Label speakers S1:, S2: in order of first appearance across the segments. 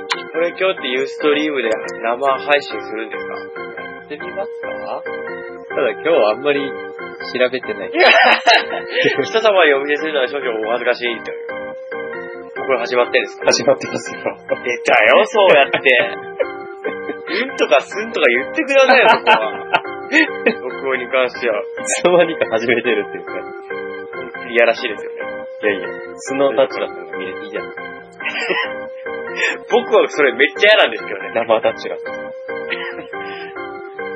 S1: 京っていうストリームで生配信するんですかやってみますか
S2: ただ今日はあんまり調べ てない。
S1: 人様にお見せするのは少々お恥ずかしいという。これ始まってんですか
S2: 始まってますよ。
S1: 出たよ、そうや って。うんとかすんとか言ってくださいよ、僕は。録音に関しては。
S2: いつの間にか始めてるっていうか。
S1: いやらしいですよね。
S2: いやいや、スノータッチュラさんが見れていいじゃん。
S1: 僕はそれめっちゃ嫌なんですけどね。
S2: 生タッチュラさん。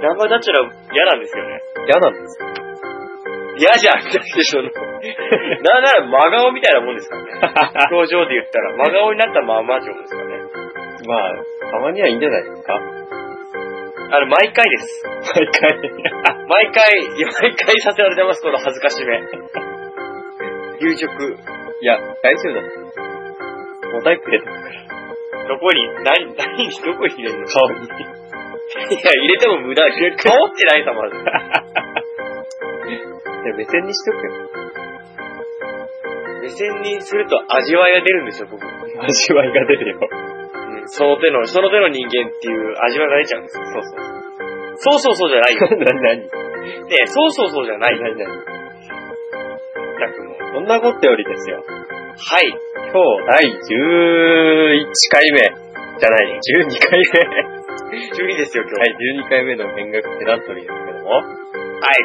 S1: 生ダチュラ嫌なんですよね。
S2: 嫌なんですよ。
S1: 嫌じゃん、だってその。なんなら真顔みたいなもんです からね。表情で言ったら、真顔になったまま情ですからね。
S2: まあ、たまにはいいんじゃないですか。
S1: あの、毎回です。
S2: 毎回。
S1: 毎回、毎回させられてます、この恥ずかし め。流直。
S2: いや、大丈夫だって。お題くれたから、
S1: どこに、何、何に、どこに入れるの
S2: 顔に。
S1: いや、入れても無駄。 顔ってないさ、まず。
S2: いや、目線にしとくよ。
S1: 目線にすると味わいが出るんですよ、僕。
S2: 味わいが出るよ。
S1: うん、その手の、その手の人間っていう味わいが出ちゃうんですよ。
S2: そうそう。
S1: そうそうそうじゃないよ。
S2: なになに
S1: ねえそうそうそうじゃないよ。
S2: なになに
S1: 全くもう
S2: そんなことよりですよ。
S1: はい。
S2: 今日第11回目。じゃない、12回目。
S1: 急にですよ、今日。
S2: はい、12回目の見学ペラントリーですけども、こ
S1: は
S2: ん
S1: い、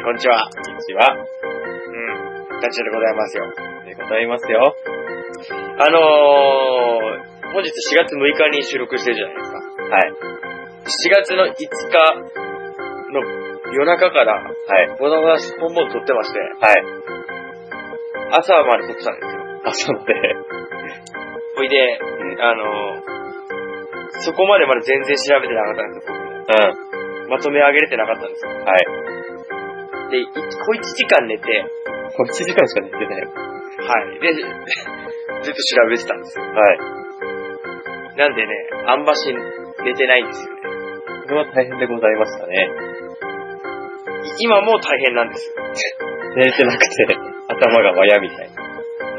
S1: こんにちは。
S2: にち
S1: う
S2: は、
S1: ん。ガチでございますよ。
S2: でございますよ。
S1: あのー、本日4月6日に収録してるじゃないですか。
S2: はい、
S1: 7月の5日の夜中から、
S2: はい、
S1: ボタボタポンポン撮ってまして、
S2: はい。
S1: 朝まで撮ってたんですよ。
S2: 朝まで、
S1: ほいで、
S2: うん、
S1: あのー、そこまでまで全然調べてなかったんですよ、僕も
S2: う
S1: まとめ上げれてなかったんですよ。
S2: ん、はい。
S1: で、い小1時間寝て、
S2: もう1時間しか寝てない。
S1: はい。で、ず っと調べてたんですよ。
S2: はい。
S1: なんでね、あんまし寝てないんですよね。
S2: これは大変でございましたね。
S1: 今もう大変なんですよ。
S2: 寝てなくて、頭がわやみたいな。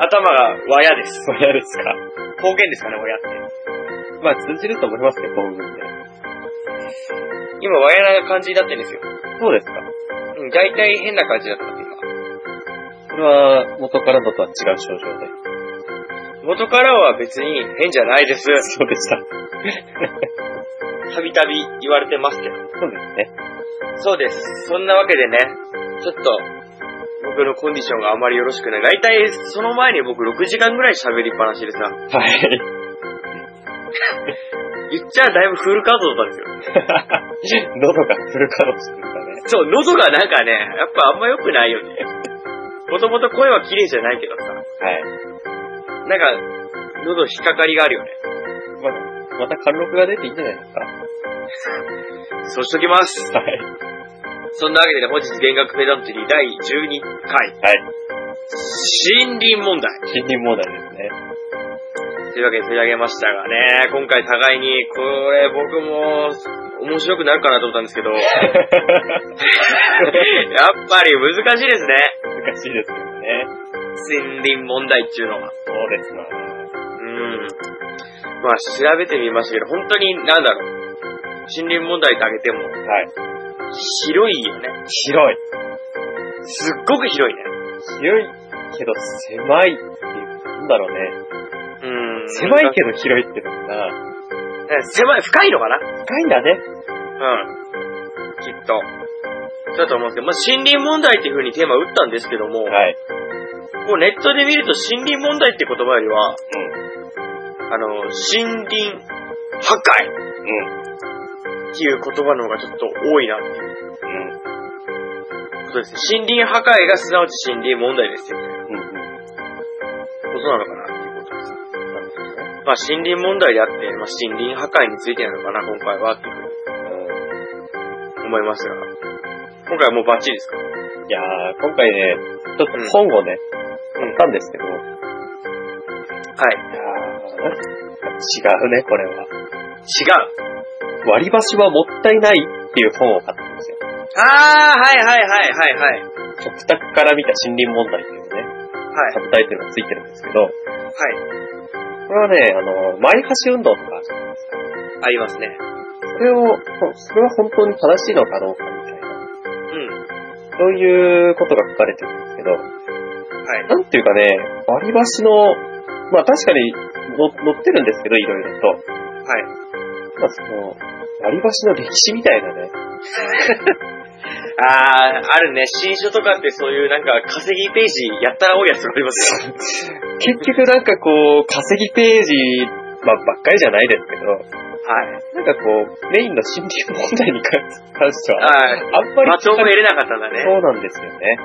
S1: 頭がわやです。
S2: わやですか
S1: 方言ですかね、わやって。
S2: まあ通じると思いますね、興奮で。
S1: 今、わやな感じになってるんですよ。
S2: そうですか
S1: うん、大体変な感じだったっていうか。
S2: これは元からのとは違う症状で。
S1: 元からは別に変じゃないです。
S2: そうでした。
S1: たびたび言われてますけど。
S2: そうですね。
S1: そうです。そんなわけでね、ちょっと、僕のコンディションがあまりよろしくない。大体、その前に僕6時間ぐらい喋りっぱなしでさ、
S2: はい。
S1: 言っちゃだいぶフルカードだったんですよ。
S2: 喉がフルカロしてるかね。
S1: そう、喉がなんかね、やっぱあんま良くないよね。もともと声は綺麗じゃないけどさ、
S2: はい。
S1: なんか、喉引っかかりがあるよね。
S2: まあ、また貫禄が出ていいんじゃないですか
S1: そうしときます。
S2: はい。
S1: そんなわけでね、本日弦楽ペダントリー第12回、
S2: はい。
S1: 森林問題。
S2: 森林問題ですね。
S1: というわけで取り上げましたがね、今回互いに、これ僕も面白くなるかなと思ったんですけ ど、やっぱり難しいですね。
S2: 難しいですけどね。
S1: 森林問題っていうのは。
S2: そうですな。
S1: うん。まあ調べてみましたけど、本当になんだろう。森林問題ってあげても、
S2: はい。
S1: 広いよね。
S2: 広い。
S1: すっごく広いね。
S2: 広いけど狭いっていう、なんだろうね。
S1: うん。
S2: 狭い
S1: ど。
S2: けど広いってのかな。
S1: 狭い、深いのかな
S2: 深いんだ
S1: う
S2: ね。
S1: ん。きっと。だと思うんですけど、まあ森林問題っていう風にテーマ打ったんですけども、
S2: はい。
S1: こうネットで見ると森林問題って言葉よりは、あの、森林破壊
S2: うん。
S1: っていう言葉の方がちょっと多いなっていう
S2: うん。
S1: ことですね。森林破壊がすなわち森林問題ですよみたいな
S2: うん。うん。
S1: ことなのかなっていうことです。まあ森林問題であって、まあ森林破壊についてなのかな、今回はっていうふうに思いますが。今回はもうバッチリですか
S2: いやー、今回ね、ちょっと本をね、買ったんですけど、いや
S1: はい。
S2: ーなんか違うね、これは。
S1: 違う。
S2: 割り箸はもったいないっていう本を買ったんですよ。
S1: あー、はいはいはいはいはい。
S2: 食卓から見た森林問題っていうね、
S1: はい。
S2: サブタイトルがついてるんですけど、
S1: はい。
S2: これはね、あの、前橋運動とかあるじゃないですか。
S1: ありますね。
S2: それを、それは本当に正しいのかどうかみたいな、
S1: うん。
S2: そういうことが書かれてるんですけど、
S1: はい。
S2: なんていうかね、割り箸の、まあ確かにの載ってるんですけど、いろいろと。
S1: はい。
S2: まあその、割り箸の歴史みたいなね。
S1: あー、あるね。新書とかってそういうなんか稼ぎページやったら多いやつがありますよ。
S2: 結局なんかこう、稼ぎページ、まあばっかりじゃないですけど、
S1: はい。
S2: なんかこう、メインの心理問題に関しては、
S1: はい。
S2: あんまり
S1: まとも入れなかったんだね。
S2: そうなんですよね。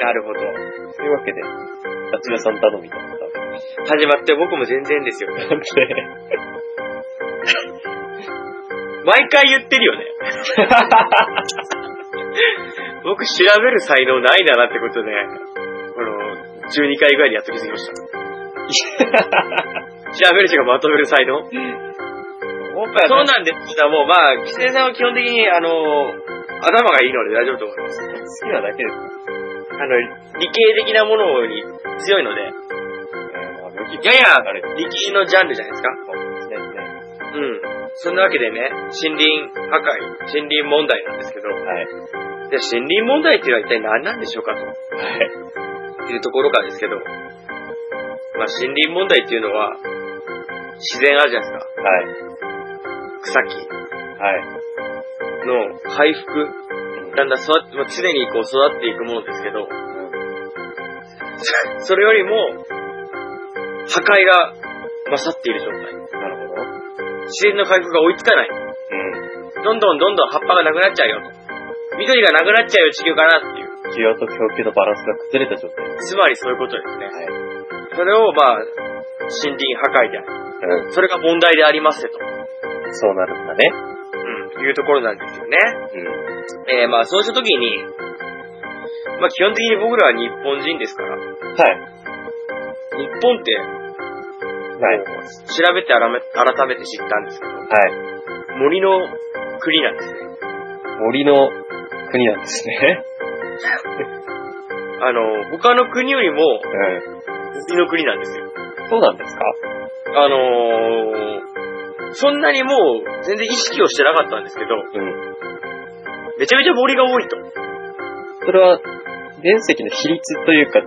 S1: なるほど。
S2: というわけで、立場さん頼みだったんで
S1: 始まって僕も全然ですよ。毎回言ってるよ ね。僕調べる才能ないんだなってことで、この、12回ぐらいでやっと気づきま した。調べる人がまとめる才能 そうなんですけども、まあ、キツネさんは基本的に、あの、頭がいいので大丈夫と思います。
S2: 好きなだけです。
S1: あの、理系的なものに強いので、やや
S2: あれ
S1: 理系のジャンルじゃないですか。
S2: ですね。
S1: うん。そんなわけでね、森林破壊、森林問題なんですけど、
S2: はい。
S1: で森林問題っていうのは一体何なんでしょうかと
S2: はい。
S1: いうところからですけど、まあ森林問題っていうのは、自然あるじゃないですか。
S2: はい。
S1: 草木
S2: はい。
S1: の回復、だんだん育って、まあ、常にこう育っていくものですけど、 それよりも、破壊が勝っている状態。
S2: なるほど。
S1: 自然の回復が追いつかない。
S2: うん。
S1: どんどんどんどん葉っぱがなくなっちゃうよと。緑がなくなっちゃうよ地球からっていう。
S2: 需要と供給のバランスが崩れた状態。
S1: つまりそういうことですね。
S2: は
S1: それをまあ、森林破壊である。
S2: う
S1: それが問題でありますよと。
S2: ん。そうなるんだね。
S1: うん、いうところなんですよね。
S2: うん。
S1: えー、まあそうしたときに、まあ基本的に僕らは日本人ですから、日
S2: はい。
S1: 本って
S2: はい。
S1: 調べて改め改めて知ったんですけど、
S2: は
S1: 森の国なんですね。
S2: い。森の国なんですね。
S1: あの、他の国よりも
S2: う
S1: 森の国なんですよ。
S2: ん。そうなんですか
S1: あのー、そんなにもう全然意識をしてなかったんですけど、
S2: うん。
S1: めちゃめちゃ森が多いと。
S2: それは、面積の比率というか、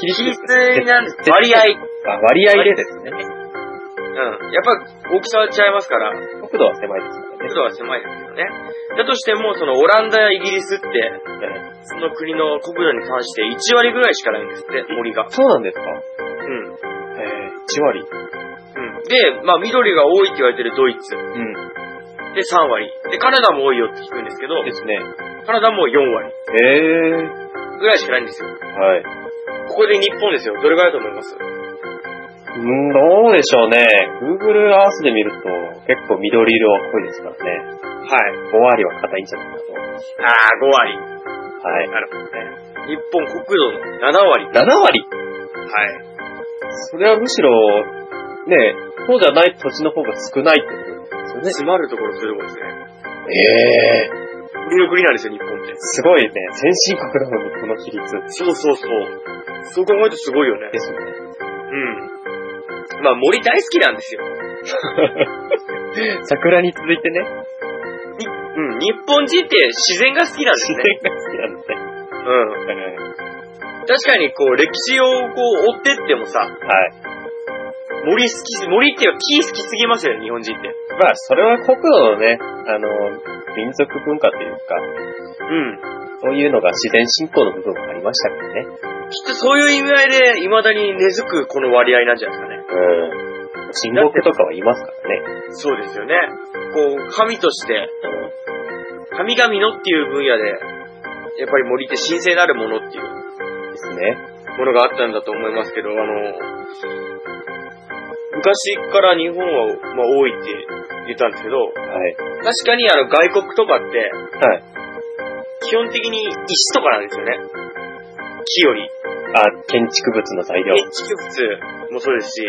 S2: 比率
S1: 比
S2: です
S1: 率
S2: か
S1: なんです。割合。う
S2: あ割合でですね。
S1: ん。やっぱ大きさは違いますから、
S2: 国土は狭いですからね
S1: 国土は狭いですけどね。だとしても、そのオランダやイギリスって、
S2: うん。
S1: その国の国土に関して1割ぐらいしかないんですって、森が。
S2: そうなんですか
S1: うん。
S2: えー、1割。
S1: うん。で、まあ緑が多いって言われてるドイツ。
S2: うん。
S1: で、3割。で、カナダも多いよって聞くんですけど、
S2: ですね。
S1: カナダも4割
S2: えー。
S1: ぐらいしかないんですよ。
S2: はい。
S1: ここで日本ですよ。どれぐらいだと思います
S2: うん、どうでしょうね。Google Earth で見ると、結構緑色っぽいですからね。
S1: はい。
S2: 5割は硬いんじゃないかと。
S1: あー、5割。
S2: はい。
S1: なるほどね。日本国土の7割。
S2: 7割
S1: はい。
S2: それはむしろ、ね、そうじゃない土地の方が少ないってことです
S1: 詰
S2: よ
S1: まるところそういうところですね。
S2: ね。ええー。
S1: 森の国なんですよ、日本って。
S2: すごいね。先進国なのにこの比率。
S1: そうそうそう。そう考えるとすごいよね。
S2: ですね。
S1: うん。まあ森大好きなんですよ。
S2: 桜に続いてね、
S1: うん。日本人って自然が好きなんです
S2: 自
S1: ね。
S2: 然が好きなんでね。
S1: うん。確かにこう歴史をこう追ってってもさ、
S2: はい。
S1: 森好き、森っていうか木好きすぎますよね、日本人って。
S2: まあ、それは国土のね、あの、民族文化というか、
S1: うん。
S2: そういうのが自然信仰の部分がありましたからね。
S1: きっとそういう意味合いで未だに根付くこの割合なんじゃないですかね。
S2: うん。沈黙とかはいますからね。
S1: そうですよね。こう、神として
S2: うん。
S1: 神々のっていう分野で、やっぱり森って神聖なるものっていう
S2: ですね。
S1: ものがあったんだと思いますけど、あの、昔から日本は、まあ、多いって言ったんですけど、
S2: はい。
S1: 確かにあの外国とかって、
S2: はい。
S1: 基本的に石とかなんですよね。木より。
S2: あ、建築物の材料。
S1: 建築物もそうですし、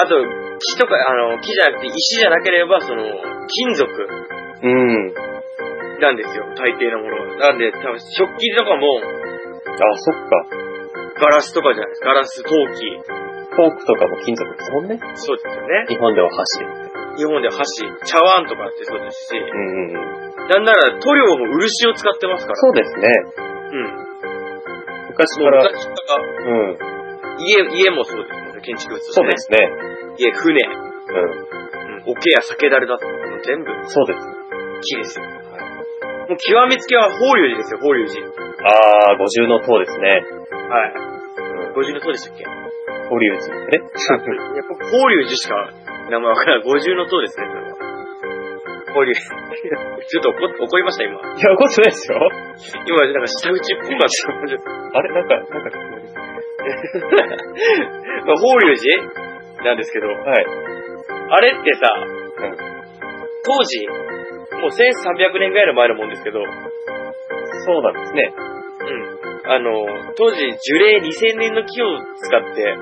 S1: あと、木とか、あの、木じゃなくて石じゃなければ、その、金属
S2: うん。
S1: なんですよ、大抵のものは。なんで、多分食器とかも、
S2: あ、そっか。
S1: ガラスとかじゃないですか。ガラス、陶器。
S2: フォークとかも金属ですもんね。
S1: そうですよね。
S2: 日本では箸です。
S1: 日本では箸、茶碗とかってそうですし、
S2: うんうんうん。
S1: なんなら塗料も漆を使ってますから。
S2: そうですね。
S1: うん。
S2: 昔
S1: も
S2: か
S1: う
S2: ら、
S1: 昔から
S2: うん。
S1: 家、家もそうですもんね、建築物ってね
S2: そうですね。
S1: 家、船、
S2: う
S1: うん、桶や酒樽だってもう全部
S2: ん。そうです。
S1: 木ですよ。もう極めつけは法隆寺ですよ、法隆寺。
S2: ああ、五重の塔ですね。
S1: はい。
S2: うん。
S1: 五重の塔でしたっけやっ
S2: 法隆寺ですね。
S1: ぱ法隆寺しか名前わからない。五重の塔ですね、それは。法隆 寺。ちょっと怒っ怒りました、今。
S2: いや、怒ってないですよ。
S1: 今、なんか下打ちっぽかった。
S2: あれなんか、なんか聞こえる、
S1: まあ法隆寺なんですけど、
S2: はい。
S1: あれってさ、当時、もう1300年ぐらいの前のもんですけど、うん。
S2: そうなんですね。
S1: あの、当時樹齢2000年の木を使って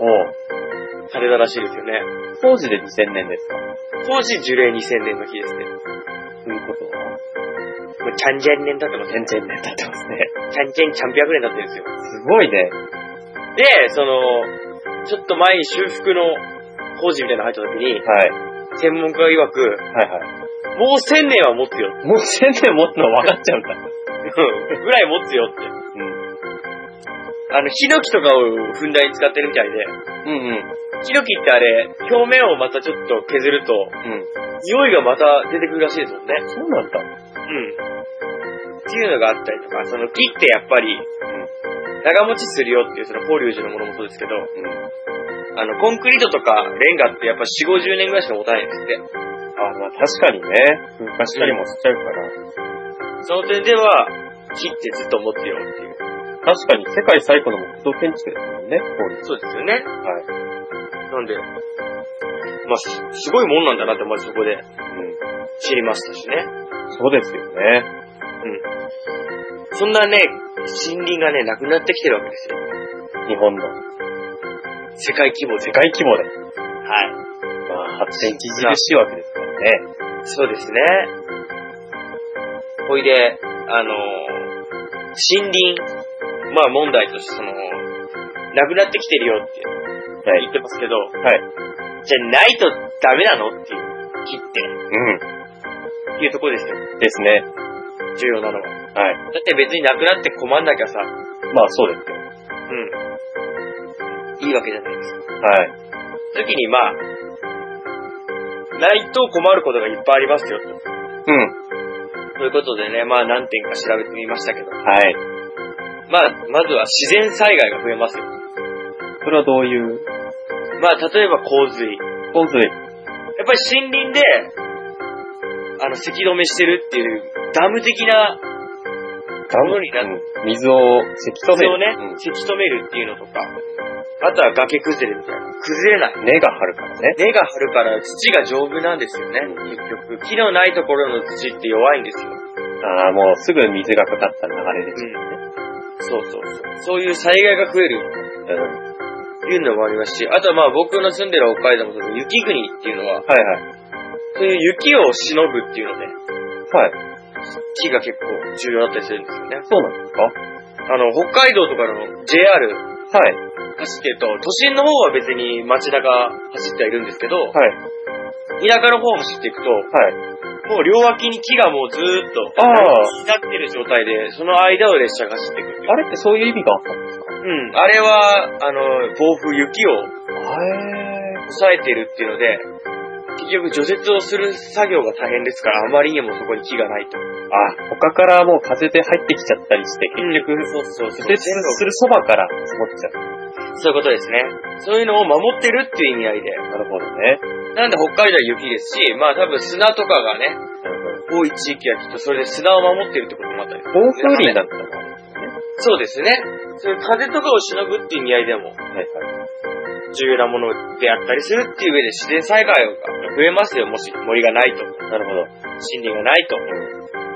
S2: おう
S1: されたらしいですよね。
S2: 当時で2000年ですか
S1: 当時樹齢2000年の木ですね。
S2: ということは、
S1: これ、ちゃんじゃん年だってますね。
S2: 全然経ってますね。
S1: ちゃんちゃんちゃんぴゃく年だってるんですよ。
S2: すごいね。
S1: で、その、ちょっと前に修復の工事みたいなの入った時に、
S2: はい。
S1: 専門家が曰く、
S2: はいは
S1: もう1000年は持つよ。
S2: い。もう1000年持つの分かっちゃうんだ。
S1: ぐらい持つよって。
S2: うん。
S1: あの、ヒノキとかをふんだんに使ってるみたいで、
S2: うんうん。
S1: ヒノキってあれ、表面をまたちょっと削ると、
S2: うん。
S1: 匂いがまた出てくるらしいですもんね。
S2: そうなんだ。
S1: うん。っていうのがあったりとか、その木ってやっぱり、長持ちするよっていうその法隆寺のものもそうですけど、
S2: うん。
S1: あの、コンクリートとかレンガってやっぱ4、50年ぐらいしか持たないんですって。
S2: あ、まあ確かにね。昔よりもちっちゃいから。
S1: その点では、木ってずっと持ってよっていう。
S2: 確かに世界最古の木造建築ですもんね。法律。
S1: そうですよね。
S2: はい。
S1: なんで、まあ、すすごいもんなんだなってまずそこで
S2: うん。
S1: 知りましたしね。
S2: そうですよね。
S1: そんなね、森林がね、なくなってきてるわけですよ。
S2: 日本の
S1: 世界規模で。
S2: 世界規模で。
S1: はい。
S2: まあ発展著しいわけですからね。
S1: そうですね。ほいで、あのー森林、まあ問題としてその、なくなってきてるよって
S2: は
S1: 言っ。てますけど、
S2: はい。
S1: じゃあないとダメなのっていう、木って、
S2: う
S1: っていうところですよ。
S2: ん。ですね。
S1: 重要なのは。
S2: はい。
S1: だって別になくなって困んなきゃさ、
S2: まあそうですよ。
S1: うん。いいわけじゃないですか。
S2: はい。
S1: 時にまあ、ないと困ることがいっぱいありますよ、と。
S2: うん。
S1: ということでね、まあ何点か調べてみましたけど、
S2: はい。
S1: まあ、まずは自然災害が増えますよ。
S2: それはどういう
S1: まあ、例えば洪水。や
S2: 洪水。
S1: っぱり森林で、あの、せき止めしてるっていう、ダム的な、
S2: ダ
S1: ムにな
S2: うん水をせき
S1: そ
S2: 止め
S1: れをね
S2: る。、
S1: せき止めるっていうのとか、あとは崖崩れみたいな。崩れない。
S2: うん根が張るからね。
S1: 根が張るから土が丈夫なんですよね、
S2: うん
S1: 結局。木のないところの土って弱いんですよ。
S2: ああ、もうすぐ水がかかったら流れ出ちゃ
S1: ん。そうそうそう。そういう災害が増える
S2: う。うん。
S1: というのもありますし、あとはまあ僕の住んでる北海道もそうです雪国っていうのは、
S2: はいはい。
S1: そういう雪をしのぐっていうので、
S2: はい。
S1: 木が結構重要だったりするんですよね。
S2: そうなんですか
S1: あの、北海道とかの JR
S2: はい。
S1: 走ってると、都心の方は別に街中走ってはいるんですけど、
S2: はい。
S1: 田舎の方走っていくと、
S2: はい。
S1: もう両脇に木がもうずーっと、
S2: ああ
S1: 立ってる状態で、その間を列車が走っていくっていう
S2: あれってそういう意味があったんですか
S1: うん、あれは、あの、暴風、雪を
S2: へー。
S1: 抑えてるっていうので、結局除雪をする作業が大変ですから、あまりにもそこに木がないと。
S2: あ、他からもう風で入ってきちゃったりして、結
S1: 結局、そうそうそう。
S2: 局、除雪するそばから積もっちゃう。
S1: そういうことですね。そういうのを守ってるっていう意味合いで。
S2: なるほどね。
S1: なんで北海道は雪ですし、まあ多分砂とかがね、多い地域はきっとそれで砂を守ってるってこともあったり。
S2: 暴風林なんてのもあるんですね。
S1: そうですね。そういう風とかをしのぐっていう意味合いでも、
S2: はいはい。
S1: 重要なものであったりするっていう上で自然災害が増えますよ、もし森がないと。
S2: なるほど。
S1: 森林がないと。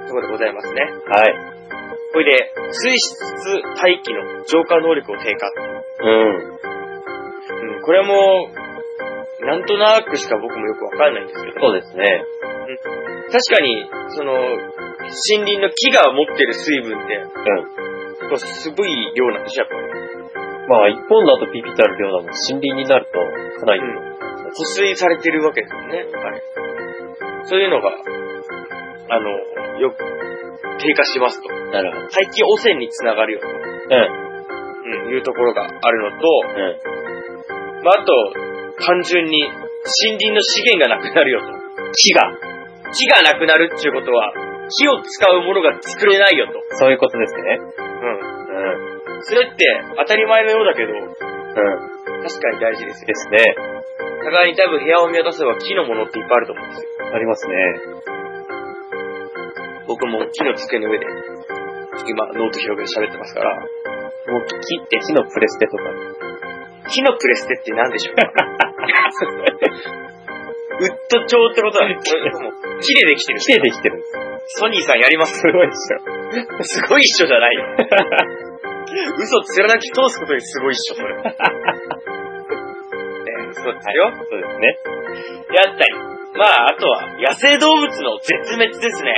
S1: ところでございますね。
S2: はい。
S1: これで、水質大気の浄化能力を低下。
S2: うん。
S1: うん、これも、なんとなくしか僕もよくわかんないんですけど、
S2: そうですね。
S1: 確かに、その、森林の木が持ってる水分って、
S2: う
S1: こうすごい量なんでしょ、やっぱり。
S2: ん。まあ、一本だとピピたる量だもん森林になると、かなりの、
S1: 保水されてるわけですよね。はい。そういうのが、あの、よく、低下しますと。
S2: なるほど。
S1: 排気汚染につながるよと、
S2: うん。
S1: うん、いうところがあるのと、
S2: うん。
S1: まあ、あと、単純に、森林の資源がなくなるよと。木が。木がなくなるっていうことは、木を使うものが作れないよと。
S2: そういうことですね。
S1: うん。
S2: うん。うん。
S1: それって当たり前のようだけど、確かに大事ですよ
S2: で。すね。
S1: 互いに多分部屋を見渡せば木のものっていっぱいあると思うんですよ。
S2: ありますね。
S1: 僕も木の机の上で、今ノート広げて喋ってますから、
S2: もう木って木のプレステとか。
S1: 木のプレステって何でしょうウッド調ってことは、でも木でできてる。
S2: 木でできてるんです。
S1: ソニーさんやります
S2: すごいでしょ。
S1: すごい一緒じゃないよ。嘘貫き通すことにすごい一緒、それ。ね、そうですよ。
S2: そうですね。
S1: やったり。まあ、あとは、野生動物の絶滅ですね。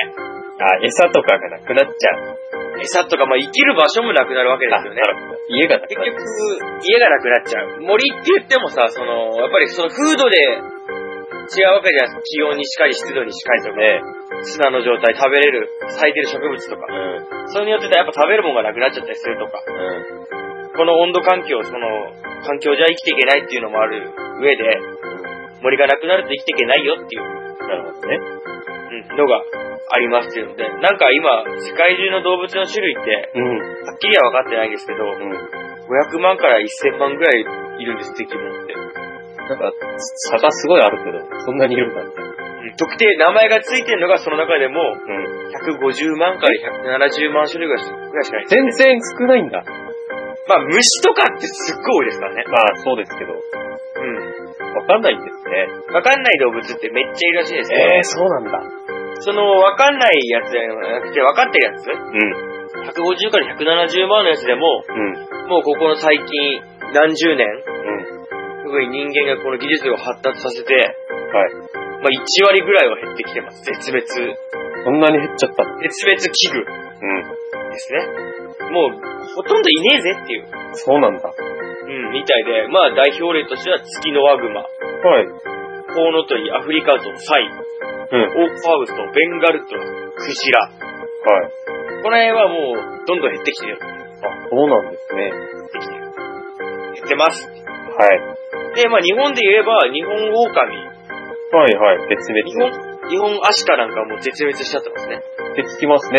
S2: あ、餌とかがなくなっちゃう。
S1: 餌とか、まあ、生きる場所もなくなるわけですよね。
S2: あなるほど家がなく
S1: 結
S2: なっちゃう。
S1: 局、家がなくなっちゃう。森って言ってもさ、その、やっぱりその風土で違うわけじゃない気温にしかり、湿度にしかりとか、
S2: ね。
S1: 砂の状態、食べれる、咲いてる植物とか
S2: う、ん。
S1: それによってやっぱ食べるものがなくなっちゃったりするとか、
S2: うん。
S1: この温度環境、その、環境じゃ生きていけないっていうのもある上で、森がなくなると生きていけないよっていう
S2: なるほどね。
S1: うんのがありますっていうので、なんか今、世界中の動物の種類って、
S2: うん。
S1: はっきりは分かってないんですけど、
S2: うん。
S1: 500万から1000万ぐらいいるんですって、生き物って。
S2: なんか、差がすごいあるけど、そんなにいるんだって。
S1: うん特定、名前がついてるのがその中でも、
S2: うん。
S1: 150万から170万種類ぐらいしぐらいしかない。
S2: 全然少ないんだ。
S1: まあ、虫とかってすっごい多いですからね。
S2: まあ、そうですけど、
S1: う
S2: わかんないんですね。
S1: ん。わかんない動物ってめっちゃいるらしいですよ。
S2: えー、そうなんだ。
S1: その、わかんないやつじゃなくて、わかってるやつ
S2: うん。
S1: 150から170万のやつでも、
S2: うん。
S1: もうここの最近、何十年、
S2: うん。
S1: 特に人間がこの技術を発達させて、
S2: はい。
S1: まあ1割ぐらいは減ってきてます。絶滅、絶
S2: そんなに減っちゃったの
S1: 滅危惧
S2: うん。
S1: ですね。もう、ほとんどいねえぜっていう、
S2: そうなんだ。
S1: うん、みたいで、まあ代表例としては月のワグマ、
S2: はい。
S1: コウノトリ、アフリカゾウ、サイ、
S2: うん。
S1: オークハウスト、ベンガルトラ、クジラ。
S2: はい。
S1: この辺はもう、どんどん減ってきてる。
S2: あ、そうなんですね。
S1: 減ってきてる。減ってます。
S2: はい。
S1: で、まあ日本で言えば、日本オオカミ、
S2: はいはい。別
S1: 日
S2: 々
S1: 本、日本アシカなんかもう絶滅しちゃってますね。
S2: って聞きますね。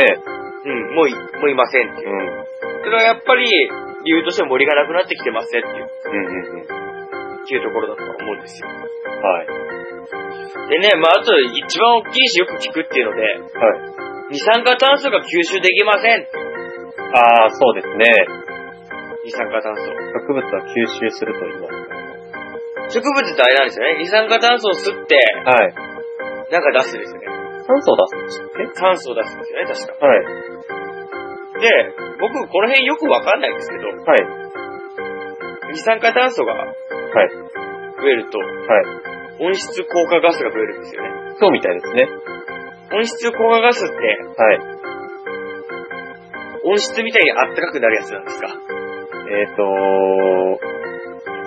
S1: うん、もうい、もういませんっていう。
S2: うん。
S1: それはやっぱり、理由として森がなくなってきてますねっていう、
S2: うんうんうん。
S1: っていうところだとは思うんですよ。
S2: はい。
S1: でね、まああと一番大きいしよく聞くっていうので、
S2: はい。
S1: 二酸化炭素が吸収できません
S2: ああ、そうですね。
S1: 二酸化炭素。
S2: 植物は吸収すると言いますからね。
S1: 植物ってあれなんですよね。二酸化炭素を吸って、
S2: はい。
S1: なんか出すんですよね。
S2: 酸素を出すんでしたっ
S1: 酸素を出すんですよね、確か。
S2: けはい。
S1: で、僕この辺よくわかんないんですけど、
S2: はい。
S1: 二酸化炭素が
S2: はい。
S1: 増えると、
S2: は
S1: 温室効果ガスが増えるんですよね。
S2: い。そうみたいですね。
S1: 温室効果ガスって、
S2: はい。
S1: 温室みたいにあったかくなるやつなんですか
S2: えっ、ー、と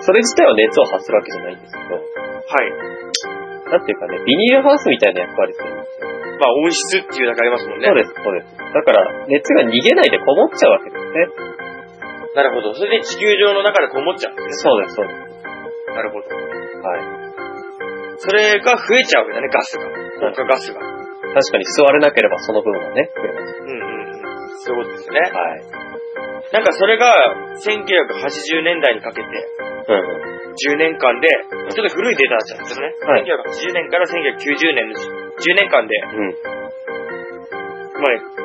S2: それ自体は熱を発するわけじゃないんですけど、
S1: はい。
S2: なんていうかね、ビニールハウスみたいな役割するんですよ。
S1: まあ、温室っていうだけありますもんね。
S2: そうです、そうです。だから、熱が逃げないでこもっちゃうわけですね。
S1: なるほど。それで地球上の中でこもっちゃうんですね。
S2: そうです、そうです。
S1: なるほど。
S2: はい。
S1: それが増えちゃうわけだね、ガスが。効果ガスが。うん
S2: 確かに座れなければその分はね、増えます。
S1: うんうん。そういうことですね。
S2: はい。
S1: なんかそれが、1980年代にかけて、
S2: うんうん。
S1: 10年間で、ちょっと古いデータになっちゃうんですよね。
S2: はい
S1: 1980年から1990年の10年間で、
S2: うん。
S1: まあ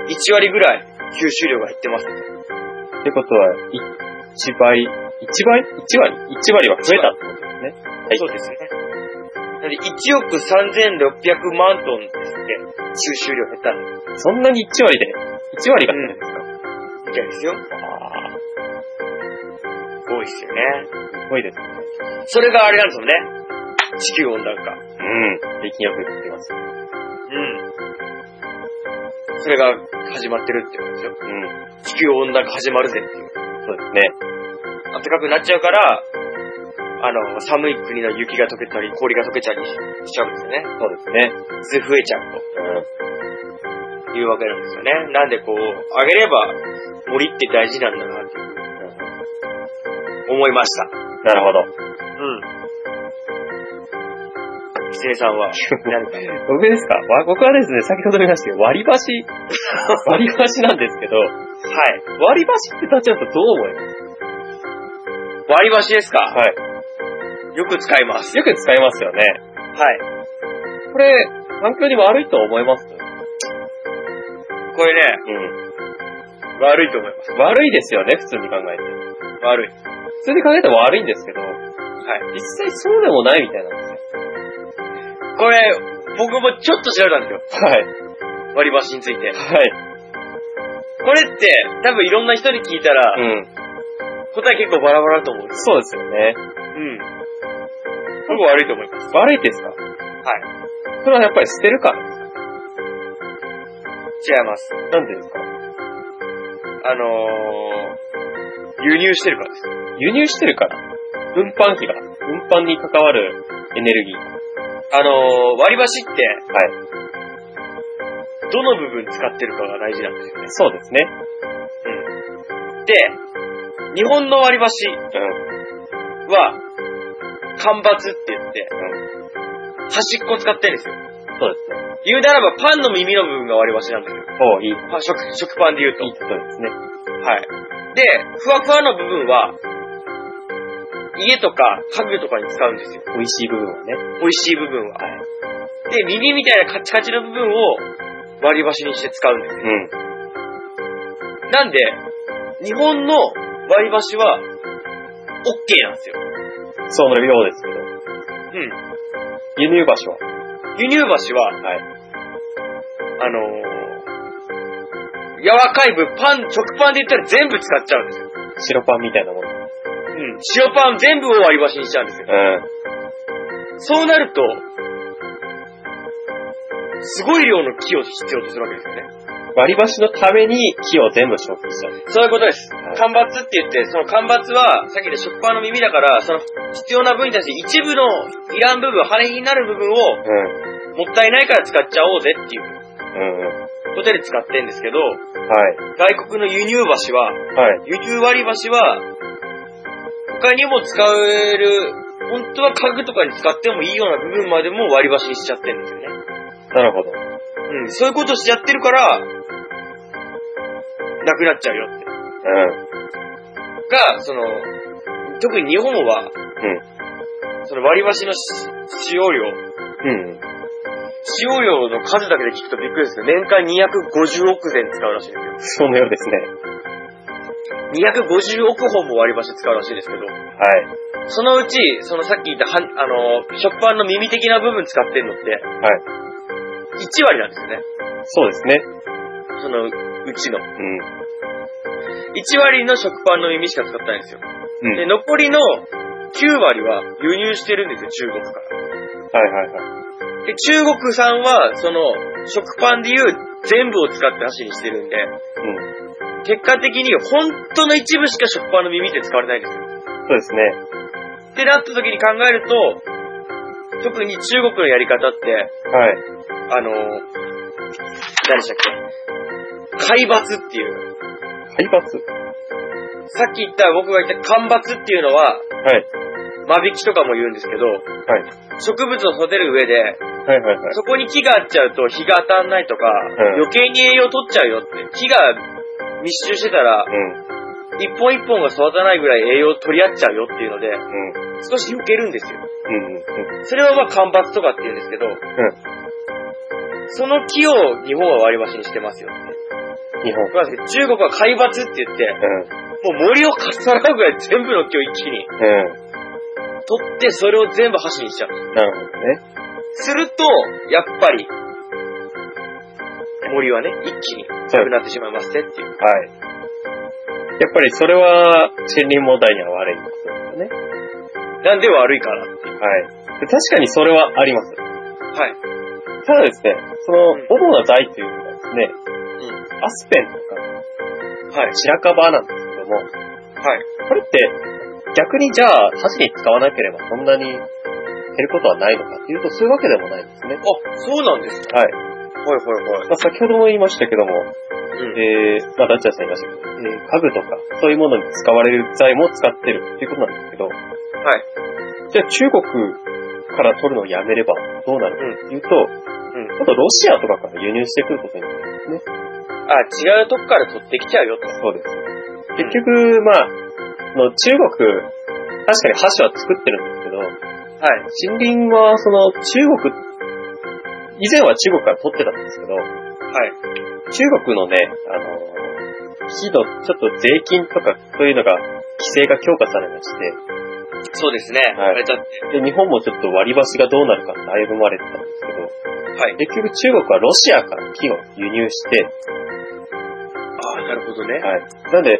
S1: ね、1割ぐらい吸収量が減ってます。
S2: ってことは、い一倍、一倍一割一割は増えたってことですね。い
S1: そうですね。なんで、1億3600万トンですって、吸収量減ったみ
S2: そんなに一割で、一割が増えるんですか、
S1: たいですよ。
S2: ああ、
S1: 多いですよね。
S2: すごいですね。
S1: それがあれなんですもんね。地球温暖化。
S2: うん。最近よく言ってます。
S1: うん。それが始まってるってことですよ。
S2: うん。
S1: 地球温暖化始まるぜっていう。
S2: そうですね。
S1: 暖かくなっちゃうから、あの、寒い国の雪が溶けたり、氷が溶けちゃりしちゃうんですよね。
S2: そうですね。
S1: 水増えちゃうというわけなんですよね。なんでこう、あげれば森って大事なんだなって思いました。
S2: うん。なるほど。
S1: うん。キツネさんは何か
S2: 僕ですかわ僕はですね、先ほど見ましたけど、割り箸、 割り箸なんですけど、
S1: はい。
S2: 割り箸って立っちゃうとどう思います
S1: 割り箸ですか、
S2: はい。
S1: よく使います。
S2: よく使いますよね。
S1: はい。
S2: これ、環境に悪いと思います
S1: これね、
S2: うん。
S1: 悪いと思います。
S2: 悪いですよね、普通に考えて。
S1: 悪い。は
S2: 普通に考えても悪いんですけど、
S1: い。
S2: 実際そうでもないみたいなんですよ。
S1: これ、僕もちょっと調べたんですよ。
S2: はい。
S1: 割り箸について。
S2: はい。
S1: これって、多分いろんな人に聞いたら、
S2: うん。
S1: 答え結構バラバラだと思うんです。
S2: そうですよね。
S1: うん。僕悪いと思います。
S2: 悪いですかはいそれはやっぱり捨てるからです
S1: 違います。
S2: かなんでですか
S1: あのー、輸入してるからです。
S2: 輸入してるから。運搬費が、運搬に関わるエネルギー。
S1: あのー、割り箸って、
S2: はい。
S1: どの部分使ってるかが大事なんですよね。
S2: そうですね。
S1: で、日本の割り箸
S2: うん。
S1: は、間伐って言って、端っこ使ってるんですよ。
S2: そうですね。
S1: 言うならばパンの耳の部分が割り箸なんですよ。
S2: おう、いい。いい
S1: パ食、食パンで言うと。
S2: ことですね。
S1: はい。で、ふわふわの部分は、家とか家具とかに使うんですよ。
S2: 美味しい部分はね。
S1: 美味しい部分は。で、耳みたいなカチカチの部分を割り箸にして使うんですよ。
S2: うん。
S1: なんで、日本の割り箸は、OK なんですよ。
S2: そのようですけど。
S1: うん。
S2: 輸入場所は
S1: 輸入箸は、
S2: はい。
S1: あのー、柔らかい分、パン、食パンで言ったら全部使っちゃうんですよ。
S2: 白パンみたいなもの。うん。
S1: うん。塩パン全部を割り箸にしちゃうんですよ。そうなると、すごい量の木を必要とするわけですよね。
S2: 割り箸のために木を全部消費しちゃう。
S1: そういうことです
S2: はい。
S1: 間伐って言って、その間伐は、さっきで食パンの耳だから、その必要な分に対して一部のいらん部分、羽になる部分を
S2: う。
S1: もったいないから使っちゃおうぜっていうん
S2: うん。
S1: ことで使ってんですけど、
S2: はい。
S1: 外国の輸入箸は、
S2: はい。
S1: 輸入割り箸は、他にも使える、本当は家具とかに使ってもいいような部分までも割り箸にしちゃってるんですよね。
S2: なるほ
S1: う
S2: ど。
S1: ん、そういうことしちゃってるから、なくなっちゃうよって。
S2: うん。
S1: が、その、特に日本は、その割り箸のし使用量、
S2: うん。うん。
S1: 使用量の数だけで聞くとびっくりですけど、年間250億膳使うらしいんですよ。
S2: そのようですね。
S1: 250億本も割り箸使うらしいですけど、
S2: はい。
S1: そのうち、そのさっき言ったはん、あの、食パンの耳的な部分使ってんのって、
S2: はい。
S1: 1割なんですよね。
S2: そうですね。
S1: そのうちの。
S2: うん。
S1: 1割の食パンの耳しか使ってないんですよ。
S2: うん。
S1: で、残りの9割は輸入してるんですよ、中国から。
S2: はいはいはい。
S1: で、中国産は、その、食パンでいう全部を使って箸にしてるんで、
S2: うん。
S1: 結果的に本当の一部しか食パンの耳って使われないんですよ。
S2: そうですね。
S1: ってなった時に考えると、特に中国のやり方って、
S2: はい。
S1: あの、何でしたっけ海抜っていう。
S2: 海抜。
S1: さっき言った僕が言った干ばつっていうのは、
S2: はい。
S1: 間引きとかも言うんですけど、
S2: はい。
S1: 植物を育てる上で、
S2: はいはいはい。
S1: そこに木があっちゃうと日が当たんないとか、
S2: ん
S1: 余計に栄養取っちゃうよって。木が密集してたら、
S2: うん。
S1: 一本一本が育たないぐらい栄養取り合っちゃうよっていうので、
S2: うん。
S1: 少し避けるんですよ。
S2: うん。うん。
S1: それはまあ干ばつとかって言うんですけど、その木を日本は割り箸にしてますよって。
S2: 日本。
S1: まあ中国は海抜って言って、
S2: うん。
S1: もう森をかっさらうぐらい全部の木を一気に
S2: う
S1: 取って、それを全部箸にしちゃう。
S2: ん。なるほどね。
S1: すると、やっぱり、森はね、一気になくなってしまいますねっていう。
S2: はい。やっぱりそれは森林問題には悪いんですよね。
S1: なんで悪いかなっていう。
S2: はい。で確かにそれはあります。
S1: はい。
S2: ただですね、その
S1: うん、
S2: 主な材というのがですね、
S1: う
S2: アスペンとか、
S1: はい。
S2: 白樺なんですけども、
S1: はい。
S2: これって、逆にじゃあ、確かに使わなければそんなに減ることはないのかっていうと、そういうわけでもないんですね。
S1: あ、そうなんですか
S2: はい。
S1: はいはいはい。
S2: まあ、先ほども言いましたけども、
S1: うん。
S2: えー、まあ、ダッチャーさん言いましたけど、えー、家具とか、そういうものに使われる材も使ってるっていうことなんですけど、
S1: はい。
S2: じゃあ中国から取るのをやめればどうなるかっていうと、
S1: うん。
S2: 今度ロシアとかから輸入してくることになる。
S1: あ、違うとこから取ってきちゃうよと。
S2: そうです。結局、まあ、その中国、確かに箸は作ってるんですけど、
S1: はい。
S2: 森林はその中国、以前は中国から取ってたんですけど、
S1: はい。
S2: 中国のね、あの、木のちょっと税金とかそういうのが、規制が強化されまして、
S1: そうですね。
S2: はい
S1: あれだって。
S2: で、日本もちょっと割り箸がどうなるかって歩まれてたんですけど、
S1: はい。
S2: 結局中国はロシアから木を輸入して、
S1: ああ、なるほどね。
S2: はい。なんで、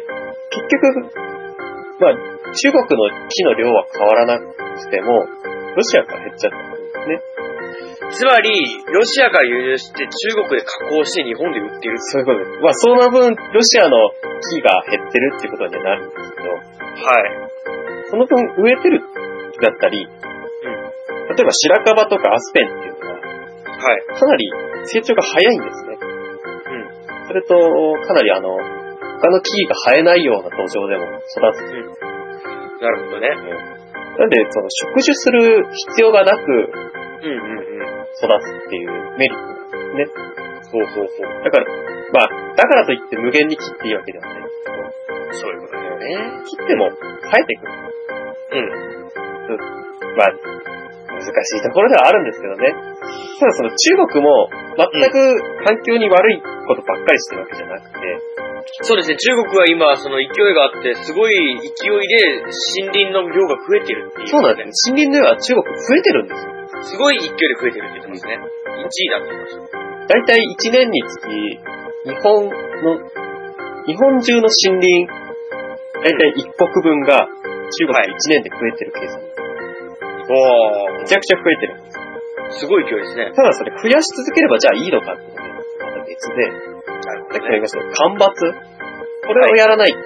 S2: 結局、まあ、中国の木の量は変わらなくても、ロシアから減っちゃったんですね。
S1: つまり、ロシアから輸入して中国で加工して日本で売ってる。
S2: そういうことです。まあ、その分、ロシアの木が減ってるっていうことにはなるんですけど、
S1: はい。
S2: その分植えてる木だったり、
S1: うん。
S2: 例えば白樺とかアスペンっていうのは、
S1: はい。
S2: かなり成長が早いんですね。
S1: うん。
S2: それと、かなりあの、他の木が生えないような土壌でも育つ
S1: なるほどね。
S2: なんで、その、植樹する必要がなく
S1: うんうんうん。
S2: 育つっていうメリットなんですね。そうそうそう。だから、まあ、だからといって無限に切っていいわけではないんですけど
S1: そういうことだよね。
S2: 切っても生えてくる。
S1: うん。
S2: まあ、難しいところではあるんですけどね。ただその中国も全く環境に悪いことばっかりしてるわけじゃなくて、
S1: そうですね。中国は今、その勢いがあって、すごい勢いで森林の量が増えてるっていう、
S2: そうなんです。森林の量は中国増えてるんですよ。
S1: す。すごい勢いで増えてるって言ってますね。1位だって言ってました。
S2: だいたい1年につき、日本の、日本中の森林、だいたい1国分が中国で1年で増えてる計算。
S1: お
S2: めちゃくちゃ増えてるんです。
S1: ー。すごい勢いですね。
S2: ただそれ増やし続ければじゃあいいのかってことになってまた別で、
S1: なるほ
S2: さっきも言いましたけど、干ばつこれをやらないと、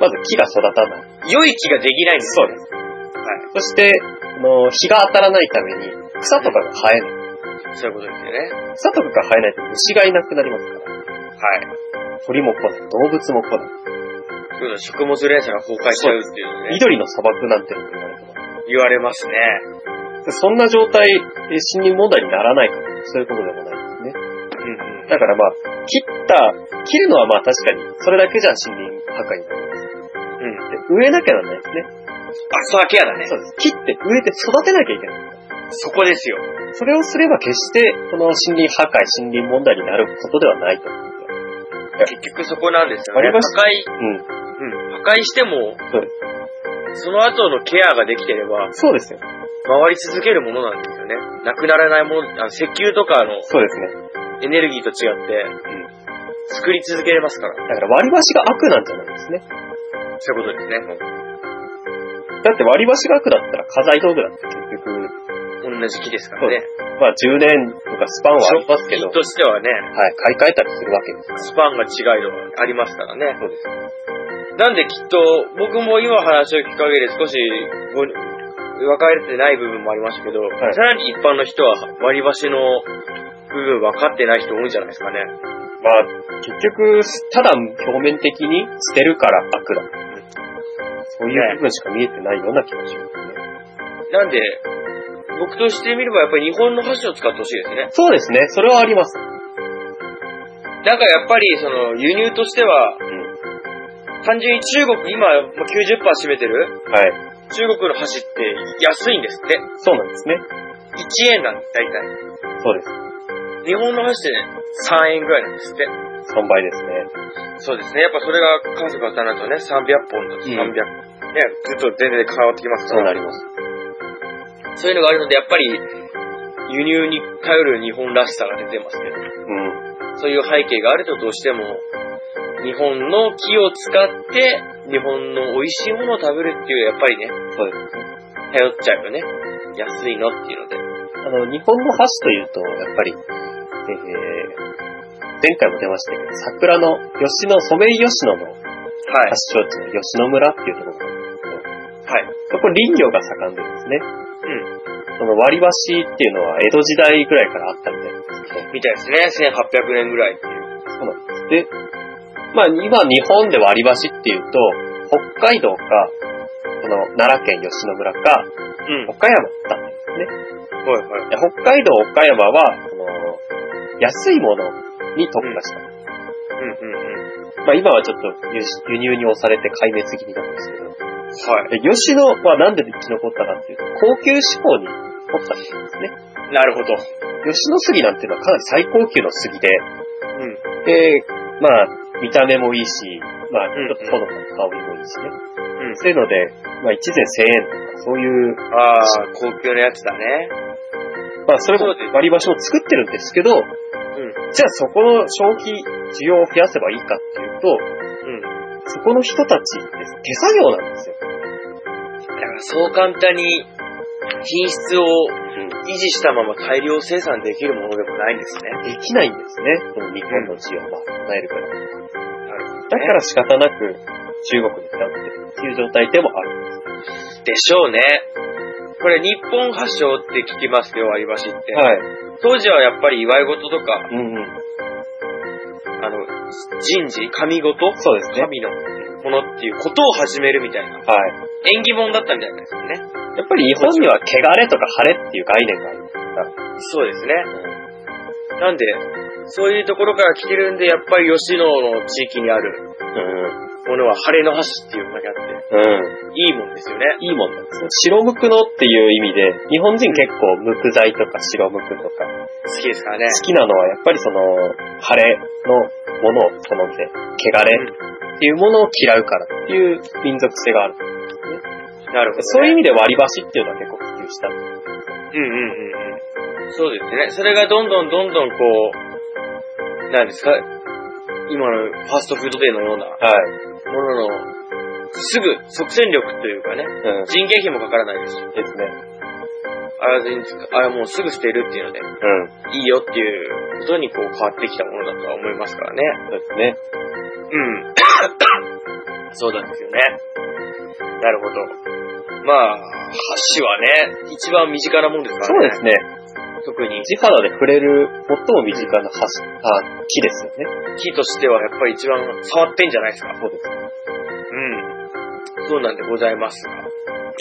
S2: まず木が育たない。
S1: 良い気ができないんです
S2: そうです。そして、あの日が当たらないために草とかが生えない。
S1: はい。そういうことですよね。
S2: 草とかが生えないと虫がいなくなりますから。
S1: はい。
S2: 鳥も来ない、動物も来ない。
S1: そうだ、食物連鎖が崩壊しちゃうっていうのね、
S2: 緑の砂漠なんていうのも言われてます
S1: 言われますね。
S2: でそんな状態、え森林問題にならないかそういうことでもないですね。
S1: うんうん。
S2: だからまあ、切った、切るのはまあ確かに、それだけじゃ森林破壊になります。
S1: うん。
S2: で植えなきゃならないですね。
S1: 草ケアだね。
S2: そうです。切って植えて育てなきゃいけない。
S1: そこですよ。
S2: それをすれば決して、この森林破壊、森林問題になることではないと思うんですよ。
S1: 結局そこなんですよね。
S2: あり
S1: 破
S2: ました
S1: 壊、
S2: うん。
S1: うん、破壊しても、
S2: そうで
S1: その後のケアができてれば、
S2: そうですよ。
S1: 回り続けるものなんですよね。なくならないもの、あの石油とかの
S2: そうですね。
S1: エネルギーと違って、作り続けれますから。
S2: だから割り箸が悪なんじゃないですね。
S1: そういうことですね。
S2: だって割り箸が悪だったら家財道具だって結局、
S1: 同じ木ですからね。
S2: まあ10年とかスパンはありますけど、
S1: 木としてはね、
S2: はい、買い替えたりするわけですから。
S1: スパンが違いのがありますからね。
S2: そうです。
S1: なんできっと、僕も今話を聞く限り少しご、分かれてない部分もありましたけど、
S2: い
S1: さらに一般の人は割り箸の部分分かってない人多いんじゃないですかね。
S2: まあ、結局、ただ表面的に捨てるから悪だ。そういう部分しか見えてないような気がしますね。
S1: なんで、僕としてみればやっぱり日本の箸を使ってほしいですね。
S2: そうですね。それはあります。
S1: なんかやっぱりその輸入としては、
S2: うん。
S1: 単純に中国今もう90%占めてる
S2: はい。
S1: 中国の箸って安いんですって。
S2: そうなんですね。
S1: 1円なんだ、大体。
S2: そうで
S1: 日
S2: す。
S1: 本の箸ってね、3円ぐらいなんですって。
S2: 3倍ですね。
S1: そうですね。やっぱそれが関西からなるとね、300本と300、
S2: うん
S1: ね、ずっと全然変わってきますか
S2: そうな
S1: ら、
S2: ります。
S1: そういうのがあるので、やっぱり輸入に頼る日本らしさが出てますけど、
S2: うん。
S1: そういう背景があるとどうしても、日本の木を使って、日本の美味しいものを食べるっていう、やっぱりね、
S2: そうです。
S1: 頼っちゃうよね。安いのっていうので。
S2: あの、日本の箸というと、やっぱり、えー、前回も出ましたけど、桜の、吉野、ソメイヨシノの
S1: はい。
S2: 発祥地の吉野村っていうところがあるんですけど、
S1: はい。
S2: そこ林業が盛んでですね、
S1: う
S2: その割り箸っていうのは江戸時代ぐらいからあったみたいなんですけど、
S1: ん。みたいですね。1800年ぐらいっていう。
S2: そうなんです。で、まあ今日本で割り箸っていうと、北海道か、この奈良県吉野村か、
S1: うん。
S2: 岡山だったんですね。
S1: はいはい。
S2: で北海道、岡山は、その、安いものに特化した。
S1: うんうんうん。
S2: まあ今はちょっと輸出輸入に押されて壊滅気味なんですけど、
S1: は
S2: で吉野はなんで生き残ったかっていうと、高級志向に取ったんですね。
S1: い。なるほど。
S2: 吉野杉なんていうのはかなり最高級の杉で、
S1: うん。
S2: で、まあ、見た目もいいし、まあ、
S1: うん
S2: ちょっとほのかな香りもいいしね。
S1: うん。
S2: そういうので、まあ、一膳千円とか、そういう、
S1: ああ、高級なやつだね。
S2: まあ、それも
S1: そうです
S2: 割り箸を作ってるんですけど、
S1: うん。
S2: じゃあそこの消費、需要を増やせばいいかっていうと、
S1: うん。
S2: そこの人たちって手作業なんですよ。
S1: だからそう簡単に品質を維持したまま大量生産できるものでもないんですね。
S2: できないんですね。この日本の需要は、唱えるから。
S1: なるほど
S2: だから仕方なく、中国に頼ってるっていう状態でもある。
S1: でしょうね。これ日本発祥って聞きますよ、割り箸って。
S2: はい。
S1: 当時はやっぱり祝い事とか、
S2: うんうん。
S1: あの、人事、神事
S2: そうですね。はい。
S1: 神のものっていうことを始めるみたいな。縁起物だったみたいなんですよね。
S2: やっぱり日本には汚れとか晴れっていう概念があるから。
S1: そうですね。なんで、そういうところから来てるんで、やっぱり吉野の地域にある
S2: う
S1: ものは晴れの箸っていうのがあって、
S2: ん。う
S1: いいもんですよね。
S2: ん。いいもんなんですね。白むくのっていう意味で、日本人結構むく材とか白むくとか、
S1: 好きですからね。
S2: 好きなのはやっぱりその、晴れのものを好んで、汚れっていうものを嫌うからっていう民族性がある。
S1: なるほど、ね。
S2: そういう意味で割り箸っていうのは結構普及した。
S1: うんうんうんうん。そうですね。それがどんどんどんどんこう、なんですか、今のファーストフードデーのような
S2: はい。
S1: ものの、すぐ即戦力というかね、
S2: うん。
S1: 人件費もかからないですし、
S2: ですね。
S1: あらずに使う、あれもうすぐ捨てるっていうので、
S2: うん。
S1: いいよっていうことにこう変わってきたものだとは思いますからね。
S2: そうですね。
S1: うん。そうなんですよね。なるほど。まあ、箸はね、一番身近なもんですか
S2: そう
S1: らね。
S2: ですね。
S1: 特に
S2: 地肌で触れる最も身近な箸、あ、木ですよね。
S1: 木としてはやっぱり一番触ってんじゃないですか。
S2: そうです。
S1: うん。そうなんでございますが。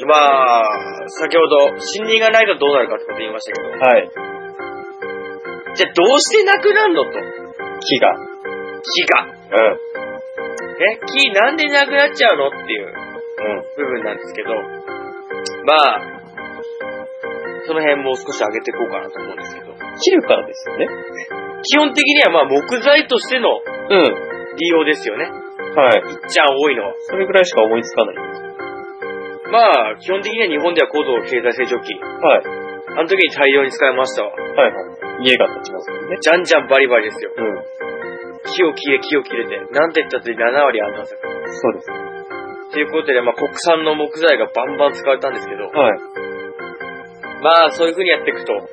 S1: まあ、先ほど、森林がないとどうなるかってこと言いましたけど、
S2: はい。
S1: じゃあどうしてなくなるのと。木
S2: 木が。
S1: が。
S2: うん。
S1: ね、木なんでなくなっちゃうのっていう
S2: うん。
S1: 部分なんですけど、まあ、その辺もう少し上げていこうかなと思うんですけど、
S2: 切るからですよね。
S1: 基本的にはまあ木材としての
S2: う
S1: 利用ですよね。
S2: ん。はい。
S1: いっちゃん多いのは。
S2: それぐらいしか思いつかない。
S1: まあ、基本的には日本では高度経済成長期。
S2: はい。
S1: あの時に大量に使いましたわ。
S2: はいはい。家が建ちますよね。
S1: じゃんじゃんバリバリですよ。
S2: うん。
S1: 木を切れ、木を切れて。なんて言ったって7割あったんですよ。
S2: そうです。
S1: ということで、まあ国産の木材がバンバン使われたんですけど、
S2: はい。
S1: まあそういう風にやっていくと、
S2: うん。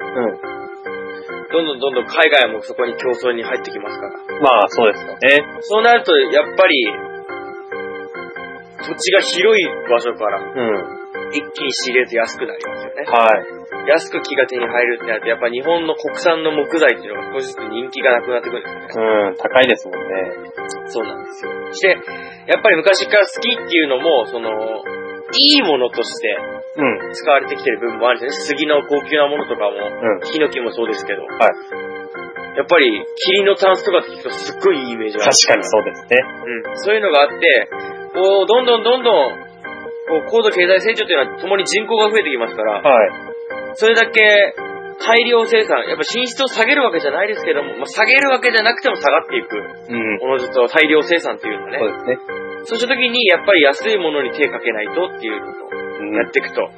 S1: どんどんどんどん海外もそこに競争に入ってきますから。
S2: まあ、そうですよね。
S1: そうなると、やっぱり、土地が広い場所から
S2: うん。
S1: 一気に仕入れると安くなりますよね。
S2: はい。
S1: 安く木が手に入るってなると、やっぱ日本の国産の木材っていうのが少しずつ人気がなくなってくるんですよね。
S2: うん。高いですもんね。
S1: そうなんですよ。して、やっぱり昔から好きっていうのも、その、いいものとして
S2: うん。
S1: 使われてきてる部分もあるんですね。杉の高級なものとかも、
S2: うん。
S1: ヒノキもそうですけど。
S2: はい。
S1: やっぱり、霧のタンスとかって聞くとすっごいいいイメージがある。
S2: 確かにそうですね。
S1: うん。そういうのがあって、こう、どんどんどんどん、こう、高度経済成長というのは共に人口が増えてきますから、
S2: はい。
S1: それだけ大量生産、やっぱ品質を下げるわけじゃないですけども、まあ、下げるわけじゃなくても下がっていく、
S2: うん。
S1: おのずと大量生産っていうのはね
S2: そ、うですね。
S1: そうした時に、やっぱり安いものに手かけないとっていうことを
S2: う
S1: やっていくと、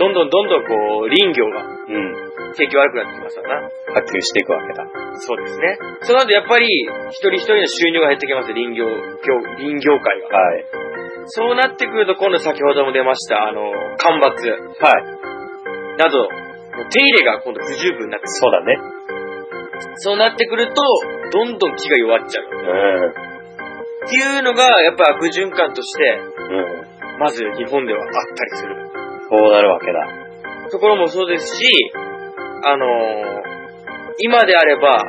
S1: どんどんどんどんこう、林業が
S2: ん。うん。
S1: 景気悪くなってきますからな。
S2: 波及していくわけだ。
S1: そうですね。そうなるとやっぱり、一人一人の収入が減ってきます、林業、業林業界が。
S2: はい。
S1: そうなってくると、今度先ほども出ました、あの、干ばつ
S2: はい。
S1: など、手入れが今度不十分になってくる
S2: そうだね。
S1: そうなってくると、どんどん木が弱っちゃう。
S2: う
S1: っていうのが、やっぱ悪循環として、
S2: ん。うん。
S1: まず日本ではあったりする。
S2: そうなるわけだ。
S1: ところもそうですし、あのー今であれば、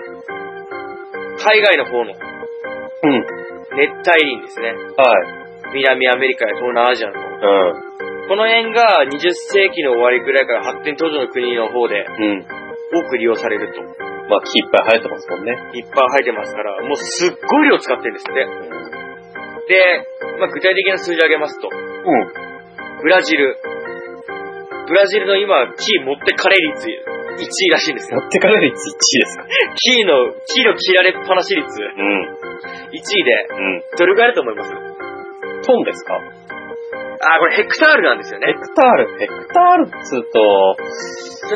S1: 海外の方の
S2: うん。
S1: 熱帯林ですね。
S2: はい。
S1: 南アメリカや東南アジアの方。
S2: う
S1: この辺が20世紀の終わりくらいから発展途上の国の方で
S2: ん。うん。
S1: 多く利用されると。
S2: まあ、木いっぱい生えてますもんね。
S1: いっぱい生えてますから、もうすっごい量使ってるんですって。で、まあ、具体的な数字上げますと、
S2: うん。
S1: ブラジル。ブラジルの今、木持ってかれ率1位らしいんですよ。
S2: 持ってかれる率1位ですか
S1: 木の、木の切られっぱなし率1
S2: うん。
S1: 位で、
S2: うん。
S1: どれくらいだと思います
S2: トンですか
S1: あー、これヘクタールなんですよ
S2: ヘ
S1: ね。
S2: クタール、ヘクタールっつうと、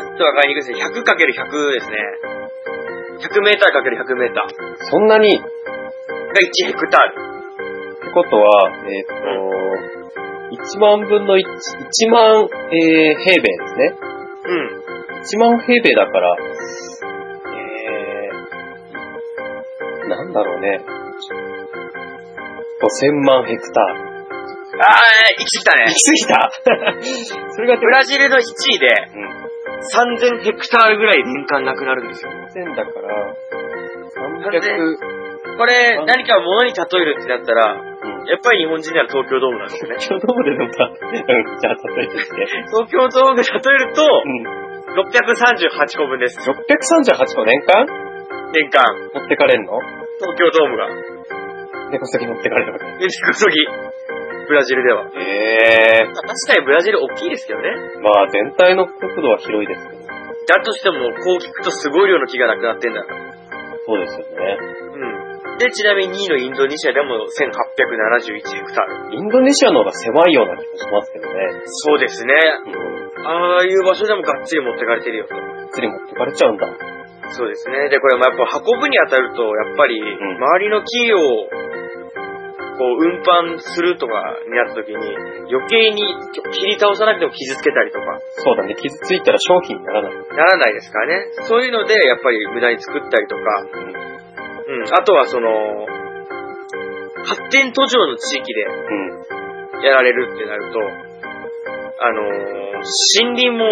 S1: ちょっとわかりにくいですね。100×100 ですね。100メーター ×100 メーターが
S2: そんなに、って
S1: 1ヘクタール。
S2: ことは、えっ、と、1万分の1、1万、えー、平米ですね。
S1: うん。
S2: 1万平米だから、えー、なんだろうね。5000万ヘクタール。
S1: あー、行き過ぎた
S2: 行
S1: ね。
S2: き過ぎたそれが
S1: ブラジルの1位で
S2: うん。
S1: 3000ヘクタールぐらい年間なくなるんですよ。
S2: 1000だから、
S1: 300
S2: 300、
S1: これ
S2: う、ん
S1: 何か物に例えるってなったら、
S2: うん。
S1: やっぱり日本人なら東京ドームなんですよね。
S2: 今日どうでもた、うん、じゃあ例えてきて。
S1: 東京ドームで例えると、
S2: うん。
S1: 638個分です。
S2: 638個年間
S1: 年間。
S2: 持ってかれんの
S1: 東京ドームが。
S2: 根こそぎ持ってかれるわけ。
S1: で、根こそぎ。ブラジルでは。
S2: ええ
S1: 確かにブラジル大きいですけどね。
S2: ー。まあ全体の国土は広いですけど。
S1: だとしても、こう聞くとすごい量の木がなくなってんだ。
S2: そうですよね。
S1: うん。で、ちなみに2位のインドネシアでも1871ヘクタール。
S2: インドネシアの方が狭いような気もしますけどね。
S1: そうですね。
S2: うん。
S1: ああいう場所でもがっつり持ってかれてるよと。
S2: がっつり持ってかれちゃうんだ。
S1: そうですね。で、これもやっぱ運ぶにあたると、やっぱり、
S2: ん
S1: 周りの木を、こう、運搬するとかになった時に、余計に切り倒さなくても傷つけたりとか、
S2: そうだね。傷ついたら商品にならない。
S1: ならないですからね。そういうので、やっぱり無駄に作ったりとか、
S2: うん。
S1: うん。あとはその、発展途上の地域で、
S2: うん。
S1: やられるってなると、あのー森林も、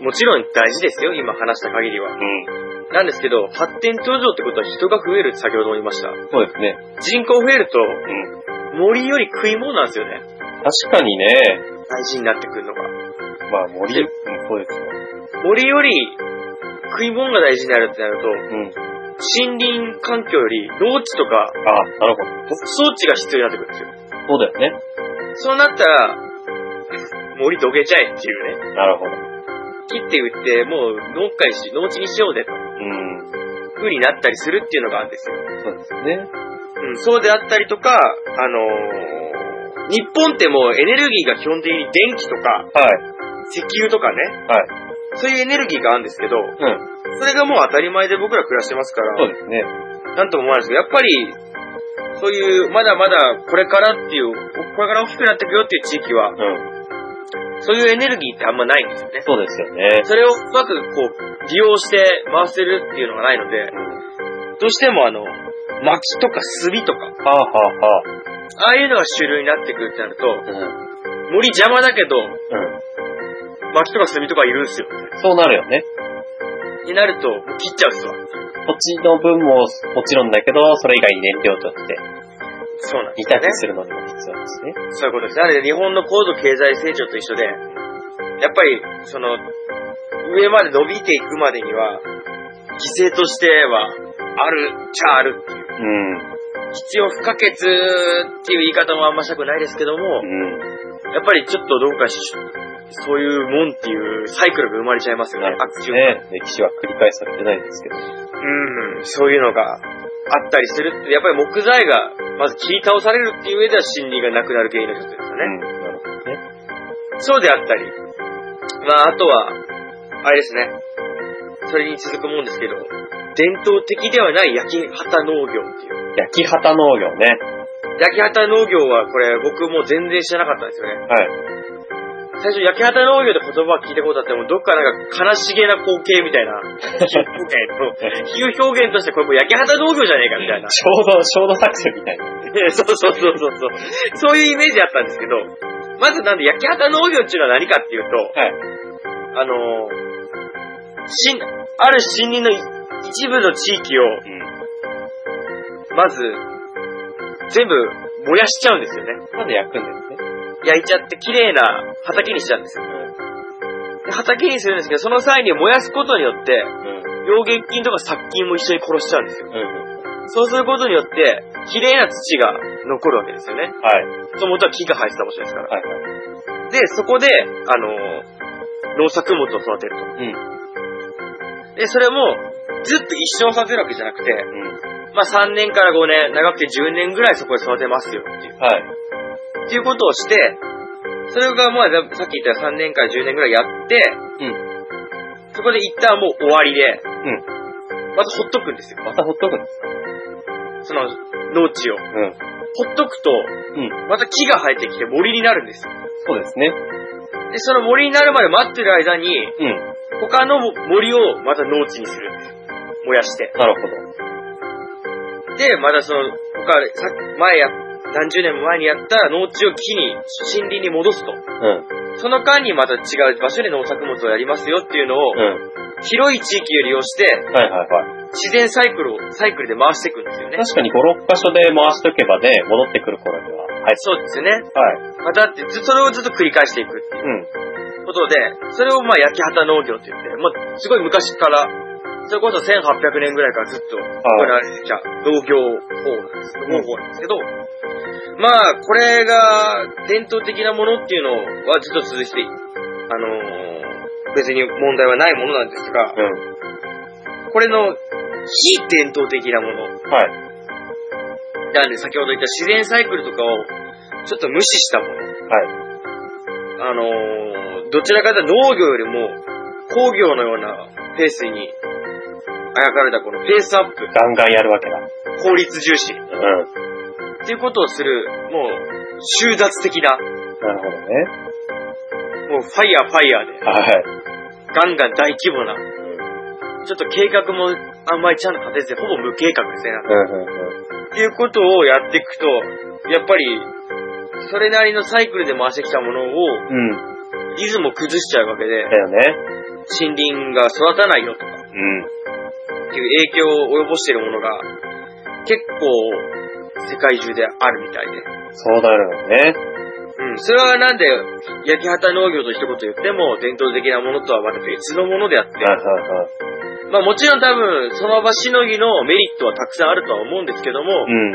S1: もちろん大事ですよ、今話した限りは。
S2: う
S1: なんですけど、発展途上ってことは人が増えるって先ほども言いました。
S2: ん。そうですね。
S1: 人口増えると、
S2: うん。
S1: 森より食い物なんですよね。
S2: 確かにね、
S1: 大事になってくるのが。
S2: まあ森、うん、そうですよ。
S1: 森より食い物が大事になるってなる
S2: うん。
S1: と、森林環境より農地とか
S2: あ、なるほど。
S1: 装置が必要になってくるんですよ。
S2: そうだよね。
S1: そうなったら、森どけちゃえっていうね。
S2: なるほど。
S1: 切って売って、もう農家にし、農地にしようぜと。
S2: うん。
S1: 風になったりするっていうのがあるんですよ。
S2: そうですね。
S1: うん、そうであったりとか、あのー日本ってもうエネルギーが基本的に電気とか
S2: はい。
S1: 石油とかね、
S2: はい。
S1: そういうエネルギーがあるんですけど、
S2: うん。
S1: それがもう当たり前で僕ら暮らしてますか
S2: そ
S1: ら、
S2: うですね。
S1: なんとも思わないですけど、やっぱり、そういう、まだまだこれからっていう、これから大きくなっていくよっていう地域は、
S2: うん。
S1: そういうエネルギーってあんまないんですよね。
S2: そうですよね。
S1: それをうまくこう、利用して回せるっていうのがないので、
S2: うん。
S1: どうしてもあの、薪とか炭とか、
S2: はあはあはあ。
S1: ああいうのが主流になってくるってなると、
S2: うん。う
S1: 森邪魔だけど、
S2: ん。
S1: 薪とか炭とかいるんすよ。
S2: そうなるよね。
S1: になると、切っちゃうっすわ。
S2: 土地の分ももちろんだけど、それ以外に燃料として、
S1: そうなんで
S2: 委
S1: すよね
S2: 託。するのにも必要ですね。
S1: そういうことです。なので、日本の高度経済成長と一緒で、やっぱり、その、上まで伸びていくまでには、犠牲としては、あるっちゃあるっていう。
S2: うん。
S1: 必要不可欠っていう言い方もあんましたくないですけども、
S2: うん。
S1: やっぱりちょっとどうかし、そういうもんっていうサイクルが生まれちゃいますよ
S2: な
S1: ね
S2: る。
S1: 悪
S2: ほど
S1: 循環
S2: ね。歴史は繰り返されてないですけど。
S1: うん、そういうのがあったりするって、やっぱり木材が、まず切り倒されるっていう上では森林がなくなる原因の一つですよ
S2: う
S1: ね。
S2: ん。なるほどね。
S1: そうであったり、まあ、あとは、あれですね。それに続くもんですけど、伝統的ではない焼き畑農業っていう。
S2: 焼き畑農業ね。
S1: 焼き畑農業はこれ僕もう全然知らなかったんですよね。
S2: はい。
S1: 最初焼き畑農業って言葉を聞いたことあっても、どっかなんか悲しげな光景みたい な、比喩表現比喩表現としてこれもう焼き畑農業じゃねえかみ たいな。
S2: ちょうど、ちょうど作戦みたいな。
S1: そうそうそうそうそう。そういうイメージだったんですけど、まずなんで、焼き畑農業っていうのは何かっていうと、
S2: はい
S1: あのー、しある森林の一部の地域を、
S2: うん。
S1: まず、全部燃やしちゃうんですよね。
S2: まだ焼くんですね。
S1: 焼いちゃって綺麗な畑にしちゃうんですよ。で畑にするんですけど、その際に燃やすことによって、病原菌とか殺菌も一緒に殺しちゃうんですよ。
S2: うん。うん。
S1: そうすることによって、綺麗な土が残るわけですよね。
S2: はい。
S1: その元は木が生えてた場所ですから。
S2: はいはい。
S1: で、そこで、あのー農作物を育てると。で、それも、ずっと一生させるわけじゃなくて、
S2: うん。うん。
S1: まあ3年から5年、長くて10年ぐらいそこで育てますよっていう。
S2: はい。
S1: っていうことをして、それがまあ、さっき言った3年から10年ぐらいやって、
S2: うん。
S1: そこで一旦もう終わりで、
S2: う
S1: またほっとくんですよ。
S2: またほっとくんです。
S1: その農地を。
S2: うん。
S1: ほっとくと、
S2: うん。
S1: また木が生えてきて森になるんですよ。
S2: そうですね。
S1: で、その森になるまで待ってる間に、
S2: うん。
S1: 他の森をまた農地にするんですよ。燃やして。
S2: なるほど。
S1: で、またその、他、さ前や、何十年も前にやった農地を木に、森林に戻すと。
S2: うん。
S1: その間にまた違う場所で農作物をやりますよっていうのを、
S2: う
S1: 広い地域を利用して、
S2: ん。はいはいはい。
S1: 自然サイクルを、サイクルで回していくんですよね。
S2: 確かに5、6箇所で回しとけばね、戻ってくる頃には。はい。
S1: そうですよね。
S2: はい。
S1: まあ、だってず、それをずっと繰り返していくっていう
S2: うん。
S1: ことで、それをまあ、焼き畑農業って言って、まあ、すごい昔から、それこそ1800年ぐらいからずっと行われてきた農業法なんですけど、
S2: うん
S1: 方法なんですけど、まあ、これが伝統的なものっていうのはずっと続いて、あのー別に問題はないものなんですが、
S2: う
S1: これの非伝統的なもの
S2: ん。はい。
S1: なんで、先ほど言った自然サイクルとかを、ちょっと無視したもの。
S2: はい。
S1: あのー、どちらかというと農業よりも、工業のようなペースに、あやかれたこのペースアップ、
S2: ガンガンやるわけだ。
S1: 効率重視
S2: うん。
S1: っていうことをする、もう、収奪的な、
S2: なるほどね。
S1: もうファイヤーファイヤーで、
S2: はい。
S1: ガンガン大規模な、ちょっと計画もあんまりちゃんと立てず、ほぼ無計画ですね。
S2: うんうんうん。
S1: っていうことをやっていくと、やっぱり、それなりのサイクルで回してきたものを、
S2: うん。
S1: リズムを崩しちゃうわけで、
S2: だよね。
S1: 森林が育たないよとか、
S2: うん。
S1: っていう影響を及ぼしているものが、結構、世界中であるみたいで。
S2: そうだよね。
S1: うん。それはなんで、焼き畑農業と一言言っても、伝統的なものとはまた別のものであって、
S2: はいはいはい。
S1: まあもちろん多分、その場しのぎのメリットはたくさんあるとは思うんですけども、
S2: うん。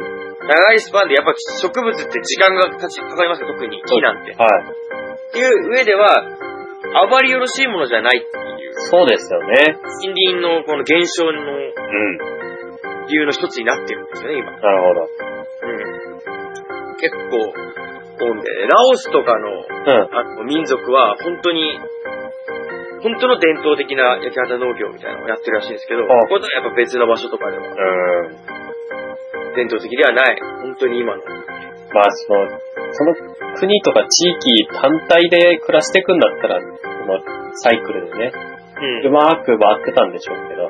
S1: 長いスパンでやっぱ植物って時間が経ちかかりますよ、特に木なんて。
S2: はい。
S1: っていう上では、あまりよろしいものじゃないっていう、
S2: そうですよね。
S1: 森林のこの減少の
S2: うん。
S1: 理由の一つになってるんですよね、今。
S2: なるほど。
S1: うん結構多いんで、ラオスとかの
S2: うん。
S1: あの民族は本当に、本当の伝統的な焼き畑農業みたいなのをやってるらしいんですけど、
S2: あ
S1: ここではやっぱ別の場所とかでは
S2: うん。
S1: 伝統的ではない、本当に今の。
S2: まあ、その、その国とか地域単体で暮らしていくんだったら、そのサイクルでね、
S1: う、
S2: うんまーく回ってたんでしょうけど、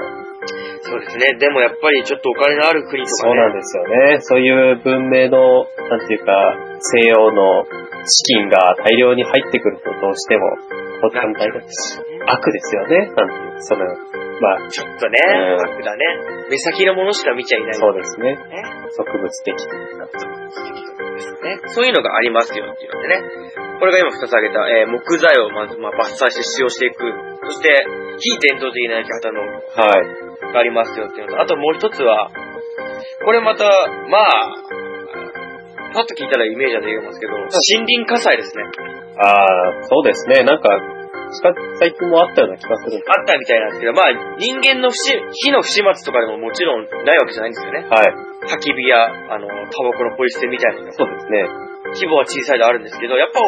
S1: そうですね。でもやっぱりちょっとお金のある国とか
S2: そうなん
S1: ね、
S2: ですよね。そういう文明の、なんていうか、西洋の資金が大量に入ってくるとどうしても、こう単体で悪ですよね。なんていう、その、まあ、
S1: ちょっとね、
S2: うん
S1: 楽だね。目先のものしか見ちゃいない。
S2: そうですね。
S1: ね
S2: 植物的というか。
S1: ですね。そういうのがありますよっていうのでね。これが今2つ挙げた、えー木材をまず、まあ、伐採して使用していく。そして、非伝統的な焼き畑農業。
S2: はい。
S1: がありますよっていうのと、あともう一つは、これまた、まあ、パッと聞いたらイメージはできますけど、森林火災ですね。
S2: ああ、そうですね。なんか、近最近もあったような気がする。
S1: あったみたいなんですけど、まあ、人間の不死火の不始末とかでももちろんないわけじゃないんですよね。
S2: はい。
S1: 焚き火や、あの、タバコのポイ捨てみたいなのが
S2: そうですね。
S1: 規模は小さいであるんですけど、やっぱ、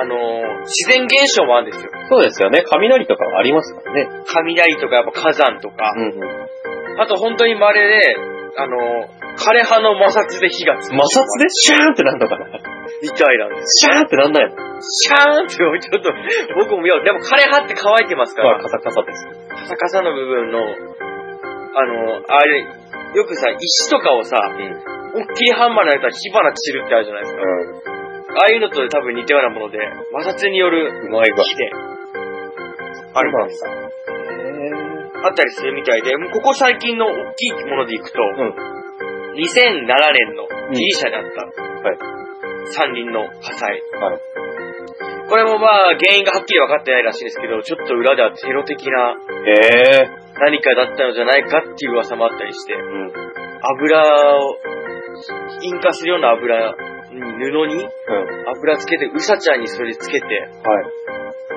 S1: あのー自然現象もあるんですよ。
S2: そうですよね。雷とかはありますからね。
S1: 雷とか、やっぱ火山とか、
S2: んうん。
S1: あと本当に稀で、あのー枯れ葉の摩擦で火がつく
S2: 摩擦でシャーンってなんのかな
S1: みたいなんです。
S2: シャーンってなんないの
S1: シャーンって、ちょっと、僕も見よう。でも枯れ葉って乾いてますか
S2: まあ、
S1: ら、
S2: カサカサです。はい
S1: カサカサの部分の、あの、あれ、よくさ、石とかをさ、
S2: ん
S1: おっきりハンマーでやったら火花散るってあるじゃないですか。ああいうのと多分似たようなもので、摩擦による
S2: うまいわ。
S1: 火で、あるんです。あったりするみたいで、もうここ最近の大きいものでいくと、
S2: ん
S1: 2007年のギリシャであった、
S2: はい
S1: 山林の火災。
S2: はい
S1: これもまあ原因がはっきり分かってないらしいんですけど、ちょっと裏ではテロ的な
S2: へえ。へえ。
S1: 何かだったのじゃないかっていう噂もあったりして、
S2: うん。
S1: 油を、引火するような油に、布に
S2: うん。
S1: 油つけて、うさちゃんにそれつけて、
S2: はい。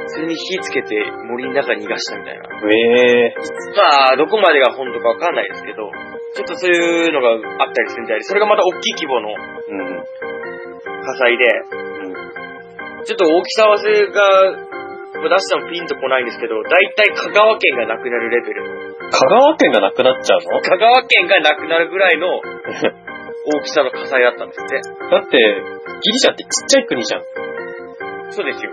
S1: それに火つけて森の中に逃がしたみたいな。
S2: ええ
S1: まあ、どこまでが本当かわかんないですけど、ちょっとそういうのがあったりするみたいで、それがまた大きい規模の
S2: うん。
S1: 火災で、
S2: うん。
S1: ちょっと大きさ合わせが、まあ出してもピンとこないんですけど、だいたい香川県がなくなるレベル。
S2: 香川県がなくなっちゃうの
S1: 香川県がなくなるぐらい の大きさの火災だったんですって。
S2: だって、ギリシャってちっちゃい国じゃん。
S1: そうですよ。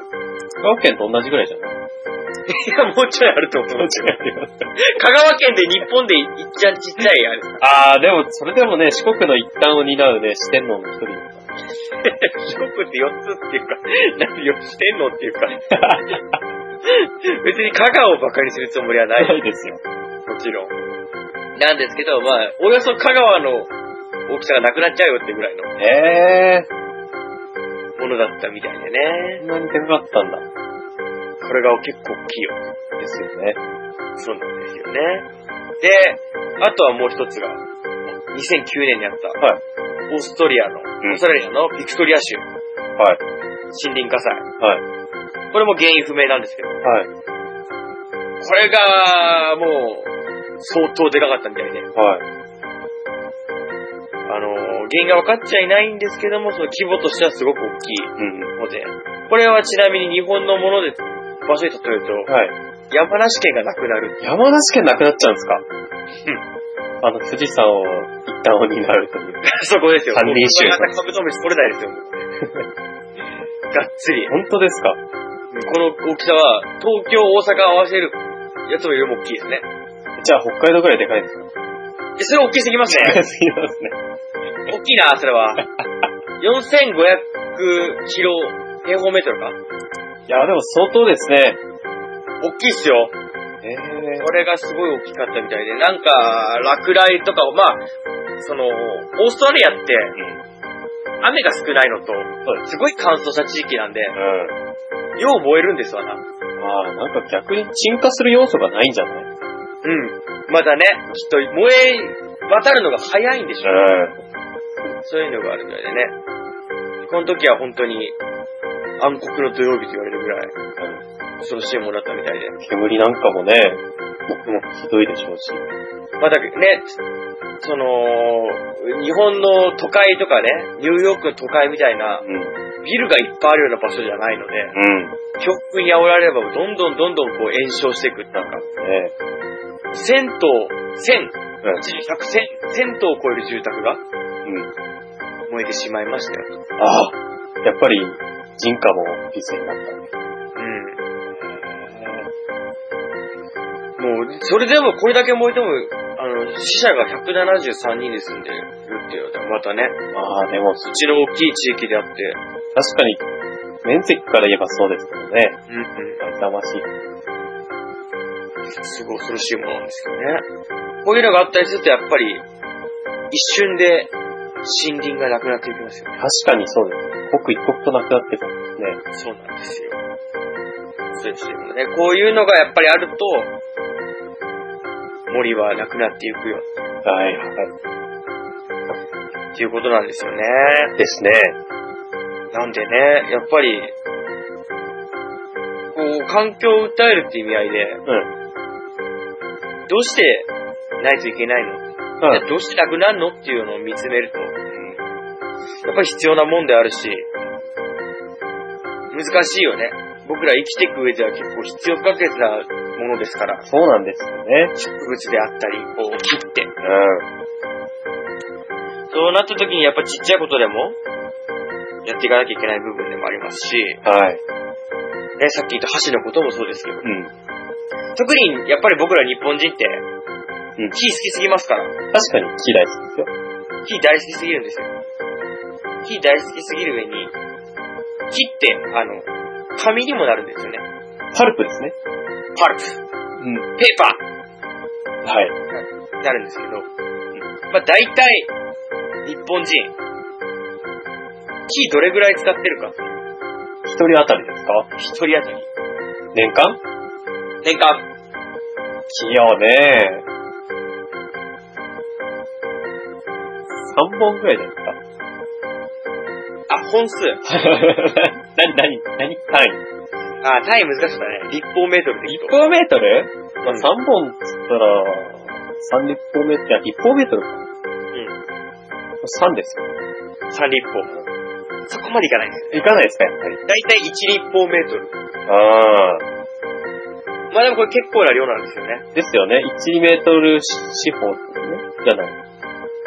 S2: 香川県と同じぐらいじゃない
S1: いや、もうちょいあると思うんですよ。
S2: 違う。
S1: 香川県で日本でいっちゃちっちゃいあれ。
S2: あー、でも、それでもね、四国の一端を担うね、四天王の一人。
S1: 四国って4つっていうか、なんで4つしてんのっていうか。別に香川をバカにするつもりはない。
S2: ないですよ。
S1: もちろん。なんですけど、まあ、およそ香川の大きさがなくなっちゃうよってぐらいの
S2: ええー、
S1: ものだったみたいで
S2: こ
S1: ね。
S2: んなにでかかったんだ。
S1: これが結構大きいよ。
S2: ですよね。
S1: そうなんですよね。で、あとはもう一つが、2009年にあった、
S2: はい
S1: オーストリアの、オーストラリアのビクトリア州、
S2: はい。
S1: 森林火災。
S2: はい。
S1: これも原因不明なんですけど、
S2: はい。
S1: これが、もう、相当でかかったみたいで、
S2: はい。
S1: あの、原因が分かっちゃいないんですけども、その規模としてはすごく大きい
S2: うん。
S1: ので、これはちなみに日本のもので、場所で例えると、
S2: はい。
S1: 山梨県がなくなる。
S2: 山梨県なくなっちゃうんですかあの、富士山を一旦を担うという。
S1: そこですよ。
S2: 三輪
S1: こ
S2: 集
S1: れまたカブトムシ取れないですよ。 もうがっつり。
S2: 本当ですか
S1: この大きさは、東京、大阪合わせるやつよりも大きいですね。
S2: じゃあ、北海道ぐらいでかいです か
S1: でそれ大きすぎます
S2: で
S1: ね
S2: か。すぎますね。
S1: 大きいな、それは。4500キロ平方メートルか
S2: いや、でも相当ですね。
S1: 大きいっすよ。
S2: ええ
S1: これがすごい大きかったみたいで、なんか、落雷とかを、まあ、その、オーストラリアって、雨が少ないのと、すごい乾燥した地域なんで、
S2: うん。
S1: よう燃えるんですわな。う
S2: まあ、なんか逆に沈下する要素がないんじゃないうん。
S1: ん。まだね、きっと燃え渡るのが早いんでしょうねそういうのがあるぐらいでね。この時は本当に暗黒の土曜日と言われるぐらい恐ろしいものだったみたいで。
S2: 煙なんかもね、僕もひどいでしょうし。
S1: まあだけどね、その、日本の都会とかね、ニューヨークの都会みたいな
S2: うん。
S1: ビルがいっぱいあるような場所じゃないので、
S2: うん。
S1: 強風に煽られればどんどんどんどんこう炎症していくってなんか、
S2: ね
S1: 銭湯、千、
S2: うん
S1: 一時百千、千とを超える住宅が
S2: うん。
S1: 燃えてしまいましたよ。
S2: ああ、やっぱり沈下も犠牲になったね。
S1: うん。もう、それでもこれだけ燃えても、あの、死者が173人で住んでるっていうので、またね、
S2: まあでも、
S1: う
S2: 確
S1: ちの大きい地域であって、
S2: かに面積から言えばそうですけどね。
S1: うんうん、
S2: 痛ましい。
S1: すごい恐ろしいものなんですけどね。こういうのがあったりすると、やっぱり、一瞬で森林がなくなっていきますよね。
S2: 確かにそうです。刻一刻となくなってたんですね。
S1: そうなんですよ。そうですよね。こういうのがやっぱりあると、森はなくなっていくよ
S2: はい、は
S1: っていうことなんですよね。
S2: い。ですね。
S1: なんでね、やっぱり、こう、環境を訴えるって意味合いで、
S2: うん。
S1: どうしてないといけないの、
S2: うん。
S1: どうしてなくなるのっていうのを見つめると、やっぱり必要なもんであるし、難しいよね。僕ら生きていく上では結構必要不可欠なものですから、
S2: そうなんですよね。
S1: 植物であったり、こう、切って。
S2: うん。
S1: そうなった時にやっぱちっちゃいことでも、やっていかなきゃいけない部分でもありますし、ね、
S2: はい。
S1: さっき言った箸のこともそうですけど、
S2: うん。
S1: 特にやっぱり僕ら日本人って、
S2: う
S1: 木
S2: ん
S1: 好きすぎますから、
S2: 確かに木大好きですよ。
S1: 木大好きすぎるんですよ。木大好きすぎる上に、木って、あの、紙にもなるんですよね。
S2: パルプですね。
S1: パルプ、
S2: うん。は
S1: ペーパー、
S2: い。
S1: なるんですけど、まあ大体、日本人、木どれぐらい使ってるか、
S2: 一人当たりですか
S1: 一人当たり。
S2: 年間
S1: 年間、
S2: 器用ね。3本くらいじゃないですか。
S1: あ、本数。
S2: 何、何、何単位
S1: あ、単位難しかったね。立方メートルで言う
S2: 立
S1: と。
S2: 方メートルまあ、
S1: うん
S2: 3本っつったら、3立方メートル、いや、立方メートルか。3ですよ。
S1: 3立方。そこまでいかないんですよ。
S2: いかないですか、やっぱり。
S1: 大体1立方メートル。
S2: あ
S1: まあでもこれ結構な量なんですよね。
S2: ー。ですよね。1メートル四方ってことね。じゃない。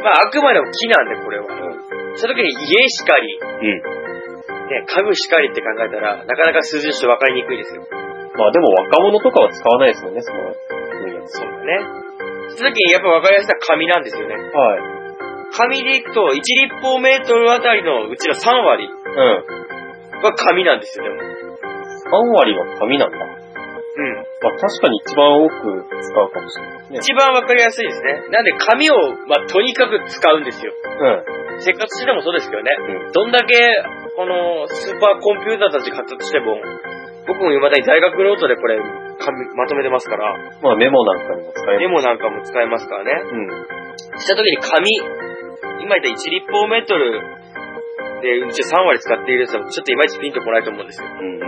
S1: まああくまでも木なんでこれは。その時に家しかり、
S2: うん。
S1: ね、家具しかりって考えたら、なかなか数字として分かりにくいですよ。
S2: まあでも若者とかは使わないですもんね、その分野。
S1: そうだね。その時にやっぱ分かりやすいのは紙なんですよね。
S2: はい。
S1: 紙でいくと、1立方メートルあたりのうちの3割
S2: うん。
S1: は紙なんですよ、でも。う
S2: 3割は紙なんだ。ま
S1: ん。
S2: あ確かに一番多く使うかもしれないですね。
S1: 一番分かりやすいですね。なんで紙を、まあ、とにかく使うんですよ。生活しててもそうですけどね。
S2: うん。うん。
S1: どんだけ、この、スーパーコンピューターたち発達しても、僕も未だに大学ノートでこれ、紙、まとめてますから、
S2: まあメモなんかにも使え
S1: メ
S2: る。
S1: モなんかも使えますからね。
S2: うん。
S1: した時に紙、今言った1立方メートルで、うち3割使っている人はちょっといまいちピンとこないと思うんですよ。
S2: うんうん。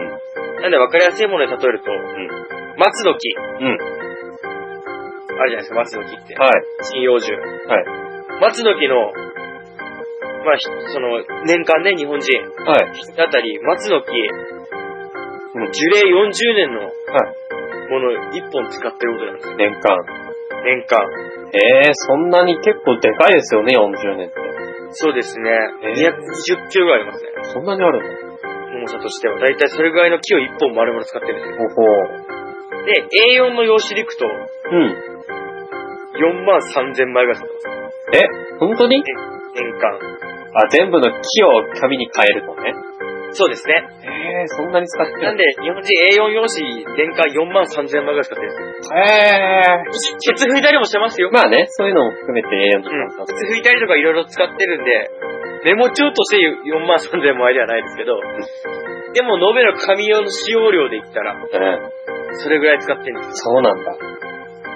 S1: なんで分かりやすいものに例えると、松の木。
S2: う
S1: あ
S2: ん。
S1: るじゃないですか、松の木って。
S2: はい。
S1: 針葉樹。
S2: はい。
S1: 松の木の、まあ、ひその、年間ね、日本人、
S2: はい。
S1: あたり、松の木、
S2: うん
S1: 樹齢40年の
S2: はい。
S1: もの1本使ってることなんですよ。
S2: 年間。
S1: 年間。
S2: ええそんなに結構でかいですよね、40年って。
S1: そうですね。
S2: えー
S1: 220キロぐらいありますね。
S2: そんなにあるの
S1: 重さとしては。だいたいそれぐらいの木を1本丸々使ってるんですよ。
S2: ほほう。
S1: で、A4 の用紙でいくと、
S2: うん。
S1: 4万3000枚ぐらい使ってます。
S2: え、本当に
S1: 年間。
S2: あ、全部の木を紙に変えるとね。
S1: そうですね。
S2: ええそんなに使って
S1: なん
S2: る
S1: で、日本人 A4 用紙年間4万3000枚ぐらい使ってるんですよ。
S2: ええ
S1: ケツ拭いたりもしてますよ。
S2: まあね、そういうのも含めて A4 の
S1: うん。
S2: 使っ
S1: ケ
S2: て
S1: ツ拭いたりとかいろいろ使ってるんで、メモ帳として4万3000枚ではないですけど、でも、延べの紙用の使用量で言ったら、
S2: うん。
S1: それぐらい使ってるんです
S2: そうなんだ。
S1: よ。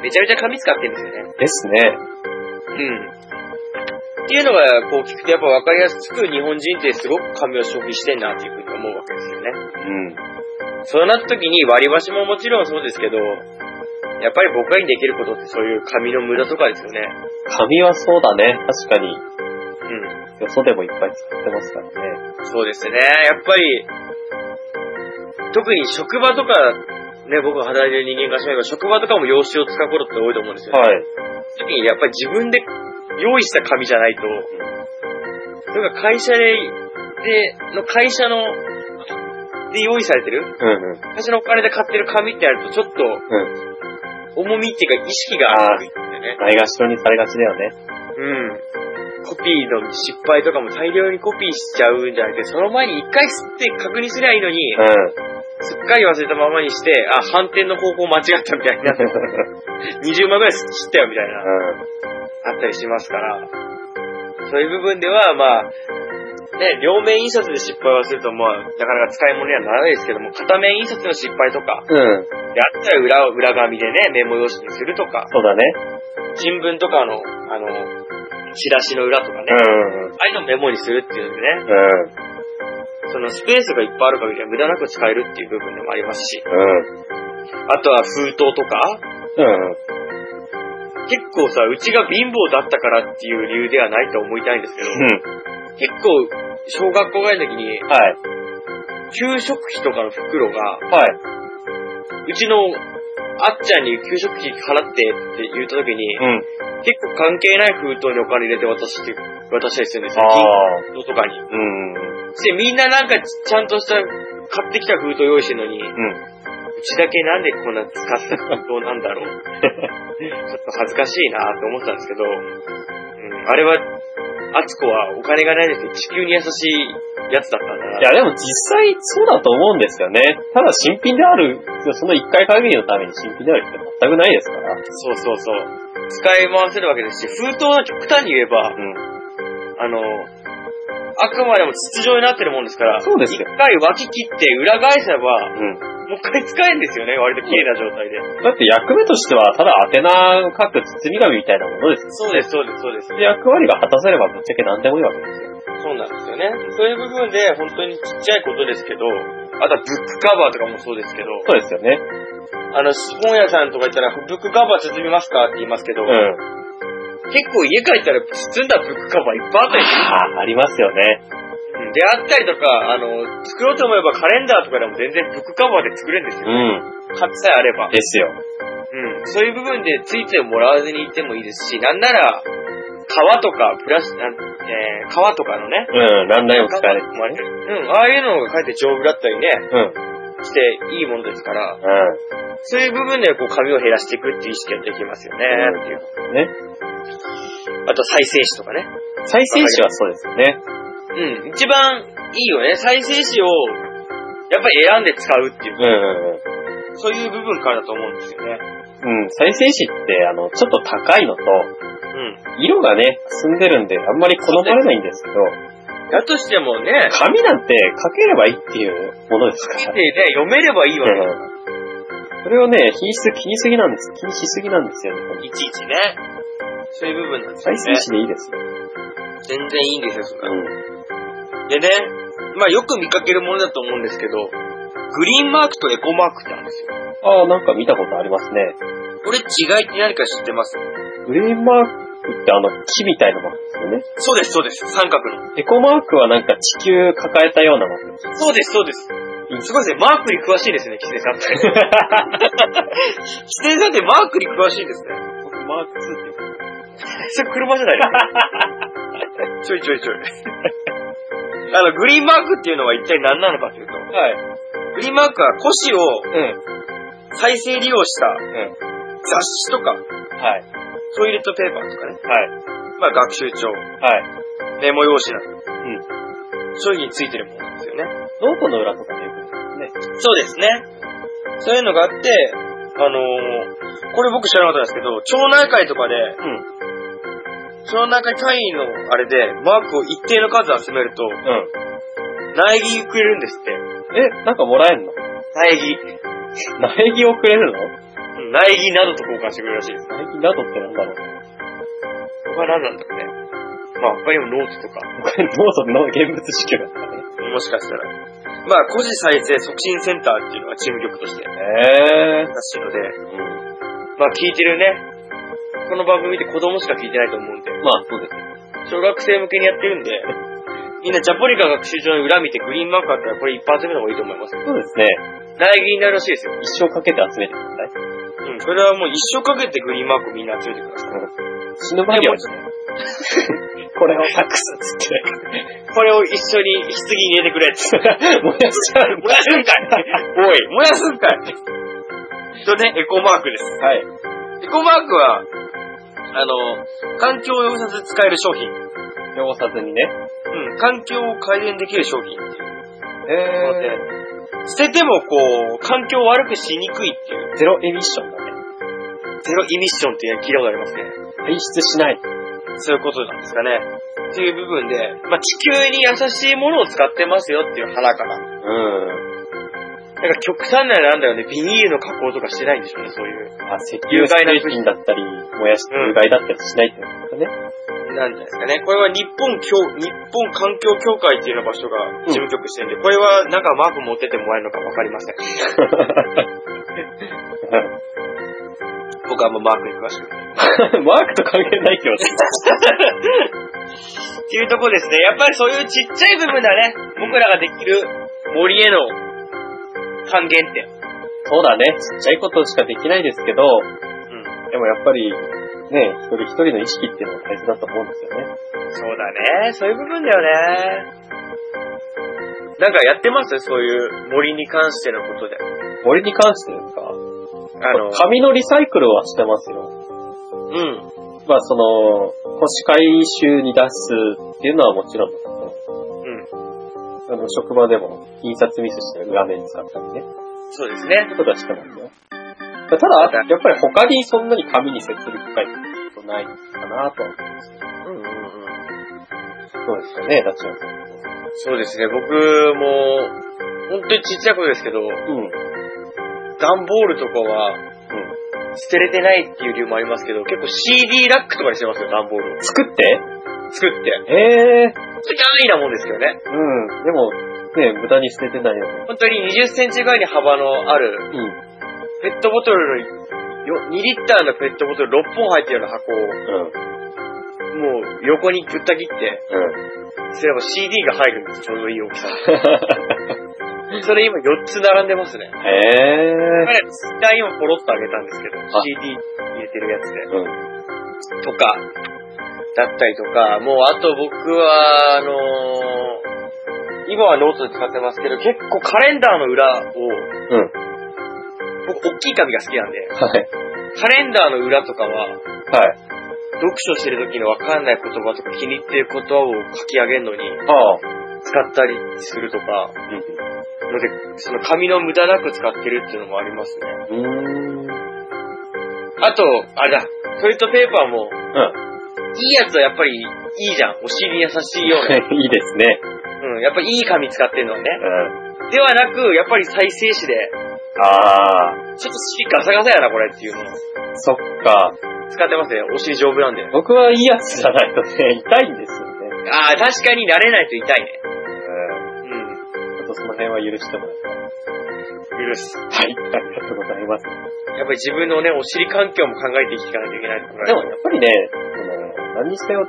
S1: めちゃめちゃ紙使ってるんですよね。
S2: ですね。
S1: うん。っていうのが、こう聞くとやっぱ分かりやすく日本人ってすごく紙を消費してんなっていうふうに思うわけですよね。
S2: うん。
S1: そうなった時に割り箸ももちろんそうですけど、やっぱり僕らにできることってそういう紙の無駄とかですよね。
S2: 紙はそうだね。確かに。
S1: う
S2: よそでもいっぱい使ってますからね。
S1: ん。そうですね。やっぱり、特に職場とか、ね、僕が働いてる人間からしまえば、職場とかも用紙を使うことって多いと思うんですよ、ね。
S2: はい。
S1: その時にやっぱり自分で用意した紙じゃないと、それが会社で、で、の会社の、で用意されてる
S2: うんうん。
S1: 会社のお金で買ってる紙ってやると、ちょっと、重みっていうか意識があるんだよね。
S2: ないがしろにされがちだよね。
S1: うん。コピーの失敗とかも大量にコピーしちゃうんじゃなくて、その前に一回吸って確認すりゃいいのに、
S2: う
S1: すっかり忘れたままにして、あ、反転の方向間違ったみたいになって、
S2: ん。
S1: 20枚ぐらい吸ったよみたいな、
S2: うん。
S1: あったりしますから、そういう部分では、まあ、ね、両面印刷で失敗をすると、まあ、なかなか使い物にはならないですけども、片面印刷の失敗とか、
S2: うん。
S1: であったら裏を、裏紙でね、メモ用紙にするとか、
S2: そうだね。
S1: 新聞とかの、あの、チラシの裏とかね、
S2: うん。
S1: ああいうのをメモにするっていうのでね、
S2: うん。
S1: そのスペースがいっぱいある限りは無駄なく使えるっていう部分でもありますし、
S2: うん。
S1: あとは封筒とか、
S2: うん。
S1: 結構さ、うちが貧乏だったからっていう理由ではないと思いたいんですけど、
S2: うん。
S1: 結構、小学校ぐらいの時に、
S2: はい。
S1: 給食費とかの袋が、
S2: はい。
S1: うちのあっちゃんに給食費払ってって言った時に、
S2: うん。
S1: 結構関係ない封筒にお金入れて渡して、渡したりするんですよ。
S2: ああ。
S1: 銀行とかに。
S2: うん。
S1: して、みんななんかちゃんとした、買ってきた封筒用意してるのに、
S2: うん。
S1: うちだけなんでこんな使った封筒なんだろ う。ちょっと恥ずかしいなと思ってたんですけど、うん、あれは、あつこはお金がないですけど、地球に優しいやつだったんだな。
S2: いや、でも実際そうだと思うんですよね。ただ新品である、その一回限りのために新品であるって全くないですから。う
S1: そうそうそう。使い回せるわけですし、封筒は極端に言えば、
S2: ん。
S1: あの、あくまでも筒状になってるもんですから、
S2: そうですよ
S1: 一回脇切って裏返せば、
S2: うん。
S1: もう一回使えるんですよね、割と綺麗な状態で。
S2: だって役目としては、ただ宛名を書く包み紙みたいなものですよ。
S1: そうです、そうです、そうです。
S2: で役割が果たせればぶっちゃけ何でもいいわけですよ。
S1: そうなんですよね。そういう部分で、本当にちっちゃいことですけど、あとはブックカバーとかもそうですけど、
S2: そうですよね。
S1: あの、本屋さんとか行ったら、ブックカバー包みますかって言いますけど、
S2: うん。
S1: 結構家帰ったら包んだブックカバーいっぱいあったりす
S2: あ、ありますよね。
S1: る。であったりとか、あの、作ろうと思えばカレンダーとかでも全然ブックカバーで作れるんですよ。
S2: うん。
S1: 買ってさえあれば。
S2: ですよ。
S1: うん。そういう部分でついてもらわずにいてもいいですし、なんなら、革とか、プラス、なんえー、革とかのね、
S2: うん。何台も使える。
S1: あれうん、ああいうのがかえって丈夫だったりね、
S2: うん。うん。
S1: していいものですから、そういう部分でこう紙を減らしていくっていう意識ができますよね。
S2: うん
S1: っていう
S2: ね。
S1: あと再生紙とかね。
S2: 再生紙はそうですよね。
S1: うん、一番いいよね。再生紙を、やっぱり選んで使うっていう
S2: う、ん。うん
S1: そういう部分からだと思うんですよね。
S2: うん。再生紙って、あの、ちょっと高いのと、
S1: うん。
S2: 色がね、くすんでるんで、あんまり好まれないんですけど、
S1: だとしてもね、
S2: 紙なんて書ければいいっていうものですか
S1: 見て
S2: ら。
S1: ね、読めればいいわけだから
S2: うん。それをね、品質気にすぎなんです。気にしすぎなんですよね。
S1: いちいちね。そういう部分なんですよね。
S2: 再生紙でいいですよ。
S1: 全然いいんですよ、それ
S2: うん。
S1: でね、まあよく見かけるものだと思うんですけど、グリーンマークとエコマークってあるんですよ。
S2: ああ、なんか見たことありますね。
S1: これ違いって何か知ってます
S2: グレーンマークってあの木みたいなものですよね。
S1: そうです、そうです。三角の。
S2: エコマークはなんか地球抱えたようなもの。
S1: そうです、そうです。すごいですね。マークに詳しいですね、キセさん って。キセさんってマークに詳しいですね。
S2: 僕マーク2って言う
S1: それ車じゃないですか ちょいちょいちょい。あの、グリーンマークっていうのは一体何なのかというと、
S2: はい。
S1: グリーンマークは古紙を
S2: うん。
S1: 再生利用した
S2: うん。
S1: 雑誌とか、
S2: はい。
S1: トイレットペーパーとかね、
S2: はい。
S1: まあ学習帳、
S2: はい。
S1: メモ用紙など、そういうについてるものなんですよね。
S2: ノートの裏とかでよく見ますね。
S1: そうですね。そういうのがあって、あのーこれ僕知らなかったんですけど、町内会とかで、
S2: うん。
S1: 町内会会員のあれで、マークを一定の数集めると、
S2: うん。
S1: 苗木くれるんですって。
S2: え、なんかもらえんの
S1: 苗 木。
S2: 苗木をくれるの
S1: 苗木などと交換してくれるらしいです。
S2: 苗木などってなんだろう
S1: これは何なんだろうね。まあ、他にもノートとか、
S2: これノートの現物支給だったね。
S1: もしかしたら。まあ、個人再生促進センターっていうのがチーム力としてら
S2: へえ。
S1: しいので、
S2: うん。
S1: まあ、聞いてるね。この番組って子供しか聞いてないと思うんで、
S2: まあ、そうですね。
S1: 小学生向けにやってるんで、みんなジャポリカ学習場の裏見てグリーンマークあったらこれ一発目の方がいいと思います。
S2: そうですね。
S1: 苗木になるらしいですよ。
S2: 一生かけて集めてください。
S1: うん、これはもう一生かけてグリーンマークをみんな集めてください。
S2: 死ぬまではね。 これを託すっつって。
S1: これを一緒に棺に入れてくれっつって。
S2: 燃やしちゃう。
S1: 燃やすんかいおい、燃やすんかいとね、エコマークです。
S2: はい。
S1: エコマークは、あの、環境を汚さず使える商品。
S2: 汚さずにね。
S1: うん、環境を改善できる商品っていう。
S2: え
S1: 捨ててもこう、環境を悪くしにくいっていう、
S2: ー、ゼロエミッションだね。
S1: ゼロイミッションっていう聞いたことありますね。
S2: 排出しない。
S1: そういうことなんですかね。っていう部分で、まあ、地球に優しいものを使ってますよっていう腹から。なん
S2: うん。
S1: か極端なあれなんだよね、ビニールの加工とかしてないんでしょうね、そういう。
S2: あ、石油製品だったり、燃やして有害だったりしないってことね。
S1: なんじゃないですかね。これは日本協、日本環境協会っていうような場所が事務局してるんで、これはなんかマーク持ってってもらえるのかわかりま せん。僕はもうマークに詳しくない。
S2: マークと関係ないけど。
S1: っていうとこですね。やっぱりそういうちっちゃい部分だね。僕らができる森への還元って。
S2: そうだね。ちっちゃいことしかできないですけど、
S1: うん。
S2: でもやっぱり、ね、一人一人の意識っていうのが大事だと思うんですよね。
S1: そうだね。そういう部分だよね。なんかやってますそういう森に関してのことで。
S2: 森に関してですか
S1: あの、
S2: 紙のリサイクルはしてますよ。
S1: うん。
S2: まあその、星回収に出すっていうのはもちろんだけど、
S1: うん。
S2: の職場でも、印刷ミスして裏面に使ったりね。
S1: そうですね
S2: そ。ういうことはしてますよ。ただ、やっぱり他にそんなに紙に接する機会ってことないのかなとは思いますけ
S1: うんうんうん。
S2: ど。そうですよね、ダッチさん。
S1: そうですね、僕も、本当にちっちゃい頃ですけど、
S2: うん。うん。
S1: 段ボールとかは捨てれてないっていう理由もありますけど、結構 CD ラックとかにしてますよ、段ボールを。
S2: 作って
S1: 作って。
S2: ええ
S1: 本当に安易なもんですけどね。
S2: ー。うん。でも、ね、無駄に捨ててないよね。
S1: 本当に20センチぐらいに幅のある、
S2: うん。
S1: ペットボトルのよ、2リッターのペットボトル6本入ってるような箱を、
S2: うん。
S1: もう横にぶった切って、
S2: うん。
S1: すれば CD が入るんです、ちょうどいい大きさ。それ今4つ並んでますね。
S2: ええー。
S1: 彼らツイッター今ポロッとあげたんですけど、
S2: あ
S1: CD 入れてるやつで。
S2: うん。
S1: とか、だったりとか、もうあと僕は、あのー今はノートで使ってますけど、結構カレンダーの裏を、
S2: うん。
S1: 僕大きい紙が好きなんで、
S2: はい。
S1: カレンダーの裏とかは、
S2: はい。
S1: 読書してる時のわかんない言葉とか気に入ってる言葉を書き上げるのに
S2: ああ。
S1: 使ったりするとか、ので、その紙の無駄なく使ってるっていうのもありますね。
S2: うん。うーん。
S1: あと、あれだ、トイレットペーパーも、
S2: う
S1: いいやつはやっぱりいいじゃん。お尻に優しいような。
S2: ん。いいですね。
S1: うん、やっぱいい紙使ってるのはね。
S2: うん。
S1: ではなく、やっぱり再生紙で、
S2: ああ。
S1: ちょっと尻ガサガサやな、これっていうのを
S2: そっか。
S1: 使ってますね。お尻丈夫なんで。
S2: 僕はいいやつじゃないとね、痛いんですよね。
S1: ああ、確かに慣れないと痛いね。
S2: うん。
S1: うん。
S2: ちょっとその辺は許してもらいたい。
S1: 許す。
S2: はい。ありがとうございます。
S1: やっぱり自分のね、お尻環境も考えていかないといけないところ
S2: でもやっぱりね、その何にせよ、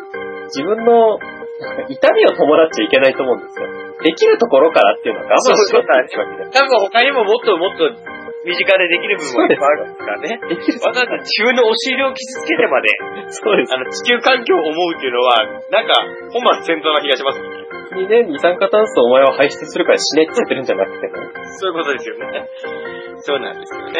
S2: 自分のなんか痛みを伴っちゃいけないと思うんですよ。できるところからっていうのは我慢しろっていうわけで。
S1: 多分他にももっともっと身近でできる部分もいっぱいあるからね。
S2: できる
S1: わざわざ自分のお尻を傷つけてまで、
S2: そうです。
S1: あの、地球環境を思うっていうのは、なんか、本末転倒な気がしますね。
S2: にね、二酸化炭素をお前は排出するから死ねって言ってるんじゃなくてね。
S1: そういうことですよね。そうなんですよね。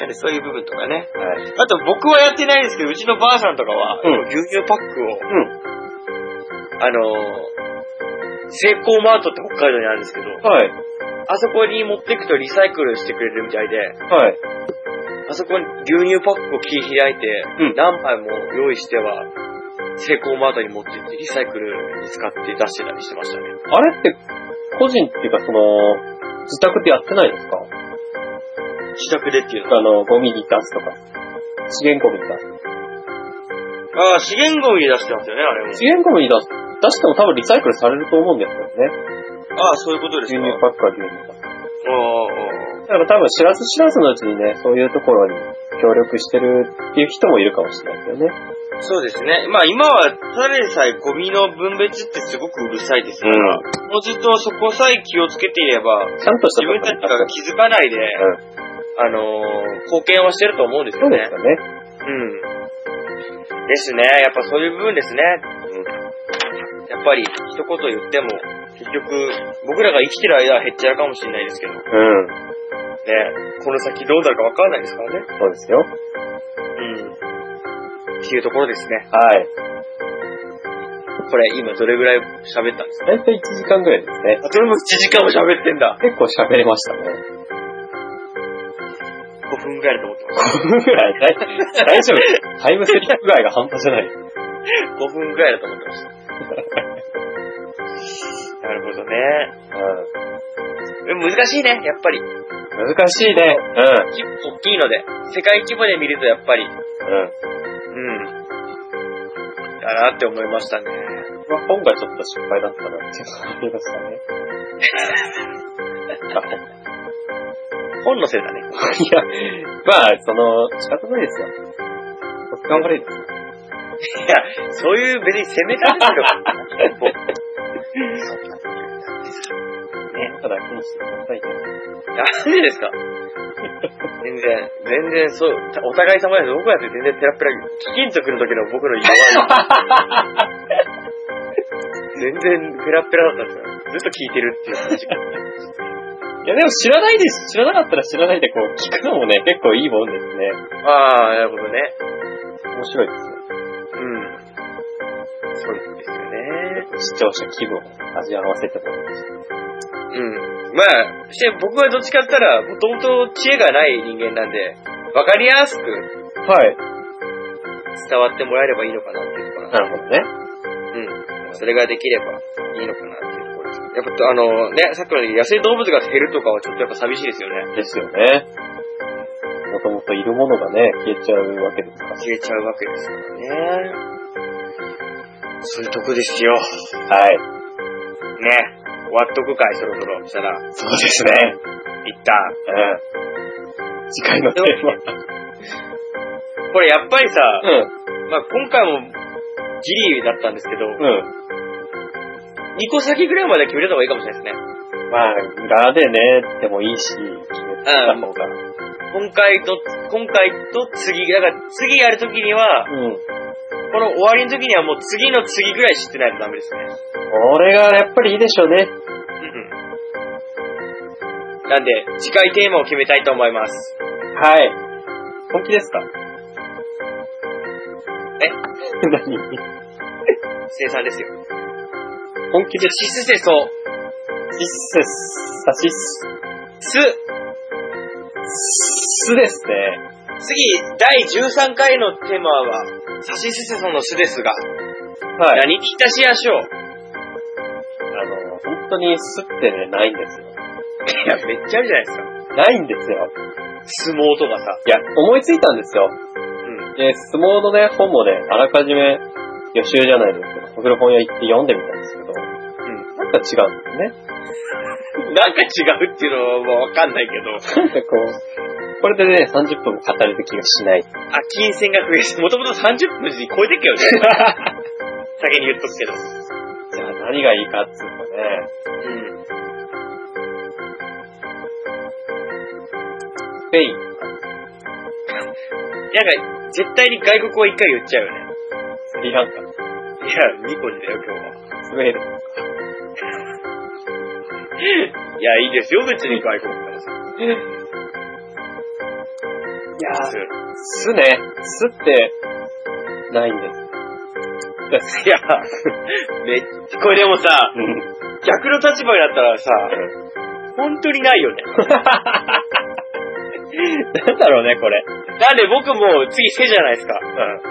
S1: なんでそういう部分とかね。
S2: はい。
S1: あと僕はやってないですけど、うちのばあさんとかは、
S2: うん
S1: 牛乳パックを、
S2: うん。
S1: あのー、セイコーマートって北海道にあるんですけど、
S2: はい。
S1: あそこに持ってくとリサイクルしてくれるみたいで、
S2: はい。
S1: あそこに牛乳パックを切り開いて、
S2: うん
S1: 何杯も用意しては、セイコーマートに持って行ってリサイクルに使って出してたりしてましたね。
S2: あれって、個人っていうかその、自宅でやってないですか
S1: 自宅でっていうのは。
S2: あの、ゴミに出すとか。資源ゴミに出す。
S1: ああ、資源ゴミで出してますよね、あれも。
S2: 資源ゴミに出す。出しても多分リサイクルされると思うんですよね。
S1: ああ、そういうことです
S2: 牛
S1: か。
S2: 乳パックは牛乳パック。
S1: ああ。
S2: だから多分知らず知らずのうちにね、そういうところに協力してるっていう人もいるかもしれないですよね。
S1: そうですね。まあ今は、ただでさえゴミの分別ってすごくうるさいですから、
S2: うん
S1: もうずっとそこさえ気をつけていれば、
S2: ちゃんとした
S1: 自
S2: ところ
S1: 分
S2: に
S1: たちが気づかないで、
S2: ん
S1: あのー貢献はしてると思うんです
S2: そ
S1: よ
S2: うで
S1: ね
S2: す。よね。
S1: うん。ですね。やっぱそういう部分ですね。やっぱり一言言っても、結局、僕らが生きてる間は減っちゃうかもしれないですけど、ね、
S2: うん。
S1: この先どうなるかわからないですからね。
S2: そうですよ。
S1: うん。っていうところですね。
S2: はい。
S1: これ今どれぐらい喋ったんですか
S2: だいたい1時間ぐらいですね。
S1: あ、それも1時間も喋ってんだ。
S2: 結構喋れましたね。
S1: 5分ぐらいだと思ってま
S2: 5分ぐらい大大丈夫タイムスリップ具合が半端じゃない。
S1: した。5分ぐらいだと思ってました。 なるほどね。
S2: う
S1: でも難しいね、やっぱり。
S2: ん。難しいね。
S1: 規模大きいので。世界規模で見るとやっぱり。う
S2: うん。うん。
S1: ん。だなって思いましたね。
S2: まあ、本がちょっと失敗だったなっていうのがありましたね。
S1: 本のせいだね。
S2: いや、まあ、その、仕方ないですよ。僕頑張れる。
S1: いや、そういう別に責めたんだけど。
S2: ね。だから気にしてくださいね。
S1: なんでですか全然、全然そう、お互い様です。僕やって全然ペラペラ、貴金属の時の僕の言い方が全然ペラペラだったんですよ。ずっと聞いてるっていう感じ。
S2: いや、でも知らないです。知らなかったら知らないで、こう、聞くのもね、結構いいもんですね。
S1: ああ、なるほどね。
S2: 面白いですよ。
S1: うん。そうですよね。
S2: ね、視聴者気分を味わわせてもらいました。
S1: うん。まあ、して僕はどっちかって言ったら、もともと知恵がない人間なんで、わかりやすく
S2: はい。
S1: 伝わってもらえればいいのかなっていうところ
S2: なるほどね。
S1: うん。それができればいいのかなっていうところです。やっぱ、あのね、さっきのように野生動物が減るとかはちょっとやっぱ寂しいですよね。
S2: ですよね。もともといるものがね、消えちゃうわけですから。
S1: 消えちゃうわけですからね。そういうとこですよ。ね。
S2: はい。
S1: 終わっとくかい、そろそろ。したら、
S2: そうですね。
S1: 一旦。
S2: うん。次回のテーマ。
S1: これやっぱりさ、
S2: う
S1: まあ今回もギリだったんですけど、
S2: ん。
S1: 2個先ぐらいまで決めた方がいいかもしれないですね。
S2: うん。まあ、裏でね、でもいいし、決めた方が。
S1: 今回と、今回と次、だから次やるときには、
S2: うん。
S1: この終わりのときにはもう次の次ぐらい知ってないとダメですね。
S2: これがやっぱりいいでしょう
S1: うんう
S2: ね。
S1: ん。なんで、次回テーマを決めたいと思います。
S2: はい。本気ですか
S1: え
S2: 何
S1: 生産ですよ。
S2: 本気
S1: じゃあ、
S2: で
S1: シスセソ、
S2: シスサシス、
S1: ス、
S2: スですね。
S1: 次、第13回のテーマは、サシスセソのスですが、
S2: はい。
S1: 何に浸しやしょう
S2: あの、本当にスってね、ないんですよ。
S1: いや、めっちゃあるじゃないですか。
S2: ないんですよ。
S1: 相撲とかさ。
S2: いや、思いついたんですよ。
S1: うん。
S2: で、相撲のね、本もね、あらかじめ予習じゃないですけど、僕の本屋行って読んでみたんですけ
S1: ん
S2: ど、なんか違うんですよね。
S1: なんか違うっていうのはもうわかんないけど、
S2: なんかこう、これでね、30分も語れる気がしない。
S1: あ、金銭が増えて、もともと30分に超えてっ けよね。先に言っとくけど。
S2: じゃあ何がいいかっつうとね、
S1: うん。
S2: スペイン。
S1: なんか、絶対に外国は一回言っちゃうよね。
S2: スリランカ、
S1: いや、2個でだよ、今日は。
S2: スウェーデン、
S1: いや、いいですよ、別に外国からさ。
S2: いやー、すね、すって、ないんです。
S1: いや、めこれでもさ、
S2: うん。
S1: 逆の立場になったらさ、本当にないよね。
S2: なんだろうね、これ。
S1: なんで僕も次背じゃないですか。
S2: う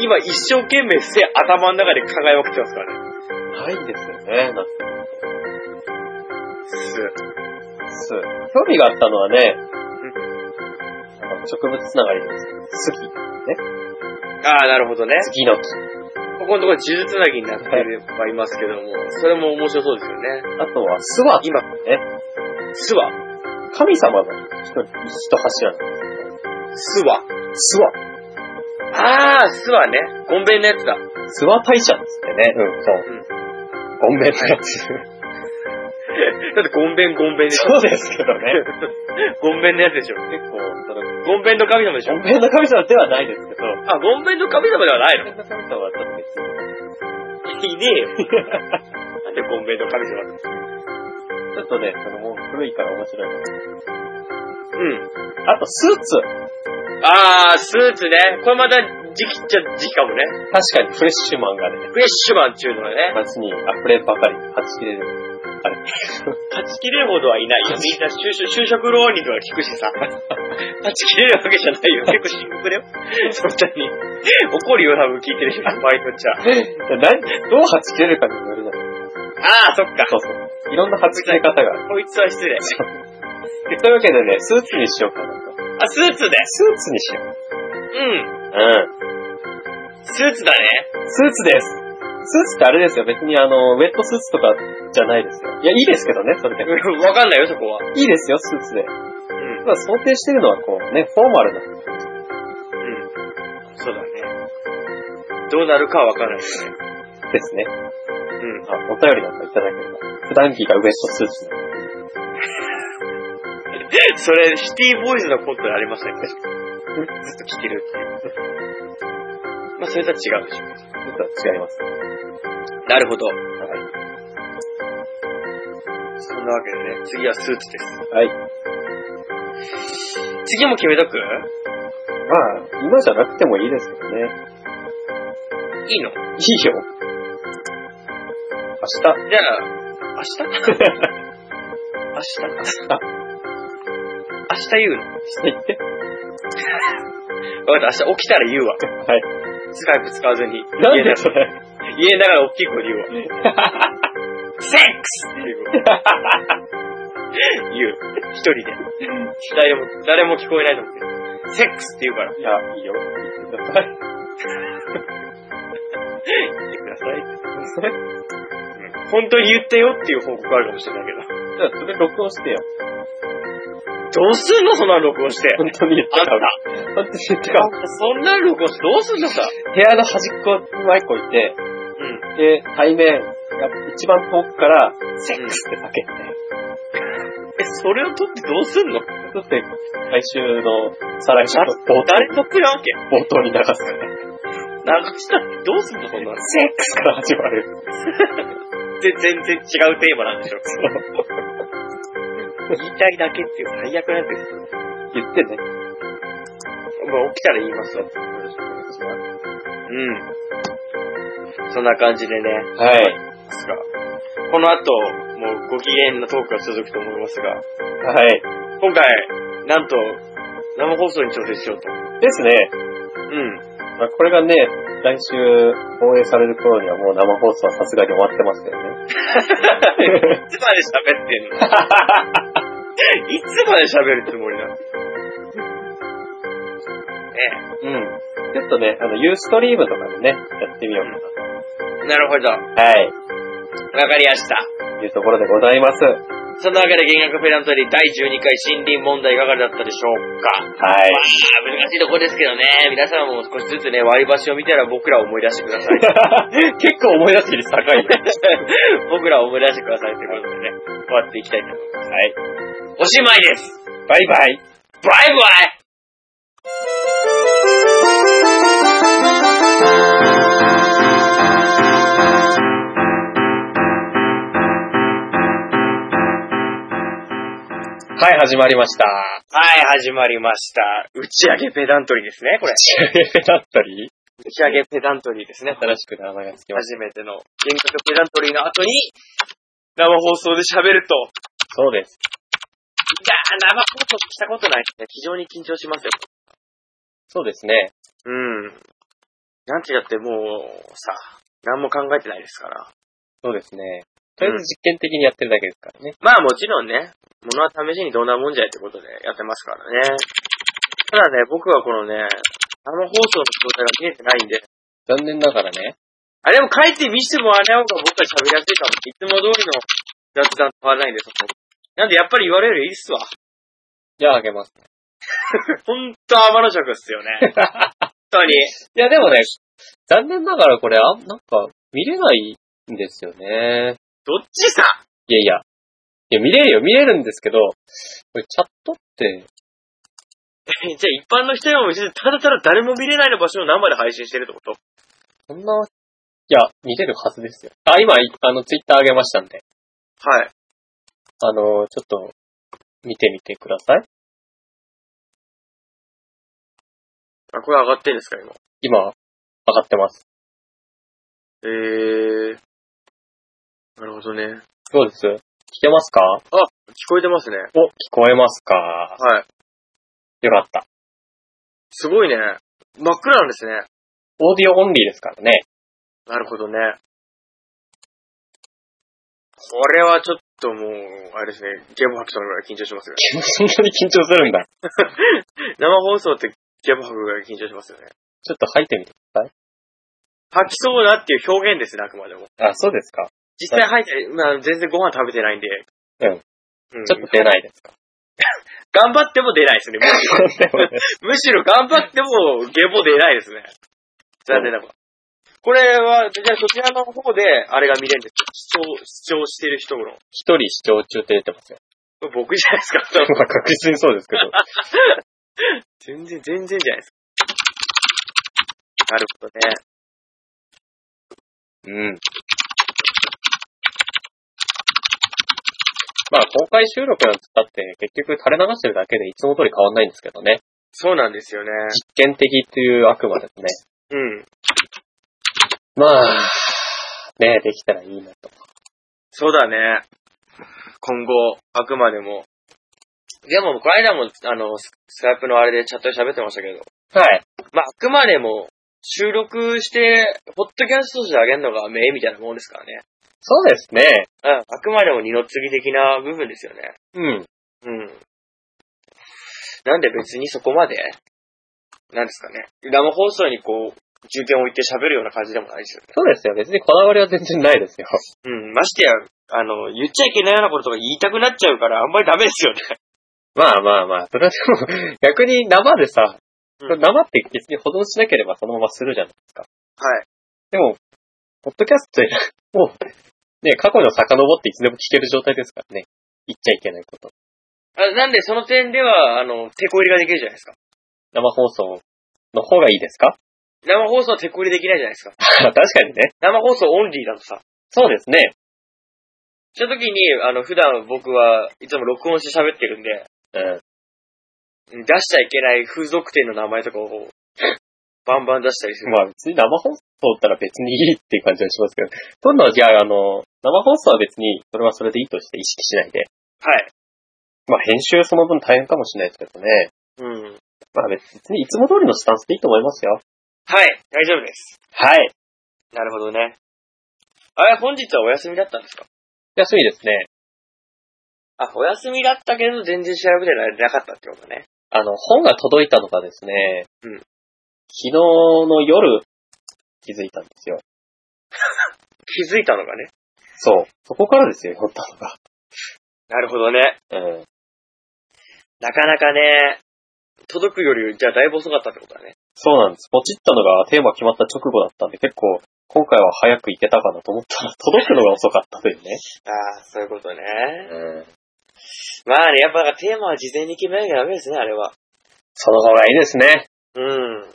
S1: 今一生懸命背頭の中で考えまくってますからね。
S2: ん。ないんですよね、なんか
S1: す。
S2: す。興味があったのはね、あの植物つながりですよ。好き。
S1: ああ、なるほどね。
S2: 次の木。
S1: ここのところ呪術つなぎになってはいますけども、それも面白そうですよね。
S2: あとは、諏訪。
S1: 今、
S2: え
S1: すわ、
S2: 神様の一人、一柱なん
S1: すわ。
S2: です。諏訪。
S1: ああ、すわね。ゴンベンのやつだ。
S2: 諏訪大社ですってね。うん、そうう。ごめんってや つ。
S1: だってゴンベン、ゴンベンでしょ。
S2: そうですけど ね。
S1: ゴンベンのやつでしょ。
S2: 結構、その、
S1: ゴンベンの神様でしょ
S2: ご。めんの神様ではないですけど、
S1: あ、ゴンベンの神様ではないの
S2: ごめんの神様はちょっと別に、
S1: いねえよ。 なんでゴンベンの神様って。
S2: ちょっとね、そのもう古いから面白いので
S1: うん。
S2: あと、スーツ。
S1: あー、スーツね。これまた時期っちゃ時期かもね。
S2: 確かにフレッシュマンがね、
S1: フレッシュマンっていうのはね、
S2: 街に溢れんばかり、はち切れる。あれ。
S1: 断ち切れるほどはいないよ。みんな就職就職浪人とか聞くしさ。断ち切れるわけじゃないよ。結構深刻だよ。そんなに。怒るよ、多分聞いてる人いっぱいとっちゃ。
S2: 何どうはち切れるかによるじゃない
S1: あー、そっか。
S2: そうそう。いろんなはち切れ方がある。
S1: こいつは失礼。
S2: というわけでね、スーツにしようかなと。
S1: あ、スーツで。
S2: スーツにしよう。
S1: うん。
S2: うん。
S1: スーツだね。
S2: スーツです。スーツってあれですよ。別にあの、ウェットスーツとかじゃないですよ。いや、いいですけどね、それで。
S1: うんわかんないよ、そこは。
S2: いいですよ、スーツで。
S1: うん。
S2: まあ、想定してるのはこうね、フォーマルな。
S1: うん。そうだね。どうなるかはわからないですね。
S2: ですね。
S1: うん。
S2: あ、お便りなんかいただければ。普段着がウエストスーツ。
S1: それ、シティボーイズのコントでありましたっけずっと着てるっていう。まあ、それとは違うでしょう。
S2: ちょっと違います。
S1: なるほど。
S2: は
S1: そんなわけでね、次はスーツです。
S2: い。はい。
S1: 次も決めとく
S2: まあ、今じゃなくてもいいですけどね。
S1: いいの
S2: いいよ。明
S1: じゃあ、明 日明日明日言うの
S2: 日、行って。
S1: わかった、明日起きたら言うわ。
S2: はい。
S1: スカイプ使わずに。
S2: なんで
S1: 家
S2: それ
S1: 家ながら大きい声で言うわ。 セックスっていうこと。言う。一人で。誰も、誰も聞こえないと思って。セックスって言うから。
S2: いや、いいよ。行ってください。
S1: 言ってください。本当に言ってよっていう報告あるかもしれないけど。
S2: じゃあ、それ録音してよ。
S1: どうすんのそんなの録音して。
S2: 本当に言って
S1: あん
S2: た。
S1: た。
S2: 本当に言ってた。
S1: そんなの録音してどうすんのさ。
S2: 部屋の端っこにマイク置いて、
S1: うん。
S2: で、対面が一番遠くから、セックスって叫んで、
S1: え、それを撮ってどうすんの
S2: そして、来週の、再来週の冒頭
S1: 誰得なわけ
S2: 冒頭に流すから、
S1: 流したってどうすんのそんなの。
S2: セックスから始まる。
S1: 全然違うテーマなんでしょ。 言いたいだけっていう最悪なやつですよ。
S2: 言ってね。
S1: もう起きたら言いますわ。よろしくお願いします。うん。そんな感じでね、
S2: はい。
S1: ですが、この後、もうご機嫌なトークが続くと思いますが、
S2: はい。
S1: 今回、なんと、生放送に挑戦しようと。
S2: ですね。
S1: うん。
S2: まあ、これがね、来週、放映される頃にはもう生放送はさすがに終わってますけどね。
S1: いつまで喋ってんの いつまで喋るつもりなのね
S2: うん。ちょっとね、あの、ユーストリームとかでね、やってみようか
S1: え。なるほど。わ
S2: な。はい。
S1: かりました。
S2: というところでございます。は
S1: そんなわけで、原薬ペナントリー第12回森林問題いかがだったでしょうか
S2: い
S1: ま。あ、難しいとこですけどね。皆様も少しずつね、割り箸を見たら僕らを思い出してください。
S2: 結構思い出す率高いね。
S1: 僕らを思い出してくださいということでね、終わっていきたいと思います。
S2: はい。
S1: おしまいです
S2: バイバ
S1: バ
S2: イ。
S1: イバイ
S2: はい、始まりました。
S1: はい、始まりました。打ち上げペダントリーです ね、これ。
S2: だったり、
S1: 打ち上げペダントリーですね。初
S2: 新しく名前がつきまし
S1: めての幻覚ペダントリーの後に、生放送で喋ると、い
S2: た。そうです。
S1: やー、生放送したことないですね。非常に緊張しますよ。
S2: そうですね。
S1: うん。なんてだってもう、さ、何も考えてないですから。
S2: そうですね。とりあえず実験的にやってるだけですからね。
S1: まあもちろんね、物は試しにどんなもんじゃいってことでやってますからね。ただね、僕はこのね、生放送の状態が見えてないんで、
S2: 残念ながらね。
S1: あれも書いてみてもあれの方が僕は喋りやすいかも。いつも通りの雑談と変わらないんで、そこ。なんでやっぱり言われるよりいいっすわ。
S2: じゃああげます。
S1: ほんと天の尺っすよね。本当に。
S2: いや、でもね、残念ながらこれ、あんなんか、見れないんですよね。
S1: どっちさ
S2: いやいや。いや、見れるよ、見れるんですけど、これチャットって、
S1: えじゃあ一般の人にも見せて、ただただ誰も見れないの場所を生で配信してるってこと
S2: そんな、いや、見れるはずですよ。あ、今、いあの、ツイッターあげましたんで、
S1: はい。
S2: あの、ちょっと、見てみてください。
S1: あ、これ上がってんですか、今。
S2: 今、上がってます。
S1: えー。なるほどね。
S2: どうです聞けますか
S1: 聞こえてますね。
S2: お、聞こえますか
S1: はい。
S2: よかった。
S1: すごいね。真っ暗なんですね。
S2: オーディオオンリーですからね。
S1: なるほどね。これはちょっともう、あれですね、ゲーム吐きそうなぐらい緊張しますよね。
S2: そんなに緊張するんだ。
S1: 生放送ってゲーム吐くぐらい緊張しますよね。
S2: ちょっと吐いてみて。
S1: 吐きそうだっていう表現ですね、あくまでも。
S2: あ、そうですか。
S1: 実際吐いて、まあ全然ご飯食べてないんで。
S2: うん
S1: うん。
S2: ちょっと出ないですか。
S1: 頑張っても出ないですね。むしろむしろ頑張ってもゲボ出ないですね。残念なこと。これは、じゃあそちらの方で、あれが見れるんですか視聴、視聴してる人の。
S2: 一人視聴中って出てますよ。
S1: 僕じゃないですか、多分
S2: まあ 確実にそうですけど。
S1: 全然、全然じゃないですか。なるほどね。
S2: うん。まあ公開収録なんつったって結局垂れ流してるだけでいつも通り変わんないんですけどね。
S1: そうなんですよね。
S2: 実験的っていうあくまでもね。
S1: うん。
S2: まあ、ねできたらいいなと。
S1: そうだね。今後、あくまでも。でも、この間も、あの、ススカイプのあれでチャットで喋ってましたけど、
S2: はい。
S1: まあ、あくまでも、収録して、ポッドキャストとしてあげるのが名みたいなもんですからね。
S2: そうですね。
S1: うん、あくまでも二の次的な部分ですよね。
S2: うん。
S1: うん。なんで別にそこまで、なんですかね。生放送にこう、重点を置いて喋るような感じでもないですよね。
S2: そうですよ。別にこだわりは全然ないですよ。
S1: うん、ましてや、あの、言っちゃいけないようなこととか言いたくなっちゃうから、あんまりダメですよね。
S2: まあまあまあ、それはでも、 逆に生でさ、
S1: うん
S2: 生って別に保存しなければそのままするじゃないですか。
S1: はい。
S2: でも、ポッドキャストで、もう、ね、過去の遡っていつでも聞ける状態ですからね。言っちゃいけないこと。
S1: あなんで、その点では、あの、手こ入れができるじゃないですか。
S2: 生放送の方がいいですか
S1: 生放送は手こ入れできないじゃないですか。
S2: 確かにね。
S1: 生放送オンリーだとさ。
S2: そうですね。
S1: そういう時に、あの、普段僕はいつも録音して喋ってるんで、
S2: う
S1: 出
S2: ん。
S1: しちゃいけない風俗店の名前とかを こう、バンバン出したりする。
S2: まあ別に生放送だったら別にいいっていう感じはしますけど、今度はじゃあ、あの、生放送は別にそれはそれでいいとして意識しないで。
S1: はい。
S2: まあ編集その分大変かもしれないですけどね。
S1: うん。
S2: まあ別にいつも通りのスタンスでいいと思いますよ。
S1: はい、大丈夫です。
S2: はい。
S1: なるほどね。あれ、本日はお休みだったんですか
S2: 休みですね。
S1: あ、お休みだったけど、全然調べてなかったってことね。
S2: あの、本が届いたのがですね、
S1: うん
S2: 昨日の夜気づいたんですよ。
S1: 気づいたのがね。
S2: そう。そこからですよ、読んだのが。
S1: なるほどね。
S2: うん。
S1: なかなかね、届くより、じゃあだいぶ遅かったってことだね。
S2: そうなんです。ポチったのがテーマ決まった直後だったんで、結構今回は早くいけたかなと思った ら届くのが遅かったというね。
S1: ああ、そういうことね。
S2: うん。
S1: まあね、やっぱなんかテーマは事前に決めなきゃダメですね、あれは。
S2: その方がいいですね。
S1: うん。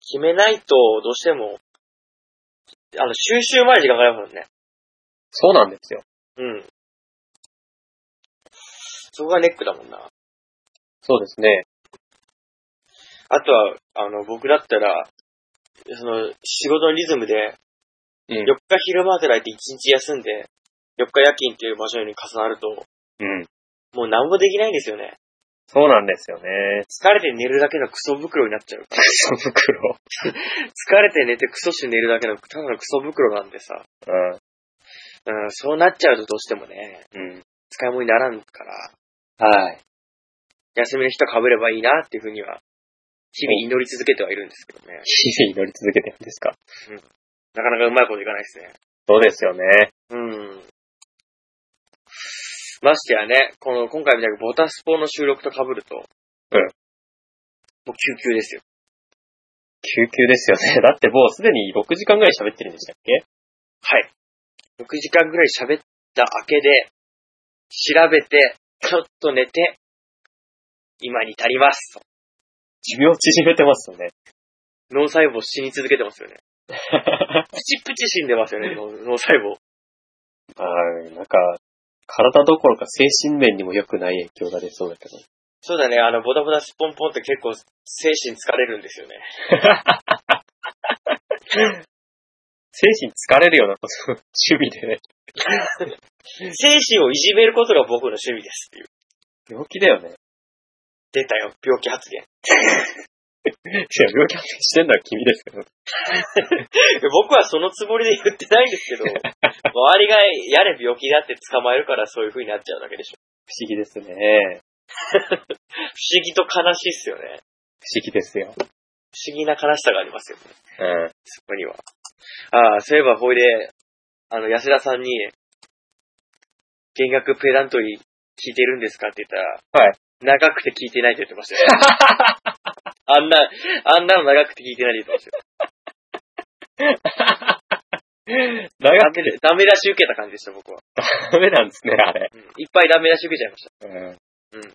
S1: 決めないと、どうしても、あの、収集まで時間かかりますもんね。
S2: そうなんですよ。
S1: うん。そこがネックだもんな。
S2: そうですね。
S1: あとは、あの、僕だったら、その、仕事のリズムで、
S2: うん
S1: 4日昼間働いて1日休んで、4日夜勤っていう場所に重なると、
S2: うん。
S1: もう何もできないんですよね。
S2: そうなんですよね。
S1: 疲れて寝るだけのクソ袋になっちゃう。
S2: その袋。
S1: 疲れて寝てクソして寝るだけの、ただのクソ袋なんでさ。
S2: うん。
S1: うん、そうなっちゃうとどうしてもね、
S2: うん。
S1: 使い物にならんから、
S2: はい。
S1: 休みの日と被ればいいなっていうふうには、日々祈り続けてはいるんですけどね。
S2: 日々祈り続けてるんですか。
S1: なかなかうまいこといかないですね。
S2: そうですよね。
S1: うん。ましてやね、この、今回みたいにボタスポの収録と被ると、
S2: うん
S1: もう救急ですよ。
S2: 救急ですよね。だ ってもうすでに6時間ぐらい喋ってるんでしたっけ
S1: はい。6時間ぐらい喋った明けで、調べて、ちょっと寝て、今に至ります。
S2: 寿命縮めてますよね。
S1: 脳細胞死に続けて ますよね。プチプチ死んでますよね、脳脳細胞。
S2: はい。なんか、体どころか精神面にも良くない影響が出そうだけど。
S1: そうだね、あの、ボタボタスポンポンって結構精神疲れるんですよね。
S2: 精神疲れるような こと、趣味でね。
S1: 精神をいじめることが僕の趣味ですっていう。
S2: 病気だよね。
S1: 出たよ、病気発言。
S2: いや、病気してんのは君ですけど。
S1: 僕はそのつもりで言ってないんですけど、 周りがやれ病気だって捕まえるからそういう風になっちゃうだけでしょ。
S2: 不思議ですね。
S1: 不思議と悲しいっすよね。
S2: 不思議ですよ。
S1: 不思議な悲しさがありますよね、
S2: うん。
S1: そこには。ああ、そういえばほいで、あの、安田さんに、弦楽ペダントリー聞いてるんですかって言ったら、
S2: はい。
S1: 長くて聞いてないって言ってましたよ。 あんな、あんなの長くて聞いてないって言ってましたよ。
S2: 長
S1: ダ
S2: く
S1: メ
S2: て
S1: ダメ出し受けた感じでした、僕は。
S2: ダメなんですね、あれ。
S1: うんいっぱいダメ出し受けちゃいました。
S2: うん。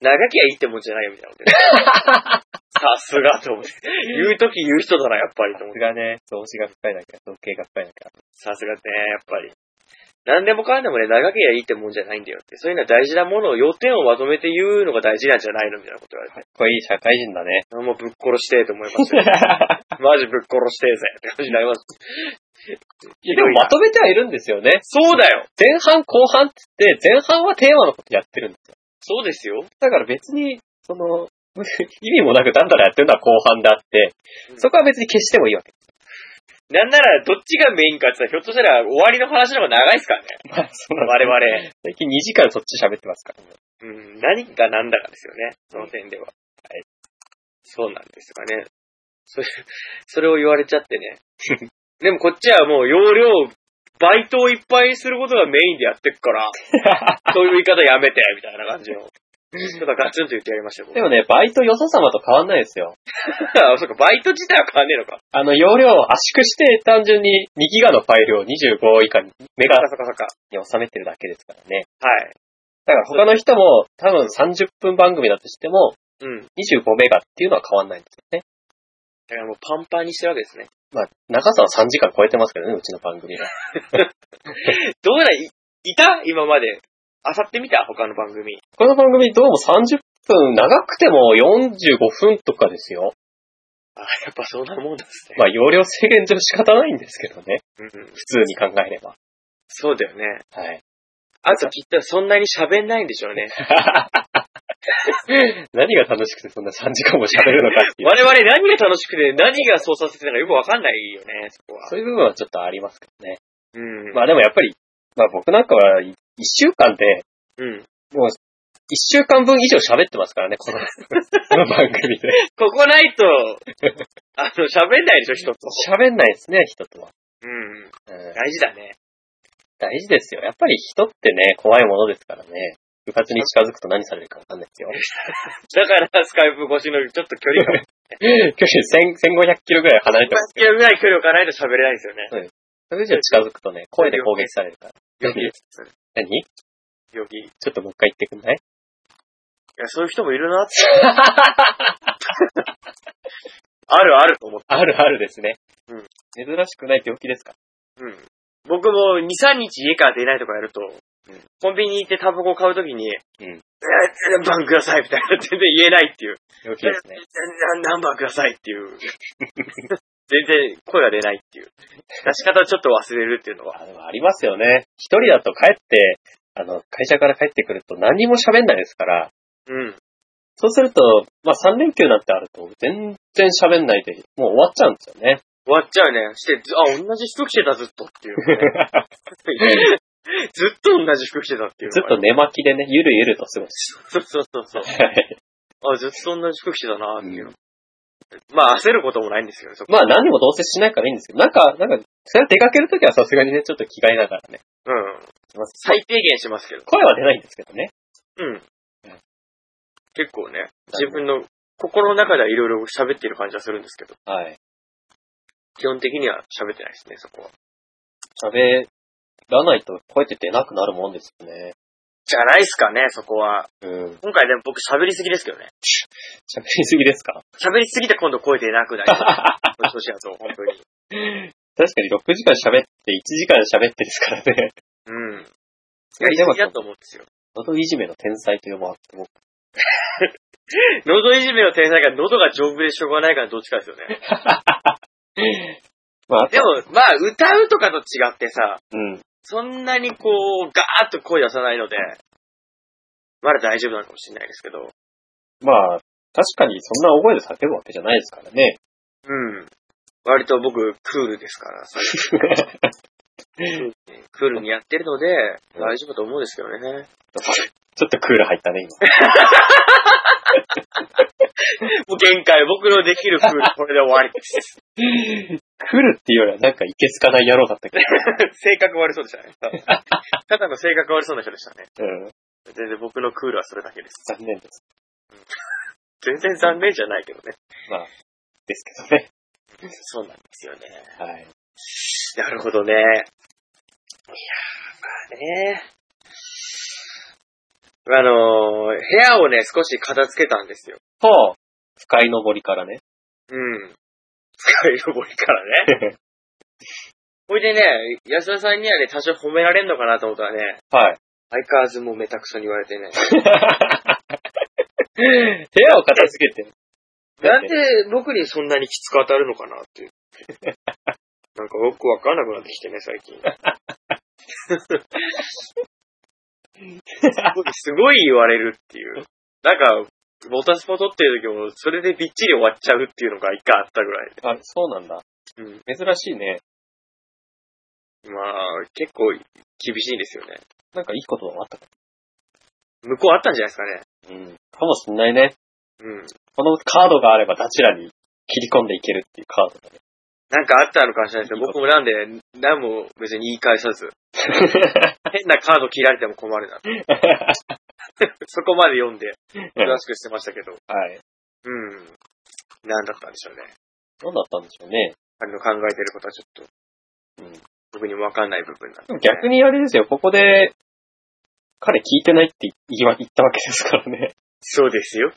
S1: 長きゃいいってもんじゃないよ、みたいな こと言って。さすがと思って。言うとき言う人だな、やっぱりと思
S2: さ
S1: って。
S2: すがね、動詞が深いだけ、造形が深いだけ。
S1: さすがね、やっぱり。何でもかんでもね、長けりゃいいってもんじゃないんだよって。そういうのは大事なものを、要点をまとめて言うのが大事なんじゃないのみたいなこと言われて。
S2: かっこいい社会人だね。
S1: もうぶっ殺してえと思いましたよ。マジぶっ殺してえぜって感じになります。いや
S2: でもまとめてはいるんですよね。
S1: そうだよ。
S2: 前半後半って言って、前半はテーマのことやってるんですよ。
S1: そうですよ。
S2: だから別に、その、 意味もなくだんだらやってるのは後半であって、そこは別に消してもいいわけ。
S1: なんなら、どっちがメインかって言ったら、ひょっとしたら終わりの話の方が長いです からね。
S2: まあ、そ
S1: 我々。
S2: 最近2時間そっち喋ってますから。
S1: うん、何が何だかですよね。その点では。はい。そうなんですかね。それ、 それを言われちゃってね。 でもこっちはもう容量、バイトをいっぱいすることがメインでやってく から、そういう言い方やめて、みたいな感じの。ちょっとガツンと言ってやりましたよ、僕
S2: で もね、バイトよそ様と変わんないですよ。
S1: あそうか、バイト自体は変わんねえのか。
S2: あの、容量を圧縮して単純に2ギガのファイルを25以下にメガ
S1: そっかそっかそっか。
S2: に収めてるだけですからね。
S1: はい。
S2: だから他の人も多分30分番組だとしても
S1: うん。
S2: 25メガっていうのは変わんないんですよね。
S1: だからもうパンパンにしてるわけですね。
S2: まあ、長さは3時間超えてますけどね、うちの番組が。
S1: どうだい、いた今まで。あさってみた他の番組。
S2: この番組どうも30分、長くても45分とかですよ。
S1: あ、やっぱそんなもんですね。
S2: まあ、容量制限上仕方ないんですけどね。
S1: うん。
S2: 普通に考えれば。
S1: そうだよね。
S2: はい。
S1: あときっとそんなに喋んないんでしょうね。
S2: 何が楽しくてそんな3時間も喋るのかっていう。
S1: 我々何が楽しくて何がそうさせてるのかよくわかんないよね、そこは。
S2: そういう部分はちょっとありますけどね。
S1: うん。
S2: まあでもやっぱり、まあ僕なんかは1週間で、
S1: うん。
S2: 1週間分以上喋ってますからね、このこの番組で。
S1: ここない と、あの、喋んないでしょ、人と。
S2: 喋んないですね、人とは。
S1: うん。
S2: うん
S1: 大事だね。
S2: 大事ですよ。やっぱり人ってね、怖いものですからね。部活に近づくと何されるかわかんないですよ。
S1: だから、スカイプ越しのちょっと距離 が、
S2: 距離1000 1500キロぐらい離れ てます。
S1: 100キロぐらい距離を置かないと喋れないんですよね。
S2: それ以上近づくとね、声で攻撃されるから。
S1: 病気です。
S2: 何
S1: 病気。い
S2: ちょっともう一回言ってくんない
S1: や、そういう人もいるなって。 あるあると思って。
S2: あるあるですね。
S1: うん
S2: 珍しくない病気ですか
S1: うん。僕も2、3日家から出ないとかやると、コンビニ行ってタバコを買うときに、
S2: うん
S1: えー何番くださいみたいな、全然言えないっていう。
S2: 病気ですね。
S1: な何番くださいっていう。 全然声が出ないっていう。出し方をちょっと忘れるっていうのは。
S2: あでもありますよね。一人だと帰って、あの、会社から帰ってくると何にも喋んないですから、
S1: うん。
S2: そうすると、まあ3連休なんてあると、全然喋んないで、もう終わっちゃうんですよ ね。
S1: 終わっちゃうね。して、ずあ、同じ服着てたずっとっていうの がね、ずっと同じ服着てたっていう
S2: ず
S1: の
S2: っ
S1: が
S2: と
S1: ね。
S2: 寝巻きでね、ゆるゆると過ごし
S1: そうそうそうそう。
S2: て。はい
S1: あ、ずっと同じ服着てたなって いう。まあ、焦ることもないんですよね、そこ
S2: まあ何もどうせしないからいいんですけど、なんか、なんか、それは出かけるときはさすがにね、ちょっと着替えながらね。
S1: うん。
S2: します
S1: 最低限しますけど。
S2: 声は出ないんですけどね。
S1: うん。結構ね、
S2: だね
S1: 自分の心の中ではいろいろ喋っている感じはするんですけど、
S2: はい。
S1: 基本的には喋ってないですね、そこは。
S2: 喋らないと声って出なくなるもんですよね。
S1: じゃないっすかね、そこは。
S2: うん。
S1: 今回でも僕喋りすぎですけどね。
S2: 喋りすぎですか
S1: 喋りすぎて今度声出なくなり
S2: 確か
S1: この調子だと、本当に。
S2: に6時間喋って1時間喋ってですからね。
S1: うん。い
S2: い
S1: や、いやだと思うんですよ。
S2: 喉いじめの天才と呼ばれても。
S1: 喉いじめの天才が喉が丈夫でしょうがないからどっちかですよ ね。
S2: まあ、あと
S1: でも、まあ、歌うとかと違ってさ、
S2: うん。
S1: そんなにこう、ガーッと声出さないので、まだ大丈夫なのかもしれないですけど、
S2: まあ、確かにそんな大声で叫ぶわけじゃないですからね。
S1: うん。割と僕、クールですから、それ クールにやってるので、
S2: うん
S1: 大丈夫だと思うんですけどね。
S2: ちょっとクール入ったね、今。
S1: もう限界、僕のできるクール、これで終わりです。
S2: クールっていうよりはなんかいけつかない野郎だったけ
S1: 性格悪そうでしたね。ただの性格悪そうな人でしたね。
S2: ど。うん。
S1: 全然僕のクールはそれだけです。
S2: 残念です。
S1: 全然残念じゃないけどね。
S2: ですけどね。
S1: そうなんですよね。
S2: はい。
S1: なるほどね。いやー、まあね。あのー、部屋をね、少し片付けたんですよ。
S2: と、深い登りからね。
S1: うん。使いぼりからね。ほいでね、安田さんにはね、多少褒められんのかなと思ったらね、
S2: はい。
S1: 相変わらずもうめたくそに言われてね。
S2: 部屋を片付けて。
S1: なんで僕にそんなにきつく当たるのかなっていう。なんかよくわからなくなってきてね、最近。すごい言われるっていう。なんか、ボタスポ撮ってる時も、それでびっちり終わっちゃうっていうのが一回あったぐらいで。
S2: あ、そうなんだ。
S1: うん。
S2: 珍しいね。
S1: まあ、結構厳しいですよね。
S2: なんかいいことはあったか。
S1: 向こうあったんじゃないですかね。
S2: うん。かもしんないね。
S1: うん。
S2: このカードがあれば、どちらに切り込んでいけるっていうカードだね。
S1: なんかあったのかもしれないですけど、僕もなんで、何も別に言い返さず、変なカード切られても困る な。そこまで読んで、詳しくしてましたけど。
S2: はい。
S1: うん。なんだったんでしょうね。
S2: どうだったんでしょうね。
S1: あの考えてることはちょっと、
S2: うん。
S1: 僕にもわかんない部分なんで、
S2: 逆にあれですよ、ここで、彼聞いてないって言わ言ったわけですからね。
S1: そうですよ。
S2: 好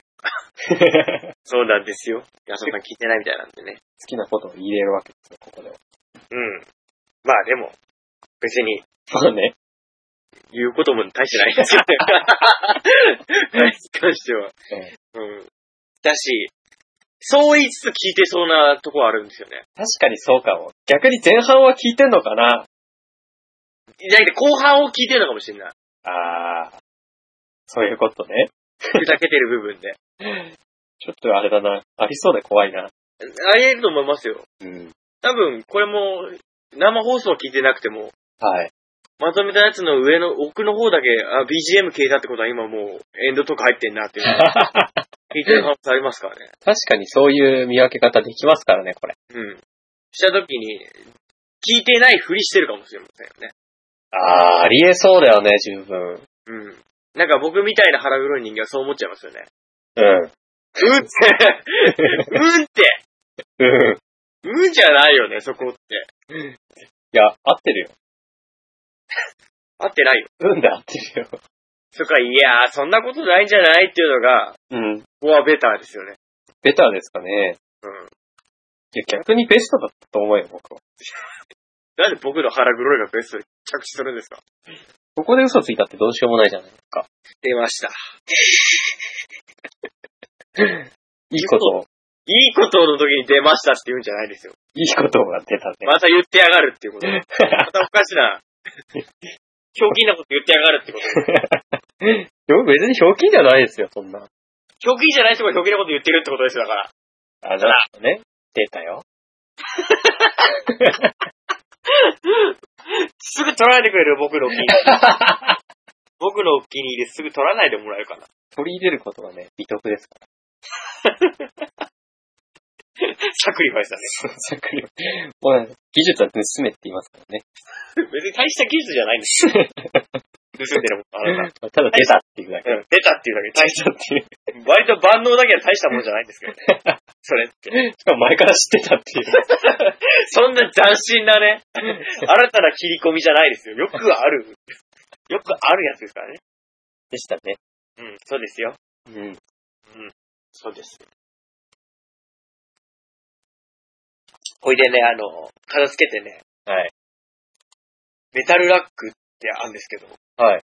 S1: そうなんですよ。安田さん聞いてないみたいなんでね。
S2: きなことを入れるわけですよ、ここでは。
S1: うん。まあでも、別に
S2: まあね。
S1: 言うことも大してないですよね。大事に関しては。うん。だし、そう言いつつ聞いてそうなとこはあるんですよね。
S2: 確かにそうかも。逆に前半は聞いてんのかない
S1: やいや後半を聞いてるのかもしれない。
S2: あー。そういうことね。
S1: ふざけてる部分で。
S2: ちょっとあれだな。ありそうで怖いな。
S1: あり得ると思いますよ。
S2: うん。
S1: 多分、これも、生放送聞いてなくても、
S2: はい。
S1: まとめたやつの上の奥の方だけ、あ、BGM 消えたってことは今もうエンドとか入ってんなっていうの が
S2: 確
S1: 聞いてる可能性ありますからね。
S2: かにそういう見分け方できますからね、これ。
S1: うん。したときに、聞いてないふりしてるかもしれませんよね。
S2: あー、ありえそうだよね、十分。
S1: うん。なんか僕みたいな腹黒い人間はそう思っちゃいますよね。
S2: うん。
S1: うんって、うんって、
S2: うん。い
S1: うんじゃないよね、そこって。
S2: や、合ってるよ。
S1: 合ってないよ。
S2: うんで合ってるよ。
S1: そっか、いやー、そんなことないんじゃないっていうのが、
S2: うん。
S1: フォアベターですよね。
S2: ベターですかね。
S1: うん。
S2: いや、逆にベストだったと思うよ、僕は。
S1: なんで僕の腹黒いがベストに着地するんですか
S2: ここで嘘ついたってどうしようもないじゃないですか。
S1: 出ました。
S2: いいことを、
S1: いいことの時に出ましたって言うんじゃないですよ。
S2: いいことが出た ね。
S1: また言ってやがるっていうこと。ま たおかしな。 ひょうきんなこと言ってやがるってこと。
S2: よ別にひょうきんじゃないですよ、そんな。
S1: ひょうきんじゃない人がひょうきんなこと言ってるってことですよ、だから。
S2: あ、じゃあね。出たよ。
S1: すぐ取らないでくれる僕のお気に入 り。僕のお気に入りすぐ取らないでもらえるかな。
S2: 取り入れることがね、美徳ですか
S1: サクリファイスだ
S2: ら。さっくり。もうね技術は盗めって言いますからね。
S1: ね。 別に大した技術じゃないん ですよ。盗んでるもん、あ なた。
S2: ただ出たっていうだけ。
S1: うん出たっていうだけで大し
S2: 出たっていう。
S1: た、割と万能だけど大したもんじゃないんですけどね。 それって。
S2: しかも 前から知ってたっていう。
S1: そんな斬新なね、新たな切り込みじゃないですよ。よくある、よくあるやつですからね。
S2: でしたね。
S1: うん、そうですよ。
S2: うん。
S1: そうです。ほいでね、あの、片付けてね、
S2: はい。
S1: メタルラックってあるんですけど、
S2: はい。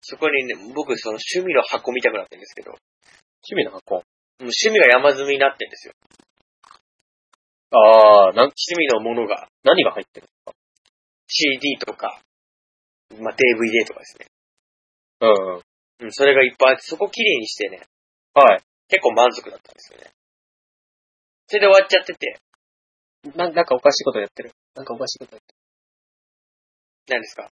S1: そこにね、僕その趣味の箱見たくなってるんですけど、も
S2: 趣味の箱。
S1: う趣味が山積みになってるんですよ。
S2: あー、なん、
S1: 趣味のものが、
S2: 何が入ってる
S1: CD とか、まあ、DVD とかですね。
S2: うんうん。
S1: うん、それがいっぱいあって、そこ綺麗にしてね、
S2: はい。
S1: 結構満足だったんですよね。それで終わっちゃってて、
S2: な、なんかおかしいことやってる。なんかおかしいことやって
S1: 何ですか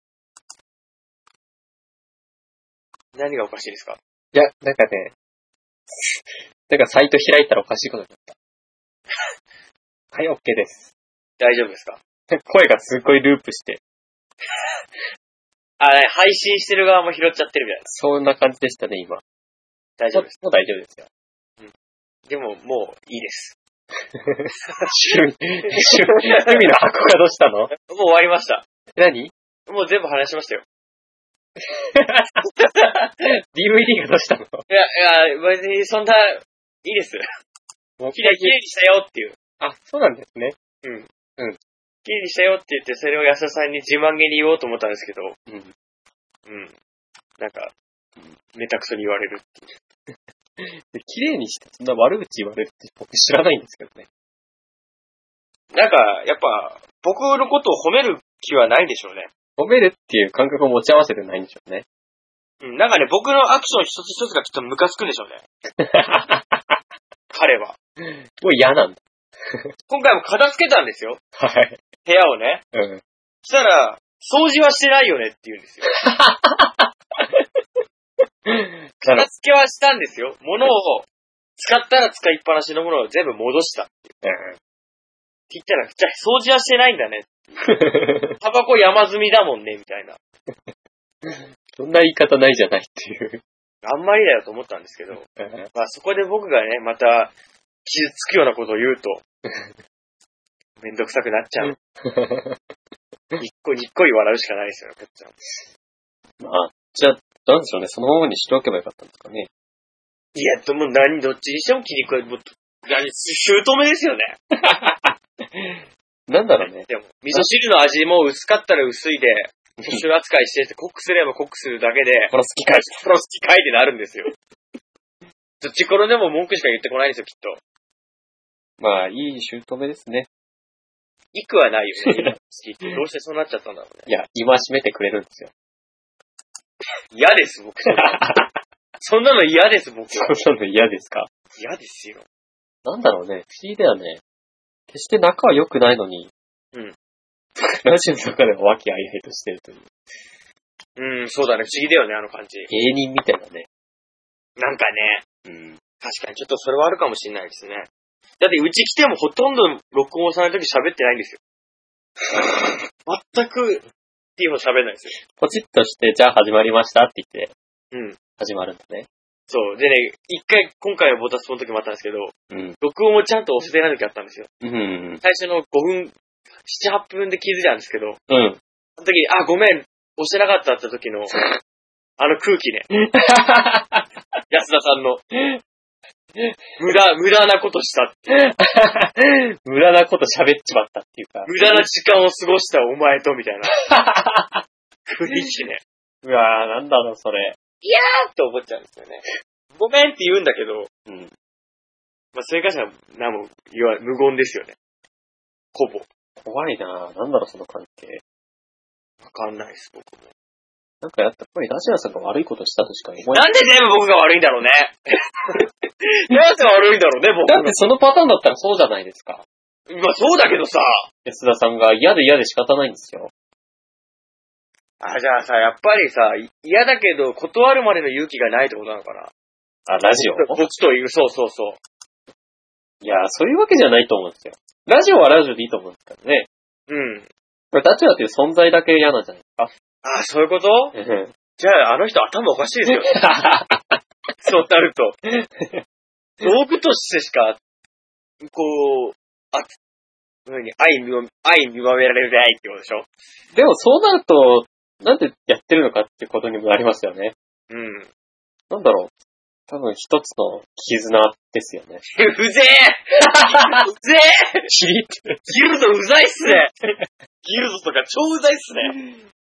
S1: 何がおかしいですか
S2: る。いや、なんかね、 なんかサイト開いたらおかしいことになった。 はい、OK です。
S1: 大丈夫ですか
S2: 声がすっごいループして、
S1: あ、配信してる側も拾っちゃってるみたいな。
S2: そんな感じでしたね、今。
S1: 大丈夫です。
S2: もう大丈夫ですよ。
S1: でも、もういいです。
S2: 趣味、趣味趣味の箱がどうした
S1: も
S2: の
S1: う終わりました。
S2: 何 ?DVD
S1: もう全部話しましたよ。
S2: がどうしたの
S1: いや、いや、別にそんな、いいです。
S2: 僕
S1: 綺麗、綺麗にしたよっていう。
S2: あ、そうなんですね。
S1: 綺麗にしたよって言って、それを安田さんに自慢げに言おうと思ったんですけど、
S2: うん。
S1: うん。なんか、めたくそに言われる。
S2: で綺麗にして、そんな悪口言われるって僕知らないんですけどね。
S1: なんか、やっぱ、僕のことを褒める気はないでしょうね。
S2: 褒めるっていう感覚を持ち合わせてないんでしょうね。
S1: うん、なんかね、僕のアクション一つ一つがきっとムカつくんでしょうね。彼は。
S2: もう嫌なんだ。
S1: 今回も片付けたんですよ。
S2: はい。
S1: 部屋をね。
S2: うん。
S1: したら、掃除はしてないよねって言うんですよ。
S2: な
S1: 片
S2: る
S1: 付けはしたんですよ。物を使ったら使いっぱなしのものを全部戻した。切ったら、じゃあ掃除はしてないんだね。
S2: うん。
S1: タバコ山積みだもんね、みたいな。
S2: そんな言い方ないじゃないっていう。
S1: あんまりだよと思ったんですけど。
S2: うん
S1: まあそこで僕がね、また傷つくようなことを言うと、めんどくさくなっちゃう。にっこにっこり笑うしかないですよね、こっちは。
S2: まあ、じゃあ、なんでしょうね。そのままにしておけばよかったんですかね。
S1: いや、でも何、どっちにしても気に食わない。もう何、姑ですよね。
S2: なんだろうね。
S1: でも、味噌汁の味も薄かったら薄いで、一緒扱いしてって、コックすればコックするだけで、
S2: この好きかい。
S1: プロ好きかいってなるんですよ。どっちころでも文句しか言ってこないんですよ、きっと。
S2: まあ、いい姑ですね。
S1: いくはないよね、好きって。どうしてそうなっちゃったんだろうね。
S2: いや、今締めてくれるんですよ。
S1: 嫌です、僕。そんなの嫌です、僕は。
S2: そんなの嫌ですか
S1: 嫌ですよ。
S2: なんだろうね。不思議だよね。決して仲は良くないのに。
S1: うん。
S2: ラジオの中でも和気あいあいとしてるという。
S1: うん、そうだね、不思議だよね、あの感じ。
S2: 芸人みたいなね。
S1: なんかね、
S2: うん。
S1: 確かにちょっとそれはあるかもしれないですね。だって、うち来てもほとんど録音された時喋ってないんですよ。全く、っていうの喋んないですよ。
S2: ポチッとして、じゃあ始まりましたって言って、
S1: うん。
S2: 始まるんだね。
S1: そう。でね、一回、今回のボタスポの時もあったんですけど、
S2: うん。
S1: 録音をちゃんと押せてない時あったんですよ。
S2: うん。
S1: 最初の5分、7、8分で気づいたんですけど、
S2: うん。
S1: その時に、あ、ごめん、押してなかったって時の、あの空気 ね。安田さんの、無駄、無駄なことした。
S2: 無駄なこと喋っちまったっていうか。
S1: 無駄な時間を過ごしたお前と、みたいな。 雰囲気ね。
S2: うわぁ、なんだろう、それ。
S1: あっと思っちゃうんですよね。ごめんって言うんだけど、
S2: うん。
S1: まあ、それに関しては、何も言わ、無言ですよね。ほぼ。
S2: 怖いなぁ。なんだろう、その関係。
S1: わかんないです、僕も。
S2: なんかやっぱりラジアさんが悪いことしたとしか思えない。
S1: なんで全部僕が悪いんだ ろうね。なんで悪いんだろうね、僕
S2: だっ
S1: が
S2: て。そのパターンだったらそうじゃないですか。
S1: まあそうだけどさ。
S2: 安田さんが嫌で嫌で仕方ないんですよ。
S1: あ、じゃあさ、やっぱりさ、い嫌だけど、断るまでの勇気がないってことなのかな。
S2: あ、ラ ジオ
S1: 僕という、そうそうそう。
S2: いや、そういうわけじゃないと思うんですよ。ラジオはラジオでいいと思うんですけどね。
S1: うん。
S2: これラジオっていう存在だけ嫌なんじゃないです
S1: あ、そういうこと
S2: か。うん。
S1: じゃあ、あの人頭おかしいです よ。そうなると。道具としてしか、こう、あ、何愛見ま、愛見まめられないってことでしょ
S2: でもそうなると、なんでやってるのかってことにもなりますよね。
S1: うん。
S2: なんだろう。多分一つの絆ですよね。
S1: うぜえうぜえ
S2: 知りって。
S1: ギルドうざいっすね。ギルドとか超うざいっすね。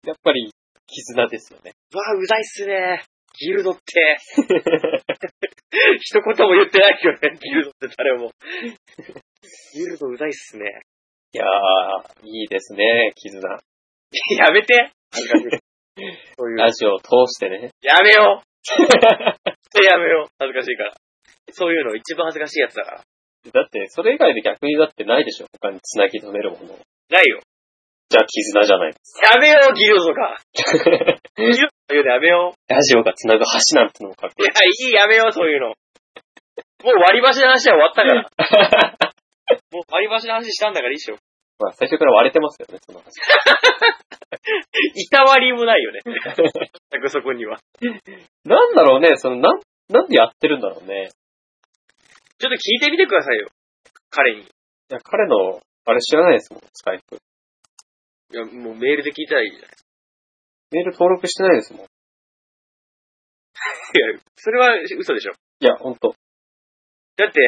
S2: やっぱり絆ですよね。
S1: わあ、うざいっすね。ギルドって。一言も言ってないよね、ギルドって誰も。ギルドうざいっすね。
S2: いやー、いいですね、絆。
S1: やめて。恥ずかしいそういう
S2: ラジオを通してね。
S1: やめよう。それやめよう。恥ずかしいから。そういうの一番恥ずかしいやつだから。
S2: だって、それ以外で逆にだってないでしょ他に繋ぎ止めるもの。
S1: ないよ。
S2: じゃあ絆じゃない。
S1: やめよう、ギルドが。ギルドというのやめよ
S2: ラジオが繋ぐ橋なんてのもかっ
S1: う。
S2: こ
S1: い
S2: いい
S1: や、。いい、やめよう、そういうの。もう割り箸の話は終わったから。もう割り箸の話したんだからいいっしょ。
S2: まあ、最初から割れてますよね、その橋。
S1: いたわりもないよ ね。全くそこには。
S2: なんだろうね、その、なん、なんでやってるんだろうね。
S1: ちょっと聞いてみてくださいよ。彼に。い
S2: いや、彼の、あれ知らないですもん、スカイプ。
S1: や、もうメールで聞いたらいいじゃない
S2: メール登録してないですもん。い
S1: いや、それは嘘でしょ。
S2: や、ほんと。
S1: だって、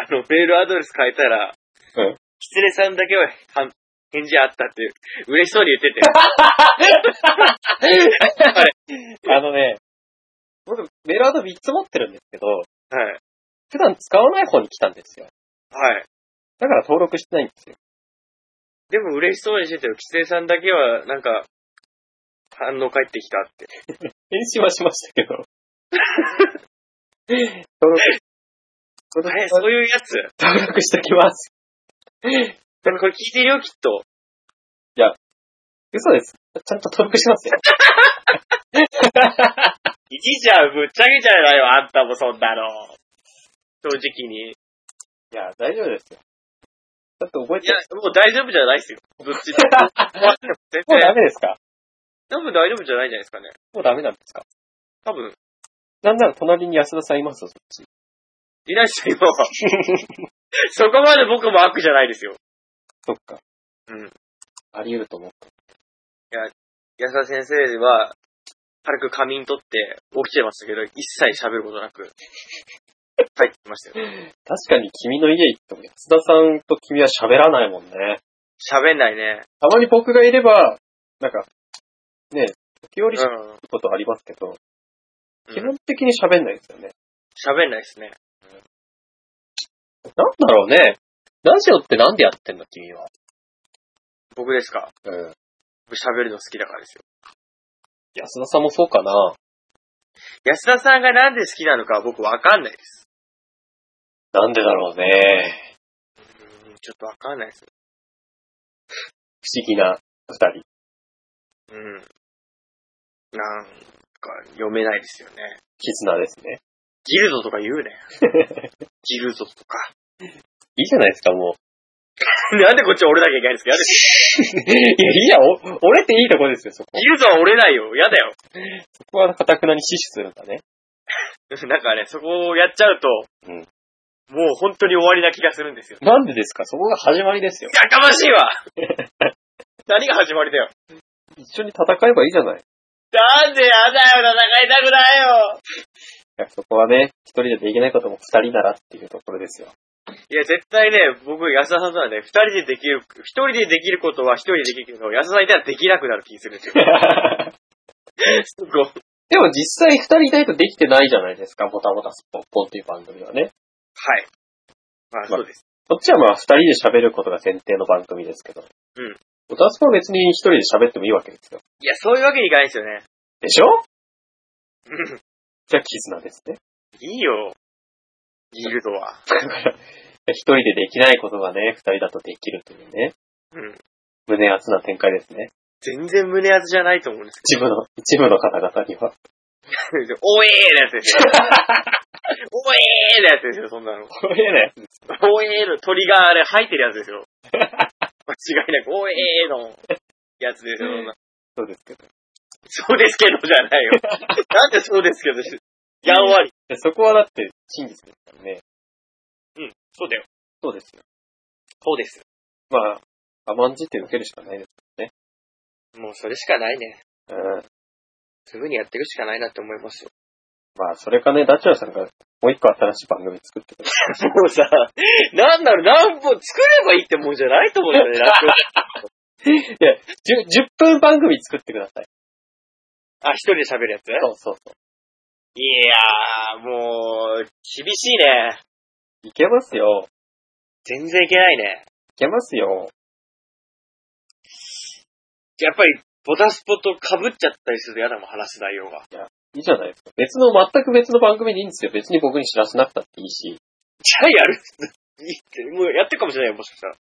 S1: あの、メールアドレス変えたら、
S2: うん
S1: キツネさんだけははん返事あったって、嬉しそうに言って て。
S2: あのね、僕、メールアド3つ持ってるんですけど、
S1: はい。
S2: 普段使わない方に来たんですよ。
S1: はい。
S2: だから登録してないんですよ。
S1: でも嬉しそうにしてたよ。吉瀬さんだけは、なんか、反応返ってきた って。
S2: 返信はしましたけど。登録、登
S1: え、
S2: 録
S1: そういうやつ
S2: 登録しておきます。
S1: でもこれ聞いてるよ、きっと。
S2: 嘘です。ちゃんと登録しますよ。
S1: いいじゃん、ぶっちゃけちゃうわよ、あんたもそんなの。正直に。い
S2: いや、大丈夫ですよ。だって覚えて
S1: や
S2: る。、
S1: もう大丈夫じゃないですよ。どっち でも。全
S2: もうダ
S1: 然。
S2: メですか
S1: 多分大丈夫じゃないんじゃないですかね。
S2: もうダメなんですか
S1: 多分。
S2: なんなら隣に安田さんい ますよ、そっち。
S1: いないっすよ、 今は。そこまで僕も悪じゃないですよ。
S2: そっか。
S1: うん。
S2: あり得ると思う。
S1: 安田先生は、軽く仮眠取って起きてましたけど、一切喋ることなく、帰ってきましたよ。
S2: 確かに君の家行っても安田さんと君は喋らないもんね。
S1: 喋んないね。
S2: たまに僕がいれば、なんか、ね、時折喋る
S1: うん。
S2: ことありますけど、基
S1: うん
S2: 本的に喋んないですよね。
S1: 喋んないですね。
S2: なんだろうね。ラジオってなんでやってんの、君は。
S1: 僕ですか
S2: うん。
S1: 僕喋るの好きだからですよ。
S2: 安田さんもそうかな。
S1: 安田さんがなんで好きなのかは僕わかんないです。
S2: なんでだろうね。
S1: うん、ちょっとわかんないです。
S2: 不思議な二人。
S1: うん。なんか、読めないですよね。
S2: 絆ですね。
S1: ギルドとか言う ね。ギルドとか。
S2: いいじゃないですか、もう。
S1: なんでこっち折れなきゃいけないんですかやだ
S2: いや、いいや、お俺っていいとこですよ、そこ。
S1: ギルドは折れないよ。やだよ。
S2: そこはかたくなに死守するんだね。
S1: なんかね、そこをやっちゃうと、
S2: うん
S1: もう本当に終わりな気がするんですよ。
S2: なんでですかそこが始まりですよ。
S1: やかましい わ何が始まりだよ。
S2: 一緒に戦えばいいじゃない。
S1: なんでやだよ、戦いたくないよ。
S2: いや、そこはね、一人でできないことも二人ならっていうところですよ。
S1: いや、絶対ね、僕、安田さんとはね、二人でできる、一人でできることは一人でできるけど、安田さんいたらできなくなる気するんです よ。すごい
S2: でも実際二人いないとできてないじゃないですか、ボタンボタンスポッポンっていう番組はね。
S1: はい。まあ、そうです。
S2: こっちはまあ二人で喋ることが前提の番組ですけど。
S1: うん。
S2: ボタンスポは別に一人で喋ってもいいわけですよ。
S1: いや、そういうわけにいかないですよね。
S2: でしょ
S1: うん
S2: じゃあ絆ですね。
S1: いいよ。ギルドは。
S2: だから、一人でできないことがね、二人だとできるというね、
S1: うん。
S2: 胸熱な展開ですね。
S1: 全然胸熱じゃないと思うんです
S2: 一部の、一部の方々には。
S1: けど、 おえーなやつ ですよ。おえーなやつですよ、そんな の。
S2: これね、
S1: おえーの鳥があれ入ってるやつです よ。間違いなく、おえーのやつですよ、そんな。
S2: そうですけど。
S1: そうですけどじゃ ないよ。なんでそうですけどし、やんわり。
S2: でそこはだって真実ですからね。
S1: うん、そうだよ。
S2: そうですよ。
S1: そうです。
S2: まあ、甘んじて受けるしかないです。
S1: もうそれしかないね。
S2: う
S1: そうい
S2: ん。
S1: う風にやっていくしかないなって思いますよ。
S2: まあ、それかね、ダチュラさんがもう一個新しい番組作ってくれる。
S1: もうさ、なんだろう、何本作ればいいってもんじゃないと思うんだよ ね。ラジ
S2: じゅ10分番組作ってください。
S1: オあ、一人で喋るやつ
S2: そうそうそ
S1: いやー、もう、厳しいね。
S2: う。いけますよ。
S1: 全然いけないね。
S2: いけますよ。
S1: やっぱり、ボタスポと被っちゃったりすると嫌だもん、話す内容が。
S2: いいじゃないですか。別の、全く別の番組でいいんですよ。別に僕に知らせなくたっていい
S1: じ
S2: し。
S1: ゃあやる。いいってもうやってるかもしれないよ、もしかしたら。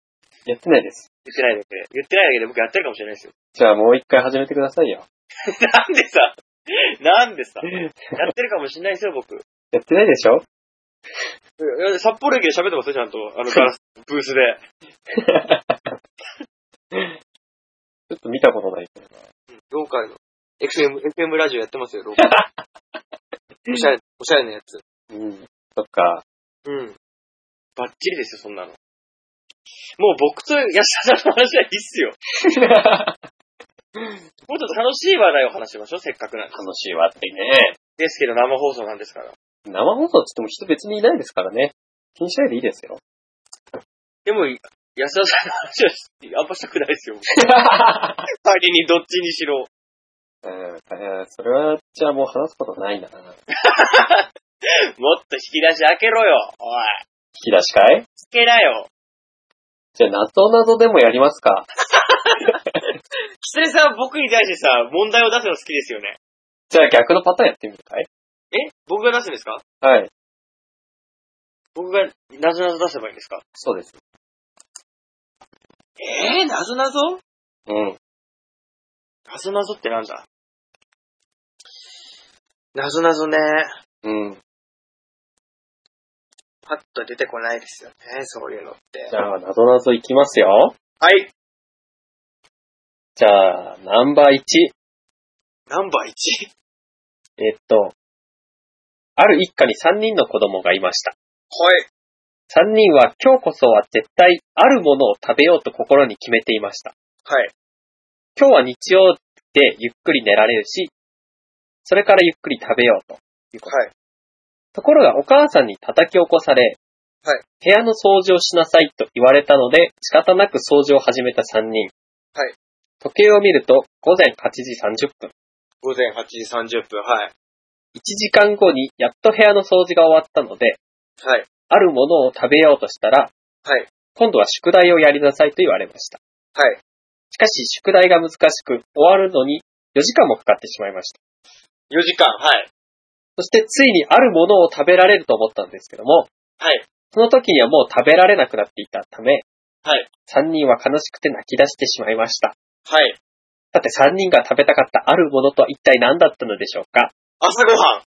S2: やってないです。
S1: 言ってないだけで。言ってないだけで僕やってるかもしれないですよ。
S2: じゃあもう一回始めてくださいよ。
S1: なんでさ、なんでさ、やってるかもしんないですよ、僕。
S2: やってないでしょ
S1: いや札幌駅で喋ってますよ、ちゃんと。あの、ガラス、ブースで。
S2: ちょっと見たことないけど。
S1: ローカルの。FM、FM ラジオやってますよ、ロー カル。おしゃれ、おしゃれなやつ。
S2: うん。そっ か。
S1: うん。バッチリですよ、そんなの。もう僕と安田さんの話はいいっすよ。もっと楽しい話題を話しましょう、せっかくなんで。
S2: 楽しいわってね。
S1: ですけど、生放送なんですから。
S2: 生放送っつっても人別にいないですからね。気にしないでいいです よ。
S1: でも、安田さんの話はしあんましたくない ですよ。僕仮にどっちにしろ。
S2: うん、えーそれは、じゃあもう話すことないな。引
S1: もっと引き出し開けろよ、おい。
S2: き出し会
S1: つけなよ。
S2: じゃあ、なぞなぞでもやりますか。
S1: 失礼さん、僕に対してさ、問題を出すの好きですよね。
S2: じゃあ、逆のパターンやってみるかい
S1: え僕が出すんですか
S2: はい。
S1: 僕が、なぞなぞ出せばいいんですか
S2: そうです。
S1: えぇ、なぞなぞ
S2: うん。
S1: なぞなぞってなんだなぞなぞね、
S2: うん。
S1: パッと出てこないですよね、そういうのって
S2: じ。ゃあ、なぞなぞいきますよ。
S1: はい。
S2: じゃあ、ナンバー1。
S1: ナンバー 1?
S2: えっと、ある一家に3人の子供がいました。
S1: はい。
S2: 3人は今日こそは絶対あるものを食べようと心に決めていました。
S1: はい。
S2: 今日は日曜でゆっくり寝られるし、それからゆっくり食べようと。
S1: はい。
S2: ところがお母さんに叩き起こされ、
S1: はい
S2: 部屋の掃除をしなさいと言われたので、仕方なく掃除を始めた3人。
S1: はい
S2: 時計を見ると午前8時30分。
S1: 午前8時30分、はい。
S2: 1時間後にやっと部屋の掃除が終わったので、
S1: はい。
S2: あるものを食べようとしたら、
S1: はい
S2: 今度は宿題をやりなさいと言われました。
S1: はい。
S2: しかし、宿題が難しく、終わるのに4時間もかかってしまいました。
S1: 4時間、はい。
S2: そして、ついにあるものを食べられると思ったんですけども、
S1: はい。
S2: その時にはもう食べられなくなっていたため、
S1: はい。
S2: 3人は悲しくて泣き出してしまいました。
S1: はい。
S2: さて、3人が食べたかったあるものとは一体何だったのでしょうか
S1: 朝ごはん。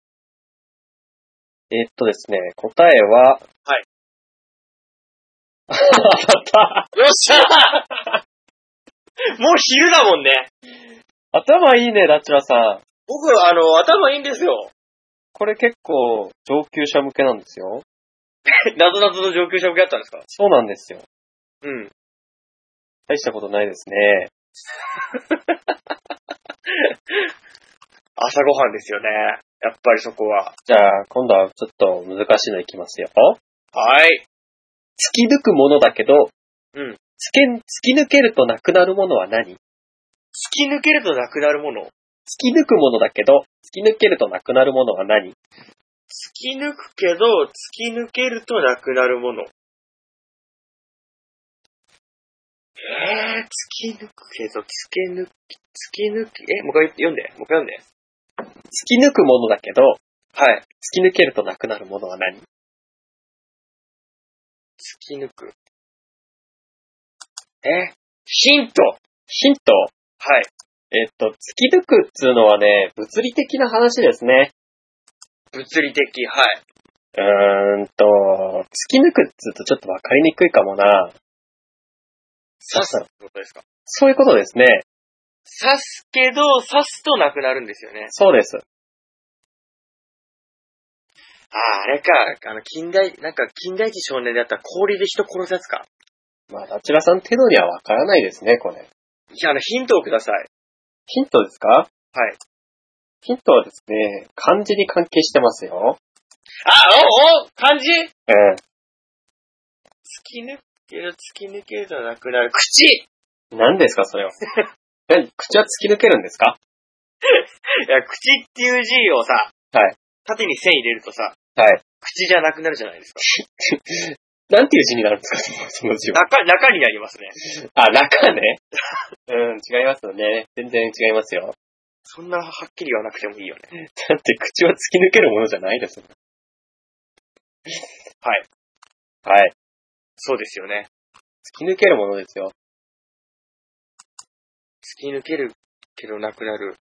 S2: えーっとですね、答え
S1: は
S2: は、
S1: い。
S2: 当たった
S1: よっし ゃもう昼だもんね。
S2: 頭いいね、ラチュラさん。
S1: 僕、あの、頭いいんですよ。
S2: これ結構上級者向けなんですよ。
S1: なぞなぞの上級者向けだったんですか
S2: そうなんですよ。
S1: うん。
S2: 大したことないですね。
S1: 朝ごはんですよね。やっぱりそこは。
S2: じゃあ、今度はちょっと難しいのいきますよ。
S1: はい。
S2: 突き抜くものだけど、
S1: うん
S2: 突けん。突き抜けるとなくなるものは何突
S1: 突き抜けるとなくなるもの。突
S2: き抜くものだけど、突き抜けるとなくなるものは何
S1: き抜くけど、突き抜けるとなくなるもの。えー、突き抜くけど、突き抜き、突き抜き、え、もう一回読んで、もう一回読んで。
S2: 突き抜くものだけど、
S1: はい。
S2: 突き抜けるとなくなるものは何
S1: 突き抜く。えヒント
S2: ヒント。
S1: はい。
S2: えっと、突き抜くっつうのはね、物理的な話ですね。
S1: 物理的、はい。
S2: うーんと、突き抜くっつうとちょっとわかりにくいかもな。
S1: 刺すってことですか
S2: そういうことですね。
S1: 刺すけど、刺すとなくなるんですよね。
S2: そうです。
S1: ああ、あれか、あの、近代、なんか近代一少年であったら氷で人殺すやつか。
S2: まあ、ラチュラさん程度にはわからないですね、これ。
S1: いや、あの、ヒントをください。。
S2: ヒントですかはいヒントはですね、漢字に関係してますよ。
S1: あ、おお漢字突
S2: うん。
S1: き抜ける、突き抜けるとなくなる。口い
S2: 何ですか、それは。え、口は突き抜けるんですか
S1: や、口っていう字をさ、
S2: はい。
S1: 縦に線入れるとさ、
S2: はい。
S1: 口じゃなくなるじゃないですか。
S2: なんていう字になるんですか、その字は。
S1: 中、中になりますね。
S2: あ、中ね。うん、違いますよね。全然違いますよ。
S1: そんなはっきり言わなくてもいいよね。
S2: だって口は突き抜けるものじゃないですもん。
S1: はい。
S2: はい。
S1: そうですよね。
S2: 突き抜けるものですよ。
S1: 突き抜けるけどなくなる。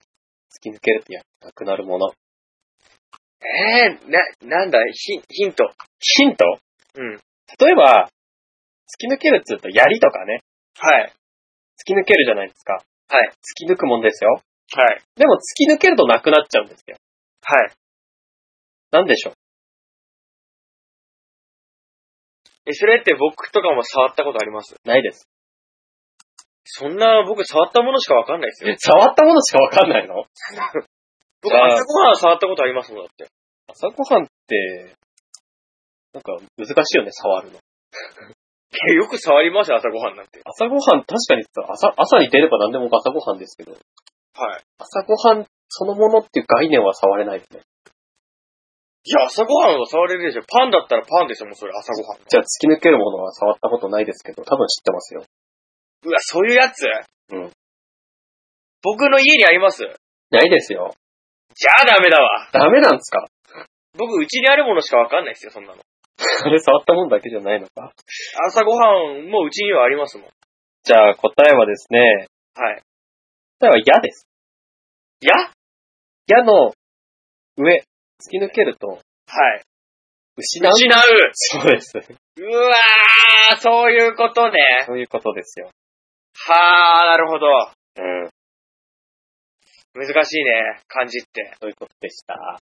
S2: 突き抜けるってやなくなるもの。
S1: ええな、なんだ、ヒ、ヒント。
S2: ヒント
S1: うん。
S2: 例えば、突き抜けるっつうと槍とかね、
S1: はい。
S2: 突き抜けるじゃないですか。
S1: はい。
S2: 突き抜くもんですよ。
S1: はい。
S2: でも突き抜けるとなくなっちゃうんですよ。
S1: はい。
S2: なんでしょう
S1: え、それって僕とかも触ったことあります
S2: ないです。
S1: そんな僕触ったものしかわかんないですよ。
S2: 触ったものしかわかんないの
S1: 僕
S2: じゃあ
S1: 朝ごはん触ったことありますもんだって。
S2: 朝ごはんって、なんか難しいよね、触るの。
S1: え、よく触りますよ、朝ごはんなんて。
S2: 朝ごはん、確かにさ朝、朝に出れば何でも朝ごはんですけど、
S1: はい。
S2: 朝ごはんそのものっていう概念は触れないですね。
S1: いや、朝ごはんは触れるでしょ。パンだったらパンでしょ、もうそれ、朝ごはん。
S2: じゃあ突き抜けるものは触ったことないですけど、多分知ってますよ。
S1: うわ、そういうやつ
S2: うん。
S1: 僕の家にありますじ
S2: ないですよ。
S1: ゃあダメだわ。
S2: ダメなんですか
S1: 僕、うちにあるものしかわかんないですよ、そんなの。
S2: あれ触ったもんだけじゃないのか。
S1: 朝ごはんもうちにはありますもん。
S2: じゃあ答えはですね、
S1: はい。
S2: 答えは矢です。
S1: いやは
S2: 矢の上、突き抜ける
S1: い。
S2: と失う。
S1: 失う。
S2: そうです。
S1: うわー、そういうことね。
S2: そういうことですよ。
S1: はー、なるほど。
S2: うん。
S1: 難しいね、漢字って。
S2: そういうことでした。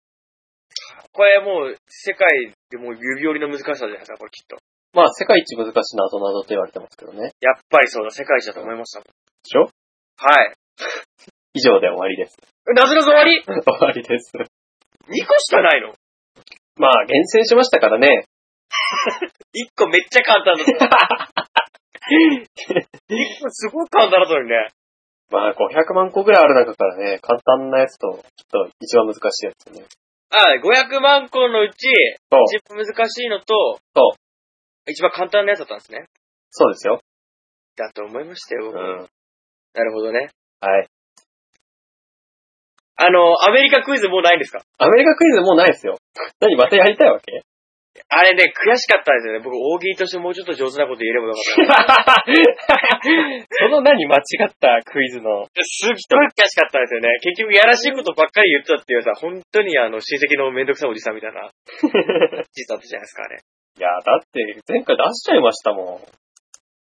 S1: これもう、世界でもう指折りの難しさじゃないですか、これきっと。
S2: まあ、世界一難しい謎などと言われてますけどね。
S1: やっぱりそうだ、世界一だと思いましたもん。
S2: でしょ
S1: はい。
S2: 以上で終わりです。
S1: なぞなぞ終わり
S2: 終わりです。
S1: ?2 個しかないの
S2: まあ、厳選しましたからね。
S1: 1個めっちゃ簡単だった。1個すごい簡単だったのにね。
S2: まあ、500万個ぐらいある中からね、簡単なやつと、ちょっと一番難しいやつね。
S1: あ500万個のうち、
S2: そう、
S1: 一番難しいのと、
S2: そう
S1: 一番簡単なやつだったんですね。
S2: そうですよ。
S1: だと思いましたよ、
S2: うん。
S1: 僕
S2: は
S1: なるほどね。
S2: い。
S1: あの、アメリカクイズもうないんですか
S2: アメリカクイズもうないですよ。 何、またやりたいわけ
S1: あれね、悔しかったんですよね。僕、大喜利としてもうちょっと上手なこと言えればよか った。
S2: その何、間違ったクイズの。
S1: すっごい悔しかったんですよね。結局、やらしいことばっかり言ってたっていうさ、本当にあの、親戚のめんどくさいおじさんみたい な、じいさんだったじゃないですか、あれ。
S2: いや、だって、前回出しちゃいましたも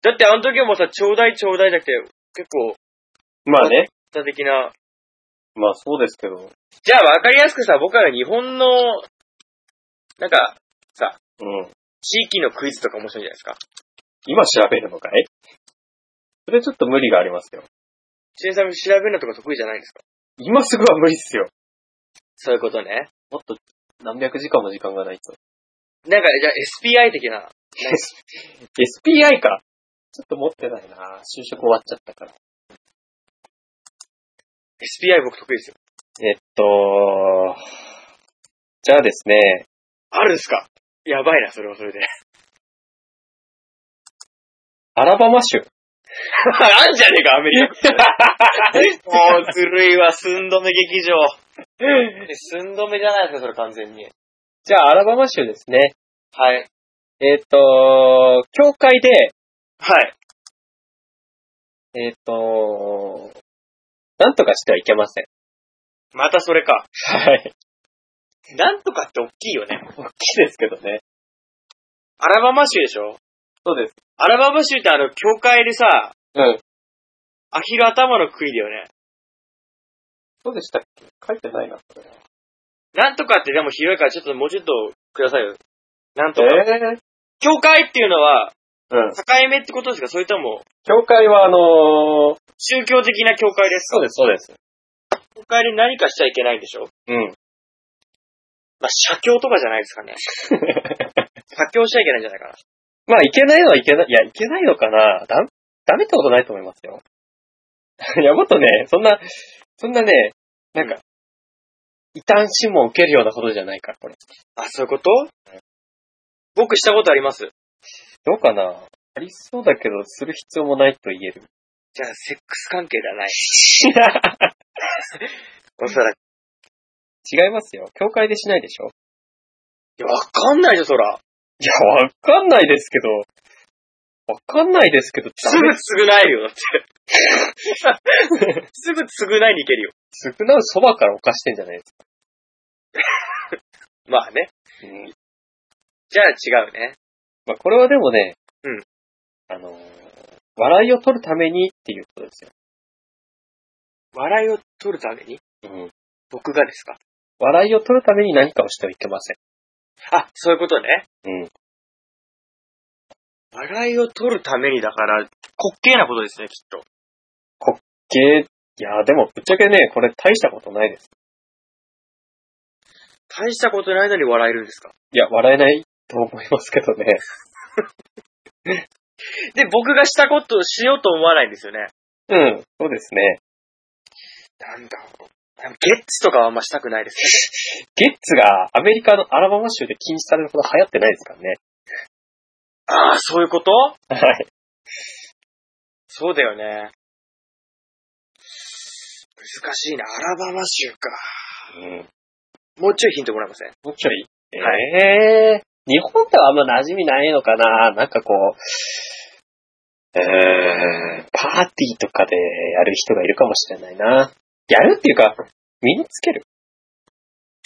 S1: だって、あの時はもうさ、ちょうだいちょうだいじゃなくて、結構、
S2: ん。まあね。
S1: 多的な。
S2: まあそうですけど。
S1: じゃあ、わかりやすくさ、僕らが日本の、なんか、
S2: うん。
S1: 地域のクイズとか面白いじゃないですか。
S2: 今調べるのかいそれちょっと無理がありますよ。
S1: ちなみに調べるのとか得意じゃないんですか
S2: 今すぐは無理っすよ。
S1: そういうことね。
S2: もっと何百時間も時間がないと。
S1: なんか、じゃあ、SPI 的な。
S2: SPI か。ちょっと持ってないな就職終わっちゃったから。
S1: SPI 僕得意ですよ。
S2: えっと、じゃあですね、
S1: あるんですかやばいな、それはそれで。
S2: アラバマ州。
S1: あんじゃねえか、アメリカ。 もうずるいわ、寸止め劇 場。寸止めじゃないですか、それ完全に。
S2: じゃあアラバマ州ですね。
S1: はい。
S2: えっと、教会で、
S1: はい。
S2: えっと、なんとかしてはいけません。
S1: またそれか。
S2: はい。
S1: なんとかって大きいよね。
S2: 大きいですけどね。
S1: アラバマ州でしょ
S2: そうです。
S1: アラバマ州ってあの、教会でさ、
S2: うん。
S1: アヒル頭の杭だよね。
S2: そうでしたっけ書いてないな、これ。
S1: なんとかってでも広いから、ちょっともうちょっとくださいよ。なんとか。
S2: え
S1: 教会っていうのは、
S2: ー、うん。
S1: 境目ってことですかそれとも、
S2: 教会はあのー、
S1: 宗教的な教会ですか
S2: うです、そうです。
S1: 教会で何かしちゃいけないんでしょ
S2: うん。
S1: まあ、写経とかじゃないですか ね。写経しちゃいけないんじゃないかな。
S2: まあ、いけないのはいけない、いや、いけないのかなだ、ダメってことないと思いますよ。 いや、もっとね、そんな、そんなね、なんか、異端審問を受けるようなことじゃないから、これ。
S1: あ、そういうこと僕したことあります。
S2: どうかなありそうだけど、する必要もないと言える。
S1: じゃあ、セックス関係ではない。お そらく。
S2: 違いますよ。教会でしないでしょ
S1: いや、わかんないよ、そら。
S2: いや、わかんないですけど、わかんないですけど、
S1: すぐ償えるよ、 だって。すぐ償いに行けるよ。
S2: すぐなうそばから犯してんじゃないですか。
S1: まあね。
S2: うん。
S1: じゃあ違うね。
S2: まあ、これはでもね、
S1: うん。
S2: あのー、笑いを取るためにっていうことですよ。
S1: 笑いを取るために
S2: うん。
S1: 僕がですか
S2: 笑いを取るために何かをしてはいけません。
S1: あ、そういうことね。
S2: うん。
S1: 笑いを取るためにだから、滑稽なことですね、きっと。
S2: けいや、でも、ぶっちゃけね、これ大したことないです。
S1: 大したことないのに笑えるんですか
S2: いや、笑えないと思いますけどね。
S1: で、僕がしたことをしようと思わないんですよね。
S2: うん、そうですね。
S1: なんだろう。多分ゲッツとかはあんましたくないです
S2: ゲッツがアメリカのアラバマ州で禁止されるほど流行ってないですからね。
S1: けど。ああ、そういうこと
S2: はい。
S1: そうだよね。難しいな。アラバマ州か。
S2: うん。
S1: もうちょいヒントもらえません
S2: もうちょい。ええ日本ではあんま馴染みないのかななんかこう、えー、パーティーとかでやる人がいるかもしれないな。やるっていうか、身につける。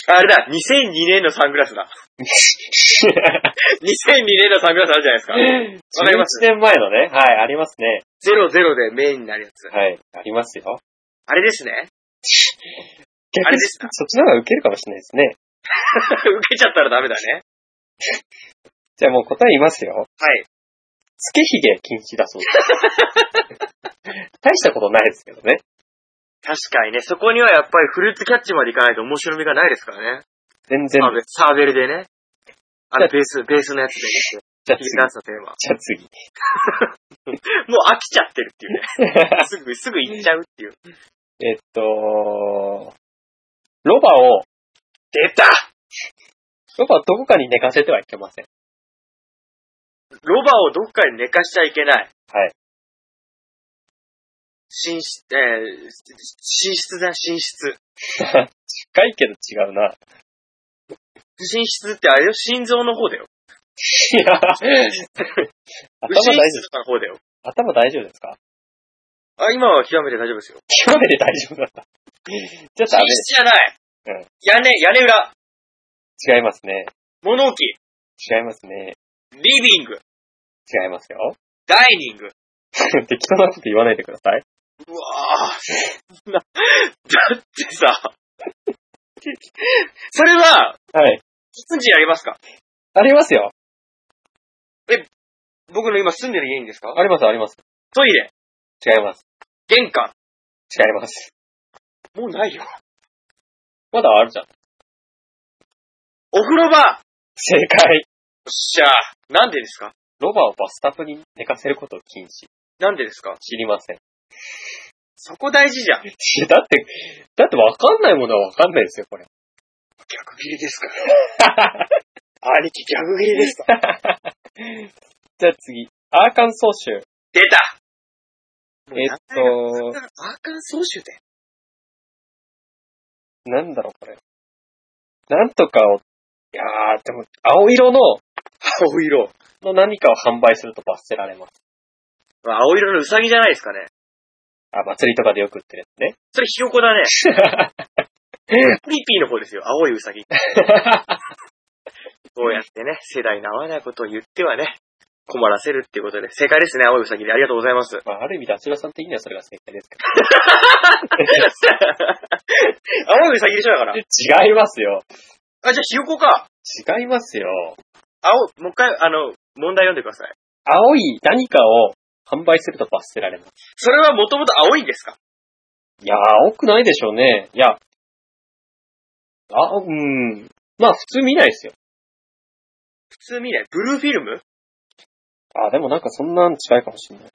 S1: あれだ、2002年のサングラスだ。2002年のサングラスあるじゃないですか。わかります
S2: 11年前のね。はい、ありますね。
S1: 00でメインになるやつ。
S2: はい、ありますよ。
S1: あれですね。
S2: 逆
S1: あれ
S2: に
S1: ですか
S2: そっちの方がウケるかもしれないですね。
S1: 受けちゃったらダメだね。
S2: じゃあもう答え言いますよ。
S1: はい。
S2: つけひげ禁止だそうです。 大したことないですけどね。
S1: 確かにね、そこにはやっぱりフルーツキャッチまでいかないと面白みがないですからね。
S2: 全然
S1: サ。ーベサーベルでね。あの、ベース、ベースのや つで、
S2: じゃあ
S1: ヒ
S2: 次。
S1: ゲダンスのテーマ。
S2: じゃあ次。
S1: もう飽きちゃってるっていう ね。すぐ、すぐ行っちゃうっていう。
S2: えっと、ロバを、
S1: 出た
S2: ロバをどこかに寝かせてはいけません。
S1: ロバをどっかに寝かしちゃいけない。
S2: はい。
S1: 寝室、えー、寝室だ、寝室。
S2: 近いけど違 うな。
S1: 寝室ってあれよ、心臓の方だよ。
S2: いや、頭
S1: 右心
S2: 大丈夫
S1: 室とかの方だよ。
S2: 頭大丈夫ですか
S1: あ、今は極めて大丈夫ですよ。
S2: 極めて大丈夫だった。じゃあダ
S1: 寝
S2: メで
S1: 室じゃない。
S2: うん
S1: 屋根、屋根裏。
S2: す。違いますね。
S1: 物置。
S2: 違いますね。
S1: リビング。
S2: 違いますよ。
S1: ダイニング。
S2: 適当なこと言わないでください。
S1: うわぁ。なだってさ、それは、
S2: はい。
S1: キッチンありますか
S2: ありますよ。
S1: 僕の今住んでる家にですか
S2: あります、あります。
S1: トイレ、
S2: 違います。
S1: 玄関。
S2: 違います。
S1: もうないよ。
S2: まだあるじゃん。
S1: お風呂場。よっ
S2: 正解。
S1: しゃー。なんでですか
S2: ロバをバスタブに寝かせることを禁止。
S1: なんでですか
S2: 知りません。
S1: そこ大事じゃん。
S2: だって、だってわかんないものはわかんないですよ、 これ。
S1: 逆切りですか兄貴逆切りですか
S2: じゃあ次。アーカンソー州。
S1: 出た
S2: えっと、
S1: アーカンソー州で。
S2: なんだろう、これ。なんとかを、いやー、でも、青色の、
S1: 青色。
S2: の何かを販売すると罰せられます。
S1: まあ、青色のウサギじゃないですかね。
S2: あ、祭りとかでよく売ってるや
S1: それひよこだね。
S2: つね。
S1: フリピーの方ですよ。青いウサギ。こうやってね、世代の合わないことを言ってはね、困らせるっていうことで。正解ですね、青いウサギで。ありがとうござい ます。
S2: まあ、ある意味、ダチュラさん的にはそれが正解ですけど。
S1: 青いウサギでしょだから。
S2: 違いますよ。
S1: あ、じゃあひよこか。
S2: 違いますよ。
S1: 青、もう一回、あの、問題読んでください。
S2: 青い何かを販売すると罰せられます。
S1: それはもともと青いんですか
S2: いやー、青くないでしょうね。いや、あ、うん。まあ、普通見ないですよ。
S1: 普通見ない。ブルーフィルム
S2: あ、でもなんかそんなん近いかもしれない。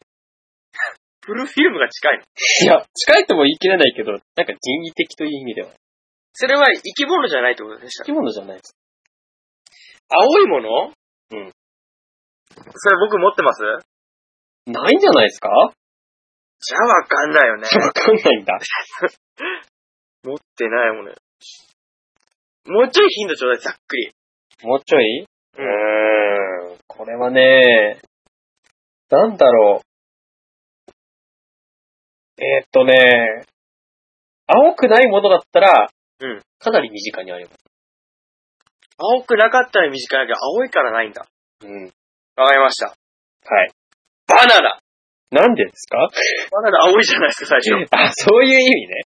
S1: ブルーフィルムが近いの。
S2: いや、近いとも言い切れないけど、なんか人為的という意味では。
S1: それは生き物じゃないってことでした
S2: 生。き物じゃないです。
S1: 青いもの
S2: うん。
S1: それ僕持ってます
S2: ないんじゃないですか わ
S1: じゃあわかんないよね。
S2: かんないんだ。
S1: 持ってないものよ。もうちょい頻度ちょうだい、ざっくり。
S2: もうちょいううーん。これはね、なんだろう。えーっとね、青くないものだったら、
S1: うん
S2: かなり身近にありま
S1: 青くなかったら短いけど、青いからないんだ。
S2: す。うん。
S1: わかりました。
S2: はい。
S1: バナナ
S2: なんでですか
S1: バナナ青いじゃないですか、最初。
S2: あ、そういう意味ね。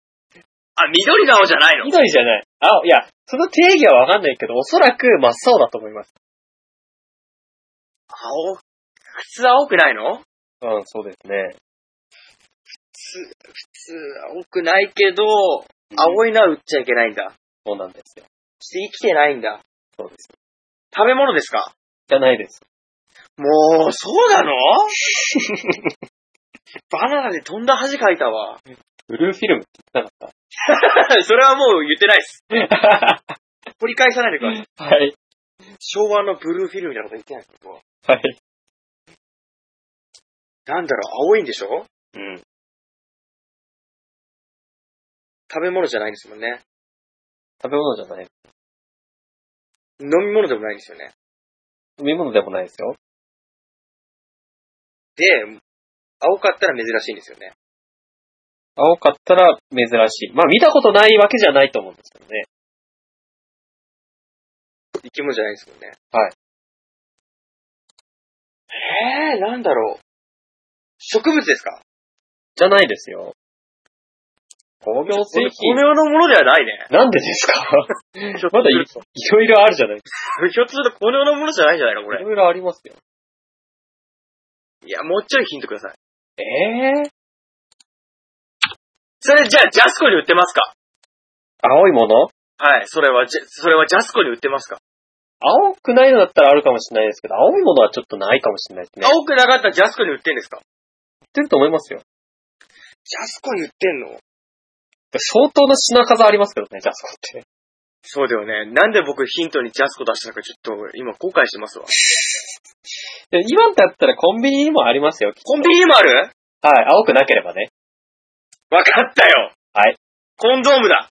S1: あ、緑の青じゃないの
S2: 緑じゃない。青、いや、その定義はわかんないけど、おそらく真っ青だと思います。
S1: 青普通青くないの
S2: うん、そうですね。
S1: 普通青くないけど、青いのは売っちゃいけないんだ。
S2: そうなんですよ。
S1: して生きてないんだ。
S2: そうです。
S1: 食べ物ですか
S2: じゃないです。
S1: も う、そうなのバナナで飛んだ恥かいたわ。
S2: ブルーフィルムって言ってなかっ
S1: それはもう言ってないです。
S2: た。
S1: 掘り返さないでください。
S2: はい。
S1: 昭和のブルーフィルムみたいなこと言ってないです、僕は。
S2: はい。
S1: なんだろう、青いんでしょ
S2: うん。
S1: 食べ物じゃないんですもんね。
S2: 食べ物じゃない。
S1: 飲み物でもないんですよね。
S2: 飲み物でもないですよ。
S1: で、青かったら珍しいんですよね。
S2: 青かったら珍しい。まあ見たことないわけじゃないと思うんですけどね。
S1: 生き物じゃないですもんね。
S2: はい。
S1: えー、なんだろう。植物ですか
S2: じゃないですよ。工業製品。
S1: の世のものではないね。
S2: なんでです か
S1: ひょっ
S2: まだい
S1: と
S2: いろいろあるじゃないです
S1: ひょっとするとこの世のものじゃないんじゃないのこ
S2: か。い
S1: れ。
S2: ろいろありますよ。
S1: いや、もうちょいヒントください。
S2: ええ
S1: それじゃあ、ジャスコに売ってますか
S2: 青いもの
S1: はい、それはジャ、それはジャスコに売ってますか、
S2: 青くないのだったらあるかもしれないですけど、青いものはちょっとないかもしれないですね。売っ
S1: 青くなかったらジャスコに売ってんですか
S2: てると思いますよ。
S1: ジャスコに売ってんの
S2: 相当な品数ありますけどね、ジャスコって。
S1: そうだよね。なんで僕ヒントにジャスコ出したのかちょっと今後悔してますわ。
S2: で今だったらコンビニにもありますよ。
S1: コンビニにもある
S2: はい、青くなければね。
S1: わかったよ
S2: はい。
S1: コンドームだ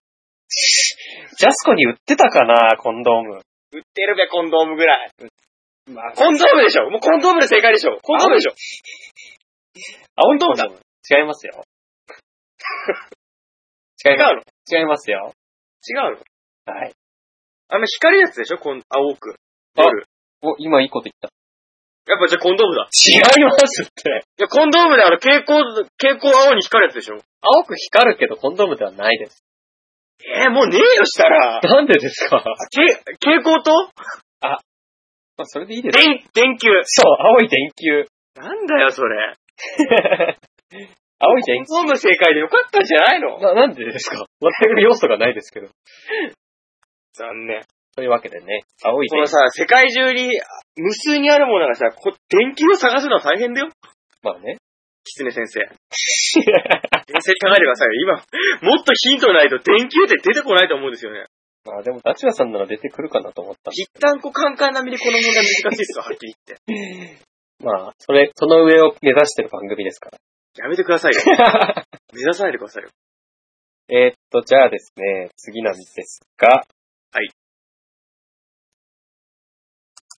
S2: ジャスコに売ってたかな、コンドーム。
S1: 売ってるべ、コンドームぐらい。
S2: まあ、
S1: コンドームでしょもうコンドームで正解でしょコンドームでしょ
S2: 青い
S1: コンドー
S2: ム。違いますよ。違
S1: 違
S2: いま
S1: うの
S2: す。違いますよ。
S1: 違うの
S2: はい。
S1: あの光るやつでしょこん青く。
S2: あ
S1: 夜
S2: お、今いいこと言った。
S1: やっぱじゃあコンドームだ。
S2: 違いますって。
S1: いや、コンドームであの蛍光、蛍光青に光るやつでしょ
S2: 青く光るけどコンドームではないです。
S1: えー、もうねえよしたら。
S2: なんでですか
S1: け蛍光灯
S2: まあ、それでいいです。
S1: 電、電球。
S2: そう、青い電球。
S1: なんだよ、それ。
S2: 青い電球
S1: コンドーム正解でよかったんじゃないの
S2: な、なんでですか全く要素がないですけど。
S1: 残念。
S2: というわけでね、青い
S1: こ
S2: 電
S1: の
S2: 球。
S1: さ、世界中にあ無数にあるものがさ、こ電球を探すのは大変だよ。
S2: まあね。
S1: キツネ先生。冷静に考えてくださいよ。今、もっとヒントないと電球って出てこないと思うんですよね。
S2: まあでも、ダチュラさんなら出てくるかなと思ったんで。
S1: 一旦こう、カンカン並みでこの問題難しいです よ、はっきり言って。
S2: まあ、それ、その上を目指してる番組ですか
S1: やめてくださいよ。
S2: ら。
S1: 目指さないでくださいよ。
S2: えーっと、じゃあですね、次なんですが。
S1: はい。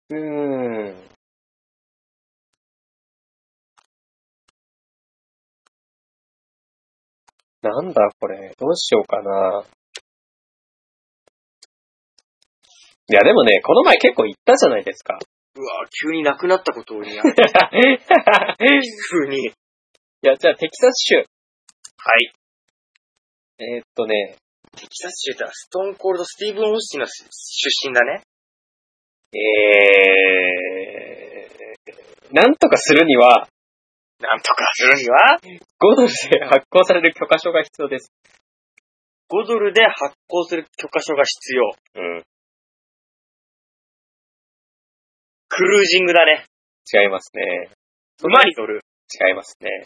S2: うーん。なんだこれ、どうしようかな。いや、でもね、この前結構行ったじゃないですか。
S1: うわ急になくなったことを言いな
S2: い
S1: 急に。
S2: や、じゃあテキサス州。
S1: はい。
S2: えーっとね、
S1: テキサス州ってのはストーンコールド・スティーブン・オーシティンの出身だね。
S2: えー、なんとかするには、
S1: なんとかするには、
S2: 5ドルで発行される許可証が必要です。
S1: 5ドルで発行する許可書が必要。
S2: うん。
S1: クルージングだね。
S2: 違いますね。
S1: 馬に乗る。
S2: 違いますね。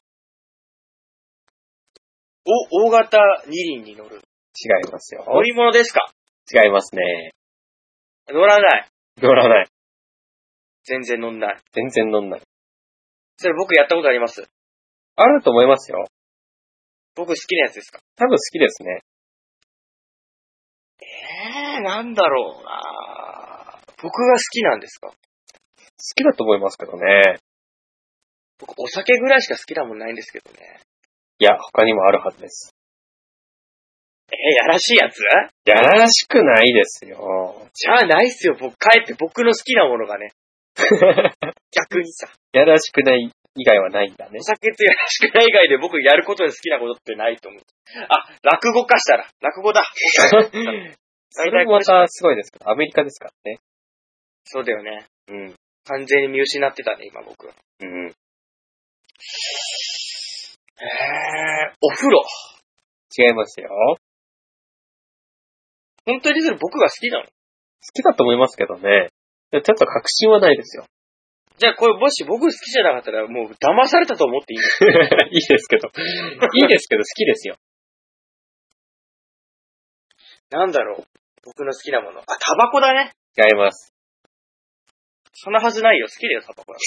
S1: お、大型二輪に乗る。
S2: 違いますよ。
S1: 乗り物ですか
S2: 違いますね。
S1: 乗らない。
S2: 乗らない。
S1: 全然乗んない。
S2: 全然乗んない。
S1: それ僕やったことあります。
S2: あると思いますよ。
S1: 僕好きなやつですか
S2: 多分好きですね。
S1: ええなんだろうな僕が好きなんですか
S2: 好きだと思いますけどね。
S1: 僕お酒ぐらいしか好きなもんないんですけどね。
S2: いや、他にもあるはずです。
S1: えー、やらしいやつ
S2: やらしくないですよ。
S1: じゃあないっすよ、僕。帰って僕の好きなものがね。逆にさ。
S2: やらしくない以外はないんだね
S1: お。酒とやらしくない以外で僕やることで好きなことってないと思う。あ、落語化したら。落語だ。
S2: それもまたすごいですけど、アメリカですからね。
S1: そうだよね。
S2: うん。
S1: 完全に見失ってたね、今僕。
S2: うん。
S1: えー、お風呂。
S2: 違いますよ。好
S1: 本当にそれ僕が好きなの
S2: きだと思いますけどね。ちょっと確信はないですよ。
S1: じゃあこれもし僕好きじゃなかったらもう騙されたと思っていいの
S2: いいですけど。いいですけど、好きですよ。
S1: なんだろう。僕の好きなもの。あ、タバコだね。
S2: 違います。
S1: そんなはずないよ。好きだよ、タバコだ。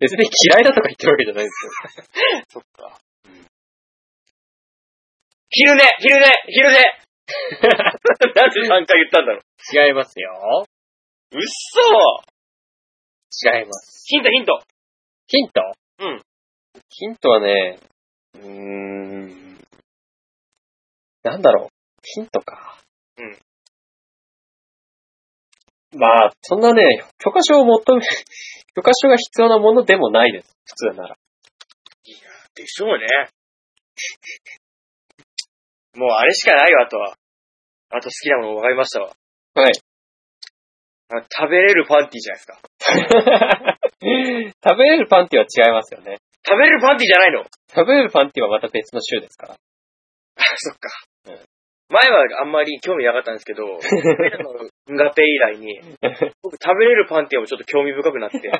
S2: 別に嫌いだとか言ってるわけじゃないんです
S1: そ
S2: よ。
S1: っか。昼寝昼寝昼寝 なんで3回言ったんだろう。
S2: 違いますよ。
S1: うっそ
S2: 違います。
S1: ヒントヒント
S2: ヒント
S1: うん。
S2: ヒントはね、うーん、なんだろう。ヒントか。
S1: うん。
S2: まあ、そんなね、許可証を求め、 許可証が必要なものでもないです。普通なら。
S1: でしょうね。もうあれしかないよ、あとは。あと好きなもの分かりましたわ。
S2: はい。
S1: あ食べれるパンティじゃないですか。
S2: 食べれるパンティは違いますよね。
S1: 食べれるパンティじゃないの
S2: 食べれるパンティはまた別の種ですから。
S1: そっか。
S2: うん
S1: 前はあんまり興味なかったんですけ ど、俺らのンガペ以来に、僕食べれるパンティはちょっと興味深くなって、もう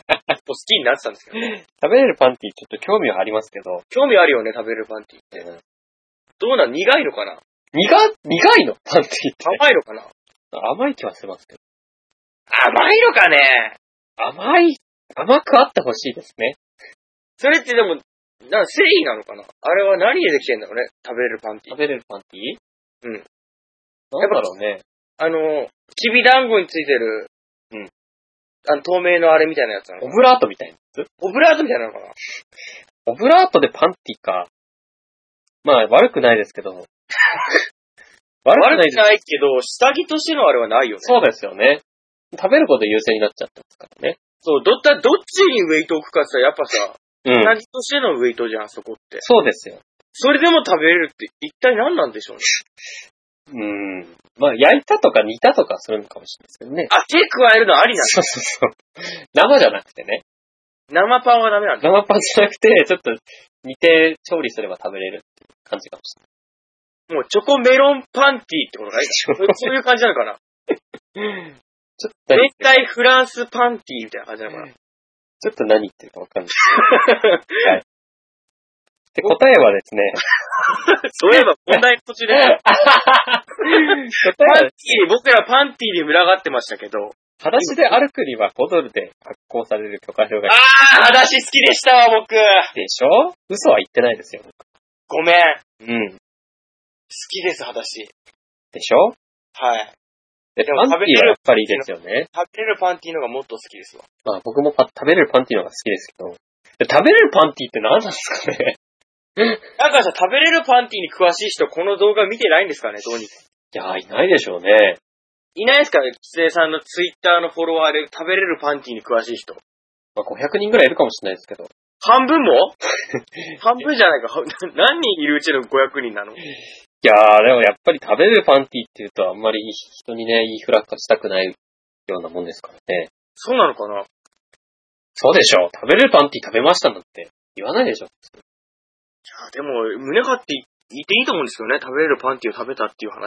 S1: 好きになってたんですけど、
S2: 食べれるパンティちょっと興味はありますけど、
S1: 興味あるよね、食べれるパンティって。どうなん苦いのかな
S2: 苦、苦いのパンティって。
S1: 甘いのかな
S2: 甘い気はしますけど。
S1: 甘いのかね
S2: 甘い、甘くあってほしいですね。
S1: それってでも、な、繊維なのかなあれは何でできてんだろうね食べれるパンティ
S2: 食。べれるパンティ
S1: うん。
S2: なんだろうね。
S1: あの、きび団子についてる、
S2: うん。
S1: あの、透明のあれみたいなやつなの
S2: オブラートみたいなやつ
S1: オブラートみたいなのかな
S2: オブラートでパンティか。まあ、悪くないですけど。悪くない
S1: 悪
S2: で
S1: く
S2: す。
S1: ないけど、下着としてのあれはないよね。
S2: そうですよね。食べること優先になっちゃってますからね。
S1: そう、どった、どっちにウェイト置くかって言ったらやっぱさ、
S2: うん。
S1: 下着としてのウェイトじゃん、そこって。
S2: そうですよ。
S1: それでも食べれるって一体何なんでしょうね。
S2: うん。まあ、焼いたとか煮たとかするのかもしれないですけどね。
S1: あ、手加えるのありなんだ。
S2: そうそうそう。生じゃなくてね。
S1: 生パンはダメなんだ。
S2: 生パンじゃなくて、ちょっと煮て調理すれば食べれるっていう感じかもし
S1: もうチョコメロンパンティってことがいい
S2: れ ない。
S1: そういう感じなのかな
S2: ちょっと
S1: 絶
S2: 何、
S1: 対フランスパンティみたいな感じなのかな
S2: ちょっと何言ってるかわかんない。 はい。で、答えはですね、
S1: そういえば問題の途中で、 パ
S2: 答え
S1: ン
S2: は
S1: テ、ィ、僕らパンティに群がってましたけど、
S2: 裸足で歩くには5ドルで発行される許可証が
S1: ああ、裸足好きでしたわ、僕。
S2: 必要でしょ嘘は言ってないですよ。
S1: ごめん。好
S2: うん。
S1: きです、裸足。
S2: でしょ
S1: はい。
S2: で、
S1: で
S2: パ
S1: も
S2: ンティ
S1: 食べれる
S2: はやっぱりいいですよね。
S1: 食べれるパンティのがもっと好きですわ。
S2: まあ僕もパ食べれるパンティの方が好きですけど、で食べれるパンティって何なんですかね
S1: なんかさ、食べれるパンティに詳しい人、この動画見てないんですかね、どうにか。
S2: いやー、いないでしょうね。
S1: いないですかね、キツネさんのツイッターのフォロワーで食べれるパンティに詳しい人。
S2: まあ500人ぐらいいるかもしれないですけど。
S1: 半分 も半分じゃないか。は 何人いるうちの500人なの
S2: いやー、でもやっぱり食べれるパンティって言うとあんまり人にね、言いふらかしたくないようなもんですからね。
S1: そうなのかな
S2: そうでしょう。食べれるパンティ食べましたなんて言わないでしょ。
S1: あでも、胸張って言っていいと思うんですよね。食べれるパンティを食べたっていう話を。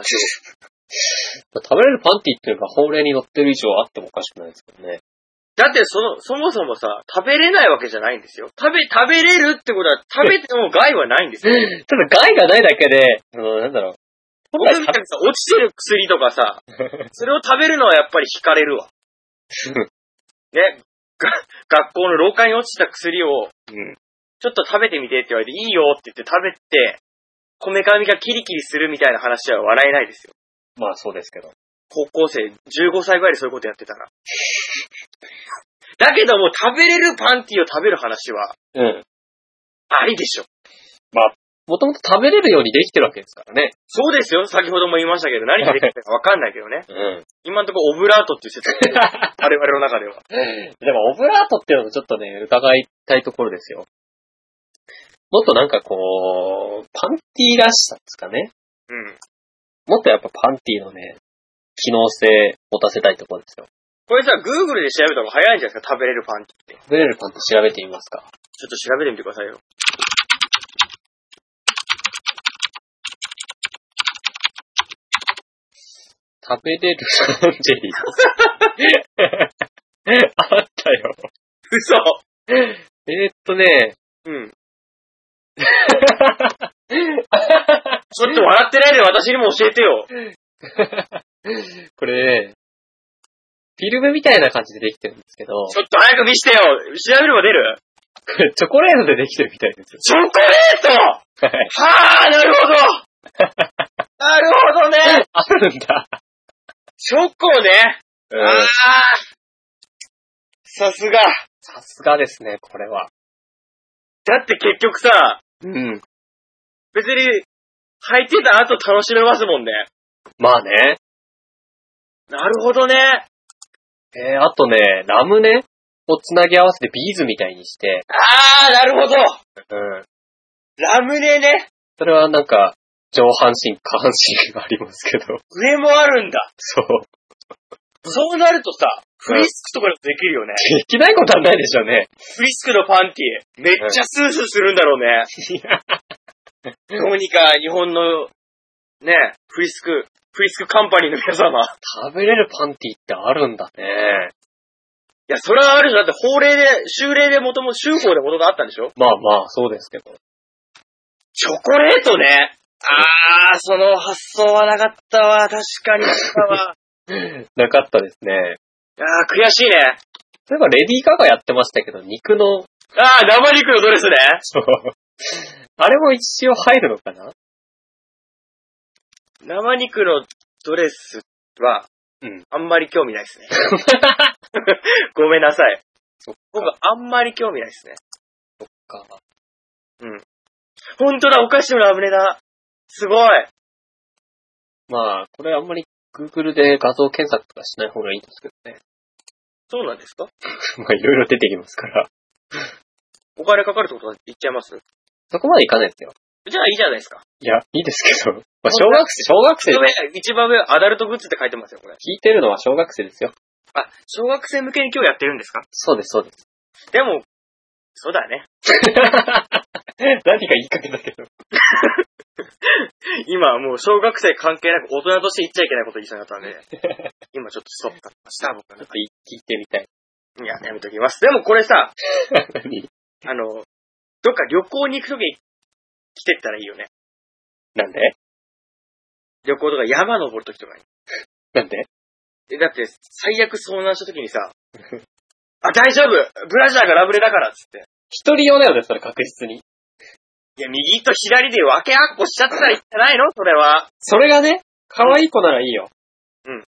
S2: まあ食べれるパンティっていうのが法令に載ってる以上あってもおかしくないですけどね。
S1: だってその、そもそもさ、食べれないわけじゃないんですよ。食べ、食べれるってことは、食べても害はないんですよ。
S2: ただ害がないだけで、あの、なんだろう。本
S1: 僕
S2: 来
S1: みたいにさ、落ちてる薬とか さ、それを食べるのはやっぱり惹かれるわ。ね、が学校の廊下に落ちた薬を、
S2: うん
S1: ちょっと食べてみてって言われて、いいよって言って食べて、こめかみがキリキリするみたいな話は笑えないですよ。
S2: まあそうですけど。
S1: 高校生、15歳ぐらいでそういうことやって たら。だけどもう食べれるパンティを食べる話は、
S2: うん。
S1: ありでしょ。
S2: もともと食べれるようにできてるわけですからね。
S1: そうですよ。先ほども言いましたけど、何ができたかわかんないけど ね。
S2: うん。
S1: 今のところオブラートっていう説 明我々の中では。
S2: でも、オブラートっていうのもちょっとね、疑いたいところですよ。もっとなんかこう、パンティーらしさですかね。
S1: うん。
S2: もっとやっぱパンティーのね、機能性持たせたいところですよ。
S1: これさ、Google で調べた方が早いんじゃないですか、食べれるパンティって。
S2: 食べれるパンティー調べてみますか。
S1: ちょっと調べてみてくださいよ。
S2: 食べれるパ ンティー。あったよ。
S1: 嘘
S2: えーっとね、
S1: うん。ちょっと笑ってないで私にも教えてよ。
S2: これね、フィルムみたいな感じでできてるんですけ ど、
S1: ちょっと早く見してよ調べれば出る
S2: これチョコレートでできてるみたいです。
S1: チョコレートは
S2: はい
S1: あ、なる ほどなるほどね
S2: あるんだ。
S1: チョコねああさすが
S2: さすがですね、これは。
S1: だって結局さ、
S2: うん。
S1: 別に、履いてた後楽しめますもんね。
S2: まあね。
S1: なるほどね。
S2: えー、あとね、ラムネをつなぎ合わせてビーズみたいにして、
S1: ああ、なるほど
S2: うん。
S1: ラムネね。
S2: それはなんか、上半身、下半身がありますけど、
S1: 上もあるんだ。
S2: そう。
S1: そうなるとさ、フリスクとかでもできるよね。
S2: できないことはないでしょうね。
S1: フリスクのパンティ、めっちゃスースーするんだろうね。どうにか日本の、ね、フリスク、フリスクカンパニーの皆様。い
S2: 食べれるパンティってあるんだね。
S1: や、それはあるじゃん。だって法令で、修例でもとも、修法でもともとあったんでしょ
S2: まあまあ、そうですけど。
S1: チョコレートね。あー、その発想はなかったわ。確かに。あわ。
S2: なかったですね。
S1: あー、悔しいね。
S2: 例えば、レディー・ガガやってましたけど、肉の、
S1: あー、生肉のドレスね。
S2: そうあれも一応入るのかな
S1: 生肉のドレスは、
S2: うん
S1: あんまり興味ない ですね。ごめんなさい。僕、あんまり興味ないですね。
S2: か。
S1: ほんとだ、お菓子のラムネだ。すごい。
S2: まあ、これあんまり Google で画像検索とかしない方がいいんですけどね。
S1: そうなんですか
S2: まあ、いろいろ出てきますから。
S1: お金かかるってことは言っちゃいます
S2: そこまでいかないですよ。
S1: じゃあいいじゃないですか。
S2: いや、いいですけど。まあ、小学生、小学生
S1: 一、番上一番上、アダルトグッズって書いてますよ、これ。
S2: 聞いてるのは小学生ですよ。
S1: あ、小学生向けに今日やってるんですか
S2: そうです、そう です。
S1: でも、そうだね。
S2: 何か言いかけだけど。
S1: 今はもう小学生関係なく大人として言っちゃいけないこと言いそうになったんで、今ちょっとストップかました、僕
S2: ちょ
S1: の
S2: っとい聞いてみたい。
S1: いや、やめときます。でもこれさ、
S2: 何
S1: あの、どっか旅行に行くときに来てったらいいよね。
S2: なんで
S1: 旅行とか山登るときとかに。
S2: なんで
S1: えだって、最悪遭難したときにさ、あ、大丈夫ブラジャーがラブレだからっつって。
S2: 一人用だよね、それ確実に。
S1: いや、右と左で分けあっこしちゃったらいいんじゃないのそれは。
S2: それがね、可愛い子ならいいよ。
S1: うん。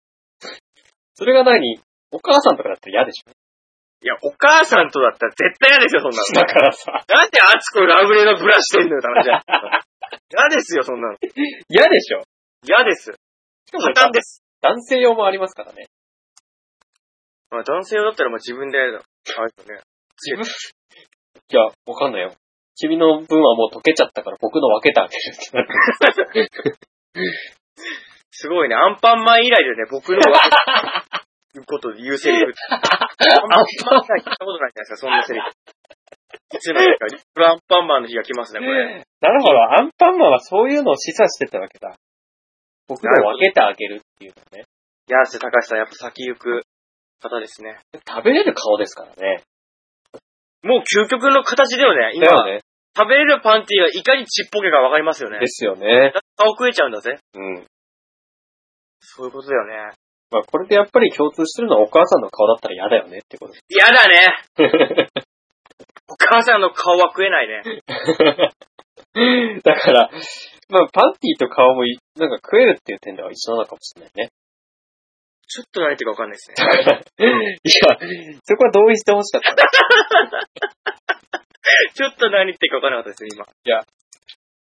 S2: それが何お母さんとかだったら嫌でしょ
S1: いや、お母さんとだったら絶対嫌ですよ、そんなの。
S2: だからさ、
S1: なんであつこラブレのブラしてんのよ、ダメじゃん。嫌ですよ、そんなの。
S2: 嫌でしょ
S1: 嫌です。破綻です。
S2: 男性用もありますからね。
S1: まあ、男性用だったらまあ自分でやるだろう。あれだね。
S2: 自分いや、わかんないよ。君の分はもう溶けちゃったから僕の分けてあげるってなる。
S1: すごいね。アンパンマン以来でね、僕のわいうことで言うセリフ。アンパンマン聞いたことないじゃないですか、そんなセリフ。いつの日か、これアンパンマンの日が来ますね、これ。
S2: なるほど。アンパンマンはそういうのを示唆してたわけだ。僕の分けてあげるっていうのね。
S1: や瀬隆さん、やっぱ先行く方ですね。
S2: 食べれる顔ですからね。
S1: もう究極の形だよね、今。
S2: だよね。
S1: 食べれるパンティがいかにちっぽけかわかりますよね
S2: で。すよね。
S1: 顔食えちゃうんだぜ。
S2: うん。
S1: そういうことだよね。
S2: まあこれでやっぱり共通してるのはお母さんの顔だったら嫌だよねってことです。
S1: 嫌だね。お母さんの顔は食えないね。
S2: だから、まあパンティと顔もいなんか食えるっていう点では一緒なのかもしれないね。
S1: ちょっと何言ってるかわかんないですね。
S2: いや、そこは同意してほしかった。
S1: ちょっと何言ってるかわかんなかったです、今。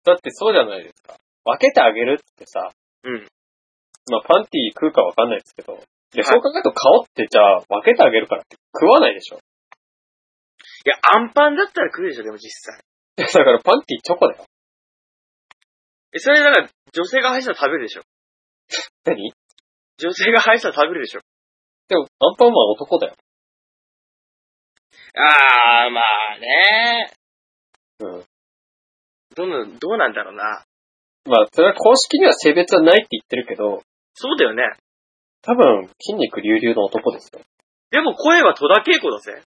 S2: だってそうじゃないですか。分けてあげるってさ、
S1: うん。
S2: まあ、パンティー食うかわかんないですけど、
S1: は
S2: で、
S1: い
S2: そう考えると顔ってじゃあ分けてあげるからって食わないでしょ。
S1: いや、アンパンだったら食うでしょ、でも実際。
S2: だからパンティーチョコだよ。
S1: え、それなら、女性が入ったら食べるでしょ。
S2: 何
S1: 女性が入ったら食べるでしょ。
S2: でも、アンパンマンは男だよ。
S1: あー、まあね。
S2: うん。
S1: どの、どうなんだろうな。
S2: まあ、それは公式には性別はないって言ってるけど、
S1: そうだよね。
S2: 多分、筋肉隆々の男ですよ。
S1: でも声は戸田恵子だぜ。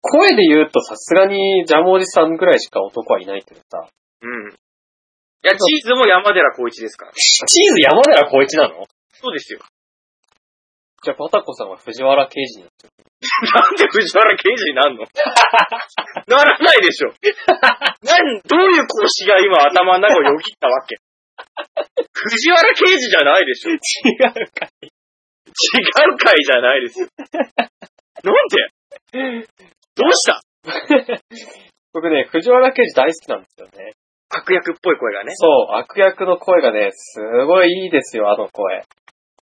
S2: 声で言うとさすがにジャムおじさんぐらいしか男はいないけどさ、
S1: うん。いや、チーズも山寺宏一ですから。
S2: チーズ山寺宏一なの
S1: そうですよ。
S2: じゃあ、パタコさんは藤原刑事に。
S1: なんで藤原刑事になんのならないでしょ。なん、どういう講師が今頭の中をよぎったわけ藤原刑事じゃないでしょ。違
S2: 違うか。
S1: う回じゃないですよ。なんでどうした
S2: 僕ね、藤原刑事大好きなんですよね。
S1: 悪役っぽい声がね。
S2: そう、悪役の声がね、すごいいいですよ、あの声。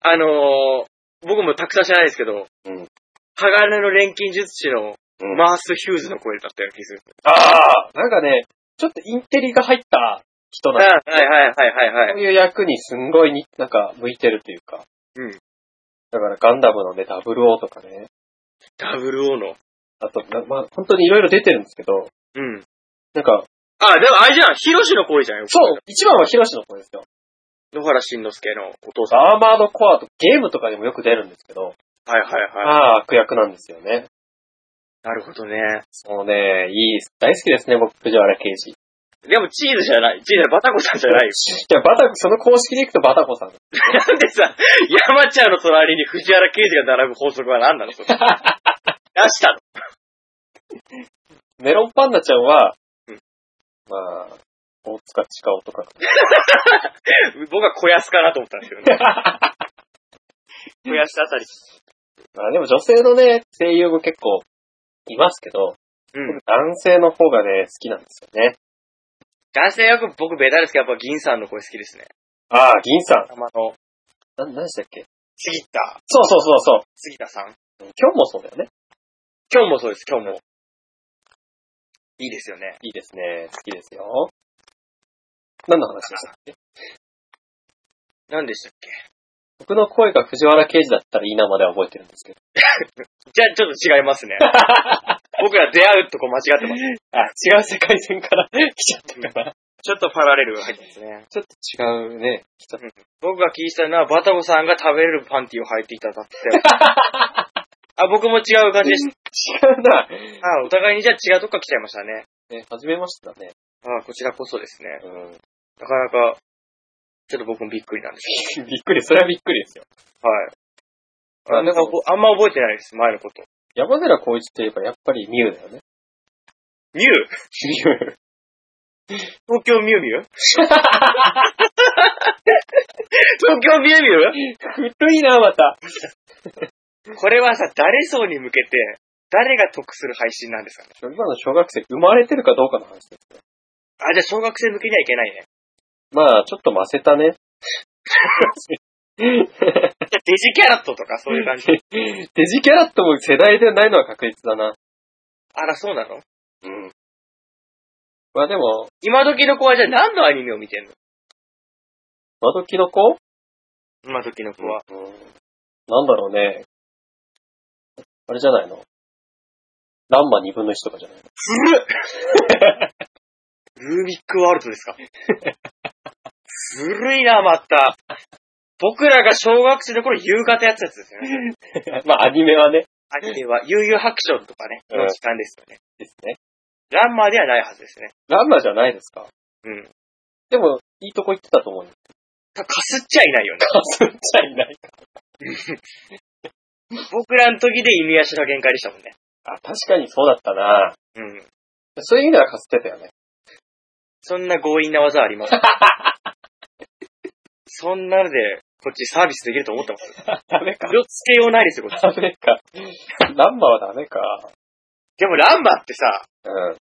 S1: あのー、僕もたくさん知らないですけど、
S2: うん
S1: 鋼の錬金術師の
S2: うん
S1: マース・ヒューズの声だったような気がする。
S2: ああなんかね、ちょっとインテリが入った人
S1: あ
S2: なんで
S1: はいはいはいはいは
S2: そう
S1: い。
S2: いう役にすんごいに、なんか、向いてるというか。
S1: うん
S2: だから、ガンダムのね、00とかね。
S1: ダブル O の。
S2: あと、なまあ、本当にいろいろ出てるんですけど、
S1: うん。
S2: なんか、
S1: あ、でもあれじゃん、ヒロシの声じゃんよ。
S2: そう、一番はヒロシの声ですよ。
S1: 野原慎之介のお父さん。
S2: アーマードコアとゲームとかにもよく出るんですけど、
S1: はいはいはい。
S2: ああ、悪役なんですよね。
S1: なるほどね。
S2: そうね、いい、大好きですね、僕、藤原刑事。い
S1: でもチーズじゃない。チーズはバタコさんじゃない よ。
S2: や、バタコ、その公式でいくとバタコさん。
S1: なんでさ、山ちゃんの隣に藤原刑事が並ぶ法則は何なの それ出したの
S2: メロンパンナちゃんは
S1: うん、
S2: まあ、大塚千かおとか。
S1: 僕は小安かなと思ったんですけど ね。小安あたり。
S2: まあでも女性のね、声優も結構いますけど、
S1: うん。
S2: 男性の方がね、好きなんですよね。
S1: 男性役僕ベタですけど、やっぱ銀さんの声好きですね。
S2: ああ、銀さ
S1: たまの。
S2: ん。な、何でしたっけ
S1: 杉田。
S2: そうそうそうそう。
S1: 杉田さん。
S2: 今日もそうだよね。
S1: 今日もそうです、今日も。いいですよね。
S2: いいですね。好きですよ。何の話でしたっけ
S1: 何でしたっけ
S2: 僕の声が藤原刑事だったらいいなまでは覚えてるんですけど。
S1: じゃあちょっと違います ね。僕ら出会うとこ間違って ます。
S2: あ、違う世界線から 来ちゃったから。
S1: ちょっとパラレルが入ってますね。
S2: ちょっと違うね。来ちゃっ
S1: 僕が聞いたのは、バタコさんが食べれるパンティを履いていた だって。あ、僕も違う感じでした。
S2: た。違うな。
S1: あ、お互いにじゃあ違うとこから来ちゃいましたね。
S2: ね、初めましてだね。
S1: あ、こちらこそですね。
S2: う
S1: なかなか、ちょっと僕もびっくりなんです
S2: ん。 びっくり、それはびっくりですよ。
S1: けど。はい。あ
S2: あ
S1: なんかこうあんま覚えてないです、前のこと。
S2: 山寺宏一といえばやっぱりミュウだよね。
S1: ミュウ
S2: ミュウ。
S1: 東京ミュウミ ュウ東京ミュウミュウ
S2: 古いな、また。
S1: これはさ、誰層に向けて、誰が得する配信なんですかね。
S2: 今の小学生、生まれてるかどうかの話です。
S1: あ、じゃあ小学生向けにはいけないね。
S2: まあ、ちょっとませた ね。
S1: じゃあデジキャラットとかそういう感じ。
S2: デジキャラットも世代でないのは確実だな。
S1: あら、そうなの
S2: うん。まあでも、
S1: 今時の子はじゃあ何のアニメを見てんの
S2: 今時の子
S1: 今時の子は。
S2: うん。なんだろうね。あれじゃないのランマ二分の一とかじゃないの
S1: ルービックワールドですかずるいな、また。僕らが小学生の頃夕方やってたやつですよね。
S2: まあ、アニメはね。
S1: アニメは、悠々白書とかね、
S2: うん
S1: の時間ですよね。
S2: ですね。
S1: ランマーではないはずですね。
S2: ランマじゃないですか。
S1: うん。
S2: でも、いいとこ行ってたと思うんです。
S1: たかすっちゃいないよね。
S2: かすっちゃいない。
S1: 僕らの時で犬足の限界でしたもんね。
S2: あ、確かにそうだったな。
S1: うん。
S2: そういう意味ではかすってたよね。
S1: そんな強引な技はあります。 そんなので、こっちサービスできると思ってます。
S2: ダメか。
S1: 色つけようないですよ、こっち。
S2: ダメか。ランマはダメか。
S1: でもランマってさ、
S2: うん。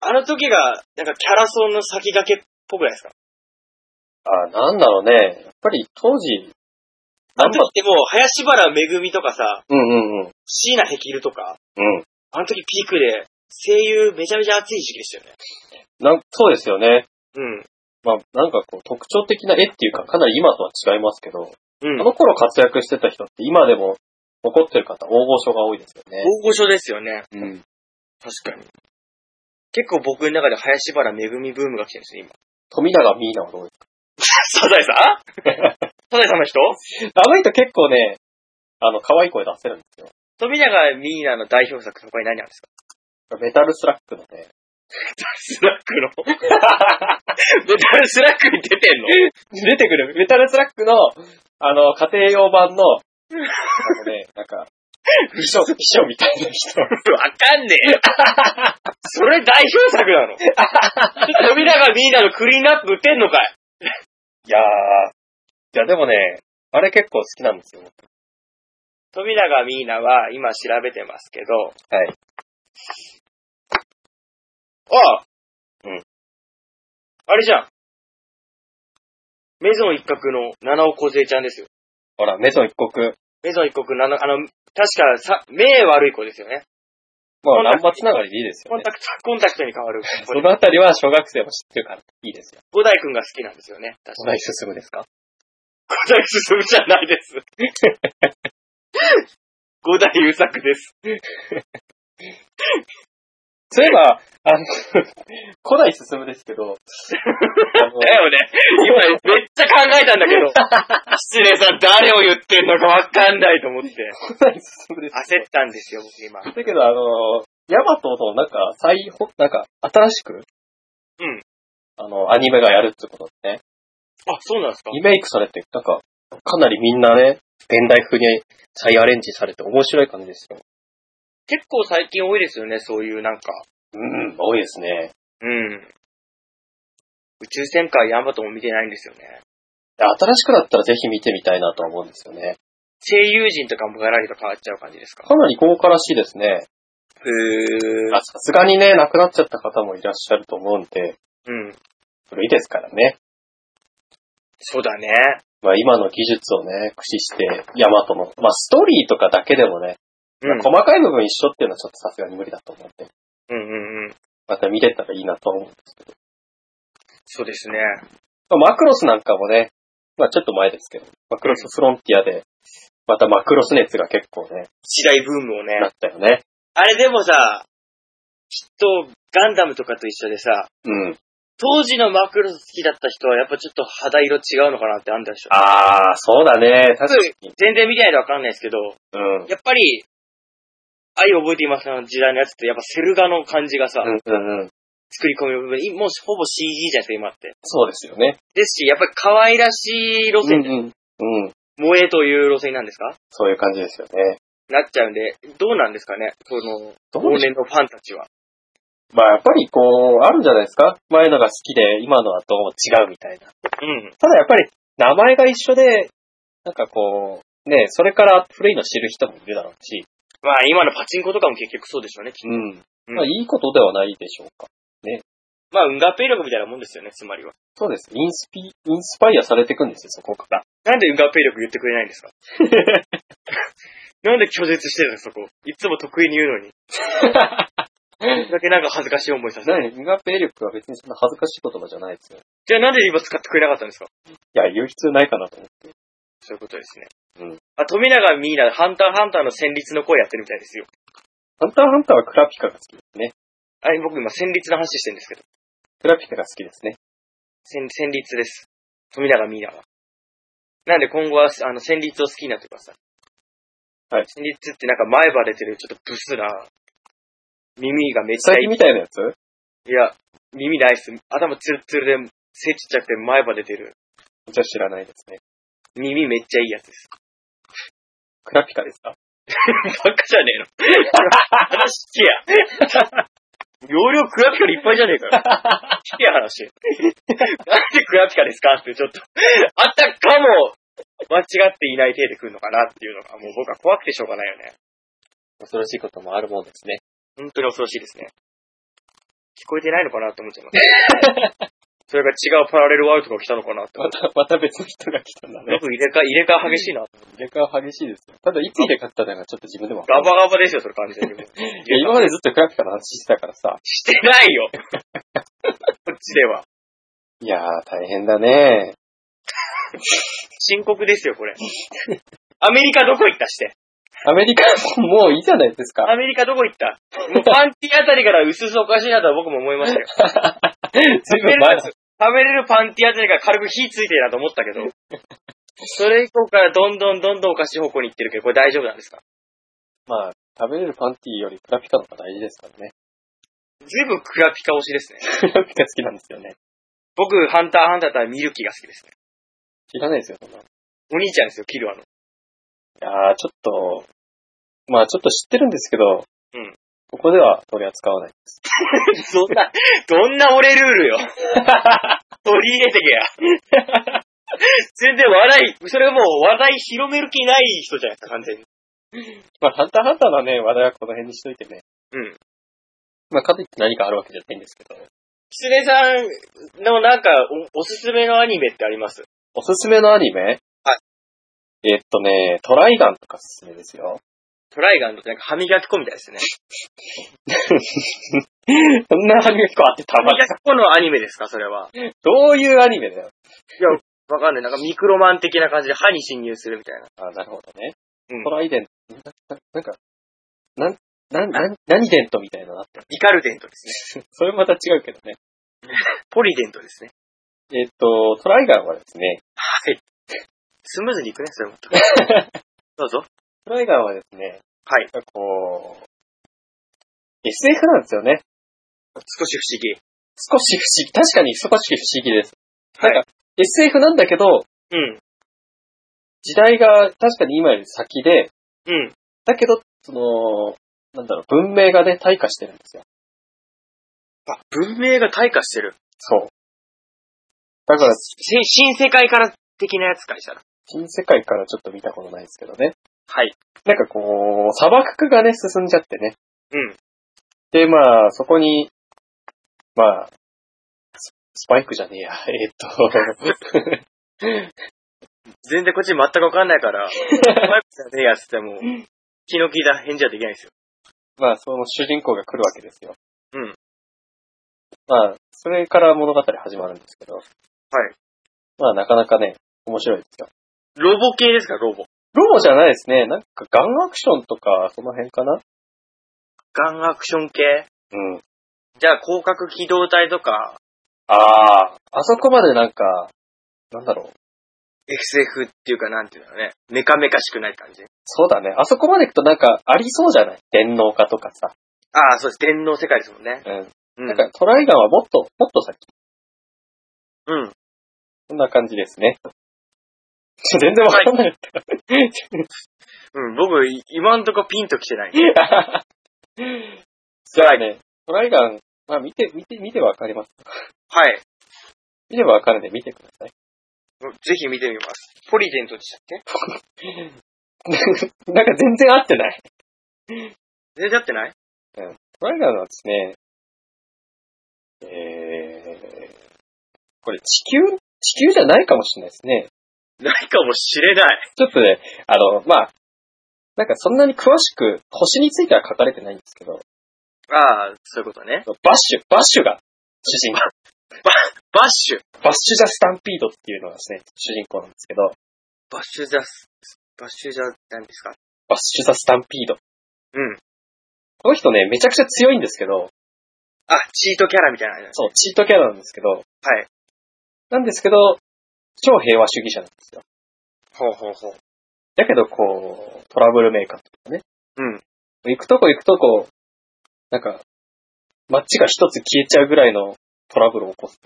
S1: あの時が、なんかキャラソンの先駆けっぽくないですか
S2: あ、なんだろうね。やっぱり当時、
S1: あ
S2: ラ
S1: の
S2: ンマ、
S1: 時ってもう、林原めぐみとかさ、
S2: うんうんうん。
S1: 椎名ヘキルとか、
S2: うん。
S1: あの時ピークで、声優めちゃめちゃ熱い時期でしたよね。
S2: なんそうですよね。
S1: うん。
S2: まあ、なんかこう、特徴的な絵っていうか、かなり今とは違いますけど、
S1: うん。
S2: あの頃活躍してた人って今でも残ってる方、大御所が多いですよね。
S1: 大御所ですよね。
S2: うん。
S1: 確かに。結構僕の中で林原めぐみブームが来てるんですよ、今。
S2: 富永美奈はどうです
S1: サザエさん サザエさんの人
S2: かあの人結構ね、あの、可愛い声出せるんですよ。
S1: 富永ミーナの代表作、他に何なんですか
S2: メタルスラックのね、
S1: スナックの。メタルスラックに出てんの
S2: 出てくる、メタルスラックの、あの、家庭用 版の、あのね、なんか、秘書、秘書みたいな人。
S1: わかんねえよ。それ代表作なの。富永リーダーのクリーンアップ売ってんのかい
S2: いやー、いやでもね、あれ結構好きなんですよ。
S1: 富永ミーナは今調べてますけど。
S2: はい。
S1: ああ
S2: うん。
S1: あれじゃん。メゾン一角の七尾小杖ちゃんですよ。
S2: ほら、メゾン一国、
S1: メゾン一国七、あの、確かさ、目悪い子ですよね。
S2: も
S1: コ
S2: う
S1: ンタク
S2: 乱
S1: ト
S2: 馬つながりでいいです
S1: コ
S2: よ
S1: ン
S2: ね。
S1: タクト、コンタクトに変わる子
S2: そ
S1: で。
S2: のあたりは小学生も知ってるから、いいですよ。
S1: 五代くんが好きなんですよね。確
S2: 小
S1: か
S2: 田
S1: に。
S2: 井進ですか
S1: 五代進じゃない です。五代優作です。
S2: そういえば、あの、 古代進です けど、あの
S1: だよね。今、めっちゃ考えたんだけど、失礼さん誰を言ってんのかわかんないと思って。
S2: 古代進ですけど
S1: 焦ったんですよ、僕今。
S2: だけど、あの、ヤマトのなんか、再ほ、なんか、新しく、
S1: うん。
S2: あの、アニメがやるってことでね、
S1: あ、そうなんですか
S2: リメイクされて、なんか、かなりみんなね、現代風に再アレンジされて面白い感じですよ。
S1: 結構最近多いですよね、そういうなんか。
S2: うん、多いですね。
S1: うん。宇宙戦艦ヤンバトも見てないんですよね。
S2: 新しくなったらぜひ見てみたいなとは思うんですよね。
S1: 声優陣とかもガラリと変わっちゃう感じですか
S2: かなり豪華らしいですね。
S1: へー
S2: まあさすがにね、亡くなっちゃった方もいらっしゃると思うんで、
S1: うん。
S2: 古いですからね。
S1: そうだね。
S2: まあ今の技術をね、駆使して、ヤマトの、まあストーリーとかだけでもね、
S1: うん。
S2: 細かい部分一緒っていうのはちょっとさすがに無理だと思って、
S1: うんうんうん。
S2: また見れたらいいなと思う。
S1: そうですね。
S2: まあマクロスなんかもね、まあちょっと前ですけど、マクロスフロンティアで、またマクロス熱が結構ね、
S1: 一大ブームをね
S2: な。ったよね。
S1: あれでもさ、きっとガンダムとかと一緒でさ、
S2: うん。
S1: 当時のマクロス好きだった人はやっぱちょっと肌色違うのかなってあんだでしょ。
S2: あー、そうだね。確かに。
S1: 全然見てないとわかんないですけど、
S2: うん。
S1: やっぱり、愛を覚えていますの時代のやつってやっぱセル画の感じがさ、
S2: うんうんうん。
S1: 作り込みの部分、いもうほぼ CG じゃないですか、今って。
S2: そうですよね。
S1: ですし、やっぱり可愛らしい路線、
S2: うんうん。うん。
S1: 萌えという路線なんですか
S2: そういう感じですよね。
S1: なっちゃうんで、どうなんですかね、その、
S2: どう
S1: 往
S2: でし
S1: 年
S2: ょ
S1: のファンたちは。
S2: うまあやっぱりこう、あるんじゃないですか前のが好きで、今のはどうも違うみたいな。
S1: うん。
S2: ただやっぱり、名前が一緒で、なんかこう、ね、それから古いの知る人もいるだろうし、
S1: まあ今のパチンコとかも結局そうでしょうね、きっと
S2: うん。
S1: うん
S2: まあいいことではないでしょうか。
S1: まあ運河ペイ力みたいなもんですよね、つまりは。
S2: そうです。インスピ、インスパイアされていくんですよ、そこ から。
S1: なんで運河ペイ力言ってくれないんですか なんで拒絶してるの、そこ。いつも得意に言うのに。だけなんか恥ずかしい思いさせる。
S2: ね、無合兵力は別にそんな恥ずかしい言葉じゃないですよ。い
S1: じゃあなんで今使ってくれなかったんですか
S2: や、言う必要ないかなと思って。
S1: そういうことですね。
S2: うん
S1: あ、富永ミーナ、ハンターハンターの戦慄の声やってるみたいですよ。
S2: ハンターハンターはクラピカが好きですね。
S1: あれ、僕今戦慄の話してるんですけど。
S2: クラピカが好きですね。
S1: 戦、戦慄です。富永ミーナは。なんで今後は、あの、戦慄を好きになってください。
S2: はい
S1: 戦慄ってなんか前歯出てる、ちょっとブスな、耳がめっちゃ
S2: 最
S1: い
S2: 近みたいなやつ
S1: い。いや、耳ないっす。頭ツルツルで、背ちっちゃくて前歯出てる。
S2: じゃあ知らないですね。
S1: 耳めっちゃいいやつです。
S2: クラピカですか
S1: バカじゃねえの。話聞けや。容量クラピカでいっぱいじゃねえから。聞けや話。なんでクラピカですかってちょっと、あったかも、間違っていない体で来るのかなっていうのが、もう僕は怖くてしょうがないよね。
S2: 恐ろしいこともあるもんですね。
S1: 本当に恐ろしいですね。聞こえてないのかなって思っちゃいます。それが違うパラレルワールドが来たのかなって思
S2: ま
S1: って。
S2: た、また別の人が来たんだ
S1: よ
S2: ね。
S1: く入れ替え、入れ替え激しいな。
S2: 入れ替わ激しいですよ。ただ、いつ入れ替わったのかちょっと自分でも分か
S1: ガ
S2: んない。
S1: バガバですよ、それ完全に。
S2: いや、今までずっとクラピカの話してたからさ。
S1: してないよ。こっちでは。
S2: いやー、大変だね。
S1: 深刻ですよ、これ。アメリカどこ行ったして。
S2: アメリカ、もういいじゃないですか。
S1: アメリカどこ行ったもうパンティあたりから薄々おかしいなとは僕も思いましたよ。
S2: 随分前だ
S1: 食べれるパンティあたりから軽く火ついてるなと思ったけど、それ以降からどんどんどんどんおかしい方向に行ってるけど、これ大丈夫なんですか
S2: まあ、食べれるパンティよりクラピカの方が大事ですからね。
S1: ずいぶんクラピカ推しですね。
S2: クラピカ好きなんですよね。
S1: 僕、ハンターハンターだったらミルキーが好きです。
S2: 知らないですよ、そんな。い
S1: お兄ちゃんですよ、キルアの。
S2: やー、ちょっと、まあちょっと知ってるんですけど、
S1: うん
S2: ここでは取り扱わない。
S1: そんな、どんな俺ルール よ。取り入れてけや。 全然笑い、それはもう話題広める気ない人じゃないですか、完全に。
S2: まあハンターハンターのね、話題はこの辺にしといてね。
S1: うん。
S2: まあかといって何かあるわけじゃないんですけど、
S1: キツネさんのなんかお、おすすめのアニメってあります
S2: おすすめのアニメ
S1: はい。
S2: えっとね、トライガンとかおすすめですよ。
S1: トライガンとなんか歯磨き粉みたいですね。
S2: そんな歯磨き粉あって た
S1: 歯
S2: ま
S1: 磨
S2: らん
S1: き粉のアニメですか、それは。
S2: どういうアニメだよ。
S1: わかんない。なんかミクロマン的な感じで歯に侵入するみたいな。
S2: あ、なるほどね。
S1: うん
S2: トライデント。なななんか、なん、なん、なん、何デントみたいななって。
S1: ビカルデントですね。
S2: それまた違うけどね。
S1: ポリデントですね。
S2: えっと、トライガンはですね、
S1: はい。スムーズにいくね、そ れも。どうぞ。
S2: トライガンはですね、
S1: はい。
S2: なんかこう、SF なんですよね。
S1: 少し不思議。
S2: 少し不思議。確かに少し不思議です。
S1: はい
S2: なんか SF なんだけど、
S1: うん。
S2: 時代が確かに今より先で、
S1: うん。
S2: だけど、その、なんだろう、文明がね、退化してるんですよ。
S1: あ、文明が退化してる。
S2: そう。だから、
S1: せ新世界から的なやつかいしたら。
S2: 新世界からちょっと見たことないですけどね。
S1: はい。
S2: なんかこう、砂漠がね、進んじゃってね。
S1: うん。
S2: で、まあ、そこに、まあ、ススパイクじゃねえや。 えーっと、
S1: 全然こっち全くわかんない から、怖いことねえやつってもう、気の利いた返事はできないですよ。
S2: まあ、その主人公が来るわけですよ。
S1: うん。。
S2: まあ、それから物語始まるんですけど。はいまあ、なかなかね、面白いですよ。
S1: ロボ系ですか、ロボ。
S2: ロボじゃないですね。なんかガンアクションとか、その辺かな
S1: ガンアクション系
S2: うん。
S1: じゃあ、広角機動隊とか、
S2: ああ。あそこまでなんか、なんだろう。
S1: SF っていうか、なんていうのね、メカメカしくない感じ。
S2: そうだね。あそこまで行くとなんかありそうじゃない電脳化とかさ。
S1: ああ、そうです。電脳世界ですもんね。
S2: うん。
S1: うん。
S2: なんかトライガンはもっと、もっと先。
S1: うん。
S2: こんな感じですね。 ちょ全然わかんない。
S1: うん、僕、い今んとこピンときてない。
S2: じゃあね、トライガン、まあ見て、見て、見てわかります。
S1: はい。
S2: 見ればわかるんで見てください。
S1: ぜひ見てみます。ポリデントでしたっけ
S2: なんか全然合ってない。
S1: 全然合ってない
S2: トライガンはですね、えー、これ地球、地球じゃないかもしれないですね。
S1: ないかもしれない。
S2: ちょっとね、あの、まあ、なんかそんなに詳しく星については書かれてないんですけど、
S1: ああ、そういうことね。
S2: バッシュ、バッシュが主人公。
S1: バッシュ。
S2: バッシュ・ザ・スタンピードっていうのがですね、主人公なんですけど、
S1: バッシュザス、バッシュザ、何ですか
S2: バッシュ・ザ・スタンピード。
S1: うん。
S2: この人ね、めちゃくちゃ強いんですけど、
S1: あ、チートキャラみたいな。
S2: そう、チートキャラなんですけど、
S1: はい。
S2: なんですけど、超平和主義者なんですよ。
S1: ほうほうほう。
S2: だけど、こう、トラブルメーカーとかね。
S1: うん。
S2: 行くとこ行くとこ、なんか、街が一つ消えちゃうぐらいのトラブルを起こす。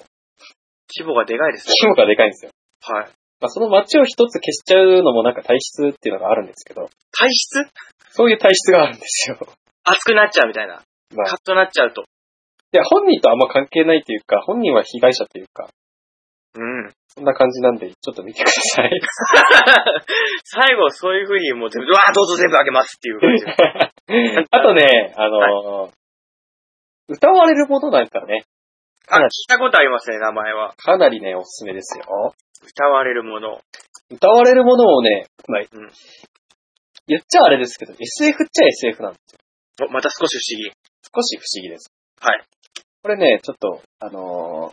S1: 規模がでかいですね。
S2: 規模がでかいんですよ
S1: はい。
S2: まあ、その街を一つ消しちゃうのもなんか体質っていうのがあるんですけど、
S1: 体質
S2: そういう体質があるんですよ。
S1: 熱くなっちゃうみたいな。
S2: ま
S1: カ
S2: あ
S1: ッ、となっちゃうと。
S2: で、本人とあんま関係ないというか、本人は被害者というか、
S1: うん。
S2: そんな感じなんで、ちょっと見てください。
S1: 最後、そういう風にもう全部、うわあ、どうぞ全部開けますっていう感 じ。
S2: あとね、あのー歌われるものなんかね、
S1: あ、聞いたことありますね、名前は。
S2: かなりね、おすすめですよ。
S1: 歌われるもの。
S2: 歌われるものをね、まあ
S1: うん
S2: 言っちゃあれですけど、SF っちゃ SF なんで
S1: おまた少し不思議。
S2: 少し不思議です。
S1: はい。
S2: これね、ちょっと、あのー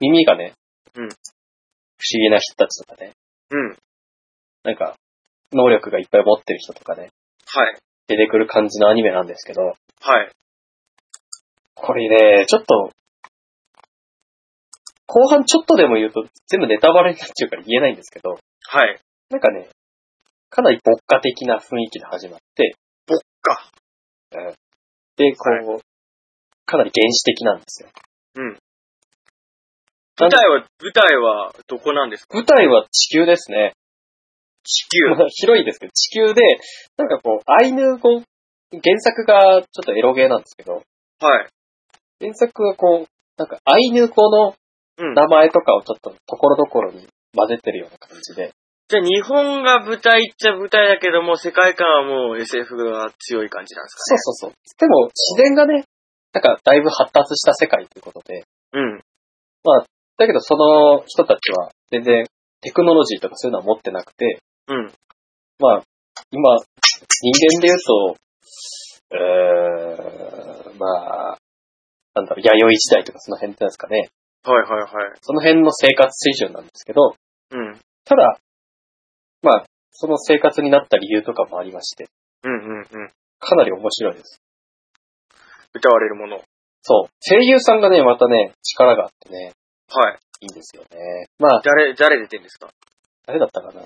S2: 耳がね、
S1: うん
S2: 不思議な人たちとかね、
S1: うん。
S2: なんか、能力がいっぱい持ってる人とかね、
S1: はい。
S2: 出てくる感じのアニメなんですけど、
S1: はい。
S2: これね、ちょっと、後半ちょっとでも言うと全部ネタバレになっちゃうから言えないんですけど、
S1: はい。
S2: なんかね、かなり牧歌的な雰囲気で始まって、
S1: 牧歌
S2: うん。で、こう、かなり原始的なんですよ。
S1: うん。舞台は、舞台はどこなんですか
S2: 舞台は地球ですね。
S1: 地 球。
S2: まあ広いですけど、地球で、なんかこう、アイヌ語、原作がちょっとエロゲーなんですけど、
S1: はい。
S2: 原作はこう、なんかアイヌ語の
S1: うん。
S2: 名前とかをちょっとところどころに混ぜてるような感じで、
S1: じゃあ日本が舞台っちゃ舞台だけども、世界観はもう SF が強い感じなんです
S2: そうそうそう。でも自然がね、なんかだいぶ発達した世界ということ
S1: か
S2: で、
S1: ね。うん。
S2: だけどその人たちは全然テクノロジーとかそういうのは持ってなくて、
S1: うん。
S2: まあ、今、人間で言うと、えー、まあ、なんだろう、弥生時代とかその辺ってなんですかね。
S1: はいはいはい。
S2: その辺の生活水準なんですけど、
S1: うん。
S2: ただ、まあ、その生活になった理由とかもありまして、
S1: うんうんうん。
S2: かなり面白いです。
S1: 歌われるもの。
S2: そう。声優さんがね、またね、力があってね、
S1: はい。
S2: いいんですよね。まあ、
S1: 誰、誰出てんですか
S2: 誰だったかな。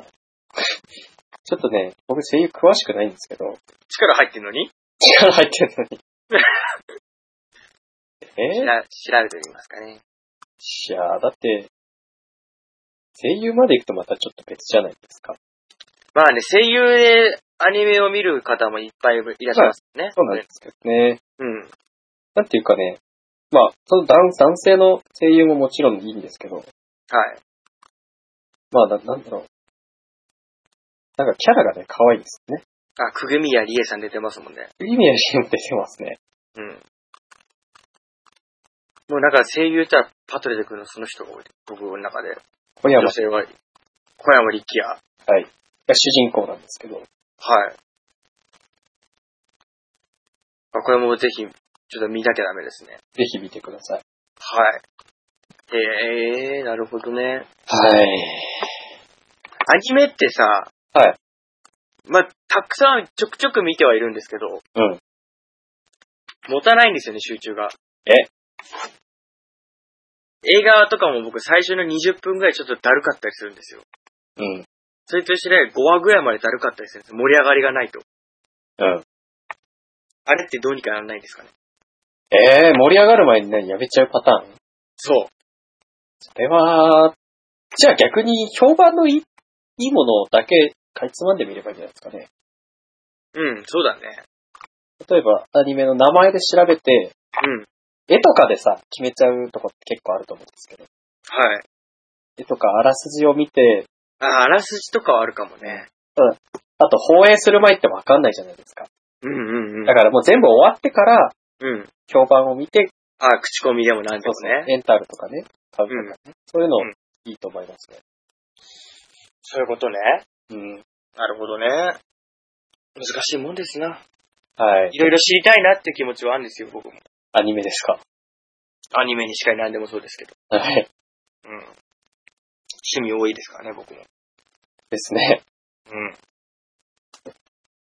S2: ちょっとね、僕声優詳しくないんですけど、
S1: 力入ってんのに
S2: 力入ってる のに。えー
S1: ら調べてみますかね。
S2: いやー、だって、声優まで行くとまたちょっと別じゃないですか。
S1: まあね、声優でアニメを見る方もいっぱいいらっしゃいますね。
S2: そうなんですけどね。
S1: うん。
S2: なんていうかね、まあ、その男男性の声優ももちろんいいんですけど、
S1: はい。
S2: まあ、ななんだろう。なんかキャラがね、可愛いですね。
S1: あ、くぐみやりえさん出てますもんね。
S2: 意味やりも出てますね。
S1: うん。もうなんか声優って言ったらパッと出てくるのその人が多い。僕の中で。
S2: 小山
S1: 女
S2: が
S1: 性は小山力也。
S2: 主人公なんですけど、
S1: はい。あこれもぜひ、ちょっと見なきゃダメですね。
S2: ぜひ見てください。
S1: はい。えー、なるほどね。
S2: は
S1: ア
S2: い。
S1: ニメってさ、
S2: はい。
S1: まあ、たくさんちょくちょく見てはいるんですけど、
S2: うん。
S1: 持たないんですよね、集中が。
S2: え
S1: 映画とかも僕最初の20分ぐらいちょっとだるかったりするんですよ。
S2: うん。
S1: それと一緒で5話ぐらいまでだるかったりするんです盛り上がりがないと。
S2: うん。
S1: あれってどうにかならないんですかね。
S2: えー、盛り上がる前に何やめちゃうパターン
S1: そう。
S2: それは、じゃあ逆に評判のいいいいものだけかいつまんでみればいいんじゃないですかね。
S1: うん、そうだね。
S2: 例えばアニメの名前で調べて、
S1: うん。
S2: 絵とかでさ、決めちゃうとこって結構あると思うんですけど、
S1: はい。
S2: 絵とかあらすじを見て、
S1: あ、あらすじとかはあるかもね。
S2: あと放映する前ってわかんないじゃないですか。
S1: うんうんうん。
S2: だからもう全部終わってから、
S1: うん。
S2: 評判を見て、
S1: あ、口コミでもなんでもね。
S2: レンタルとかね、買うとかね、そういうの
S1: うん
S2: いいと思いますね。
S1: そういうことね。
S2: うん。
S1: なるほどね。難しいもんですな。
S2: はい。
S1: いろいろ知りたいなって気持ちはあるんですよ、僕も。
S2: アニメですか。
S1: アニメにしかいなんでもそうですけど。
S2: はい。
S1: うん。趣味多いですからね、僕も。
S2: ですね。
S1: うん。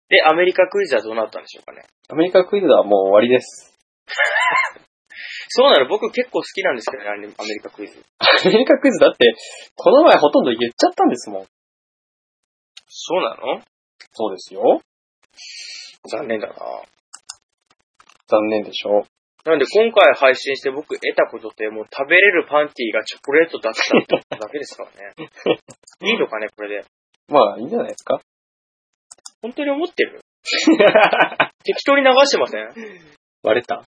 S1: で、アメリカクイズはどうなったんでしょうかね。
S2: アメリカクイズはもう終わりです。
S1: そうなの、僕結構好きなんですけどね、アメリカクイズ。
S2: アメリカクイズだって、この前ほとんど言っちゃったんですもん。
S1: そうなの
S2: そうですよ。
S1: 残念だな。
S2: 残念でしょう。
S1: なんで今回配信して僕得たことってもう食べれるパンティがチョコレートだったってことだけですから ね。いいのかね、これで。
S2: まあ、いいんじゃないですか。
S1: 本当に思って る適当に流してません
S2: 割れた。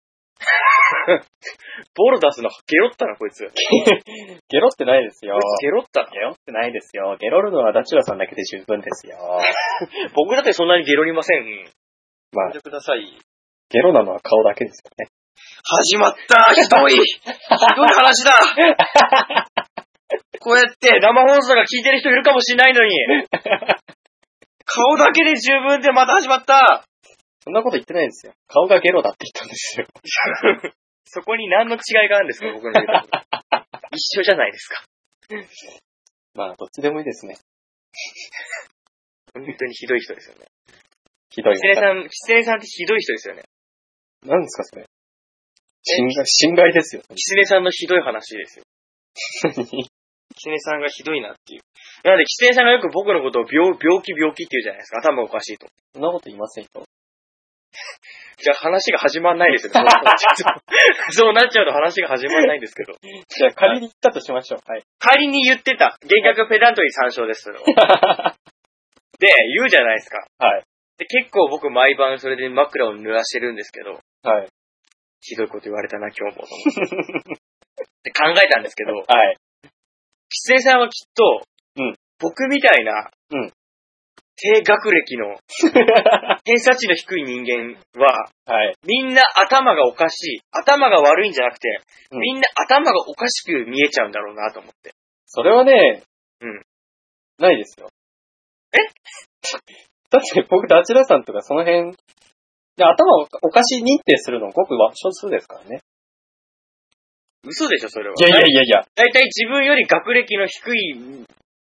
S1: ボロ出すのゲロったな、こいつ。
S2: ゲロってないですよ
S1: こい。つゲロったな。
S2: ゲロってないですよ。ゲロるのはダチュラさんだけで十分ですよ。
S1: 僕だってそんなにゲロりません。
S2: ま
S1: やっ、
S2: あ
S1: てください。
S2: ゲロなのは顔だけですよね。
S1: 始まったひどいひどい話 だこうやって生放送が聞いてる人いるかもしれないのに顔だけで十分でまた始まった
S2: そんなこと言ってないですよ。顔がゲロだって言ったんですよ。
S1: そこに何の違いがあるんですか僕の言う こと一緒じゃないですか。
S2: まあ、どっちでもいいですね。
S1: 本当にひどい人ですよね。
S2: ひどい
S1: キツネ
S2: な。
S1: さん、キツネさんってひどい人ですよね。
S2: 何ですか、それ。侵害、侵害ですよ。
S1: キツネさんのひどい話です よ。キツネさんがひどいなっていう。なので、キツネさんがよく僕のことを病病気病気って言うじゃないですか。頭おかしいと。
S2: そんなこと言いませんよ。
S1: じゃあ話が始まんないですよ。そう なっちゃうとそうなっちゃうと話が始まんないんですけど。
S2: じゃあ仮に言ったとしましょう。はい。
S1: 仮に言ってた。幻覚ペダントリー参照です。それをで、 言うじゃないですか。
S2: はい。
S1: で、結構僕毎晩それで枕を濡らしてるんですけど、
S2: はい。
S1: ひどいこと言われたな、今日 も。で考えたんですけど、
S2: はい。
S1: 出演さんはきっと、
S2: うん
S1: 僕みたいな、
S2: うん
S1: 低学歴 の、偏差値の低い人間は、
S2: はい。
S1: みんな頭がおかしい。頭が悪いんじゃなくて、
S2: うん
S1: みんな頭がおかしく見えちゃうんだろうなと思って。
S2: それはね、
S1: うん。
S2: ないですよ。
S1: え
S2: だって僕とあちらさんとかその辺、で頭をおかしい認定するのごくわ少数ですからね。
S1: 嘘でしょ、それは。
S2: いやいやいやいや。
S1: だいたい自分より学歴の低い、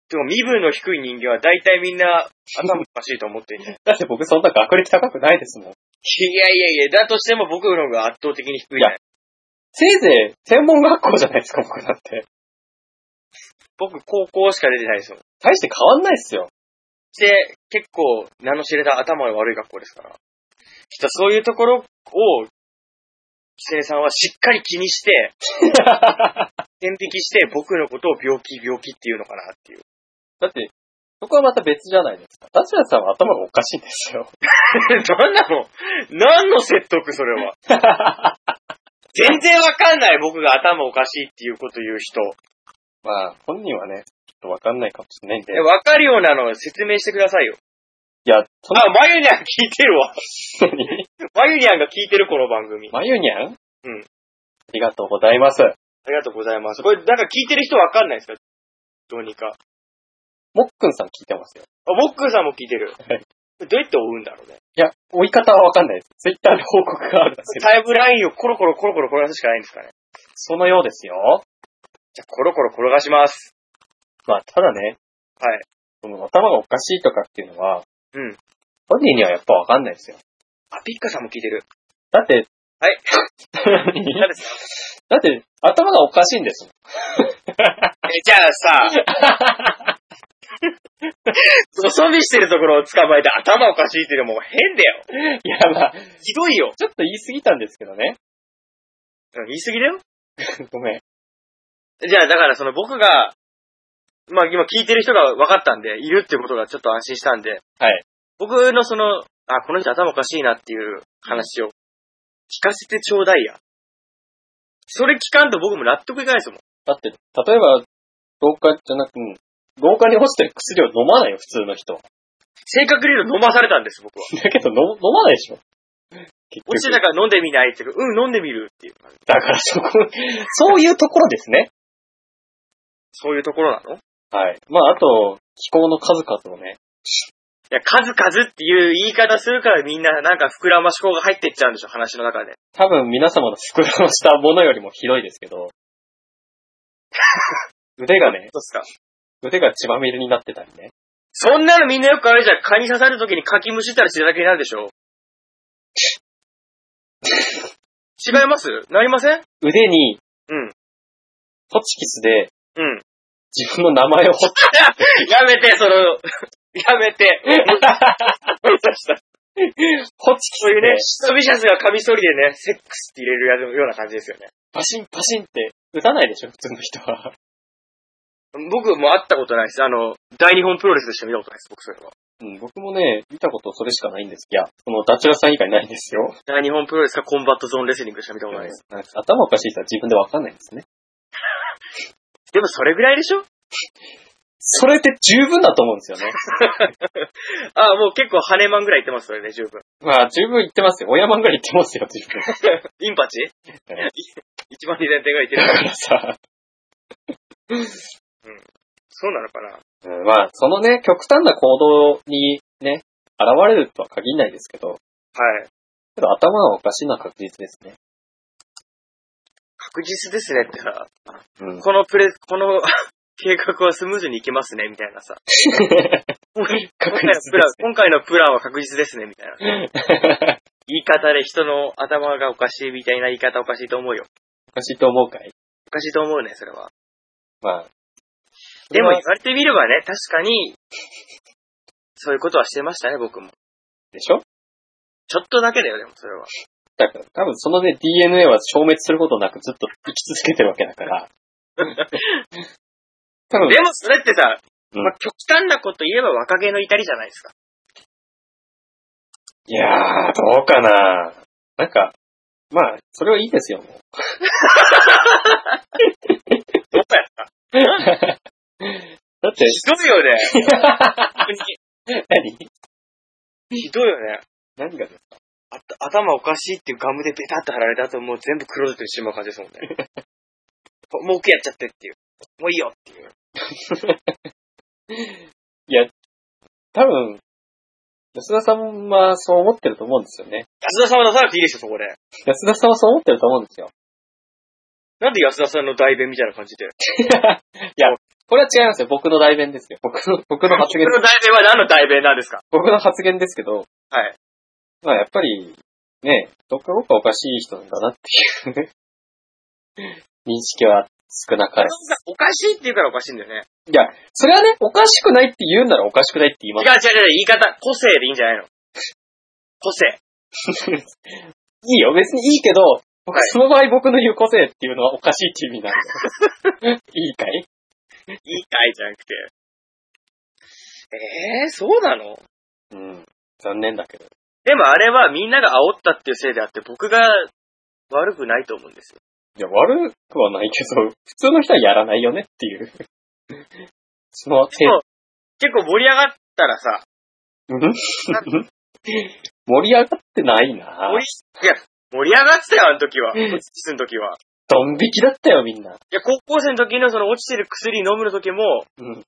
S1: てか身分の低い人間はだいたいみんな頭おかしいと思ってんじゃん。い
S2: だって僕そんな学歴高くないですもん。
S1: やいやいや、だとしても僕の方が圧倒的に低いじゃない。
S2: せいぜい専門学校じゃないですか、僕だって。
S1: 僕高校しか出てないですよ。
S2: 大して変わんないっすよ。
S1: で、結構名の知れた頭が悪い学校ですから。きっとそういうところを、生さんはしっかり気にして、
S2: だ
S1: 点滴して僕のことを病気病気っていうのかなっていう。
S2: って、そこはまた別じゃないですか。ダチュラさんは頭がおかしいんですよ。
S1: 何なの何の説得それは。全然わかんない僕が頭おかしいっていうこと言う人。
S2: まあ、本人はね、ちょっとわかんないかもしれないんで。
S1: えわかるようなの説明してくださいよ。
S2: いや、そん
S1: あ、マユニャン聞いてるわ。
S2: なに、
S1: マユニャンが聞いてるこの番組。あ。
S2: まゆにゃんうんありがとうございます。
S1: りがとうございます。これなんか聞いてる人わかんないですかどうにか。
S2: もっくんさん聞いてますよ。
S1: あ、モックーさんも聞いてる。
S2: はい
S1: どうやって追うんだろうね。
S2: いや、追い方はわかんないです。ツイッターで報告があるんですよ。
S1: タイムラインをコロコロコロコロ転がすしかないんですかね。
S2: そのようですよ。
S1: じゃあ、コロコロ転がします。
S2: まあ、ただね。
S1: はい。
S2: その頭がおかしいとかっていうのは、
S1: うん。
S2: 本人にはやっぱわかんないですよ。
S1: あ、ピッカさんも聞いてる。
S2: だって、
S1: はい。
S2: だ
S1: 何
S2: っ
S1: ですか
S2: て、頭がおかしいんですもん。
S1: え、じゃあさ、おそびしてるところを捕まえて頭おかしいっていうのも変だよ。
S2: いや、まあ、
S1: ひどいよ。
S2: ちょっと言い過ぎたんですけどね。
S1: うん言い過ぎだよ。
S2: ごめん。
S1: じゃあ、だからその僕が、まあ今聞いてる人が分かったんで、いるってことがちょっと安心したんで、
S2: はい。
S1: 僕のその、あ、この人頭おかしいなっていう話を聞かせてちょうだいや。それ聞かんと僕も納得いかないですもん。
S2: だって、例えば、廊下じゃなく、うん廊下に落ちてる薬を飲まないよ、普通の人は。
S1: 正確に言うと飲まされたんです、僕は。
S2: だけど、飲飲まないでしょ。結
S1: 落ちて
S2: 局。
S1: たから飲んでみないって言うからうん、飲んでみるっていう。
S2: だからそこ、そういうところですね。
S1: そういうところなの
S2: はい。まあ、あと、気候の数々をね。
S1: いや、数々っていう言い方するからみんななんか膨らまし方が入ってっちゃうんでしょ、話の中で。
S2: 多分皆様の膨らましたものよりも広いですけ ど、腕がね、
S1: どうっすか
S2: 腕が血まみれになってたりね。
S1: そんなのみんなよくあるじゃん。蚊に刺さるときにかきむしったら血だらけになるでしょ。違いますなりません
S2: 腕に、
S1: うん。
S2: ホチキスで
S1: うん。
S2: 自分の名前を 彫っ
S1: やめて、その、 やめて。
S2: ホチキ
S1: そう
S2: ス
S1: いう
S2: で
S1: ね、ストビシャスがカミソリでね、セックスって入れるような感じですよね。
S2: パシンパシンって打たないでしょ、普通の人は。
S1: 僕も会ったことないです。あの、大日本プロレスでしか見たことないです、僕それは。
S2: うん、僕もね、見たことそれしかないんです。いや、そのダチュラさん以外ないんですよ。
S1: 大日本プロレスかコンバットゾーンレスリングでしか見たことないです。
S2: なんか頭おかしい人は自分でわかんないんですね。
S1: でもそれぐらいでしょ
S2: それって十分だと思うんで すよね。
S1: あ、もう結構ハネマンぐらい行ってます、それで、十分。
S2: まあ、十分言ってますよ。親漫画に言ってますよ、十分。
S1: インパチ
S2: え
S1: 一番2000点ぐらい行 って
S2: だ
S1: る。
S2: からさ、
S1: そうなのかな
S2: うんまあ、そのね、極端な行動にね、現れるとは限らないですけど、
S1: はい。
S2: けど頭がおかしいのは確実ですね。
S1: 確実ですねってさ、
S2: うん。
S1: このプレ、この 計画はスムーズにいけますね、みたいなさ。今
S2: 確
S1: 回のプ
S2: 実で
S1: ラン、今回のプランは確実ですね、みたいな。
S2: すね。
S1: 言い方で人の頭がおかしいみたいな言い方おかしいと思うよ。
S2: おかしいと思うかい
S1: おかしいと思うね、それは。
S2: まあ。
S1: でも
S2: そ
S1: 言わ
S2: れは
S1: れてみればね、確かに、そういうことはしてましたね、僕も。
S2: でしょ
S1: ちちょっとだけだよ、でもそれは。
S2: だから、多分そのね、DNA は消滅することなくずっと生き続けてるわけだ から。多分
S1: で、もそれってさ、
S2: うん
S1: まあ、極端なこと言えば若気の至りじゃないですか。
S2: いやー、どうかななんか、まあ、それはい いですよ、もう。
S1: どうやった
S2: だって、
S1: ひどいよね。 本
S2: 何
S1: 当にひどいよね。
S2: 何がですか
S1: あ頭おかしいっていうガムでベタって貼られた後、もう全部クローゼットにしてまう感じですもんね。 もう奥やっちゃってっていう。もういいよっていう。
S2: 多分、安田さんはそう思ってると思うんですよね。
S1: 安田さんは出さなくていいでしょ、そこで。
S2: 安田さんはそう思ってると思うんですよ。
S1: なんで安田さんの代弁みたいな感じで。
S2: これは違いますよ。僕の代弁ですよ。僕の、僕の発 言
S1: 僕、の代弁は何の代弁なんですか
S2: 僕の発言ですけど、
S1: はい。
S2: まあ、やっぱり、ね、どっかどっかおかしい人なんだなっていう認識は少なかれ
S1: 安。田さんおかしいって言うからおかしいんだよね。
S2: いや、それはね、おかしくないって言うならおかしくないって言い
S1: 違う
S2: ます。
S1: 違う違う、言い方、個性でいいんじゃないの個性。
S2: いいよ、別にいいけど、僕
S1: はい
S2: その場合僕の言う個性っていうのはおかしいって意味なんだ よ。いいかい
S1: いいかいじゃなくて。えー、そうなの
S2: うん。残念だけど。
S1: でもあれはみんなが煽ったっていうせいであって、僕が悪くないと思うんですよ。
S2: いや、悪くはないけど、普通の人はやらないよねっていう。その、て
S1: そう結構盛り上がったらさ、
S2: うん 盛り上がってないな
S1: 盛り、いや、盛り上がってたよ、あの時は。落ちてる時は。
S2: ドン引きだったよ、みんな。
S1: いや、高校生の時のその落ちてる薬飲むの時も、
S2: うん。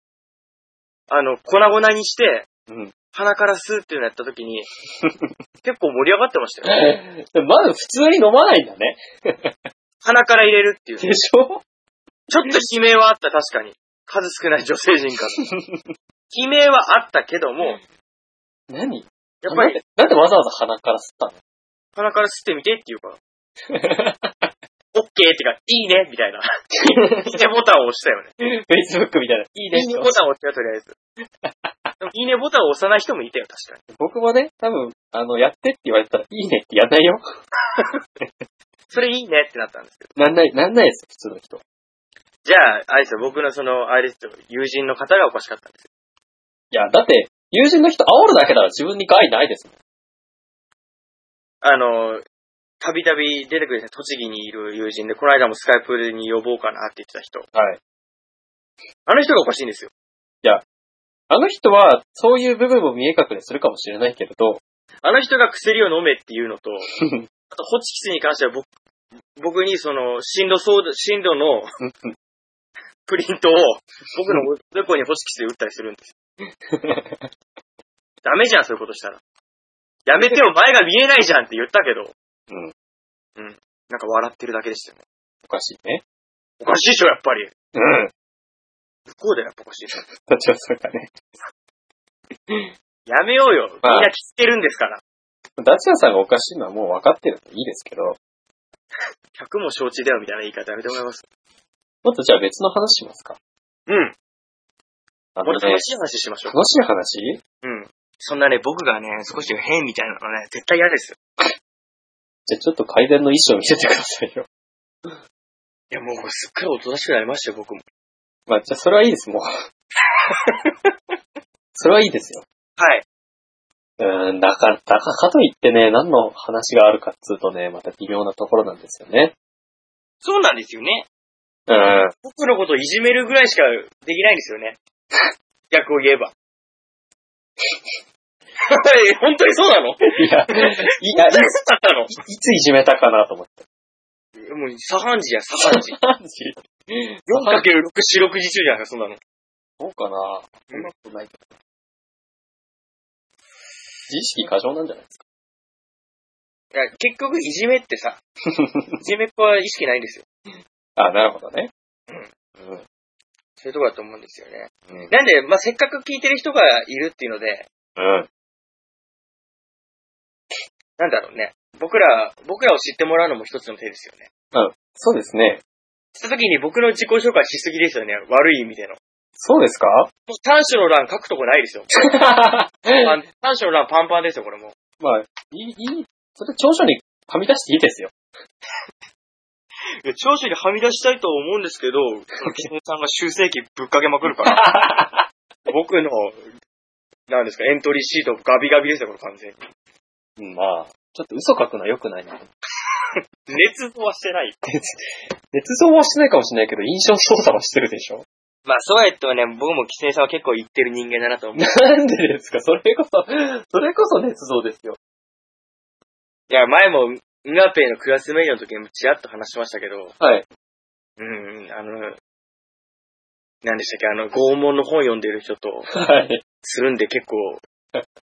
S1: あの、粉々にして、
S2: うん。
S1: 鼻から吸うっていうのやった時 に、結構盛り上がってましたよ。
S2: でもまず普通に飲まないんだね。
S1: 鼻から入れる っていう。ちょ
S2: でしょ
S1: っと悲鳴はあった、確かに。数少ない女性陣 から。悲鳴はあったけども、
S2: 何
S1: やっぱり、
S2: なんでわざわざ鼻から吸ったの
S1: 鼻から吸ってみてって言うから。オッケーってか、いいねみ たいな。いいねボタンを押したよね。
S2: ?Facebook みたいな。いい
S1: い
S2: ね
S1: いねボタンを押したよ、とりあえ ず。でもいいねボタンを押さない人もいたよ、確かに。
S2: 僕もね、多分、あの、やってって言われたら、いいねってやんないよ。
S1: それいいねってなったんですけど。
S2: なんない、なんないです、普通の人。
S1: じゃあ、あれですよ、僕のその、あれですよ、友人の方がおかしかったんですよ。
S2: いや、だって、友人の人煽るだけなら自分に害ないですもん。
S1: あの、たびたび出てくるですね、栃木にいる友人で、この間もスカイプに呼ぼうかなって言ってた人。
S2: はい。
S1: あの人がおかしいんですよ。
S2: あの人は、そういう部分も見え隠れするかもしれないけれど、
S1: あの人が薬を飲めっていうのと、あと、ホチキスに関しては僕、僕にその、進路相談、進路の、プリントを、僕のおでこにホチキスで打ったりするんですよ。 ダメじゃん、そういうことしたら。やめてよ、前が見えないじゃんって言ったけど。
S2: うん。
S1: うん。なんか笑ってるだけでしたよね。
S2: おかしいね。
S1: おかしいでしょ、やっぱり。
S2: うん。
S1: 向こうだよ、やっぱおかしいでしょ。
S2: どっちがそうかね。
S1: やめようよ。みん
S2: まあ
S1: な聞いてるんですから。
S2: ダチアさんがおかしいのはもう分かってるんでいいですけど、
S1: 100も承知だよ、みたいな言い方やめてもらいます。
S2: もっとじゃあ別の話しますか。
S1: うん。
S2: あ
S1: も
S2: の
S1: っ
S2: ね
S1: と楽しい話しましょう。
S2: 楽しい話
S1: うん。そんなね、僕がね、少し変みたいなのね、絶対嫌ですよ。
S2: じゃあちょっと改善の意思を見せてくださいよ。
S1: いや、もうすっかりおとなしくなりましたよ、僕も。
S2: まあ、じゃあそれはいいです、もう。 それはいいですよ。
S1: はい。
S2: うーん、だから、だからかといってね、何の話があるかっつうとね、また微妙なところなんですよね。
S1: そうなんですよね。
S2: うん。
S1: 僕のことをいじめるぐらいしかできないんですよね。 逆を言えば。 本当にそうなの本
S2: いや、いや、い
S1: 当にそうだったの
S2: いついじめたかなと思って。
S1: もう、左半時や、左半時。
S2: マジ
S1: 4×6、四六時中じゃないですか、そんなの。
S2: そうかなそんなことないけど。自意識過剰なんじゃないですか。
S1: いや、結局、いじめって さ、いじめっ子は意識ないんですよ。
S2: あ、なるほどね。うん。
S1: そういうとこだと思うんですよね。
S2: うん。
S1: なんで、まあ、せっかく聞いてる人がいるっていうので、
S2: うん。
S1: なんだろうね。僕ら、僕らを知ってもらうのも一つの手ですよね。
S2: そうですね。
S1: した時に僕の自己紹介しすぎですよね。悪い意味での。
S2: そうですか
S1: もう短所の欄書くとこないですよ。パン短所の欄パンパンですよ、これもう。
S2: まあ、いい、いい、それ長所にはみ出していいですよ。
S1: いや、長所にはみ出したいとは思うんですけ ど、キツネさんが修正期ぶっかけまくるから。僕の、なんですか、エントリーシートガビガビですよ、これ完全に。
S2: うん、まあ、ちょっと嘘書くのは良くないな。
S1: 熱造はしてない。
S2: 捏造はしてないかもしれないけど、印象操作はしてるでしょ。
S1: まあ、そうやってもね、僕もキツネさんは結構言ってる人間だなと思う。
S2: なんでですかそれこそ、それこそ捏造ですよ。
S1: いや、前も、ミナペイのクラスメイトの時にもちらっと話しましたけど、
S2: はい。
S1: うん、うんあの、何でしたっけ、あの、拷問の本読んでる人と、
S2: はい。
S1: するんで結構、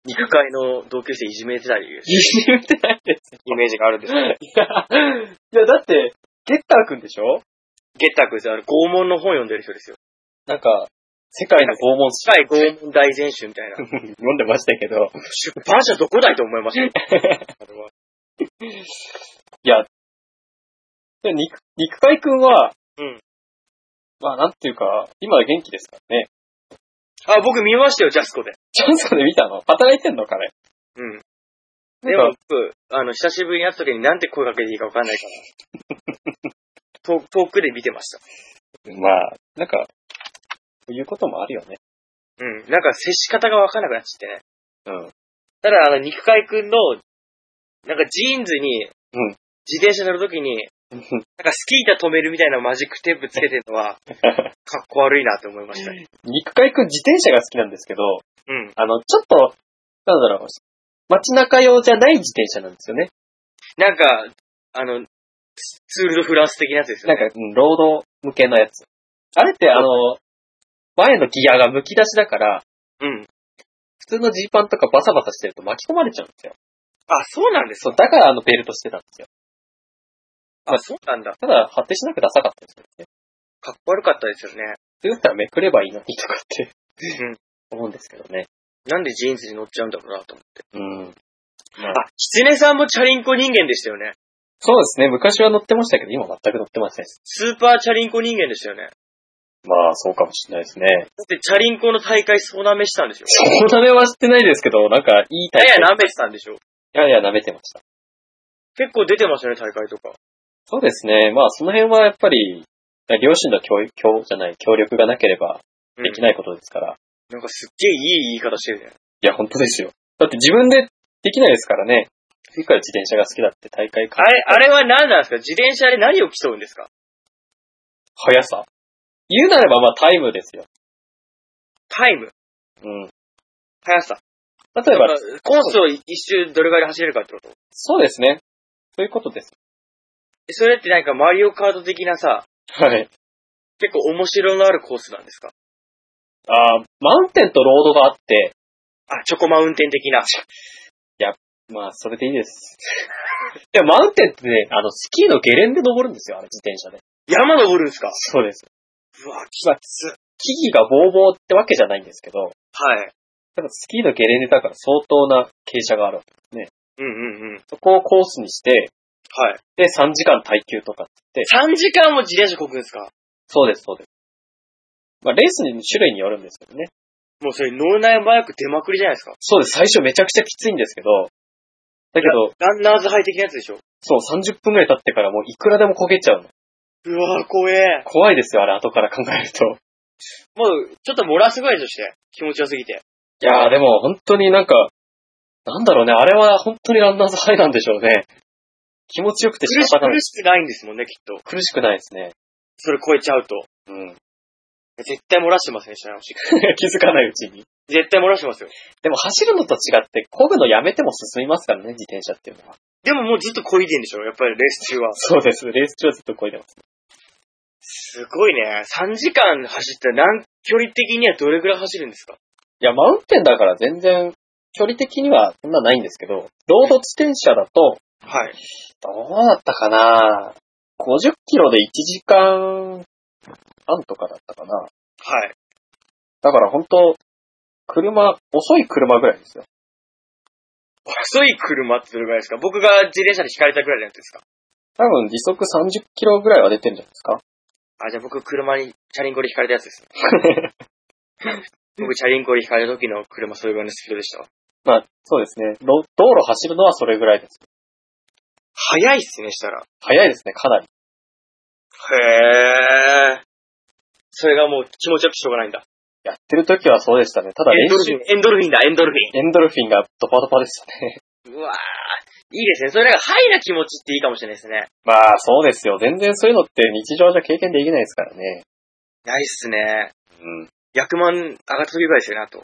S1: 肉塊の同級生いじめてたりいう
S2: いじめてないです。
S1: イメージがあるんです
S2: いや、いやだって、ゲッターくんでしょ
S1: ゲッター君ってあの、拷問の本読んでる人ですよ。
S2: なんか、世界の拷問師
S1: 近い拷問大全集みたいな。
S2: 読んでましたけど。
S1: 出版社どこだいと思い ましたよ。あれはい
S2: や、肉、肉海くんは、
S1: うん。
S2: まあ、なんていうか、今は元気ですからね。
S1: あ、僕見ましたよ、ジャスコで。
S2: チャンスで見たの働いてんの彼。
S1: うん。
S2: なん
S1: で
S2: か
S1: も、僕、あの、久しぶりに会った時になんて声かけていいかわかんない から。遠遠くで見てました。
S2: まあ、なんか、そういうこともあるよね。
S1: うん。なんか接し方がわからなくなっちゃってね。
S2: うん。
S1: ただ、あの、肉塊くんの、なんかジーンズに、
S2: うん
S1: 自転車乗るときに、なんかスキー板止めるみたいなマジックテープつけてるの は、かっこ悪いなって思いましたね。
S2: 肉海くん自転車が好きなんですけど、
S1: うん。
S2: あの、ちょっと、なんだろう、街中用じゃない自転車なんですよね。
S1: なんか、あの、ツツールドフランス的なやつです
S2: な
S1: よ
S2: ん
S1: ね。
S2: か、うん、ロード向けのやつ。あれって、あの、前のギアが剥き出しだから、
S1: うん。
S2: 普通のジーパンとかバサバサしてると巻き込まれちゃうんですよ。
S1: あ、そうなんです
S2: そう、
S1: か。
S2: だからあのベルトしてたんですよ。
S1: あ、そうなんだ。
S2: ただ、発展しなくダサかったですよね。
S1: かっこ悪かったですよね。
S2: って言ったらめくればいいのにとかって
S1: うん。
S2: 思うんですけどね。
S1: なんでジーンズに乗っちゃうんだろうなと思って。
S2: うん。
S1: あ、キツネさんもチャリンコ人間でしたよね。
S2: そうですね。昔は乗ってましたけど、今全く乗ってません。
S1: スーパーチャリンコ人間でしたよね。
S2: まあ、そうかもしれないですね。
S1: だってチャリンコの大会総なめしたんでしょ
S2: そうなめは知ってないですけど、なんか、いいタイ
S1: や
S2: プ。
S1: や舐めてたんでしょ
S2: やや舐めてました。
S1: 結構出てましたね、大会とか。
S2: そうですね。まあ、その辺はやっぱり、両親の協協じゃない、協力がなければ
S1: うん
S2: できないことですから。い
S1: なんかすっげえいい言い方してるね。
S2: や、本当ですよ。だって自分でできないですからね。いくら自転車が好きだって大会
S1: あ
S2: か、
S1: れ、あれは何なんですか自転車で何を競うんですか
S2: 速さ。言うなればまあタイムですよ。
S1: タイム
S2: うん。
S1: 速さ
S2: 例えば、
S1: コースを一周どれぐらいで走れるかってこと
S2: そうですね。そういうことです。
S1: それってなんかマリオカート的なさ、
S2: はい。
S1: 結構面白のあるコースなんですか
S2: あーマウンテンとロードがあって、
S1: あ、チョコマウンテン的な。
S2: まあ、それでいいです。 いや、マウンテンってね、あの、スキーのゲレンで登るんですよ、あれ、自転車で。
S1: 山登るんですか
S2: そうです。
S1: うわ、き
S2: まあ、
S1: つ。
S2: 木々がボーボーってわけじゃないんですけど、
S1: はい。
S2: ただスキーのゲレンデだから相当な傾斜がある。
S1: うんうんうん。
S2: そこをコースにして、
S1: はい。
S2: で、3時間耐久とか。
S1: 3時間も自転車こぐんですか
S2: そうです、そうです。まあ、レースに種類によるんですけどね。
S1: もうそれ脳内麻薬出まくりじゃないですか。
S2: そうです、最初めちゃくちゃきついんですけど、だけど、
S1: ランナーズハイ的なやつでしょ
S2: そう、30分くらい経ってからもういくらでも焦げちゃうの。
S1: うわ、怖え。
S2: 怖いですよ、あれ、後から考えると。
S1: もう、ちょっと漏らすぐらいとして。気持ちよすぎて。
S2: いやー、でも本当になんか、なんだろうね、あれは本当にランナーズハイなんでしょうね。気持ちよくて
S1: 苦
S2: 仕
S1: し
S2: 方ない
S1: 苦。しくないんですもんね、きっと。
S2: 苦しくないですね。
S1: それ超えちゃうと。
S2: うん。
S1: 絶対漏らしてますね、知らないう ちに
S2: 気づかないうちに。
S1: 絶対漏らしてますよ。
S2: でも走るのと違って、漕ぐのやめても進みますからね、自転車っていうのは。
S1: でももうずっと漕いでんでしょやっぱりレース中は。
S2: そうです。レース中はずっと漕いでます。
S1: すごいね。3時間走ったら、なん距離的にはどれぐらい走るんですか
S2: いや、マウンテンだから全然、距離的にはそんなないんですけど、ロード自転車だと、
S1: はい。
S2: どうだったかな50キロで1時間半とかだったかな
S1: はい。
S2: だから本当車、遅い車ぐらいですよ。
S1: 遅い車ってどれぐらいですか僕が自転車で引かれたぐらいのやつですか
S2: 多分時速30キロぐらいは出てるんじゃないですか
S1: あ、じゃあ僕車に、チャリンコで引 かれたやつです。僕チャリンコで引かれた時の車それぐらいのスピードでしたわ。
S2: まあ、そうですね。ろ道路走るのはそれぐらいです。
S1: 早いっすね、したら。
S2: 早いですね、かなり。
S1: へえ。それがもう気持ちよくしょうがないんだ。
S2: やってる時はそうでしたね。ただ
S1: エン
S2: 練
S1: ドルフ
S2: 習、
S1: ィン、エンドルフィンだ、エンドルフ
S2: エンドルフィンがドパドパでしたね。
S1: ィン。うわーいいですね。それなんか、ハイな気持ちっていいかもしれないですね。
S2: まあ、そうですよ。全然そういうのって日常じゃ経験できないですからね。
S1: ないっすね。
S2: うん。
S1: 100万上がった時ぐらいですよね、あと。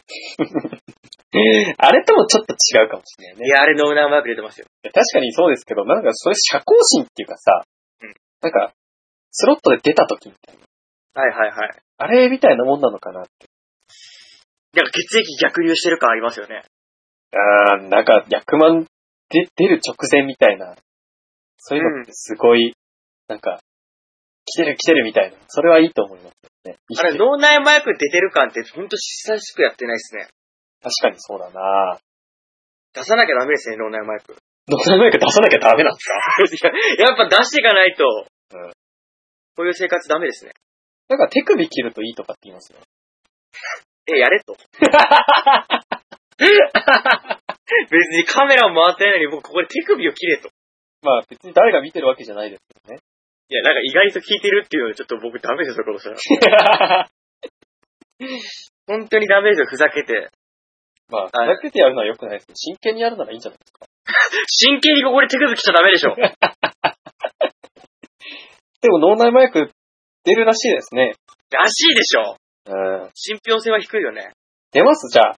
S2: あれともちょっと違うかもしれないね
S1: い。や、あれノーナーマーク出てますよ。
S2: 確かにそうですけど、なんかそれ社交心っていうかさ、
S1: うん
S2: なんか、スロットで出た時みたいな。
S1: はいはいはい。
S2: あれみたいなもんなのかなって。
S1: なんか血液逆流してる感ありますよね。
S2: あー、なんか、100万で出る直前みたいな。そういうのってすごい、なんか、来てる来てるみたいな。それはいいと思いますよ
S1: あ
S2: ね。
S1: れ、
S2: 生きてる
S1: 脳内麻薬出てる感って、ほんと久しくやってないっすね。
S2: 確かにそうだな
S1: 出さなきゃダメですね、脳内麻薬。
S2: どこでもよく出さなきゃダメなんですか
S1: いややっぱ出していかないと、
S2: うん
S1: こういう生活ダメですね。
S2: なんか手首切るといいとかって言いますよ。
S1: え、やれと。別にカメラも回ってないのに、僕ここで手首を切れと。
S2: まあ別に誰が見てるわけじゃないですけどね。
S1: いや、なんか意外と聞いてるっていうのはちょっと僕ダメですよ、この人。本当にダメですよ、ふざけて。
S2: まあ、ふざけてやるのは良くないですけど、真剣にやるならいいんじゃないですか。
S1: 真剣にここで手首切っちゃダメでしょ。
S2: でも脳内麻薬出るらしいですね。
S1: らしいでしょ。
S2: うん。
S1: 信憑性は低いよね。
S2: 出ますじゃあ。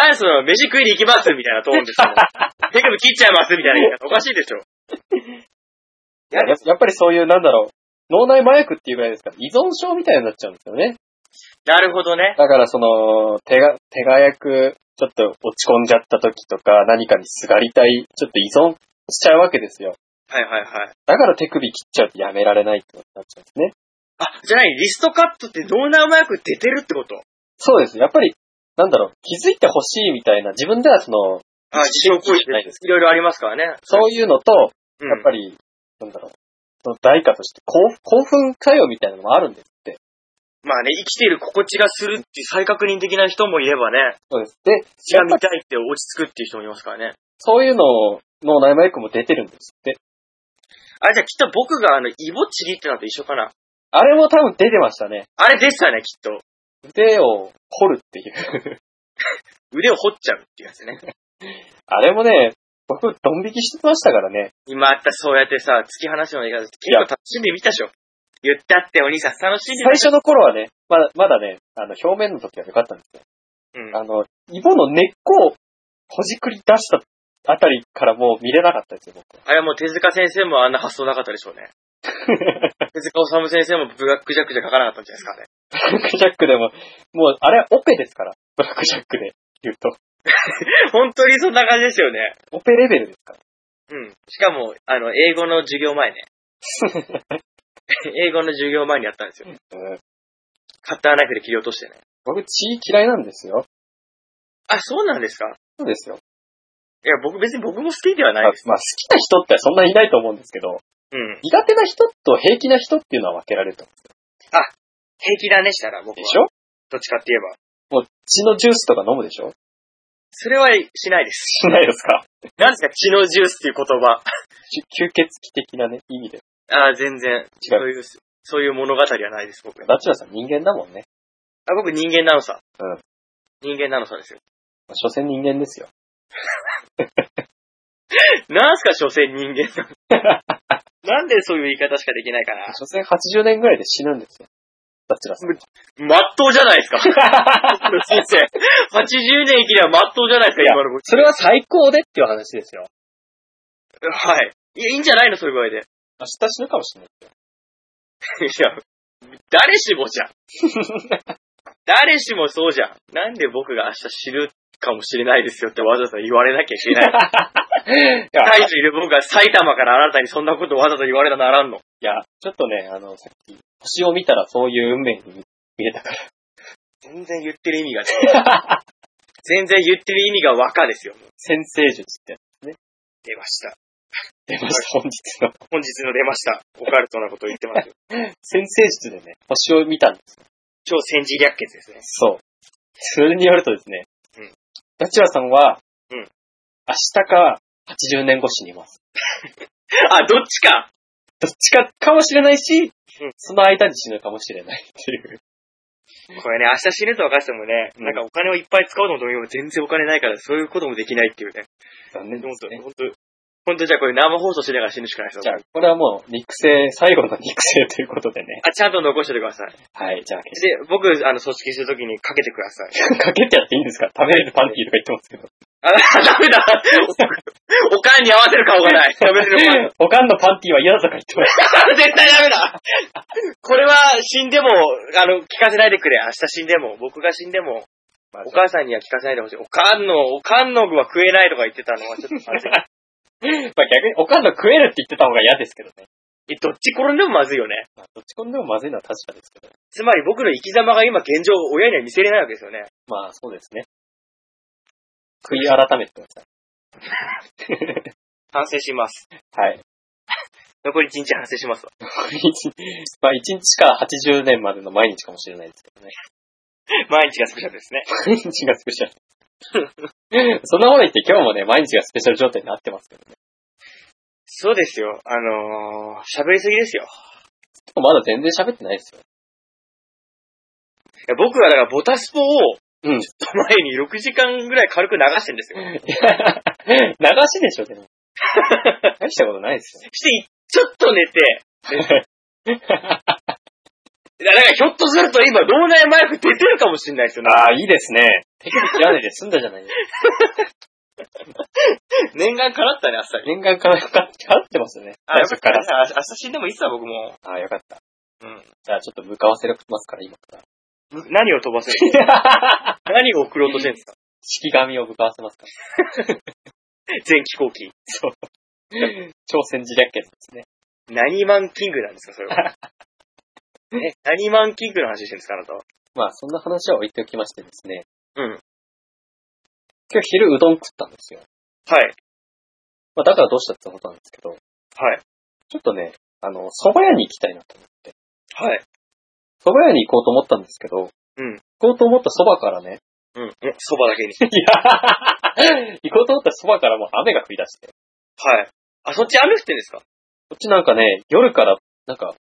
S1: なんでその、飯食いに行きますみたいなトーンですよ。手首切っちゃいますみたいな言い方おかしいでしょ。
S2: やややっぱりそういう、なんだろう、脳内麻薬っていうぐらいですから、依存症みたいになっちゃうんですよね。
S1: なるほどね。
S2: だからその、手が、手が役、ちょっと落ち込んじゃった時とか、何かにすがりたい、ちょっと依存しちゃうわけですよ。
S1: はいはいはい。
S2: だから手首切っちゃうとやめられないってことになっちゃうんですね。
S1: あ、じゃない、リストカットって脳内麻薬出てるってこと
S2: そうです。やっぱり、なんだろう、気づいてほしいみたいな、自分ではその、
S1: あ、自傷行為って
S2: ないです
S1: いろいろありますからね。
S2: そういうのと、
S1: う
S2: やっぱり、なんだろう、その代価として興、興奮作用みたいなのもあるんですって。
S1: まあね、生きている心地がするっていう再確認的な人もいればね、
S2: そうです。で、
S1: 血が
S2: や
S1: 見
S2: っぱ
S1: たいって落ち着くっていう人もいますからね。
S2: そういうのを、脳内麻薬も出てるんですって。
S1: あれじゃあきっと僕があの、イボちぎってのと一緒かな。
S2: あれも多分出てましたね。
S1: あれでしたね、きっと。
S2: 腕を掘るっていう。
S1: 腕を掘っちゃうっていうやつ ね。
S2: あれもね、僕、ドン引きしてましたからね。
S1: 今あったそうやってさ、突き放しの言い方、結構楽しんでみたでしょ。言ったってお兄さん楽しんでみ
S2: 最
S1: た。
S2: 初の頃はね、まだ、まだね、あの、表面の時は良かったんですよ。
S1: うん。
S2: あの、イボの根っこをほじくり出したあたりからもう見れなかったですよ、僕。
S1: あれはもう手塚先生もあんな発想なかったでしょう ね。手塚治虫先生もブラックジャックじゃ書かなかったんじゃないですかね。
S2: ブラックジャックでも、もう、あれはオペですから。ブラックジャックで言うと。
S1: 本当にそんな感じですよね。
S2: オペレベルですから。
S1: うん。しかも、あの、英語の授業 前ね。英語の授業前にやったんですよ。
S2: うん
S1: カッターナイフで切り落としてね。
S2: 僕、血嫌いなんですよ。
S1: あ、そうなんですか
S2: そうですよ。
S1: いや、僕、別に僕も好きでは
S2: まあ、
S1: ないです。
S2: まあ好きな人ってそんなにいないと思うんですけ
S1: う
S2: ど、
S1: ん。
S2: 苦手な人と平気な人っていうのは分けられると思
S1: 平気だねしたら、
S2: う
S1: 僕
S2: で
S1: は。
S2: しょ
S1: どっちかって言えば。
S2: もう血のジュースとか飲むでしょ
S1: それはしないです。
S2: しないですか
S1: なんですか、血のジュースっていう言葉。
S2: き 吸血鬼的なね、意味で。
S1: ああ、全然。
S2: 違う
S1: そういう、そういう物語はないです、僕。あ、
S2: ダチュラさん人間だもんね。
S1: 僕人間なのさ。
S2: うん。
S1: 人間なのさですよ。
S2: まあ所詮人間ですよ。
S1: なんすか、所詮人間なの なんでそういう言い方しかできないかな。
S2: 所詮80年ぐらいで死ぬんですよ。ダチュラさん。
S1: まっとうじゃない ですか。僕の人生。80年生きればまっとうじゃないですか、
S2: いや
S1: 今の僕。
S2: それは最高でっていう話ですよ。
S1: はい。いや、いいんじゃないの、そういう場合で。
S2: 明日死ぬかもし れない。
S1: いや、誰しも じゃん。誰しもそうじゃん。なんで僕が明日死ぬかもしれないですよってわざわざ言われなきゃいけない。
S2: いや
S1: 大樹いる僕が埼玉からあなたにそんなことわざわざ言われたならんの。
S2: いや、ちょっとね、あの、さっき、星を見たらそういう運命に見れたから。
S1: 全然言ってる意味がね。 全然言ってる意味が和歌ですよ。
S2: 先生術って
S1: 出ました。
S2: 出ました、本日の。
S1: 本日の出ました。オカルトなことを言って ますよ。
S2: 先生術でね、星を見たんです。
S1: 超戦時略決ですね。
S2: そう。それによるとですね、
S1: うん
S2: ダチュアさんは、
S1: うん
S2: 明日か80年越しにいます。
S1: あ、どっちか
S2: どっちかかもしれないし、
S1: うん
S2: その間に死ぬかもしれないっていう。
S1: これね、明日死ぬと分かってもね、
S2: うん
S1: なんかお金をいっぱい使おうと思っても全然お金ないから、そういうこともできないっていうね。
S2: 残念で
S1: 本
S2: す
S1: 当
S2: ね。
S1: 本当本当じゃあこれ生放送しながら死ぬしかないですよ
S2: じゃあ、これはもう、肉声、最後の肉声ということでね。
S1: あ、ちゃんと残しておいてください。
S2: はい、じゃあ、
S1: で、僕、あの、組織するときにかけてください。
S2: かけちゃっていいんですか食べれるパンティーとか言ってますけど。
S1: あ、ダメだ おかんに合わせる顔が ない。食べれる
S2: おかんのパンティーは嫌だとか言ってます。
S1: お前絶対ダメだこれは死んでも、あの、聞かせないでくれ。明日死んでも、僕が死んでも、お母さんには聞かせないでほしい。おかんの、おかんの具は食えないとか言ってたのはちょっと まずい。
S2: まあ逆に、おかんの食えるって言ってた方が嫌ですけどね。
S1: えどっち転んでもまずいよね。
S2: まあ、どっち込んでもまずいのは確かですけど。
S1: つまり僕の生き様が今現状親には見せれないわけですよね。
S2: まあ、そうですね。食い改めてください。
S1: 反省します。
S2: はい。
S1: 残り1日反省しますわ。
S2: まあ、1日か80年までの毎日かもしれないですけどね。
S1: 毎日がスペシャルですね。
S2: 毎日がスペシャ ル。そんなこと言って今日もね、毎日がスペシャル状態になってますけどね。
S1: そうですよ。あのー、喋りすぎですよ。
S2: でもまだ全然喋ってないですよ。
S1: いや僕はだからボタスポを、
S2: うん
S1: ちょっと前に6時間ぐらい軽く流してんですよ。
S2: 流しでしょ、でも。 大したことないですよ。
S1: して、ちょっと寝て、 いやだからひょっとすると今、脳内麻薬出てるかもしれないですよね。
S2: ああ、いいですね。テクニック屋根で済んだじゃないですか。
S1: 念願叶ったね、あっさり。
S2: 念願からかかってますよね。
S1: あ、
S2: 最
S1: よか
S2: 初
S1: っ
S2: か
S1: た。
S2: ら。
S1: あ明日死んでもいいっすわ、僕も。
S2: ああ、よかった。
S1: うん。
S2: じゃあちょっと向かわせますから、今か
S1: 何を飛ばせる
S2: ら。
S1: 何を送ろうとしてるん ですか
S2: 式紙を向かわせますから。
S1: 全飛行機。
S2: 朝鮮時略決ですね。
S1: 何マンキングなんですか、それ は。え、何マンキングの話してるんですか、あなたは。
S2: まあ、そんな話は置いておきましてですね。
S1: うん。
S2: 今日昼うどん食ったんですよ。
S1: はい。
S2: まあ、だからどうしたってことなんですけど、
S1: はい。
S2: ちょっとね、あの、蕎麦屋に行きたいなと。
S1: はい。
S2: 蕎麦屋に行こうと思ったんですけど、
S1: うん。
S2: 行こうと思った蕎麦からね、
S1: うん。えそばだけに。
S2: いや、行こうと思った蕎麦からもう雨が降り出して、
S1: はい。あ、そっち雨降ってんですか
S2: こっちなんかね、夜から、なんか、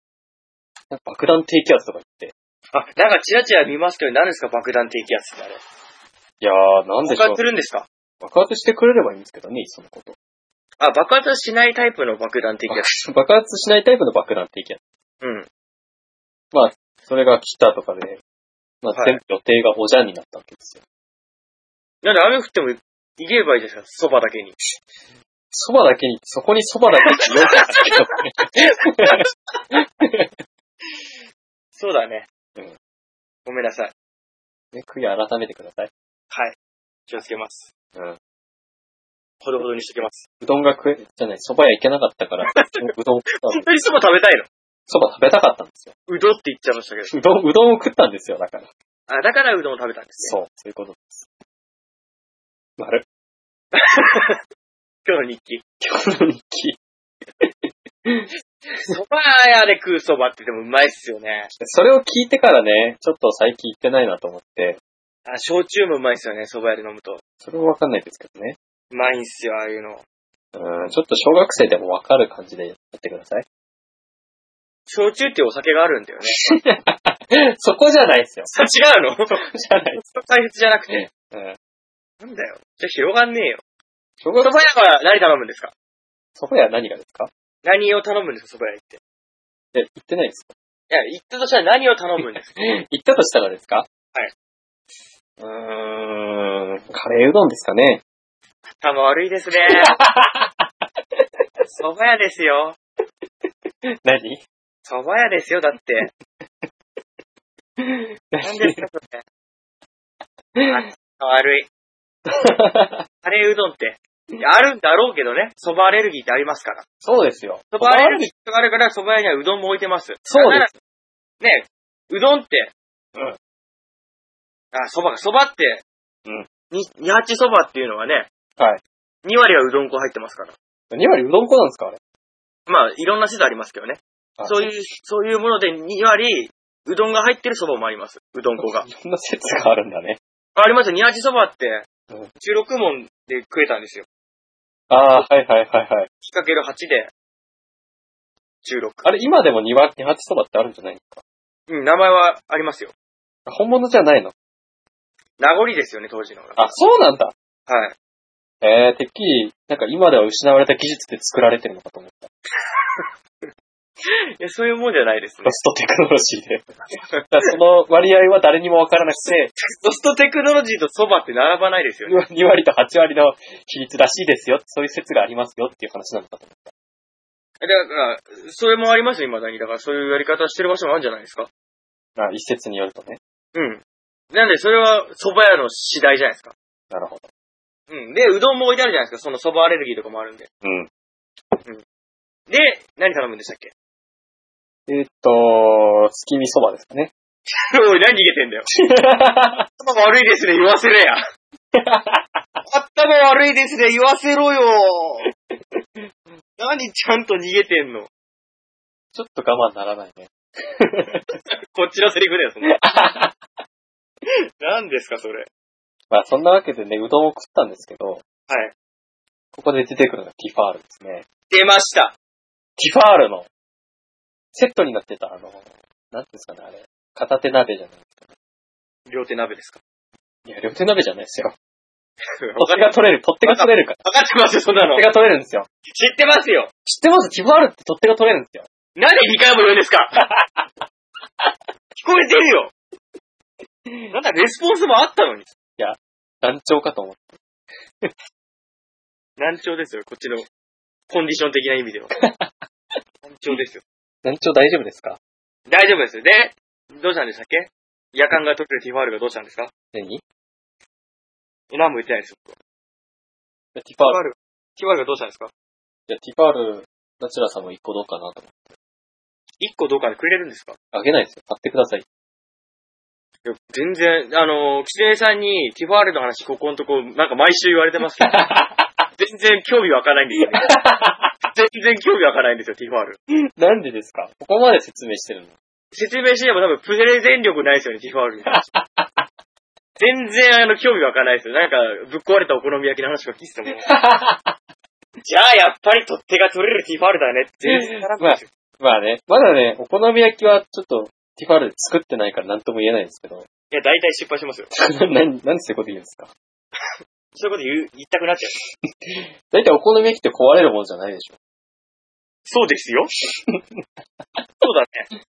S2: なんか爆弾低気圧とか言って、
S1: あ、なんかチラチラ見ますけど、何ですか、爆弾低気圧ってあれ。
S2: いやー、なんでし
S1: 爆
S2: ょう
S1: 発す。るんですか
S2: 爆発してくれればいいんですけどね、いっそのこと。
S1: あ、爆発しないタイプの爆弾低気圧。
S2: 爆発しないタイプの爆弾低気圧。
S1: うん。
S2: それが来たとかで、まあ、
S1: はい
S2: 全部予定がおじゃんになったわけですよ。
S1: なんで雨降っても行ければいいじゃないですか、そばだけに。
S2: 蕎麦だけに、そこに蕎麦だけに用意したけどね。
S1: そうだね。
S2: うん。
S1: ごめんなさい。
S2: ね、悔い改めてください。
S1: はい。気をつけます。
S2: うん。
S1: ほどほどにしときます。
S2: うどんが食え、じゃない、蕎麦屋行けなかったから、うどん食ったの
S1: 本当にそば食べたいの
S2: 蕎麦食べたかったんですよ。
S1: うどって言っちゃいましたけど。
S2: うどん、うどんを食ったんですよ、だから。
S1: あ、だからうどんを食べたんですね。
S2: そう、そういうこと です。丸、
S1: 今日の日記。
S2: 今日の日記。
S1: そば屋で食うそばってでもうまいっすよね。
S2: それを聞いてからね、ちょっと最近行ってないなと思って、
S1: あ、焼酎もうまいっすよね、そば屋で飲むと。
S2: それはわかんないですけどね。
S1: うまいんすよ、ああいうの。
S2: うん、ちょっと小学生でもわかる感じでやってください。
S1: 焼酎っていうお酒があるんだよね。
S2: そこじゃないですよ。
S1: 違 うの
S2: そこ じゃない。
S1: 開発じゃなくて。
S2: うん。
S1: なんだよ。じゃあ広がんねえよ。そ
S2: 小学
S1: ば屋から何頼むんですか
S2: そこや何がですか
S1: 何を頼むんですか、そば屋行って。
S2: え、行ってないですか
S1: いや、行ったとしたら何を頼むん ですか。
S2: 行ったとしたらですかはいうーん、カレーうどんですかね。
S1: 頭悪いです ね。そば屋ですよ。
S2: 何
S1: そば屋ですよ、だ って。何ですか、それ。頭悪い。カレーうどんって。いやあるんだろうけどね。蕎麦アレルギーってありますから。
S2: そうですよ。
S1: 蕎麦アレルギーがあるから、蕎麦屋にはうどんも置いてます。。
S2: そうです
S1: ね、うどんって。
S2: うん。
S1: あ、蕎麦か。蕎麦って。
S2: うん。
S1: に、二八蕎麦っていうのはね。
S2: はい。
S1: 2割はうどん粉入ってますから。
S2: 2割うどん粉なんですかあれ。
S1: まあ、いろんな説ありますけどね。
S2: あ
S1: そういう、そういうもので2割、うどんが入ってる蕎麦もあります。うどん粉が。
S2: いろんな説があるんだね。
S1: ありますよ。二八そばって、
S2: うん
S1: 16問で食えたんですよ。
S2: ああ、はいはいはいはい。
S1: 引っ掛ける8で、16。
S2: あれ、今でも庭二八そばってあるんじゃない
S1: うん、名前はありますよ。
S2: 本物じゃないの
S1: 名残ですよね、当時のが。
S2: あ、そうなんだ。
S1: はい。
S2: えー、てっきり、なんか今では失われた技術で作られてるのかと思った。
S1: いや、そういうもんじゃないですね
S2: ロ。ストテクノロジ ーで。だからその割合は誰にもわからなくて、
S1: ロストテクノロジーと蕎麦って並ばないですよね。
S2: 2割と8割の比率らしいですよ。そういう説がありますよっていう話なのかと思っ
S1: だ
S2: た。
S1: から、それもありますよ、未だに。だから、そういうやり方してる場所もあるんじゃないですか。
S2: まあ、一説によるとね。
S1: うん。なんで、それは蕎麦屋の次第じゃないですか。
S2: なるほど。
S1: うん。で、うどんも置いてあるじゃないですか。その蕎麦アレルギーとかもあるんで。
S2: うん。
S1: で、何頼むんでしたっけ
S2: えーっと、月見そばですかね。
S1: おい、何逃げてんだよ。頭が悪いですね、言わせれ や。頭悪いですね、言わせろよ。何ちゃんと逃げてんの
S2: ちょっと我慢ならないね。
S1: こっちのセリフだよ、 そんな。何ですか、それ。
S2: まあ、そんなわけでね、うどんを食ったんですけど、
S1: はい。
S2: ここで出てくるのがティファールですね。
S1: 出ました。
S2: ティファールの、セットになってた、あの、なんていうんですかね、あれ。片手鍋じゃない。
S1: 両手鍋ですか。
S2: いや、両手鍋じゃないです よ。
S1: わ
S2: 取っ手が取れる、取っ手が取れる から。
S1: かってますよ、そんなの。
S2: 取っ
S1: 知
S2: 手が取れるんですよ。
S1: ってますよ。
S2: 知ってますティファールって取っ手が取れるんですよ。
S1: なんで2回も言うんですか 聞こえてるよ。なんだ、レスポンスもあったのに。
S2: 団長かと思って。
S1: 難聴ですよ、こっちの、コンディション的な意味で は。難聴ですよ。
S2: 団長大丈夫ですか
S1: 大丈夫ですよ。で、どうしたんでしたっけ夜間が取れるティファールがどうしたんですか
S2: 何
S1: え何も言ってないですよ。
S2: ティファール。
S1: ル。ティファールがどうしたんですか
S2: いや、ティファール、ナチュラさんも一個どうかなと思って。
S1: 一個どうかでくれるんですか
S2: あげないですよ。買ってください。
S1: いや全然、あのー、キツネさんにティファールの話、ここのとこ、なんか毎週言われて ますけど、全然興味湧かないんです よね。全然興味湧かないんですよ、ティファール。
S2: なんでですかここまで説明してるの
S1: 説明しても多分プレゼン力ないですよね、ティファールに関して。全然あの、興味湧かないですよ。なんか、ぶっ壊れたお好み焼きの話が聞いてても。じゃあ、やっぱり取っ手が取れるティファールだねって全然ならないですよ。
S2: まあね、まだね、お好み焼きはちょっと、ティファールで作ってないから何とも言えないんですけ ど、
S1: いや、大体失敗しますよ。
S2: 何、なんでそういうこと言うんですか
S1: そういうこと言う、言いたくなっちゃう。
S2: だいたいお好み焼きって壊れるもんじゃないでしょ。
S1: そうですよ。そうだね。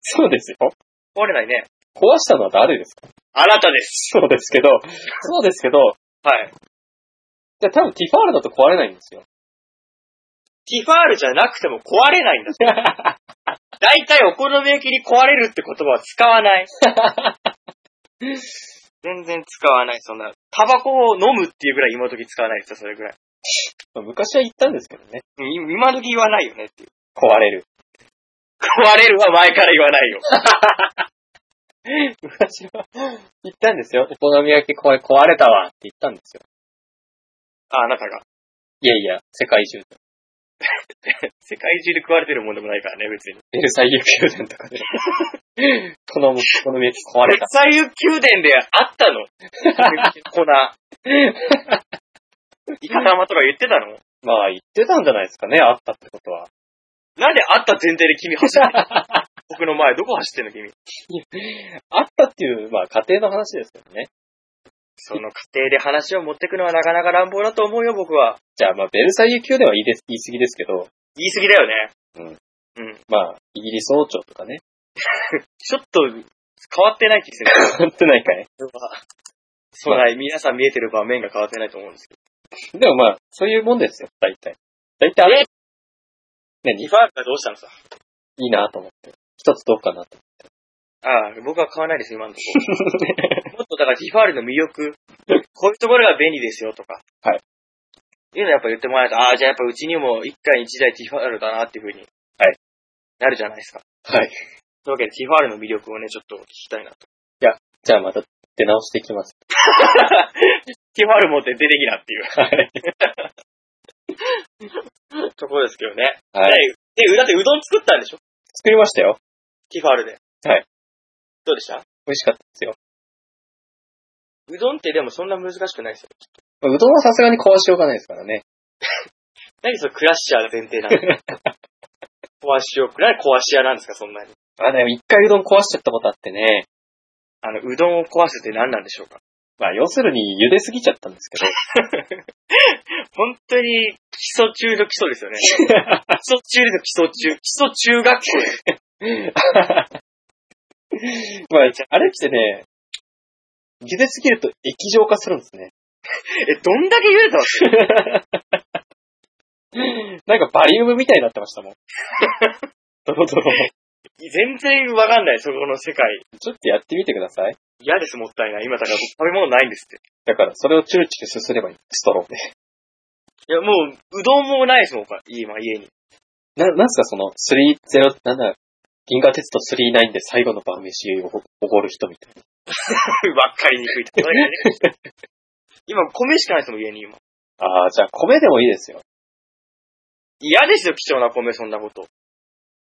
S2: そうですよ。
S1: 壊れないね。
S2: 壊したのは誰ですか
S1: あなたです。
S2: そうですけど、そうですけど、
S1: はい。
S2: じゃあ多分ティファールだと壊れないんですよ。
S1: ティファールじゃなくても壊れないんだ。 大体お好み焼きに壊れるって言葉は使わない。全然使わない、そんな。タバコを飲むっていうぐらい今時使わないですよ、それぐらい。
S2: まあ昔は言ったんですけどね。
S1: い今時言わないよねっていう。
S2: 壊れる。
S1: 壊れるは前から言わないよ。
S2: 昔は言ったんですよ。お好み焼き壊れ、壊れたわって言ったんですよ。
S1: ああなたが。
S2: いやいや、世界中で。
S1: 世界中で食われてるもんでもないからね、別に。
S2: ベルサイユ宮殿とかで。このお好み焼き壊
S1: あれベ
S2: れた。
S1: サイユ宮殿であったの粉。 イカ玉とか言ってたの
S2: まあ言ってたんじゃないですかね、あったってことは。
S1: なんであった前提で君走ってん の僕の前どこ走ってんの君。
S2: あったっていう、まあ家庭の話ですけどね。
S1: その過程で話を持ってくのはなかなか乱暴だと思うよ、僕は。
S2: じゃあまあベルサイユ宮殿は言いです言い過ぎですけど、
S1: 言い過ぎだよね。
S2: まあイギリス王朝とかね。
S1: ちょっと変わってない気がする。
S2: 変わってないかい。
S1: そら、皆さん見えてる場面が変わってないと思うんですけど。
S2: でもまあ、そういうもんですよ、大体。大体あれ、ね、
S1: リ
S2: い
S1: ファールがどうしたのさ。
S2: いなと思って。一つどうかなと。
S1: ああ、僕は買わないです、今のところ。もっとだからリファールの魅力、こういうところが便利ですよとか。
S2: はい。
S1: いうのやっぱ言ってもらえたら、ああ、じゃあやっぱうちにも一回一台ティファールだなっていうふうに。
S2: はい。
S1: なるじゃないですか。
S2: はい。
S1: というわけで、ティファールの魅力をね、ちょっと聞きたいなと。
S2: じゃあまた出直していきます。
S1: ティファール持って出てきなっていう
S2: はい。
S1: ところですけどね。
S2: はい。
S1: で、でだってうどん作ったんでしょ
S2: 作りましたよ。
S1: ティファールで。
S2: はい。
S1: どうでした
S2: 美味しかったですよ。
S1: うどんってでもそんな難しくないですよ。
S2: まあうどんはさすがに壊しようがないですからね。
S1: 何そのクラッシャー前提 なの壊しよう。何壊し屋なんですか、そんなに。
S2: あ、でも一回うどん壊しちゃったことあってね。
S1: あの、うどんを壊すって何なんでしょうか
S2: まあ、要するに茹ですぎちゃったんですけど。
S1: 本当に基礎中の基礎 ですよね。基礎中の基礎中、基礎中学生。
S2: まあ、あれってね、茹ですぎると液状化するんですね。
S1: え、どんだけ茹でたの
S2: なんかバリウムみたいになってまし たもん。ドロドロ。
S1: 全然わかんない、そこの世界。
S2: ちょっとやってみてください。
S1: 嫌です、もったいない。今だから僕食べ物ないんですって。
S2: だから、それをチュルチュルすすればいい。ストローで。
S1: いや、もう、うどんもないですもん、今、家 に。
S2: な、なんすかその、30、なんだ、銀河鉄道39で最後の晩飯をおごる人みたいな。
S1: わかりにくい例えがね。 今、米しかないですもん、家に今。
S2: ああ、じゃあ米でもいいですよ。
S1: 嫌ですよ、貴重な米、そんなこと。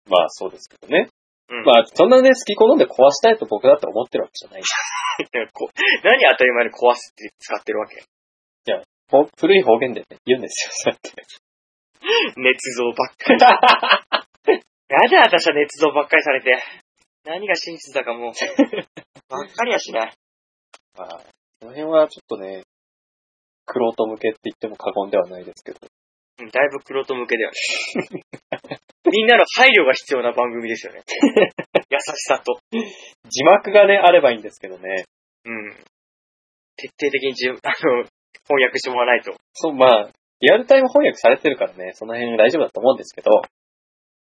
S2: まあ、そうですけどね。
S1: うん。
S2: まあ、そんなね、好き好んで壊したいと僕だって思ってるわけじゃない。
S1: こ 何当たり前に壊すって使ってるわけ
S2: ほ古い方言でね、言うんですよ、そうやって。
S1: 熱造ばっかり。 やだ、私は熱造ばっかりされて。何が真実だか もう。ばっかりやしない。
S2: まあ、その辺はちょっとね、クロート向けって言っても過言ではないですけど。
S1: うんだいぶ黒と向けだよね。 みんなの配慮が必要な番組ですよ ね。優しさと。
S2: 字幕がね、あればいいんですけどね。
S1: うん。徹底的に自分、あ の、翻訳してもらわないと。
S2: そう、まあ、リアルタイム翻訳されてるからね、その辺大丈夫だと思うんですけど、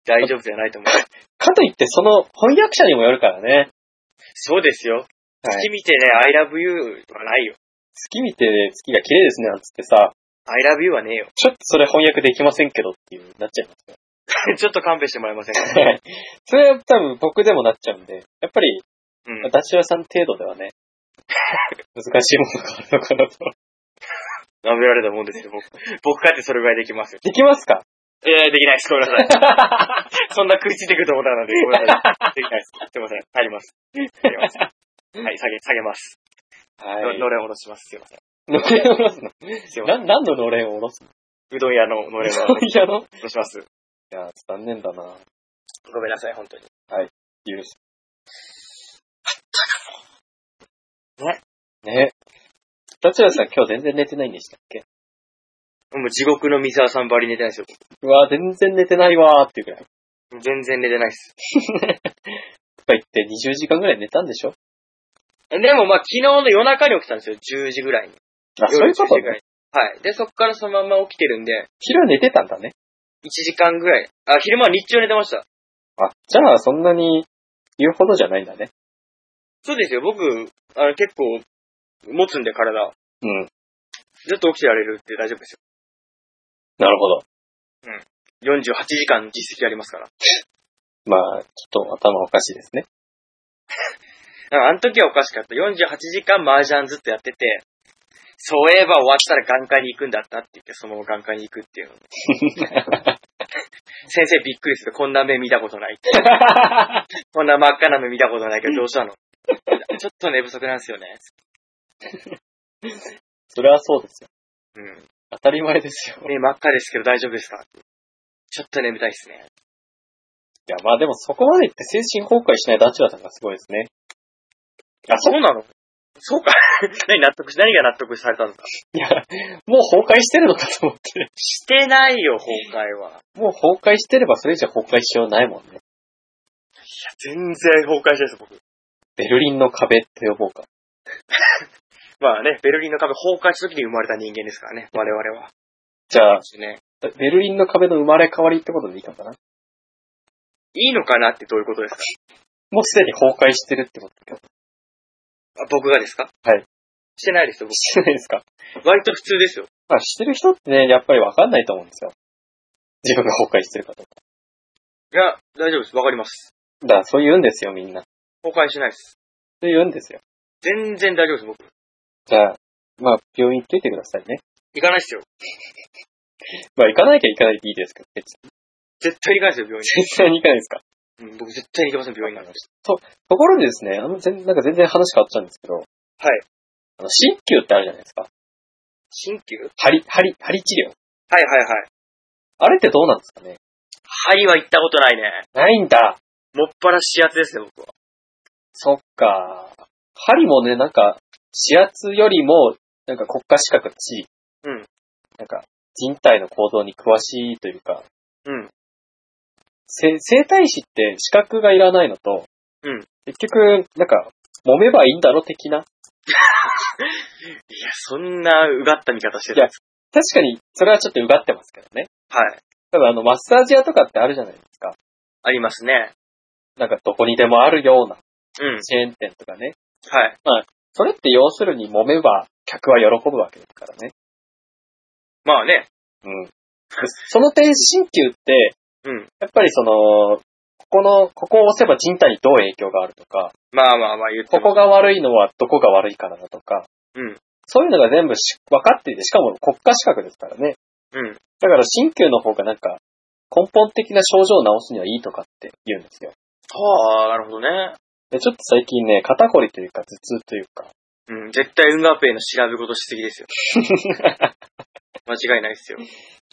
S1: 大丈夫じゃない と思う。
S2: かといってその翻訳者にもよるからね、
S1: そうですよ。
S2: はい
S1: 月見てね、I love you はないよ。
S2: 月見て月が綺麗ですね、なんつってさ、
S1: I love you はねえよ。
S2: ちょっとそれ翻訳できませんけどっていう、なっちゃいますよ。
S1: ちょっと勘弁してもらえませんか
S2: はい。 それは多分僕でもなっちゃうんで、やっぱり、
S1: うん。
S2: 私はさん程度ではね、 難しいものがあるのかなと。
S1: 舐められたもんですよ、僕。僕かってそれぐらいできますよ。
S2: できますか
S1: いやいや、できないです。ごめんなさい。 そんな食いついてくると思ったので、ごめんなさ い。できないです。すいません。帰ります。帰り ます。はい、下げ、下げます。
S2: は
S1: の
S2: い。
S1: のれんおろします。すいません。
S2: のれんを下ろすの
S1: すいません。
S2: な、何ののれんを下ろすの
S1: うどん屋ののれんをお
S2: そういやの
S1: ろします。
S2: いや、残念だな。
S1: ごめんなさい、本当に。
S2: 許し。
S1: ね。
S2: ね。ダチュラさん今日全然寝てないんでしたっけ
S1: もう地獄の水沢さんばり寝てないですよ。
S2: うわ、全然寝てないわーっていうく らい。
S1: 全然寝てないです。
S2: とか言って20時間ぐらい寝たんでしょ
S1: でもまあ、昨日の夜中に起きたんですよ。10時ぐらいに。
S2: あ、そういうこ
S1: 夜10時
S2: と
S1: ぐらいにはい。で、そこからそのまんま起きてるんで、
S2: 昼寝てたんだね。
S1: 1時間ぐらい。あ、昼間は日中寝てました。
S2: あ、じゃあそんなに言うほどじゃないんだね。
S1: そうですよ。僕、あの、結構、持つんで体。
S2: うん。
S1: ずっと起きてられるって大丈夫です
S2: なるほど。
S1: よ。48時間実績ありますから。
S2: まあ、ちょっと頭おかしいですね。
S1: だからあの時はおかしかった。48時間麻雀ずっとやってて、そういえば終わったら眼科に行くんだったって言って、そのまま眼科に行くっていう の。先生びっくりする。こんな目見たことないって。こんな真っ赤な目見たことないけど、どうしたのちょっと寝不足なんですよね。
S2: それはそうですよ。
S1: うん。
S2: 当たり前ですよ。い
S1: 目真っ赤ですけど大丈夫ですかちょっと眠たいですね。
S2: や、まあでもそこまで言って精神崩壊しないダチュラさんがすごいですね。あ、そう
S1: うなのそうか。 何納得し、何が納得されたのか。
S2: いや、もう崩壊してるのかと思って。
S1: してないよ、崩壊は。
S2: もう崩壊してればそれ以上崩壊しようないもんね。
S1: 全然崩壊してないです、僕。
S2: ベルリンの壁って呼ぼうか。
S1: まあね、ベルリンの壁崩壊した時に生まれた人間ですからね、我々は。
S2: じゃあ、
S1: ね。
S2: ベルリンの壁の生まれ変わりってことでいいのかない
S1: いのかなってどういうことですか
S2: もうすでに崩壊してるってことだけど。
S1: あ僕がですか
S2: はい。
S1: してないですよ、
S2: してないですか
S1: 僕。割と普通ですよ。
S2: まあ、してる人ってね、やっぱりわかんないと思うんですよ。自分が崩壊してるかと。
S1: いや、大丈夫です。わかります。
S2: だから、そう言うんですよ、みんな。
S1: 崩壊しないです。
S2: そう言うんですよ。
S1: 全然大丈夫です、僕。
S2: じゃあ、まあ、病院行っといてくださいね。
S1: 行かないですよ。
S2: まあ、行かなきゃ行かないでいいですけど、別に
S1: 絶対行かないですよ、病
S2: 絶対に行かないですか。
S1: 院。 うん、僕絶対に行けません、病院なんか。
S2: ところでですね、あの、全なんか全然話変わっちゃうんですけど、
S1: はい。
S2: あの、新旧ってあるじゃないですか。
S1: 鍼灸
S2: 針、針、針治療。
S1: はいはいはい。
S2: あれってどうなんですかね
S1: 針は行ったことないね。
S2: ないんだ。
S1: もっぱら視圧ですね、僕は。
S2: そっか。針もね、なんか、視圧よりも、なんか国家資格だし、
S1: うん。
S2: なんか、人体の構造に詳しいというか、
S1: うん。
S2: せ生体師って資格がいらないのと、
S1: うん。
S2: 結局、なんか、揉めばいいんだろ的な。
S1: いや、そんなうがった見方して
S2: い
S1: る
S2: や。確かに、それはちょっとうがってますけどね。
S1: はい。
S2: ただ、あの、マッサージ屋とかってあるじゃないですか。
S1: ありますね。
S2: なんか、どこにでもあるような
S1: うん。
S2: チェーン店とかね。
S1: はい。
S2: それって要するに揉めば、客は喜ぶわけですからね。
S1: まあね。
S2: うん。その点、鍼灸って、
S1: うん。
S2: やっぱりその、ここの、ここを押せば人体にどう影響があるとか、
S1: まあまあまあ言って
S2: こ
S1: も。
S2: こが悪いのはどこが悪いからだとか、
S1: うん。
S2: そういうのが全部し分かっていて、しかも国家資格ですからね。
S1: うん。
S2: だから鍼灸の方がなんか、根本的な症状を治すにはいいとかって言うんですよ。
S1: はあ、なるほどね。
S2: で、ちょっと最近ね、肩こりというか、頭痛というか、
S1: うん。絶対運河ペイの調べ事しすぎですよ。間違いないですよ。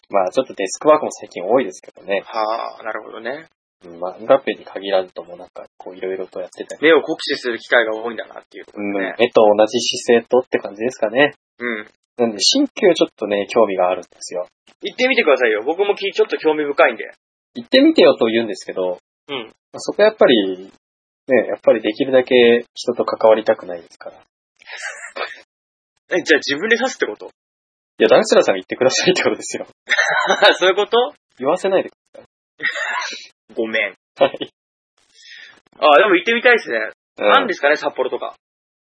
S2: まあちょっとデスクワークも最近多いですけどね。
S1: はあ、なるほどね。
S2: うんまあ、ンガペに限らずともなんか、こういろいろとやってたり。
S1: 目を酷使する機会が多いんだなっていうとこ
S2: うん
S1: ろね。
S2: 絵と同じ姿勢とって感じですかね。
S1: うん。
S2: なんで、鍼灸ちょっとね、興味があるんですよ。
S1: 行ってみてくださいよ。僕もきちょっと興味深いんで。
S2: 行ってみてよと言うんですけど、
S1: うん。
S2: まあそこやっぱり、ね、やっぱりできるだけ人と関わりたくないですから。い
S1: え、じゃあ自分で刺すってこと
S2: や、ダンスラーさんが言ってくださいってことですよ。
S1: そういうこと
S2: 言わせないでく
S1: ごめん。
S2: ださい。
S1: ああ、でも行ってみたいですね。
S2: う
S1: あるんですかね、札幌とか。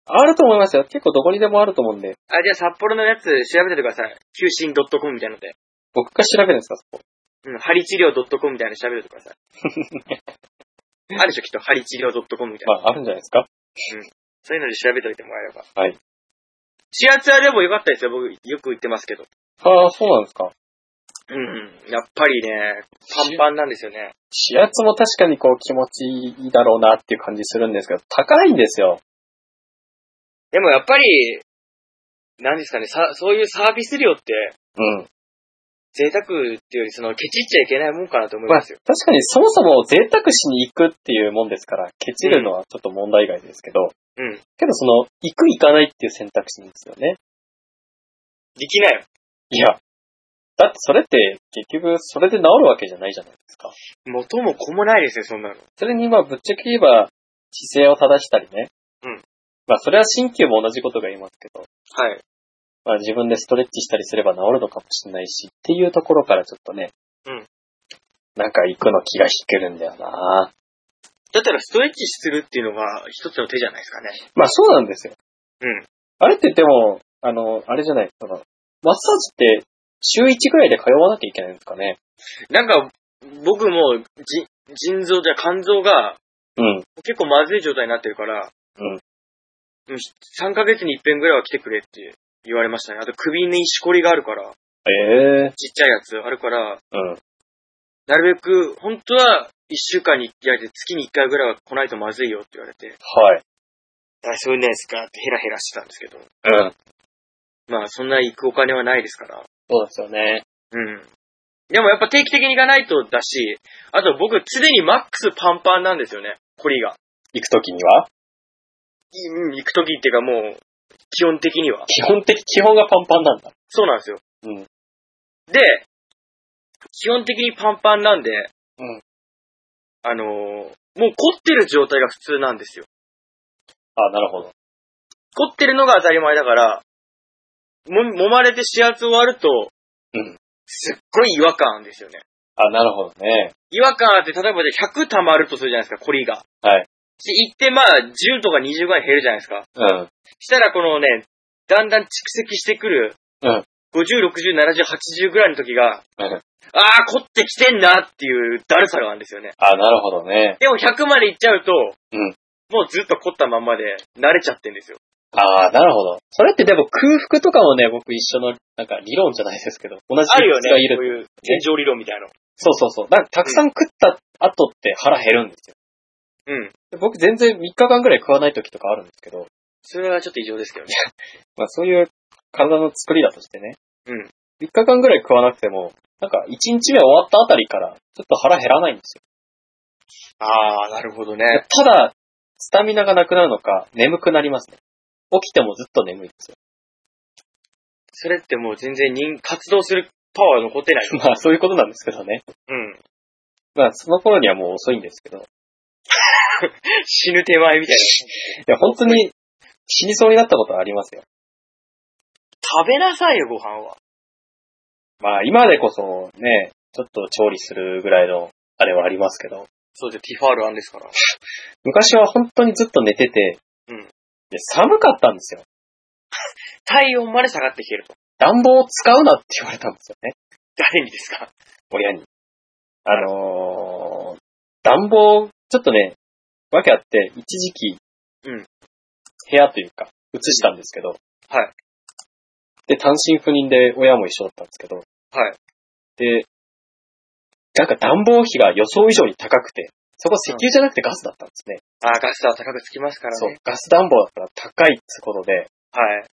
S2: あると思いますよ。結構どこにでもあると思うんで。
S1: あ、じゃあ札幌のやつ調べててください。求心 .com みたいなので。
S2: 僕が調べるんですか、そこ。
S1: うん、針治療 .com みたいなの調べててください。あるでしょ、きっと針治療 .com みたいな。
S2: まあ、あるんじゃないですか。
S1: そういうので調べておいてもらえれば。
S2: はい。
S1: 視圧はでも良かったですよ、僕よく言ってますけど。
S2: ああ、そうなんですか。
S1: うん。やっぱりね、パンパンなんですよね。
S2: 視圧も確かにこう気持ちいいだろうなっていう感じするんですけど、高いんですよ。
S1: でもやっぱり、何ですかね、さ、そういうサービス料って、
S2: うん。
S1: 贅沢っていうより、その、ケチっちゃいけないもんかなと思い
S2: まあ、
S1: ます
S2: 確
S1: よ。
S2: かにそもそも贅沢しに行くっていうもんですから、ケチるのはちょっと問題外ですけど、
S1: うん。
S2: けどその、行く行かないっていう選択肢ですよね。
S1: できないよ。
S2: いや、だってそれって結局それで治るわけじゃないじゃないですか。
S1: 元も子もないですよ、そんなの。
S2: それにまあぶっちゃけ言えば姿勢を正したりね。
S1: うん。
S2: まあそれは鍼灸も同じことが言いますけど、
S1: はい。
S2: まあ自分でストレッチしたりすれば治るのかもしれないしっていうところからちょっとね。
S1: うん。
S2: なんか行くの気が引けるんだよな
S1: だったら、ストレッチするっていうのが一つの手じゃないですかね。
S2: まあそうなんですよ。
S1: うん。
S2: あれってでも、あの、あれじゃない、その、マッサージって週1ぐらいで通わなきゃいけないんですかね。
S1: なんか、僕も、じ、腎臓じゃ肝臓が
S2: うん。
S1: 結構まずい状態になってるから、
S2: うん。
S1: うん。3ヶ月に一遍ぐらいは来てくれって言われましたね。あと、首にしこりがあるから、
S2: ええ
S1: ちっちゃいやつあるから、
S2: うん。
S1: なるべく、本当は、一週間に一回で月に一回ぐらいは来ないとまずいよって言われて、
S2: はい。
S1: あ、そういうのないですかってヘラヘラしてたんですけど、
S2: うん。
S1: まあそんな行くお金はないですから、
S2: そうですよね。
S1: うん。でもやっぱ定期的に行かないとだし、あと僕常にマックスパンパンなんですよね、コリが。
S2: 行くときには
S1: いうん行く時っていうかもう、基本的には。
S2: 基本的、基本がパンパンなんだ。
S1: そうなんですよ。
S2: うん。
S1: で、基本的にパンパンなんで、
S2: うん
S1: あのーもう凝ってる状態が普通なんですよ。
S2: あ、なるほ
S1: 凝
S2: ど。
S1: ってるのが当たり前だから、も、揉まれて指圧終わると、
S2: うん
S1: すっごい違和感ですよね。
S2: あ、なるほどね。
S1: 違和感あって、例えばじゃあ100溜まるとするじゃないですか、コリが。
S2: はい。
S1: で、行ってまあ、10とか20ぐらい減るじゃないですか。
S2: うん。
S1: したらこのね、だんだん蓄積してくる、
S2: うん
S1: 50、60、70、80ぐらいの時が、
S2: うん
S1: ああ、凝ってきてんなっていうだるさがあるんですよね。
S2: あ、なるほどね。
S1: でも100まで行っちゃうと、
S2: うん
S1: もうずっと凝ったまんまで慣れちゃってんですよ。
S2: あーなるほど。それってでも空腹とかもね、僕一緒の、なんか理論じゃないですけど、同じ
S1: あるよね、
S2: 理屈がい
S1: こう
S2: る。
S1: いう天井理論みたいなの。
S2: そうそうそう。なんかたくさん食った後って腹減るんですよ。
S1: うん。
S2: で僕全然3日間ぐらい食わない時とかあるんですけど、
S1: それはちょっと異常ですけどね。
S2: まあそういう体の作りだとしてね。
S1: うん。
S2: 3日間ぐらい食わなくても、なんか1日目終わったあたりから、ちょっと腹減らないんですよ。
S1: ああ、なるほどね。
S2: ただ、スタミナがなくなるのか、眠くなりますね。起きてもずっと眠いんですよ。
S1: それってもう全然人、活動するパワー残って ない。
S2: まあ、そういうことなんですけどね。
S1: うん。
S2: まあ、その頃にはもう遅いんですけど。い
S1: 死ぬ手前みたい
S2: や、本当に死にそうになったことはありますよ。
S1: な。食べなさいよ、ご飯は。
S2: まあ、今でこそね、ちょっと調理するぐらいの、あれはありますけど。
S1: そうじゃ、ティファールあんですから。
S2: 昔は本当にずっと寝てて、
S1: うん
S2: で寒かったんですよ。
S1: 体温まで下がってきてると。
S2: 暖房を使うなって言われたんですよね、
S1: 誰にですか
S2: 親に。あのー、暖房、ちょっとね、わけあって、一時期、
S1: うん
S2: 部屋というか、移したんですけど、
S1: はい。
S2: で、単身赴任で親も一緒だったんですけど、
S1: はい。
S2: で、なんか暖房費が予想以上に高くて、そこ石油じゃなくてガスだったんですね。
S1: ああ、ガスは高くつきますから
S2: そう
S1: ね。、
S2: ガス暖房だったら高いってことで、
S1: はい。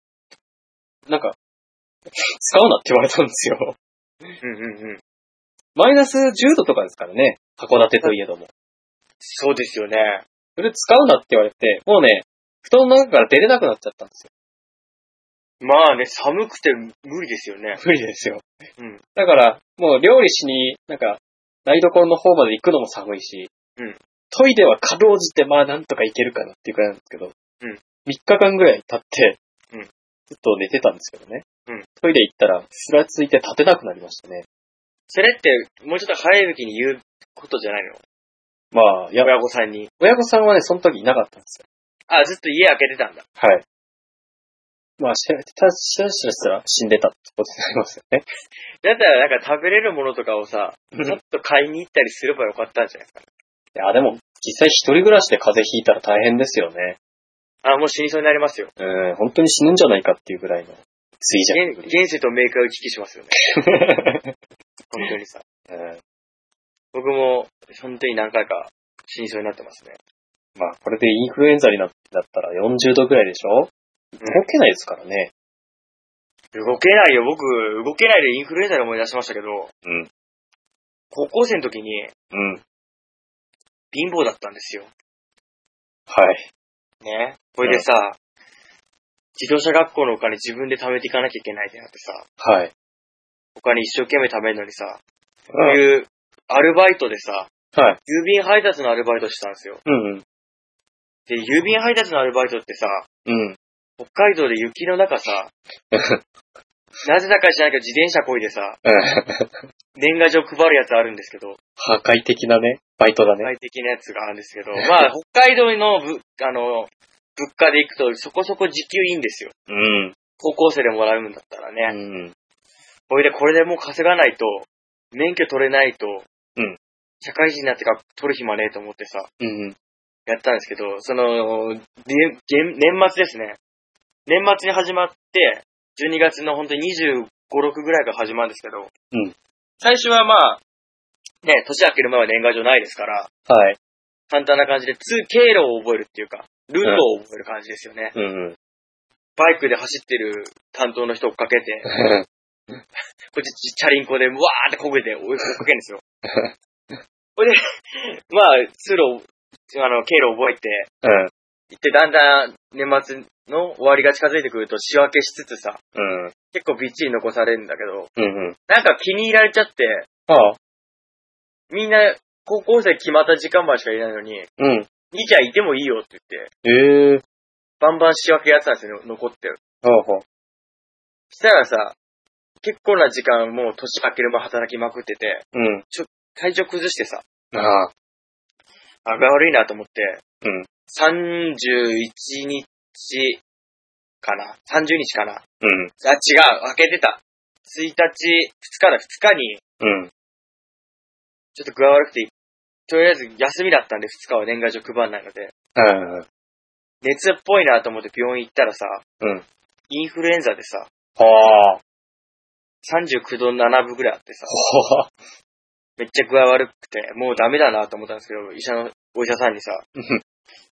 S2: なんか、 使うなって言われたんですよ。
S1: うんうんうん。
S2: マイナス10度とかですからね、函館といえども。
S1: そうですよね。
S2: それ使うなって言われて、もうね、布団の中から出れなくなっちゃったんですよ。
S1: まあね、寒くて無理ですよね。
S2: 無理ですよ。
S1: うん
S2: だから、もう料理しに、なんか、台所の方まで行くのも寒いし、
S1: うん
S2: トイレはかろうじて、まあなんとか行けるかなっていうくらいなんですけど、
S1: うん
S2: 3日間ぐらい経って、
S1: うん
S2: ずっと寝てたんですけどね。
S1: うん
S2: トイレ行ったら、ふらついて立てなくなりましたね。
S1: それって、もうちょっと早い時に言うことじゃないの
S2: まあ、いや、
S1: 親御さんに。
S2: 親御さんはね、その時いなかったんですよ
S1: あ、ずっと家開けてたんだ。
S2: はい。まあ、しら、たしらしらしたら死んでたってことになりますよね。
S1: だったらなんか食べれるものとかをさ、
S2: うん
S1: ちょっと買いに行ったりすればよかったんじゃないですか。
S2: いや、でも、実際一人暮らしで風邪ひいたら大変ですよね。
S1: あ、もう死にそうになりますよ。
S2: うん、本当に死ぬんじゃないかっていうぐらいの水じゃ
S1: 現現世とメーカーを行き来しますよね。本当にさ。
S2: うん、
S1: 僕も、本当に何回か死にそうになってますね。
S2: まあ、これでインフルエンザになだったら40度ぐらいでしょ動けないですからね。
S1: 動けないよ。僕、動けないでインフルエンザで思い出しましたけど、
S2: うん
S1: 高校生の時に
S2: うん。
S1: 貧乏だったんですよ。
S2: はい。
S1: ね。これでさ、自動車学校のお金自分で貯めていかなきゃいけないってなってさ、
S2: はい。
S1: お金一生懸命貯めるのにさ、こういうアルバイトでさ、
S2: はい
S1: 郵便配達のアルバイトしてたんですよ。
S2: うんうん。
S1: で、郵便配達のアルバイトってさ、
S2: うん。
S1: 北海道で雪の中 さ、なぜだか知らないけど自転車こいでさ、年賀状配るやつあるんですけど、
S2: 破壊的なね、バイトだね。
S1: 快適なやつがあるんですけど、 まあ、北海道のぶ、あの、物価で行くとそこそこ時給いいんですよ。
S2: うん。
S1: 高校生でもらうんだったらね。
S2: うん。
S1: ほいで、これでもう稼がないと、免許取れないと、
S2: うん
S1: 社会人になってから取る暇ねえと思ってさ、
S2: うん。
S1: やったんですけど、その、で年年末ですね。年末に始まって、12月の本当に25、6ぐらいから始まるんですけど、
S2: うん
S1: 最初はまあ、ね、年明ける前は年賀状ないですから、
S2: はい。
S1: 簡単な感じで、通経路を覚えるっていうか、ルートを覚える感じですよね。
S2: うんうん。
S1: バイクで走ってる担当の人追っかけて、こっちチャリンコで、わーってこげて追い追いかけるんですよ。 ほいで、まあ、通路を、あの、経路を覚えて、
S2: うん。
S1: 行って、だんだん年末の終わりが近づいてくると仕分けしつつさ、
S2: うん。
S1: 結構びっちり残されるんだけど、
S2: うんうん。
S1: なんか気に入られちゃって、
S2: ああ。
S1: みんな高校生決まった時間までしかいないのに、
S2: うん。
S1: 兄ちゃんいてもいいよって言って、
S2: ええー。
S1: バンバン仕分けやってたんですよね、残ってる。
S2: ああ。
S1: したらさ、結構な時間もう年明ける前働きまくってて、
S2: うん。
S1: 体調崩してさ、
S2: ああ。
S1: あが悪いなと思って、
S2: うん
S1: 31日かな ?30 日かなあ、
S2: うん。
S1: 違う、開けてた。1日、2日だ、2日に、
S2: うん。
S1: ちょっと具合悪くて、とりあえず休みだったんで2日は年賀状配らないので、
S2: うん。
S1: 熱っぽいなと思って病院行ったらさ、
S2: うん
S1: インフルエンザでさ、
S2: はあ。
S1: 39度7分ぐらいあってさ、
S2: はあ。
S1: めっちゃ具合悪くて、もうダメだなと思ったんですけど、医者の、お医者さんにさ
S2: うん、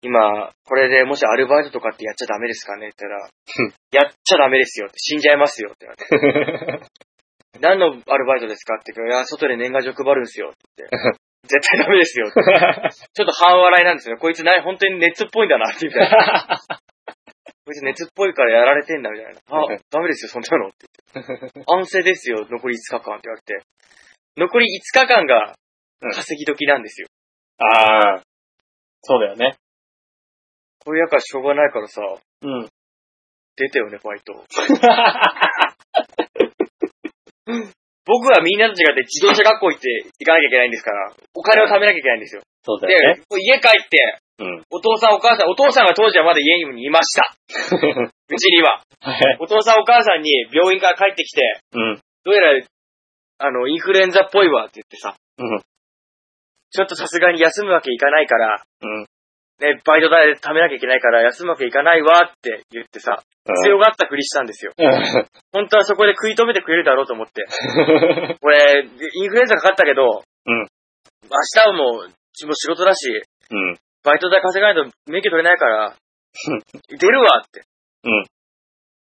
S1: 今、これでもしアルバイトとかってやっちゃダメですかねって言ったら、やっちゃダメですよって、死んじゃいますよって言われて。 何のアルバイトですかって言うから、いや、外で年賀状配るんですよって 言って。絶対ダメですよって。ちょっと半笑いなんですよ。こいつな、本当に熱っぽいんだなって、みたいな。こいつ熱っぽいからやられてんだ、みたいな。あ、ダメですよ、そんなのって 言って。安静ですよ、残り5日間って言われて。残り5日間が稼ぎ時なんですよ。
S2: ああ。そうだよね。
S1: これやからしょうがないからさ、
S2: うん。
S1: 出てよね、バイト。僕はみんなたちがで自動車学校行って行かなきゃいけないんですから、お金を貯めなきゃいけないんですよ。
S2: そう
S1: で
S2: だよね。、
S1: もう家帰って、
S2: うん
S1: お父さんお母さん、お父さんが当時はまだ家にいま した。うちには。
S2: はい。
S1: お父さんお母さんに病院から帰ってきて、
S2: うん。
S1: どうやら、あの、インフルエンザっぽいわって言ってさ、
S2: うん
S1: ちょっとさすがに休むわけいかないから、
S2: うん。
S1: ね、バイト代貯めなきゃいけないから休むわけいかないわって言ってさ、強がったふりしたんですよ。本当はそこで食い止めてくれるだろうと思 って。俺、インフルエンザかかったけど、
S2: うん
S1: 明日はもう、ちもう仕事だし、
S2: うん。
S1: バイト代稼がないと免許取れないから、出るわって。
S2: うん。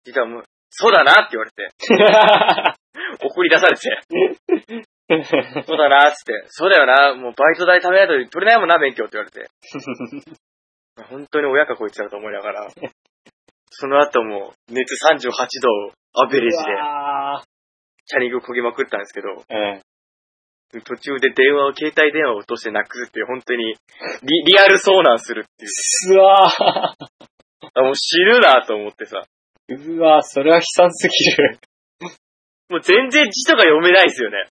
S1: 実はもう、そうだなって言われて、 送り出されて、そうだなっつって、そうだよな、もうバイト代貯めないと取れないもんな、免許って言われて。本当に親かこいつだと思いながら、その後も熱38度をアベレージで、
S2: あ
S1: チャリングこぎまくったんですけど、
S2: ーうん。
S1: 途中で電話を、携帯電話を落としてなくすっていう、本当にリ、リアル遭難するっていう。
S2: うわー
S1: あ、もう死ぬなと思ってさ。
S2: うわーそれは悲惨すぎる。
S1: もう全然字とか読めないですよね。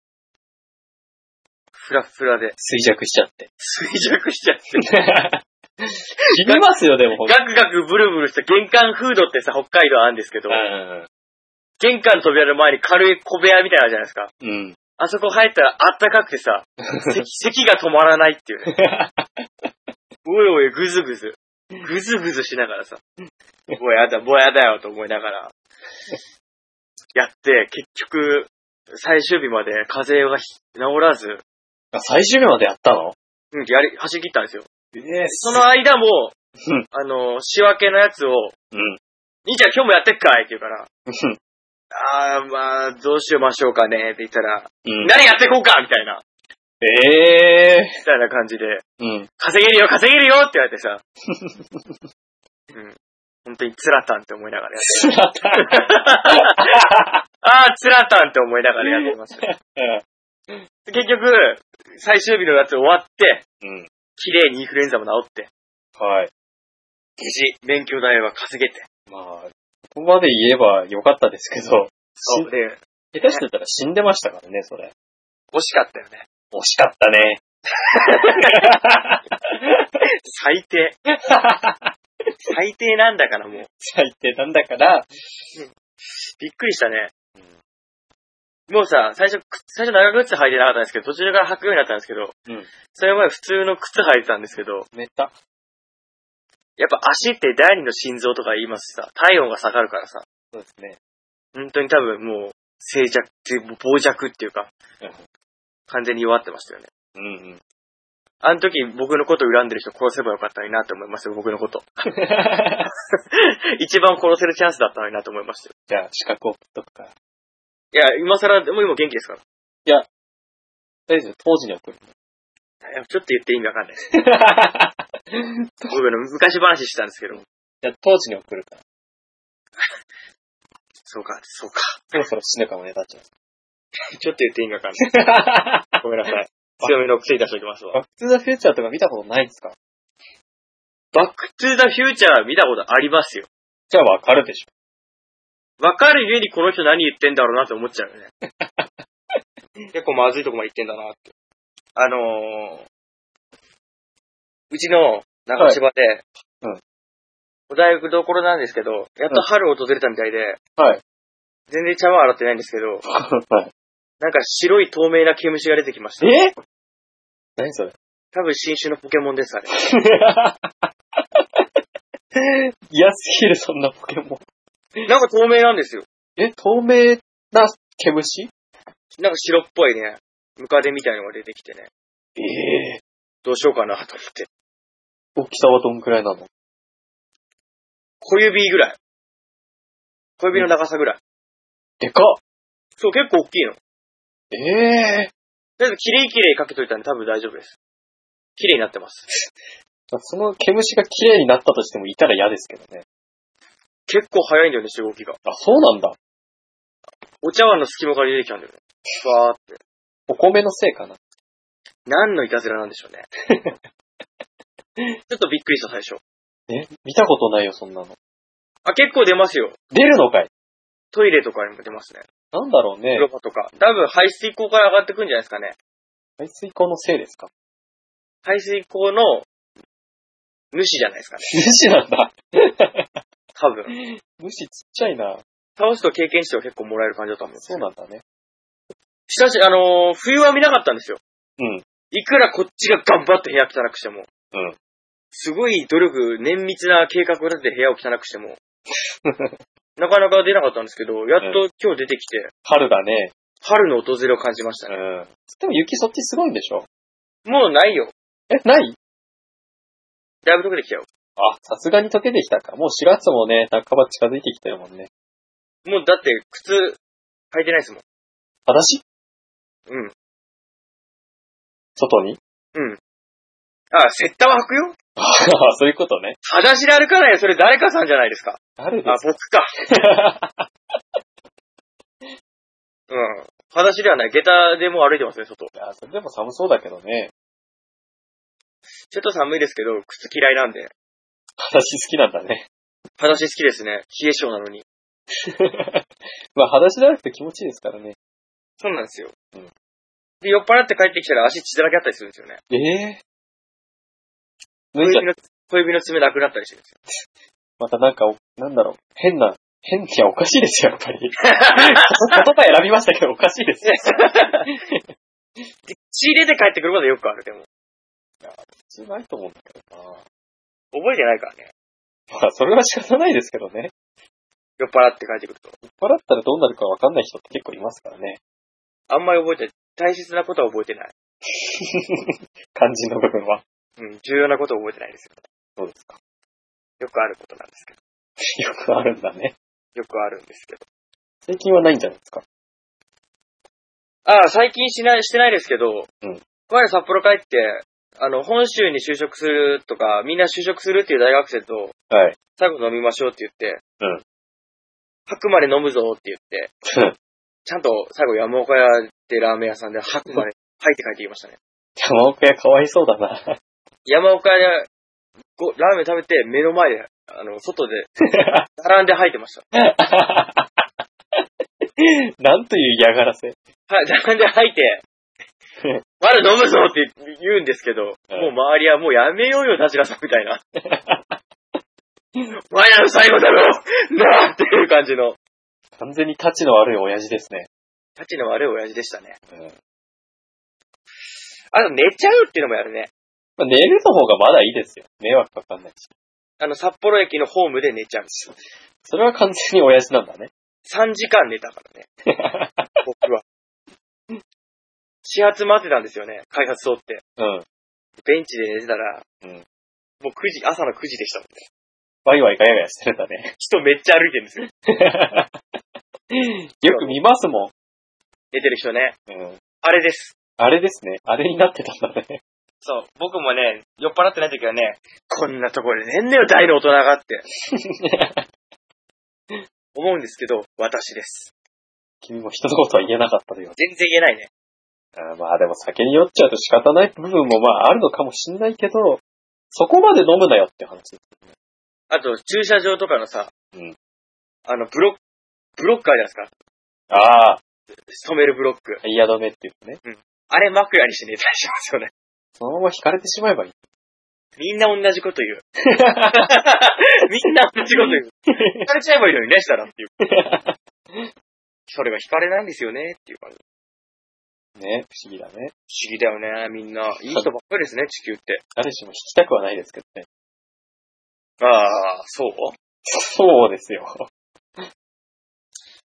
S1: ふらふらで。
S2: 衰弱しちゃって。
S1: 衰弱しちゃって。
S2: 死にますよ、でも、ほんと
S1: ガクガクブルブルした玄関フードってさ、北海道あるんですけど、
S2: うん
S1: 玄関の扉の前に軽い小部屋みたいなのあるじゃないですか。
S2: うん。
S1: あそこ入ったらあったかくて さ、咳咳が止まらないっていうね。おいおい、ぐずぐず。ぐずぐずしながらさ、ぼやだ、ぼやだよと思いながら、やって、結局、最終日まで風邪がひ治らず、
S2: あ最終日までやったの
S1: うん、やり、走り切ったんですよ。
S2: ええ
S1: その間も
S2: うん、
S1: あの、仕分けのやつを、
S2: うん。
S1: 兄ちゃん今日もやってっかいって言うから、あー、まあ、どうしましょうかねって言ったら、
S2: うん。
S1: 何やってこうかみたいな、
S2: ええ
S1: みたいな感じで、
S2: うん。
S1: 稼げるよ、稼げるよって言われて さ、うん。本当につらたんって思いながらやって。
S2: つらた。
S1: あー、つらたんって思いながらやってます。 結局、最終日のやつ終わって、
S2: うん。
S1: 綺麗にインフルエンザも治って、
S2: はい。
S1: 無事、免許代は稼げて、
S2: まあ、ここまで言えばよかったですけど、
S1: そ
S2: し
S1: う、で、
S2: 下手してたら死んでましたからね、それ。
S1: 惜しかったよね。
S2: 惜しかった ね。
S1: 最低。最低なんだからもう。
S2: 最低なんだから、
S1: びっくりしたね。もうさ、最初、く最初長靴履いてなかったんですけど、途中から履くようになったんですけど、
S2: うん
S1: それ前普通の靴履いてたんですけど、
S2: 寝た。
S1: やっぱ足って第二の心臓とか言いますしさ、体温が下がるからさ、
S2: そうですね。
S1: 本当に多分もう、静弱って、傍弱っていうか
S2: うん、
S1: 完全に弱ってましたよね。
S2: うんうん。
S1: あの時僕のこと恨んでる人殺せばよかったのになって思いますよ、僕のこと。 一番殺せるチャンスだったのになと思いましたよ。
S2: じゃあ、資格を取っとくから。
S1: いや、今更、もう今元気ですから。
S2: 大丈夫、当時に 送る。
S1: いやちょっと言って意味わかんないです。僕の昔話したんですけど、
S2: じゃあ、当時に送るから。
S1: そうか、そうか。
S2: そろそろ死ぬかもね、だっち ゃ
S1: ちょっと言って意味わかんない。ごめんなさい。強めの癖出しておきますわ。
S2: バックトゥザフューチャーとか見たことないんですか
S1: バックトゥーザフューチャー見たことありますよ。
S2: じゃあわかるでしょ。
S1: わかるゆえにこの人何言ってんだろうなって思っちゃうよね。 結構まずいとこまで言ってんだなって。あのー、うちの長島で、
S2: うん
S1: お大学どころなんですけど、やっと春を訪れたみたいで、
S2: はい
S1: 全然茶碗洗ってないんですけど、
S2: はい。
S1: なんか白い透明な毛虫が出てきました。
S2: え何 それ
S1: 多分新種のポケモンです、あれ。
S2: 嫌すぎる、そんなポケモン。
S1: なんか透明なんですよ。
S2: え、透明な毛虫
S1: なんか白っぽいね、ムカデみたいのが出てきてね、
S2: ええ
S1: どうしようかなと思って。
S2: 大きさはどんくらいなの
S1: 小指ぐらい。小指の長さぐらい。
S2: でかっ
S1: そう、結構大きいの。
S2: ええ
S1: だけど、きれいきれいかけといたんで多分大丈夫です。きれいになってます。
S2: その毛虫が綺麗になったとしてもいたら嫌ですけどね。
S1: 結構早いんだよね、動きが。
S2: あ、そうなんだ。
S1: お茶碗の隙間から出てきたんだよね。わーって。
S2: お米のせいかな。
S1: 何のいたずらなんでしょうね。 ちょっとびっくりした、最初。
S2: え、見たことないよ、そんなの。
S1: あ、結構出ますよ。
S2: 出るのかい
S1: トイレとかにも出ますね。
S2: なんだろうね
S1: 風。呂場とか。多分排水口から上がってくんじゃないですかね。
S2: 排水口のせいですか
S1: 排水口の主じゃないですかね。
S2: 主なんだ。
S1: 多分。
S2: 虫ちっちゃいな。
S1: 倒すと経験値を結構もらえる感じだと思うんです
S2: そうなんだね。
S1: しかし、あのー冬は見なかったんですよ。
S2: うん。
S1: いくらこっちが頑張って部屋汚くしても。
S2: うん。
S1: すごい努力、綿密な計画を立てて部屋を汚くして も。なかなか出なかったんですけど、やっと今日出てきて、
S2: 春だね。
S1: 春の訪れを感じましたね。
S2: ん。でも雪そっちすごいんでしょ
S1: もうないよ。
S2: え、ない
S1: だいぶ溶けてきたよ。
S2: あ、さすがに溶けてきたか。もう4月もね、半ば近づいてきてるもんね。
S1: もうだって靴履いてないですもん。
S2: 裸足
S1: うん。
S2: 外に
S1: あ、セッターは履くよ
S2: そういうことね。
S1: 裸足で歩かないよ。それ誰かさんじゃないですか。
S2: あるで
S1: あ、僕か。 うん。裸足ではない。下駄でもう歩いてますね、外。
S2: あ、それでも寒そうだけどね。
S1: ちょっと寒いですけど、靴嫌いなんで。
S2: 裸足好きなんだね。
S1: 裸足好きですね。冷え性なのに。
S2: まあ、裸足じゃなくて気持ちいいですからね。
S1: そうなんですよ。
S2: うん
S1: で、酔っ払って帰ってきたら足血だらけあったりするんですよね。
S2: ええ
S1: 小
S2: 抜いちゃ
S1: 指の、小指の爪なくなったりしてるんですよ。
S2: またなんかお、なんだろう、変な、変じゃおかしいですよ、やっぱり。言 葉選びましたけ ど、おかしいですよ。
S1: で血入れて帰ってくることはよくある、でも。
S2: 普通ないと思うんだけどな。
S1: 覚えてないからね。
S2: まあ、それは仕方ないですけどね。
S1: 酔っ払って帰ってくると。
S2: 笑ったらどうなるかわかんない人って結構います からね。
S1: あんまり覚えてない。大切なことは覚えてない。
S2: 肝心の部分は。
S1: うん、重要なことは覚えてないですよ。
S2: そうですか。
S1: よくあることなんですけど。
S2: よくあるんだね。
S1: よくあるんですけど。
S2: 最近はないんじゃないですか。
S1: ああ、最近しない、してないですけど、
S2: うん
S1: 前札幌帰って、あの、本州に就職するとか、みんな就職するっていう大学生と、
S2: はい。
S1: 最後飲みましょうって言って、
S2: うん
S1: 吐くまで飲むぞって言って、ちゃんと最後山岡屋でラーメン屋さんで吐くまで吐いて帰ってきましたね。
S2: 山奥屋かわいそうだな。
S1: 山岡屋でごラーメン食べて目の前で、あの、外で、並んで吐いてました。
S2: なんという嫌がらせ。
S1: はい、並んで吐いて、まだ飲むぞって言うんですけど、
S2: うん
S1: もう周りはもうやめようよ、田代さんみたいな。 お前らの最後だろなあっていう感じの。
S2: 完全に立ちの悪い親父ですね。
S1: 立ちの悪い親父でしたね。
S2: うん
S1: あと寝ちゃうっていうのもやるね。
S2: まあ、寝るの方がまだいいですよ。迷惑かかんないし。
S1: あの、札幌駅のホームで寝ちゃう。
S2: それは完全に親父なんだね。
S1: 3時間寝たからね。 僕は。始発待ってたんですよね、開発通って。
S2: うん。
S1: ベンチで寝てたら、
S2: うん
S1: もう9時、朝の9時でしたもんね。
S2: ワイワイガヤガヤしてるんだね。
S1: 人めっちゃ歩いてるんですよ。
S2: よく見ますもん。
S1: 寝てる人ね。
S2: うん。
S1: あれです。
S2: あれですね。あれになってたんだね。
S1: そう、僕もね、酔っ払ってない時はね、こんなところで寝んねよ、大の大人が って。思うんですけど、私です。
S2: 君も人のことは言えなかったよ。
S1: 全然言えないね。
S2: あーまあでも酒に酔っちゃうと仕方ない部分もまああるのかもしんないけど、そこまで飲むなよって話。
S1: あと、駐車場とかのさ、
S2: うん
S1: あの、ブロック、ブロッカーじゃないですか。
S2: ああ、
S1: 止めるブロック。
S2: 嫌止めっていうね。
S1: あれ枕にして寝たりしますよね。
S2: そのまま引かれてしまえばいい。
S1: みんな同じこと言 う。みんな同じこと言う。引かれちゃえばいいのにね、したらっていう。 それが引かれないんですよね、っていう感じ。
S2: ね、不思議だね。
S1: 不思議だよね、みんな。いい人ばっかりです ね、地球って。
S2: 誰しも引きたくはないですけどね。
S1: ああ、そう
S2: そうですよ。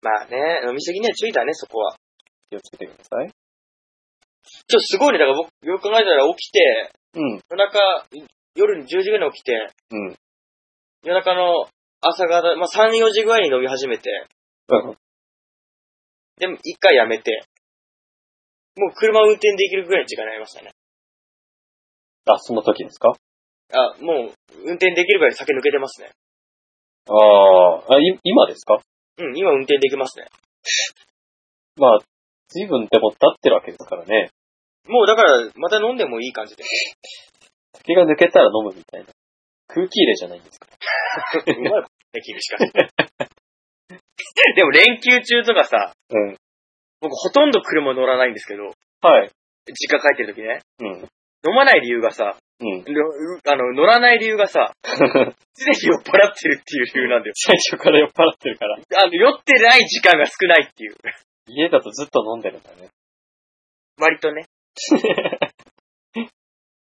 S1: まあね、飲みすぎには注意だね、そこは。
S2: 気をつけてくださ
S1: ちょ
S2: い。
S1: っとすごいね、だから僕、よく考えたら起きて、
S2: うん。
S1: 夜中、夜に10時ぐらいに起きて、
S2: うん
S1: 夜中の朝方、まあ、3、4時ぐらいに飲み始めて、
S2: うん
S1: でも一回やめて、もう車運転できるぐらいの時間になりましたね。
S2: あ、その時ですか
S1: あ、もう運転できるぐらい酒抜けてますね。
S2: ああ、あい今ですか
S1: うん、今運転できますね。
S2: まあ、随分でも経ってるわけですからね。
S1: もうだから、また飲んでもいい感じで。
S2: 酒が抜けたら飲むみたいな。空気入れじゃないんですか。
S1: うまいことできるしかない。 でも連休中とかさ、
S2: うん。
S1: 僕ほとんど車乗らないんですけど、
S2: はい。
S1: 実家帰ってる時ね。
S2: うん。
S1: 飲まない理由がさ、
S2: うん。
S1: のう あの、乗らない理由がさ、すでに酔っ払ってるっていう理由なんだよ。
S2: 最初から酔っ払ってるか ら。
S1: あの、酔ってない時間が少ないっていう。
S2: 家だとずっと飲んでるんだね。
S1: 割とね。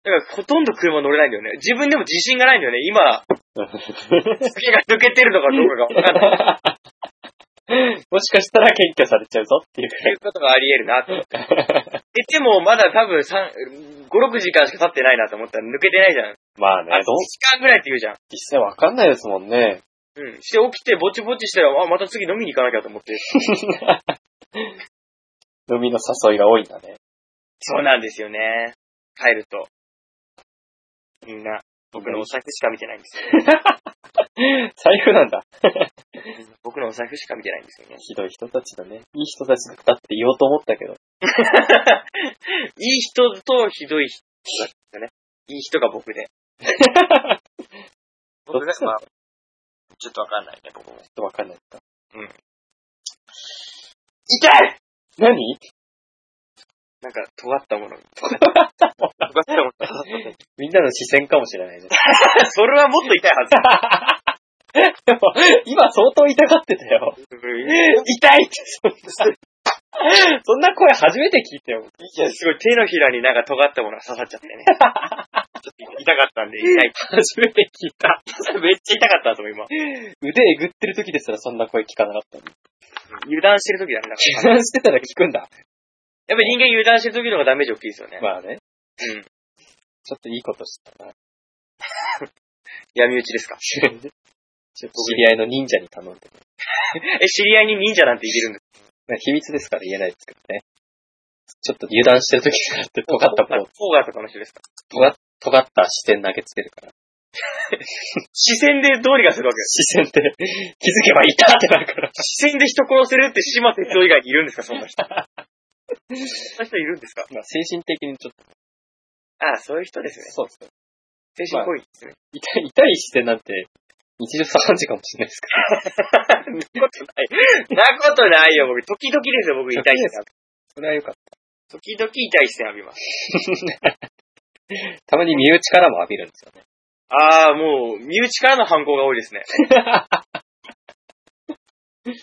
S1: だからほとんど車乗れないんだよね。自分でも自信がないんだよね。今、酒が抜けてるのかどうかが分かんないっ
S2: もしかしたら検挙されちゃうぞっていう。
S1: ていうことがあり得るなと思 って。え、でもまだ多分三5、6時間しか経ってないなと思ったら抜けてないじゃん。
S2: まあね
S1: あ、、
S2: どう
S1: 1時間ぐらいって言うじゃん。
S2: 実際わかんないですもん ね。
S1: うん。して起きてぼちぼちしたら、あ、また次飲みに行かなきゃと思って。
S2: 飲みの誘いが多いんだね。
S1: そうなんですよね。帰ると。みんな、僕のお財布しか見てないんですよ。
S2: 財布なんだ。
S1: 僕のお財布しか見てないんですよね。
S2: ひどい人たちだね。いい人たちだったって言おうと思ったけど。
S1: いい人とひどい人だったね。いい人が僕で。 僕が、まあ、ちょっとわかんないね、僕も。
S2: わかんないですか。
S1: 痛い
S2: 何
S1: なんか、尖ったもの。尖ったもの。
S2: みんなの視線かもしれないじゃん。
S1: それはもっと痛い はず。
S2: でも今相当痛がってたよ。痛いってそんな、そんな声初めて聞いたよ。
S1: いや、すごい手のひらになんか尖ったものが刺さっちゃ ってね。ちょっと痛かったんで、痛い。
S2: 初めて聞いた。
S1: めっちゃ痛かったと思う、今。
S2: 腕えぐってる時ですらそんな声聞かなかったのに。
S1: 油断してる時だね。だから
S2: 油断してたら聞くんだ。
S1: やっぱり人間油断してる時の方がダメージ大きいですよね。
S2: まあね。
S1: うん。
S2: ちょっといいことしたな。
S1: 闇討ちですか。
S2: ちょっと知り合いの忍者に頼んで。
S1: え、知り合いに忍者なんていけるんです
S2: まあ秘密ですから言えないですけどね。ちょっと油断してる時からって尖った、こう、
S1: フォーガーとかの人ですか。
S2: 尖った視線投げつけるから。
S1: 視線でどうにかするわけです。
S2: 視線って気づけばいたってなるから。
S1: 視線で人殺せるって島哲夫以外にいるんですか、そんな人。そんな人いるんですか
S2: まあ精神的にちょっと、
S1: ああ、そういう人ですね。
S2: そうですね。
S1: 精神行為ですね。
S2: 痛い、痛い視線なんて、日常茶飯事かもしれないですから。
S1: そんなことない。なことないよ、僕。時々ですよ、僕痛い視線浴び
S2: それはよかっ
S1: 時々痛い視線浴びます。
S2: た。たまに身内からも浴びるんですよね。
S1: ああ、もう、身内からの犯行が多い ですね。身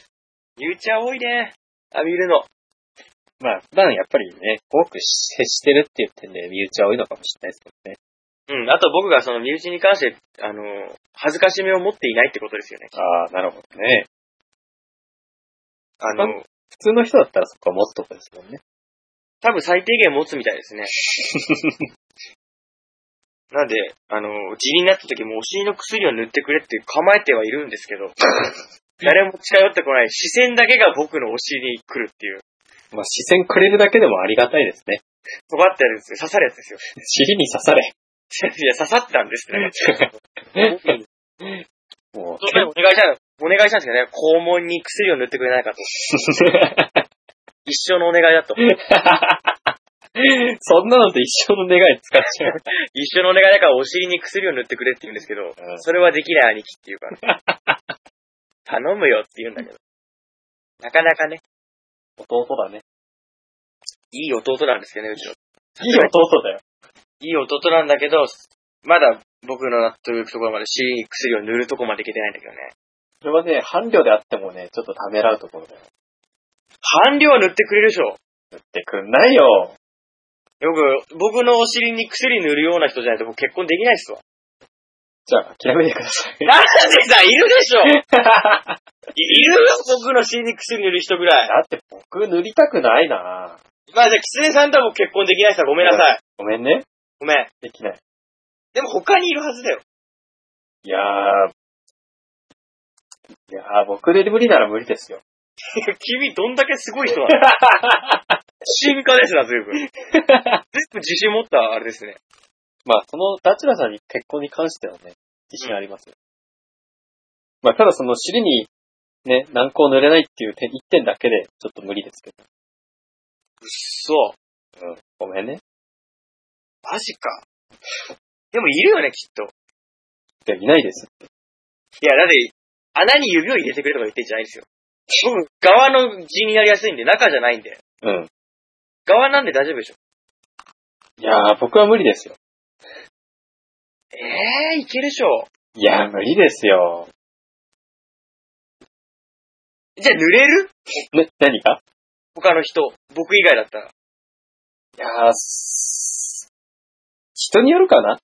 S1: 内は多いね。浴びるの。
S2: まあ、普段やっぱりね、多く接してるっていう点で身内は多いのかもしれないですけど
S1: う
S2: ね。
S1: ん、あと僕がその身内に関して、あの、恥ずかしめを持っていないってことですよね。
S2: ああ、なるほどね。
S1: あの、
S2: 普通の人だったらそこは持つとこです もんね。
S1: 多分最低限持つみたいですね。なんで、あの、地になった時もお尻の薬を塗ってくれって構えてはいるんですけ ど、誰も近寄ってこない視線だけが僕のお尻に来るっていう、
S2: まあ、視線くれるだけでもありがたいですね。
S1: 尖ったやつですよ。刺さるやつですよ。
S2: 尻に刺され。
S1: いや、刺さったんですって、ね。
S2: も
S1: お
S2: う、
S1: 願いしたお願いしたんですけどね、肛門に薬を塗ってくれないかと。一生のお願いだと。
S2: そんなので一生の願い使っちゃう。
S1: 一緒のお願いだからお尻に薬を塗ってくれって言うんですけど、
S2: うん
S1: それはできない兄貴っていうから、 頼むよって言うんだけど。なかなかね、
S2: 弟だね。
S1: いい弟なんですけどね、うちの。
S2: いい弟だよ。
S1: いい弟なんだけど、まだ僕の納得いくところまで尻に薬を塗るとこまでいけてないんだけどね。
S2: それはね、伴侶であってもね、ちょっとためらうところだよ。
S1: 半量は塗ってくれるでしょ。
S2: 言ってくんないよ。
S1: よく、僕のお尻に薬塗るような人じゃないと僕結婚できないっすわ。
S2: じゃあ、諦めてください。
S1: なんでさ、いるでしょいるよ、僕の尻に薬塗る人ぐらい。
S2: だって僕塗りたくないな
S1: まあじゃあ、キツネさんとは僕結婚できないっすわ。ごめんなさい。
S2: ごめんね。
S1: ごめん。
S2: できない。
S1: でも他にいるはずだよ。
S2: いやー、いやー、僕で無理なら無理ですよ。
S3: 君どんだけすごい人なの進化ですな、随分。全部自信持ったあれですね。
S2: まあ、その、ダチュラさんに結婚に関してはね、自信ありますよ。まあ、ただその尻に、ね、軟膏塗れないっていう点一点だけで、ちょっと無理ですけ
S1: う
S2: ど。
S1: っそ。
S2: うん。ごめんね。
S1: マジか。でもいるよね、きっと。
S2: いや、いないです。
S1: いや、だって、穴に指を入れてくれとか言ってんじゃないですよ。僕、側の字になりやすいんで、中じゃないんで。
S2: うん。
S1: 側なんで大丈夫でしょ。
S2: いやー、僕は無理ですよ。
S1: ええー、いけるでしょ。
S2: いやー、無理ですよ。
S1: じゃあ、濡れる
S2: ね、何か
S1: 他の人。僕以外だったら。
S2: いやー、す人によるかな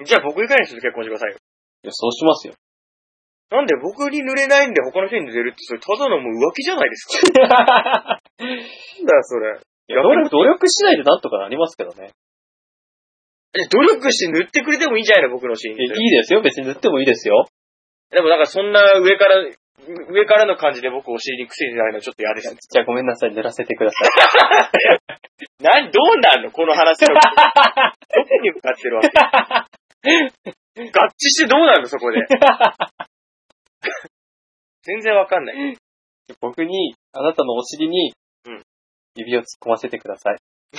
S2: い
S1: じゃあ、僕以外の人と結婚してくださいよ。
S2: や、そうしますよ。
S1: なんで僕に濡れないんで他の人に濡れるって、それただのもう浮気じゃないですか。
S2: い や
S1: なんだよ、それ。
S2: 努力努力しないでなんとかなりますけどね。
S1: え努力して塗ってくれてもいいんじゃないの、僕のシーン
S2: いやいいですよ、別に塗ってもいいですよ。
S1: でもなんかそんな上から、上からの感じで僕お尻に癖になるのちょっと嫌ですね。
S2: じゃあごめんなさい、塗らせてください。
S1: なん、どうなんのこの話の。どこに向かってるわけ合致してどうなんのそこで。全然わかんない。
S2: 僕に、あなたのお尻に
S1: うん、
S2: 指を突っ込ませてください。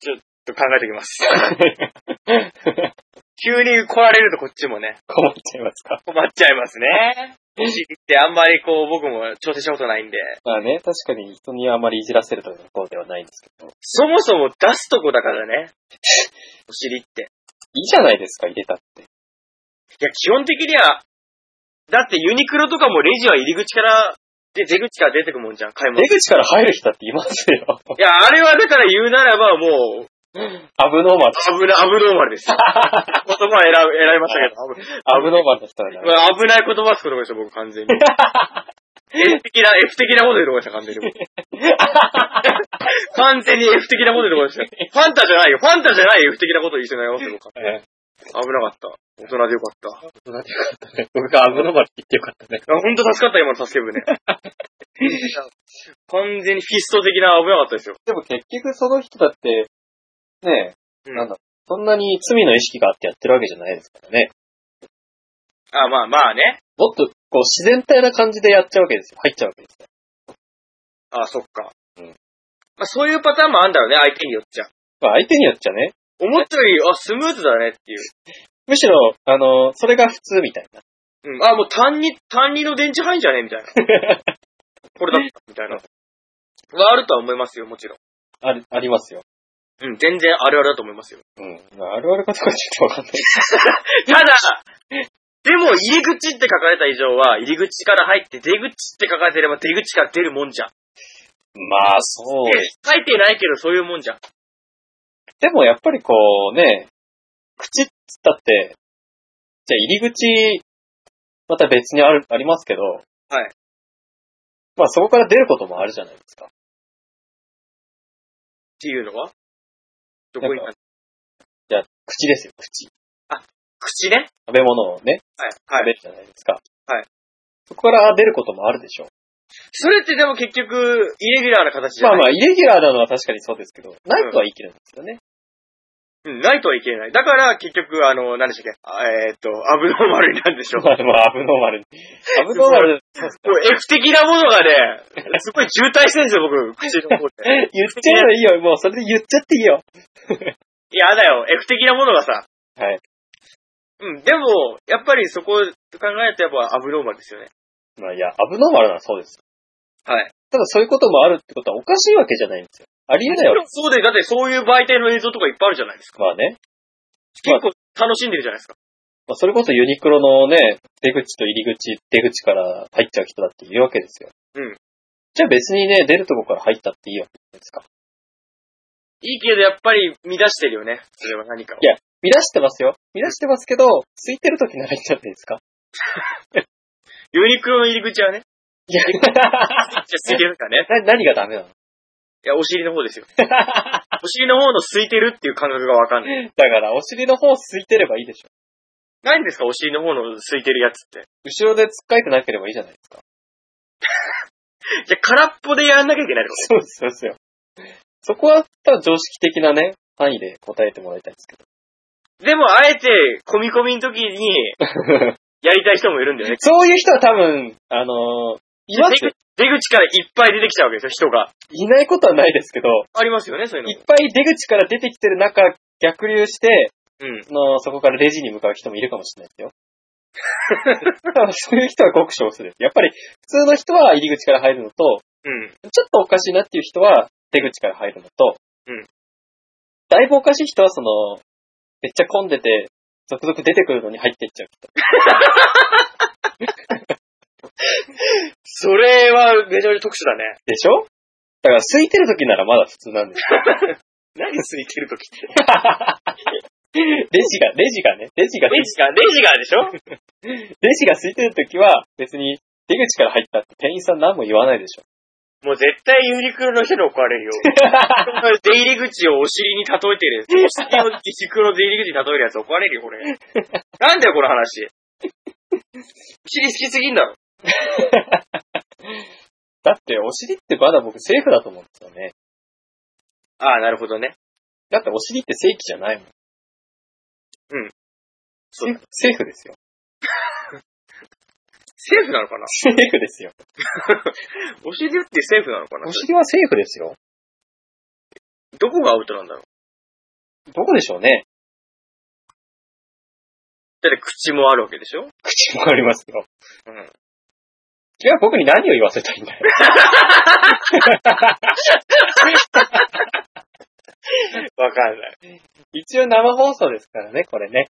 S1: ちょっと考えておきます。急に来られるとこっちもね、
S2: 困っちゃいますか
S1: 困っちゃいますね。お尻ってあんまりこう僕も調整したことないんで、
S2: まあね、確かに人にあまりいじらせるというのはこうではないんですけど。
S1: そもそも出すとこだからね。お尻って。
S2: いいじゃないですか、入れたって。
S1: いや、基本的には、だってユニクロとかもレジは入り口から、で、出口から出てくもんじゃん、買い物。
S2: 出
S1: い
S2: 口から入る人っていますよ。
S1: や、あれはだから言うならばもう、
S2: アブノーマン、
S1: 危な、アブノーマル ですよ。言葉選ぶ、選びましたけど、危
S2: アブノーマンの人 はね。
S1: まあ危ない言葉するとこでしょ、僕完全に。F 的な、F 的なこと言うとこでした、完全に 僕。完全に F 的なこと言うとこでした。ファンタじゃないよ、ファンタじゃない F 的なこと言いそうになりますよ、僕は
S2: え
S1: 危なかった。大人でよかった。
S2: 僕がアブノーマンって言ってよかったね。
S1: あ、ほんと助かった、今の助け 舟。完全にフィスト的な危なかったですよ。
S2: でも結局その人だって、ねえ、
S1: うん
S2: なんだ、そんなに罪の意識があってやってるわけじゃないですからね。
S1: あ、まあまあね。
S2: もっと、こう、自然体な感じでやっちゃうわけですよ。入っちゃうわけですよ。
S1: あ、そっか。
S2: うん
S1: まあそういうパターンもあんだろうね、相手によっちゃ。
S2: まあ、相手によっちゃね、
S1: 思ったより、あ、スムーズだねっていう。
S2: むしろ、あの、それが普通みたいな。
S1: うん。あ、もう単に、単にの電池入んじゃねみ たいな。これだった、みたいな。はあるとは思いますよ、もちろん。
S2: ある、ありますよ。
S1: うん、全然あるあるだと思いますよ。
S2: うん。まあ、あるあるかどうかちょっとわかんない。
S1: ただ、でも入り口って書かれた以上は、入り口から入って出口って書かれてれば出口から出るもんじゃん。
S2: まあ、そう。
S1: 書いてないけどそういうもんじゃん。
S2: でも、やっぱりこうね、口っつったって、じゃあ入り口、また別にある、ありますけど、
S1: はい。
S2: まあ、そこから出ることもあるじゃないですか。
S1: っていうのはどこに
S2: なんじゃあ、口ですよ、口。
S1: 口ね
S2: 食べ物をね、
S1: はい。
S2: 食
S1: は
S2: べ
S1: い。
S2: るじゃないですか。
S1: はい。
S2: そこから出ることもあるでしょう。
S1: それってでも結局、イレギュラーな形じゃ
S2: まあ
S1: ない。
S2: まあ、イレギュラーなのは確かにそうですけど、ないとは言い切れないですよね。
S1: うん、ないとはいけない。だから結局、あの、何でしたっけあえーっと、アブノーマルになるんで しょ。
S2: まあ、まあ、アブノーマル に。アブノーマル、
S1: もう F 的なものがね、すごい渋滞してるんですよ、僕、口の方で。
S2: 言っちゃえばいいよ。もうそれで言っちゃっていいよ。
S1: いやだよ、F 的なものがさ。
S2: はい。
S1: うん、でも、やっぱりそこを考えるとやっぱアブノーマルですよね。
S2: まあいや、アブノーマルならそうです。
S1: はい。
S2: ただそういうこともあるってことはおかしいわけじゃないんですよ。ありえないわけで
S1: そうで、だってそういう媒体の映像とかいっぱいあるじゃないです
S2: す
S1: か。
S2: まあね。
S1: 結構楽しんでるじゃないですか。
S2: まあそれこそユニクロのね、出口と入り口、出口から入っちゃう人だっているわけですよ。
S1: うん。
S2: じゃあ別にね、出るとこから入ったっていいわけじゃないですか。
S1: いいけど、やっぱり乱してるよね。それは何かを。
S2: いや乱してますよ。乱してますけど、空いてる時ならいいんじゃないですか。
S1: ユニクロの入り口はね、
S2: いや、
S1: じゃあ、ついてるかね。
S2: な何がダメな の
S1: いや、お尻の方ですよ。お尻の方の空いてるっていう感覚がわかんない。
S2: だから、お尻の方空いてればいいでしょ。
S1: 何ですかお尻の方の空いてるやつって。
S2: 後ろで突っかいてなければいいじゃないですか。
S1: じゃあ、空っぽでやんなきゃいけないのか
S2: そうです、そうですよ。そこは、ただ常識的なね、範囲で答えてもらいたいんですけど。
S1: でも、あえて、込み込みの時 に、やりたい人もいるんだよね。
S2: そういう人は多分、あのーいます
S1: 出口出口からいっぱい出てきちゃうわけですよ、人が。
S2: いないことはないですけど、
S1: ありますよね、そういう
S2: い
S1: の
S2: っぱい出口から出てきてる中、逆流して、
S1: も。うん。
S2: あのそこからレジに向かう人もいるかもしれないで すよ。そういう人は極少数です。やっぱり、普通の人は入り口から入るのと、
S1: うん。
S2: ちょっとおかしいなっていう人は出口から入るのと、
S1: うん
S2: だいぶおかしい人はその、めっちゃ混んでて、続々出てくるのに入っていっちゃう人。
S1: それは、めちゃめちゃ特殊だね。
S2: でしょだから空いてる時ならまだ普通なん ですよ。
S1: 何空いてる時って。
S2: レジが、レジがね、レジが、レ
S1: レジが、レジが でしょ
S2: ジが空いてる時は別に出口から入ったって店員さん何も言わな いでしょ。
S1: もう絶対ユニクロの人に怒られるよ。 出入り口をお尻に例えてる。お尻をユニクロの出入り口に例えるやつ怒られるよ、これ。なんだよ、この話。お尻好きすぎんだろ。
S2: だってお尻ってまだ僕セーフだと思うんですよね。
S1: ああ、なるほどね。
S2: だってお尻って正規じゃないもん。
S1: うん。
S2: セーフセーフで すよ。
S1: セーフなのかな
S2: セーフですよ。
S1: お尻ってセーフなのかな
S2: お尻はセーフですよ。
S1: どこがアウトなんだろう
S2: どこでしょうね。
S1: だって口もあるわけでしょ
S2: 口もありますよ。
S1: うん。
S2: 君は僕に何を言わせたいんだよ。
S1: わかんない。
S2: 一応生放送ですからね、これね。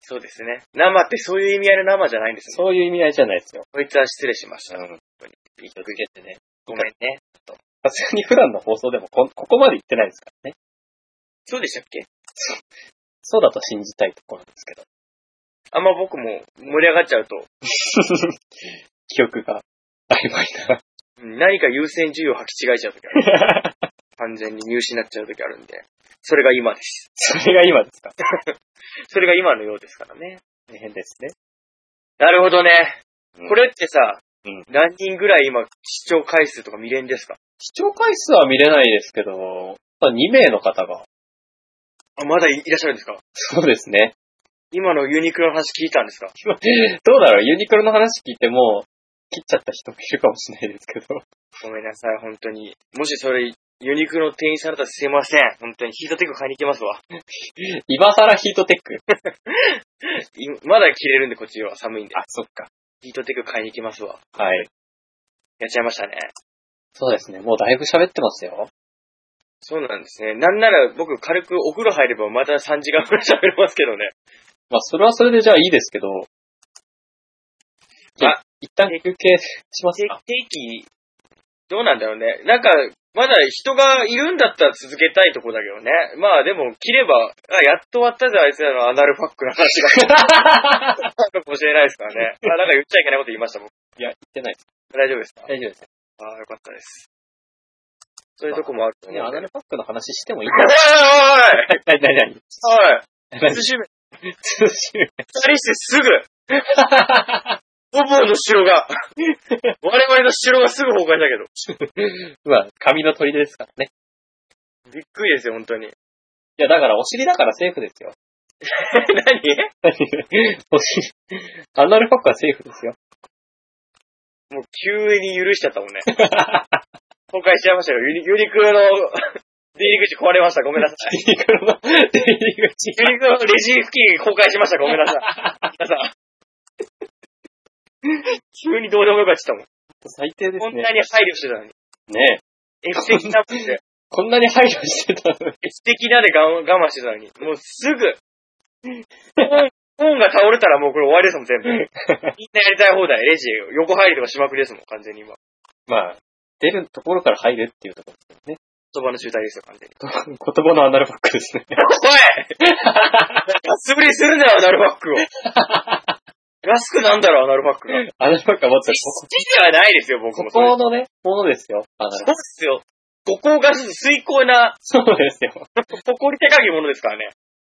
S1: そうですね。生ってそういう意味合いの生じゃないんですよ。
S2: そういう意味合いじゃないですよ。
S1: こいつは失礼しました。本当に。びっくり
S2: てね。
S1: ごめんね。
S2: さすがに普段の放送でもこ、ここまで言ってないですからね。
S1: そうでしたっけ
S2: そうだと信じたいところですけど。
S1: あんま僕も盛り上がっちゃうと、
S2: 記憶が曖昧な。
S1: うん何か優先順位を履き違えちゃうときある。 完全に入試になっちゃうときあるんで。それが今です。
S2: それが今ですか。
S1: それが今のようですからね。
S2: 大変ですね。
S1: なるほどね。
S2: うん
S1: これってさ、
S2: うん
S1: 何人ぐらい今、視聴回数とか未練ですか
S2: 視聴回数は見れないですけど、まあ2名の方が。
S1: あ、まだいいらっしゃるんですか
S2: そうですね。
S1: 今のユニクロの話聞いたんですか
S2: どうだろうユニクロの話聞いても、切っちゃった人もいるかもしれないですけど。
S1: ごめんなさい、本当に。もしそれ、ユニクロの店員さんだったらすいません。本当にヒートテック買いに行きますわ。
S2: 今更ヒートテック。
S1: いまだ着れるんで、こっちは寒いんで。
S2: あ、そっか。
S1: ヒートテック買いに行きますわ。
S2: はい。
S1: やっちゃいましたね。
S2: そうですね。もうだいぶ喋ってますよ。
S1: そうなんですね。なんなら僕軽くお風呂入ればまた3時間くらい喋れますけどね。
S2: まあ、それはそれでじゃあいいですけど。じゃあ、一旦休憩します
S1: 定
S2: か。
S1: 期、どうなんだろうね。なんか、まだ人がいるんだったら続けたいとこだけどね。まあでも、切れば、あ、やっと終わったぜ、あいつらのアナルファックな話 が。あるかもしれないですからね。あ、なんか言っちゃいけないこと言いました、僕。
S2: いや、言ってないです。
S1: 大丈夫ですか
S2: 大丈夫です。
S1: ああ、よかったです。そういうとこもあると思
S2: ね、
S1: う
S2: ア
S1: んで。
S2: ナルパックの話してもいい
S1: おい
S2: なになにな
S1: おいお
S2: に
S1: いおい
S2: 何
S1: 寿司麺
S2: 通信
S1: 二人してすぐ、ボボの城 が、我々の城がすぐ崩壊だけど。
S2: まあ、紙の鳥ですからね。
S1: びっくりですよ、本当に。
S2: いや、だからお尻だからセーフですよ。
S1: 何
S2: お尻、アナルパックはセーフですよ。
S1: もう急に許しちゃった もんね。崩壊しちゃいましたよ。ユニユニクロの出入り口壊れました。ごめんなさい。
S2: ユニクロの出入り口。
S1: ユニクロのレジ付近崩壊しました。ごめんなさい。皆 さん。急にどうでもよかったもん。
S2: 最低で
S1: こ
S2: す
S1: ん
S2: ね
S1: な。に配慮してたのに。
S2: ねえ
S1: F 的なもんで、
S2: こんなに配慮してたのに。
S1: F 的なで我慢我慢してたのに。もうすぐ、本本が倒れたらもうこれ終わりですもん、全部。みんなやりたい放題。レジ、横入りとかしまくりですもん、完全に今。
S2: まあ、出るところから入るっていうところ。
S1: 言葉の集大ですよ、完全に。
S2: 言葉のアナルパックですね。
S1: おい 安売りするなよ、アナルファックを。安くなんだろう、アナルファックが。
S2: アナルパックはまず
S1: 好きではないですよ、僕
S2: こ
S1: も
S2: こ、
S1: それ。
S2: ここのね、ものですよ。アナ
S1: そう
S2: ル
S1: ですよ。五行が水耕な、
S2: そうですよ。
S1: 誇り高きものですからね。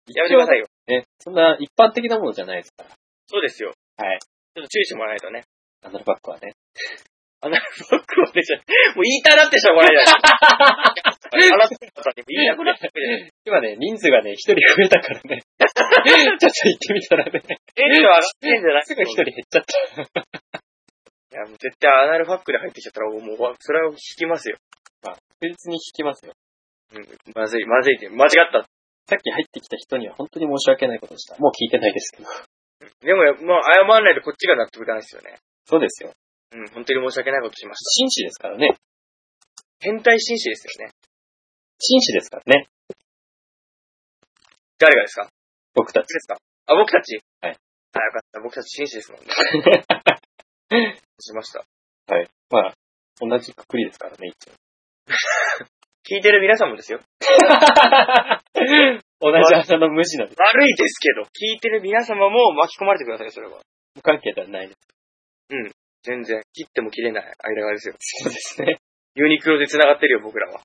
S1: やめてくださいよ。
S2: ね、そんな一般的なものじゃないですから。
S1: そうですよ。
S2: はい。
S1: ちょっと注意してもらわないとね。
S2: アナルバックはね。
S1: アナルバックはね、じゃもう言いたなってしょうがないじゃないですか。あなた方にも言いなくなったわけじゃないですか。
S2: 今ね、人数がね、一人増えたから ね。ちょっと行ってみたらね、
S1: ええは上がってんじゃない
S2: すぐ一人減っちゃった。
S1: いや、もう絶対アナルファックで入ってきちゃったら、もう、それは引きますよ。
S2: 確実に引きますよ。
S1: うん。まずい、まずいって、間違った。
S2: さっき入ってきた人には本当に申し訳ないことをした。もう聞いてないですけど。
S1: でも、もう謝らないとこっちが納得いかないですよね。
S2: そうですよ。
S1: うん、本当に申し訳ないことしました。
S2: 紳士ですからね。
S1: 変態紳士ですよね。
S2: 紳士ですからね。
S1: 誰がですか
S2: 僕たち。
S1: 僕ですかあ、僕たち
S2: はい。
S1: あ、よかった。僕たち紳士ですもんね。しました。
S2: まあ、同じくくりですからね、 一応。
S1: 聞いてる皆さんもですよ。
S2: 同じ朝の無地なんです。
S1: 悪いですけど、聞いてる皆様も巻き込まれてください、それは。
S2: 無関係ではないです。
S1: 全然、切っても切れない間柄ですよ。
S2: そうです ね。
S1: ユニクロで繋がってるよ、僕らは。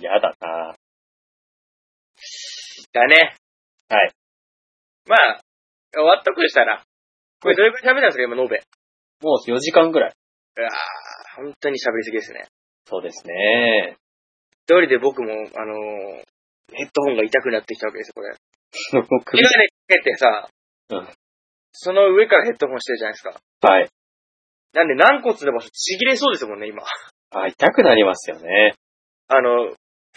S2: やだな
S1: だね。
S2: はい。
S1: まあ、終わっとくしたら、これどれくらい喋ったんですか、今、延べ。
S2: もう4時間ぐらい。
S1: うわー本当に喋りすぎですね。
S2: そうですね。
S1: 一人で僕も、あのーヘッドホンが痛くなってきたわけですよ、これ。
S2: 首
S1: 眼鏡かけてさ、
S2: うん
S1: その上からヘッドホンしてるじゃないですか。
S2: はい。
S1: なんで軟骨でもちぎれそうですもんね、今。
S2: あ、痛くなりますよね。
S1: あの、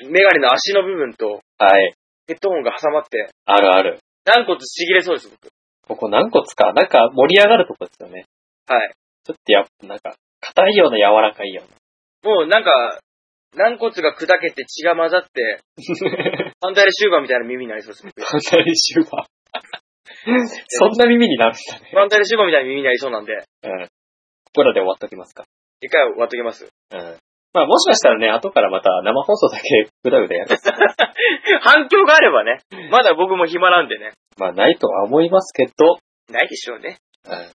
S1: メガネの足の部分と
S2: はい。
S1: ヘッドホンが挟まって、
S2: あるある。
S1: 軟骨ちぎれそうです、僕。
S2: ここ何個つか、なんか盛り上がるとこですよね。
S1: はい。
S2: ちょっとやっぱ、なんか、硬いような柔らかい ような。
S1: もうなんか、軟骨が砕けて血が混ざ って、反対でシューバーみたいな耳になりそうです、僕。
S2: 反対にシューバー。そんな耳になるんだね。
S1: 反対でシューバーみたいな耳になりそうなんで、
S2: うん。ここらで終わっときますか。
S1: 一回終わっときます。
S2: うん。まあもしかしたらね、後からまた生放送だけぐだぐだやる。
S1: 反響があればね、まだ僕も暇なんでね。
S2: まあないとは思いますけど、
S1: ないでしょうね。
S2: うん。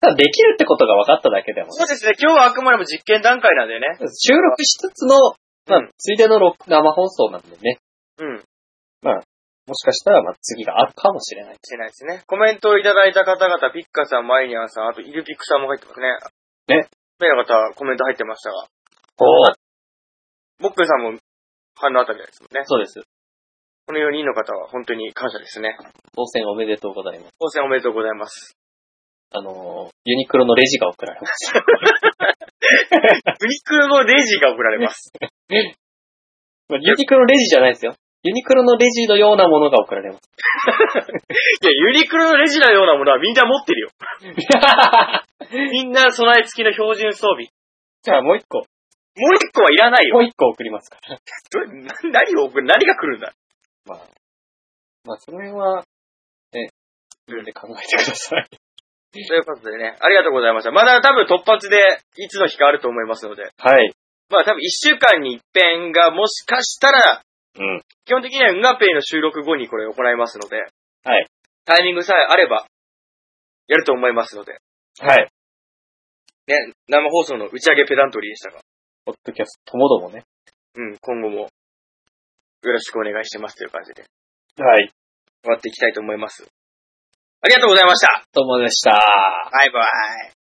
S2: ただできるってことが分かっただけでも、
S1: そうですね、今日はあくまでも実験段階なんでね。
S2: 収録しつつの、ま
S1: う
S2: あ
S1: ん、
S2: ついでの録生放送なんでね、
S1: うん。
S2: もしかしたらまあ次があるかもしれない。
S1: してないですね。コメントをいただいた方々、ピッカさん、マイニャンさん、あとイルピックさんも入ってますね。
S2: ね。
S1: 名の方、コメント入ってましたが、
S2: お
S1: ボックンさんも反応あったみたいですもんね。
S2: そうです。
S1: この4人の方は本当に感謝ですね。
S2: 当選おめでとうございます。
S1: 当選おめでとうござい ます。
S2: あのー、ユニクロのレジが送られます。
S1: ユニクロのレジが送られます。
S2: まあ ユニクロのレジじゃないですよ。ユニクロのレジのようなものが送られます。
S1: いや、ユニクロのレジのようなものはみんな持ってるよ。みんな備え付きの標準装備。
S2: じゃあもう一個、
S1: もう一個はいらない よ。
S2: もう一個送りますから。
S1: どれな何を送る、何が来るんだ
S2: まあ、まあその辺は、ね、いろいろ考えてください。
S1: ということでね、ありがとうございました。まだ多分突発でいつの日かあると思いますので。
S2: はい。
S1: まあ多分一週間に一遍がもしかしたら、
S2: うん
S1: 基本的にはウガペイの収録後にこれ行いますので、
S2: はい。
S1: タイミングさえあれば、やると思いますので、
S2: はい。
S1: ね、生放送の打ち上げペダントリーでしたが、
S2: ポッドキャストともどもね。
S1: うん、今後もよろしくお願いしますという感じで
S2: はい。
S1: 終わっていきたいと思います。ありがとうございました
S2: どうもでした。
S1: バイバイ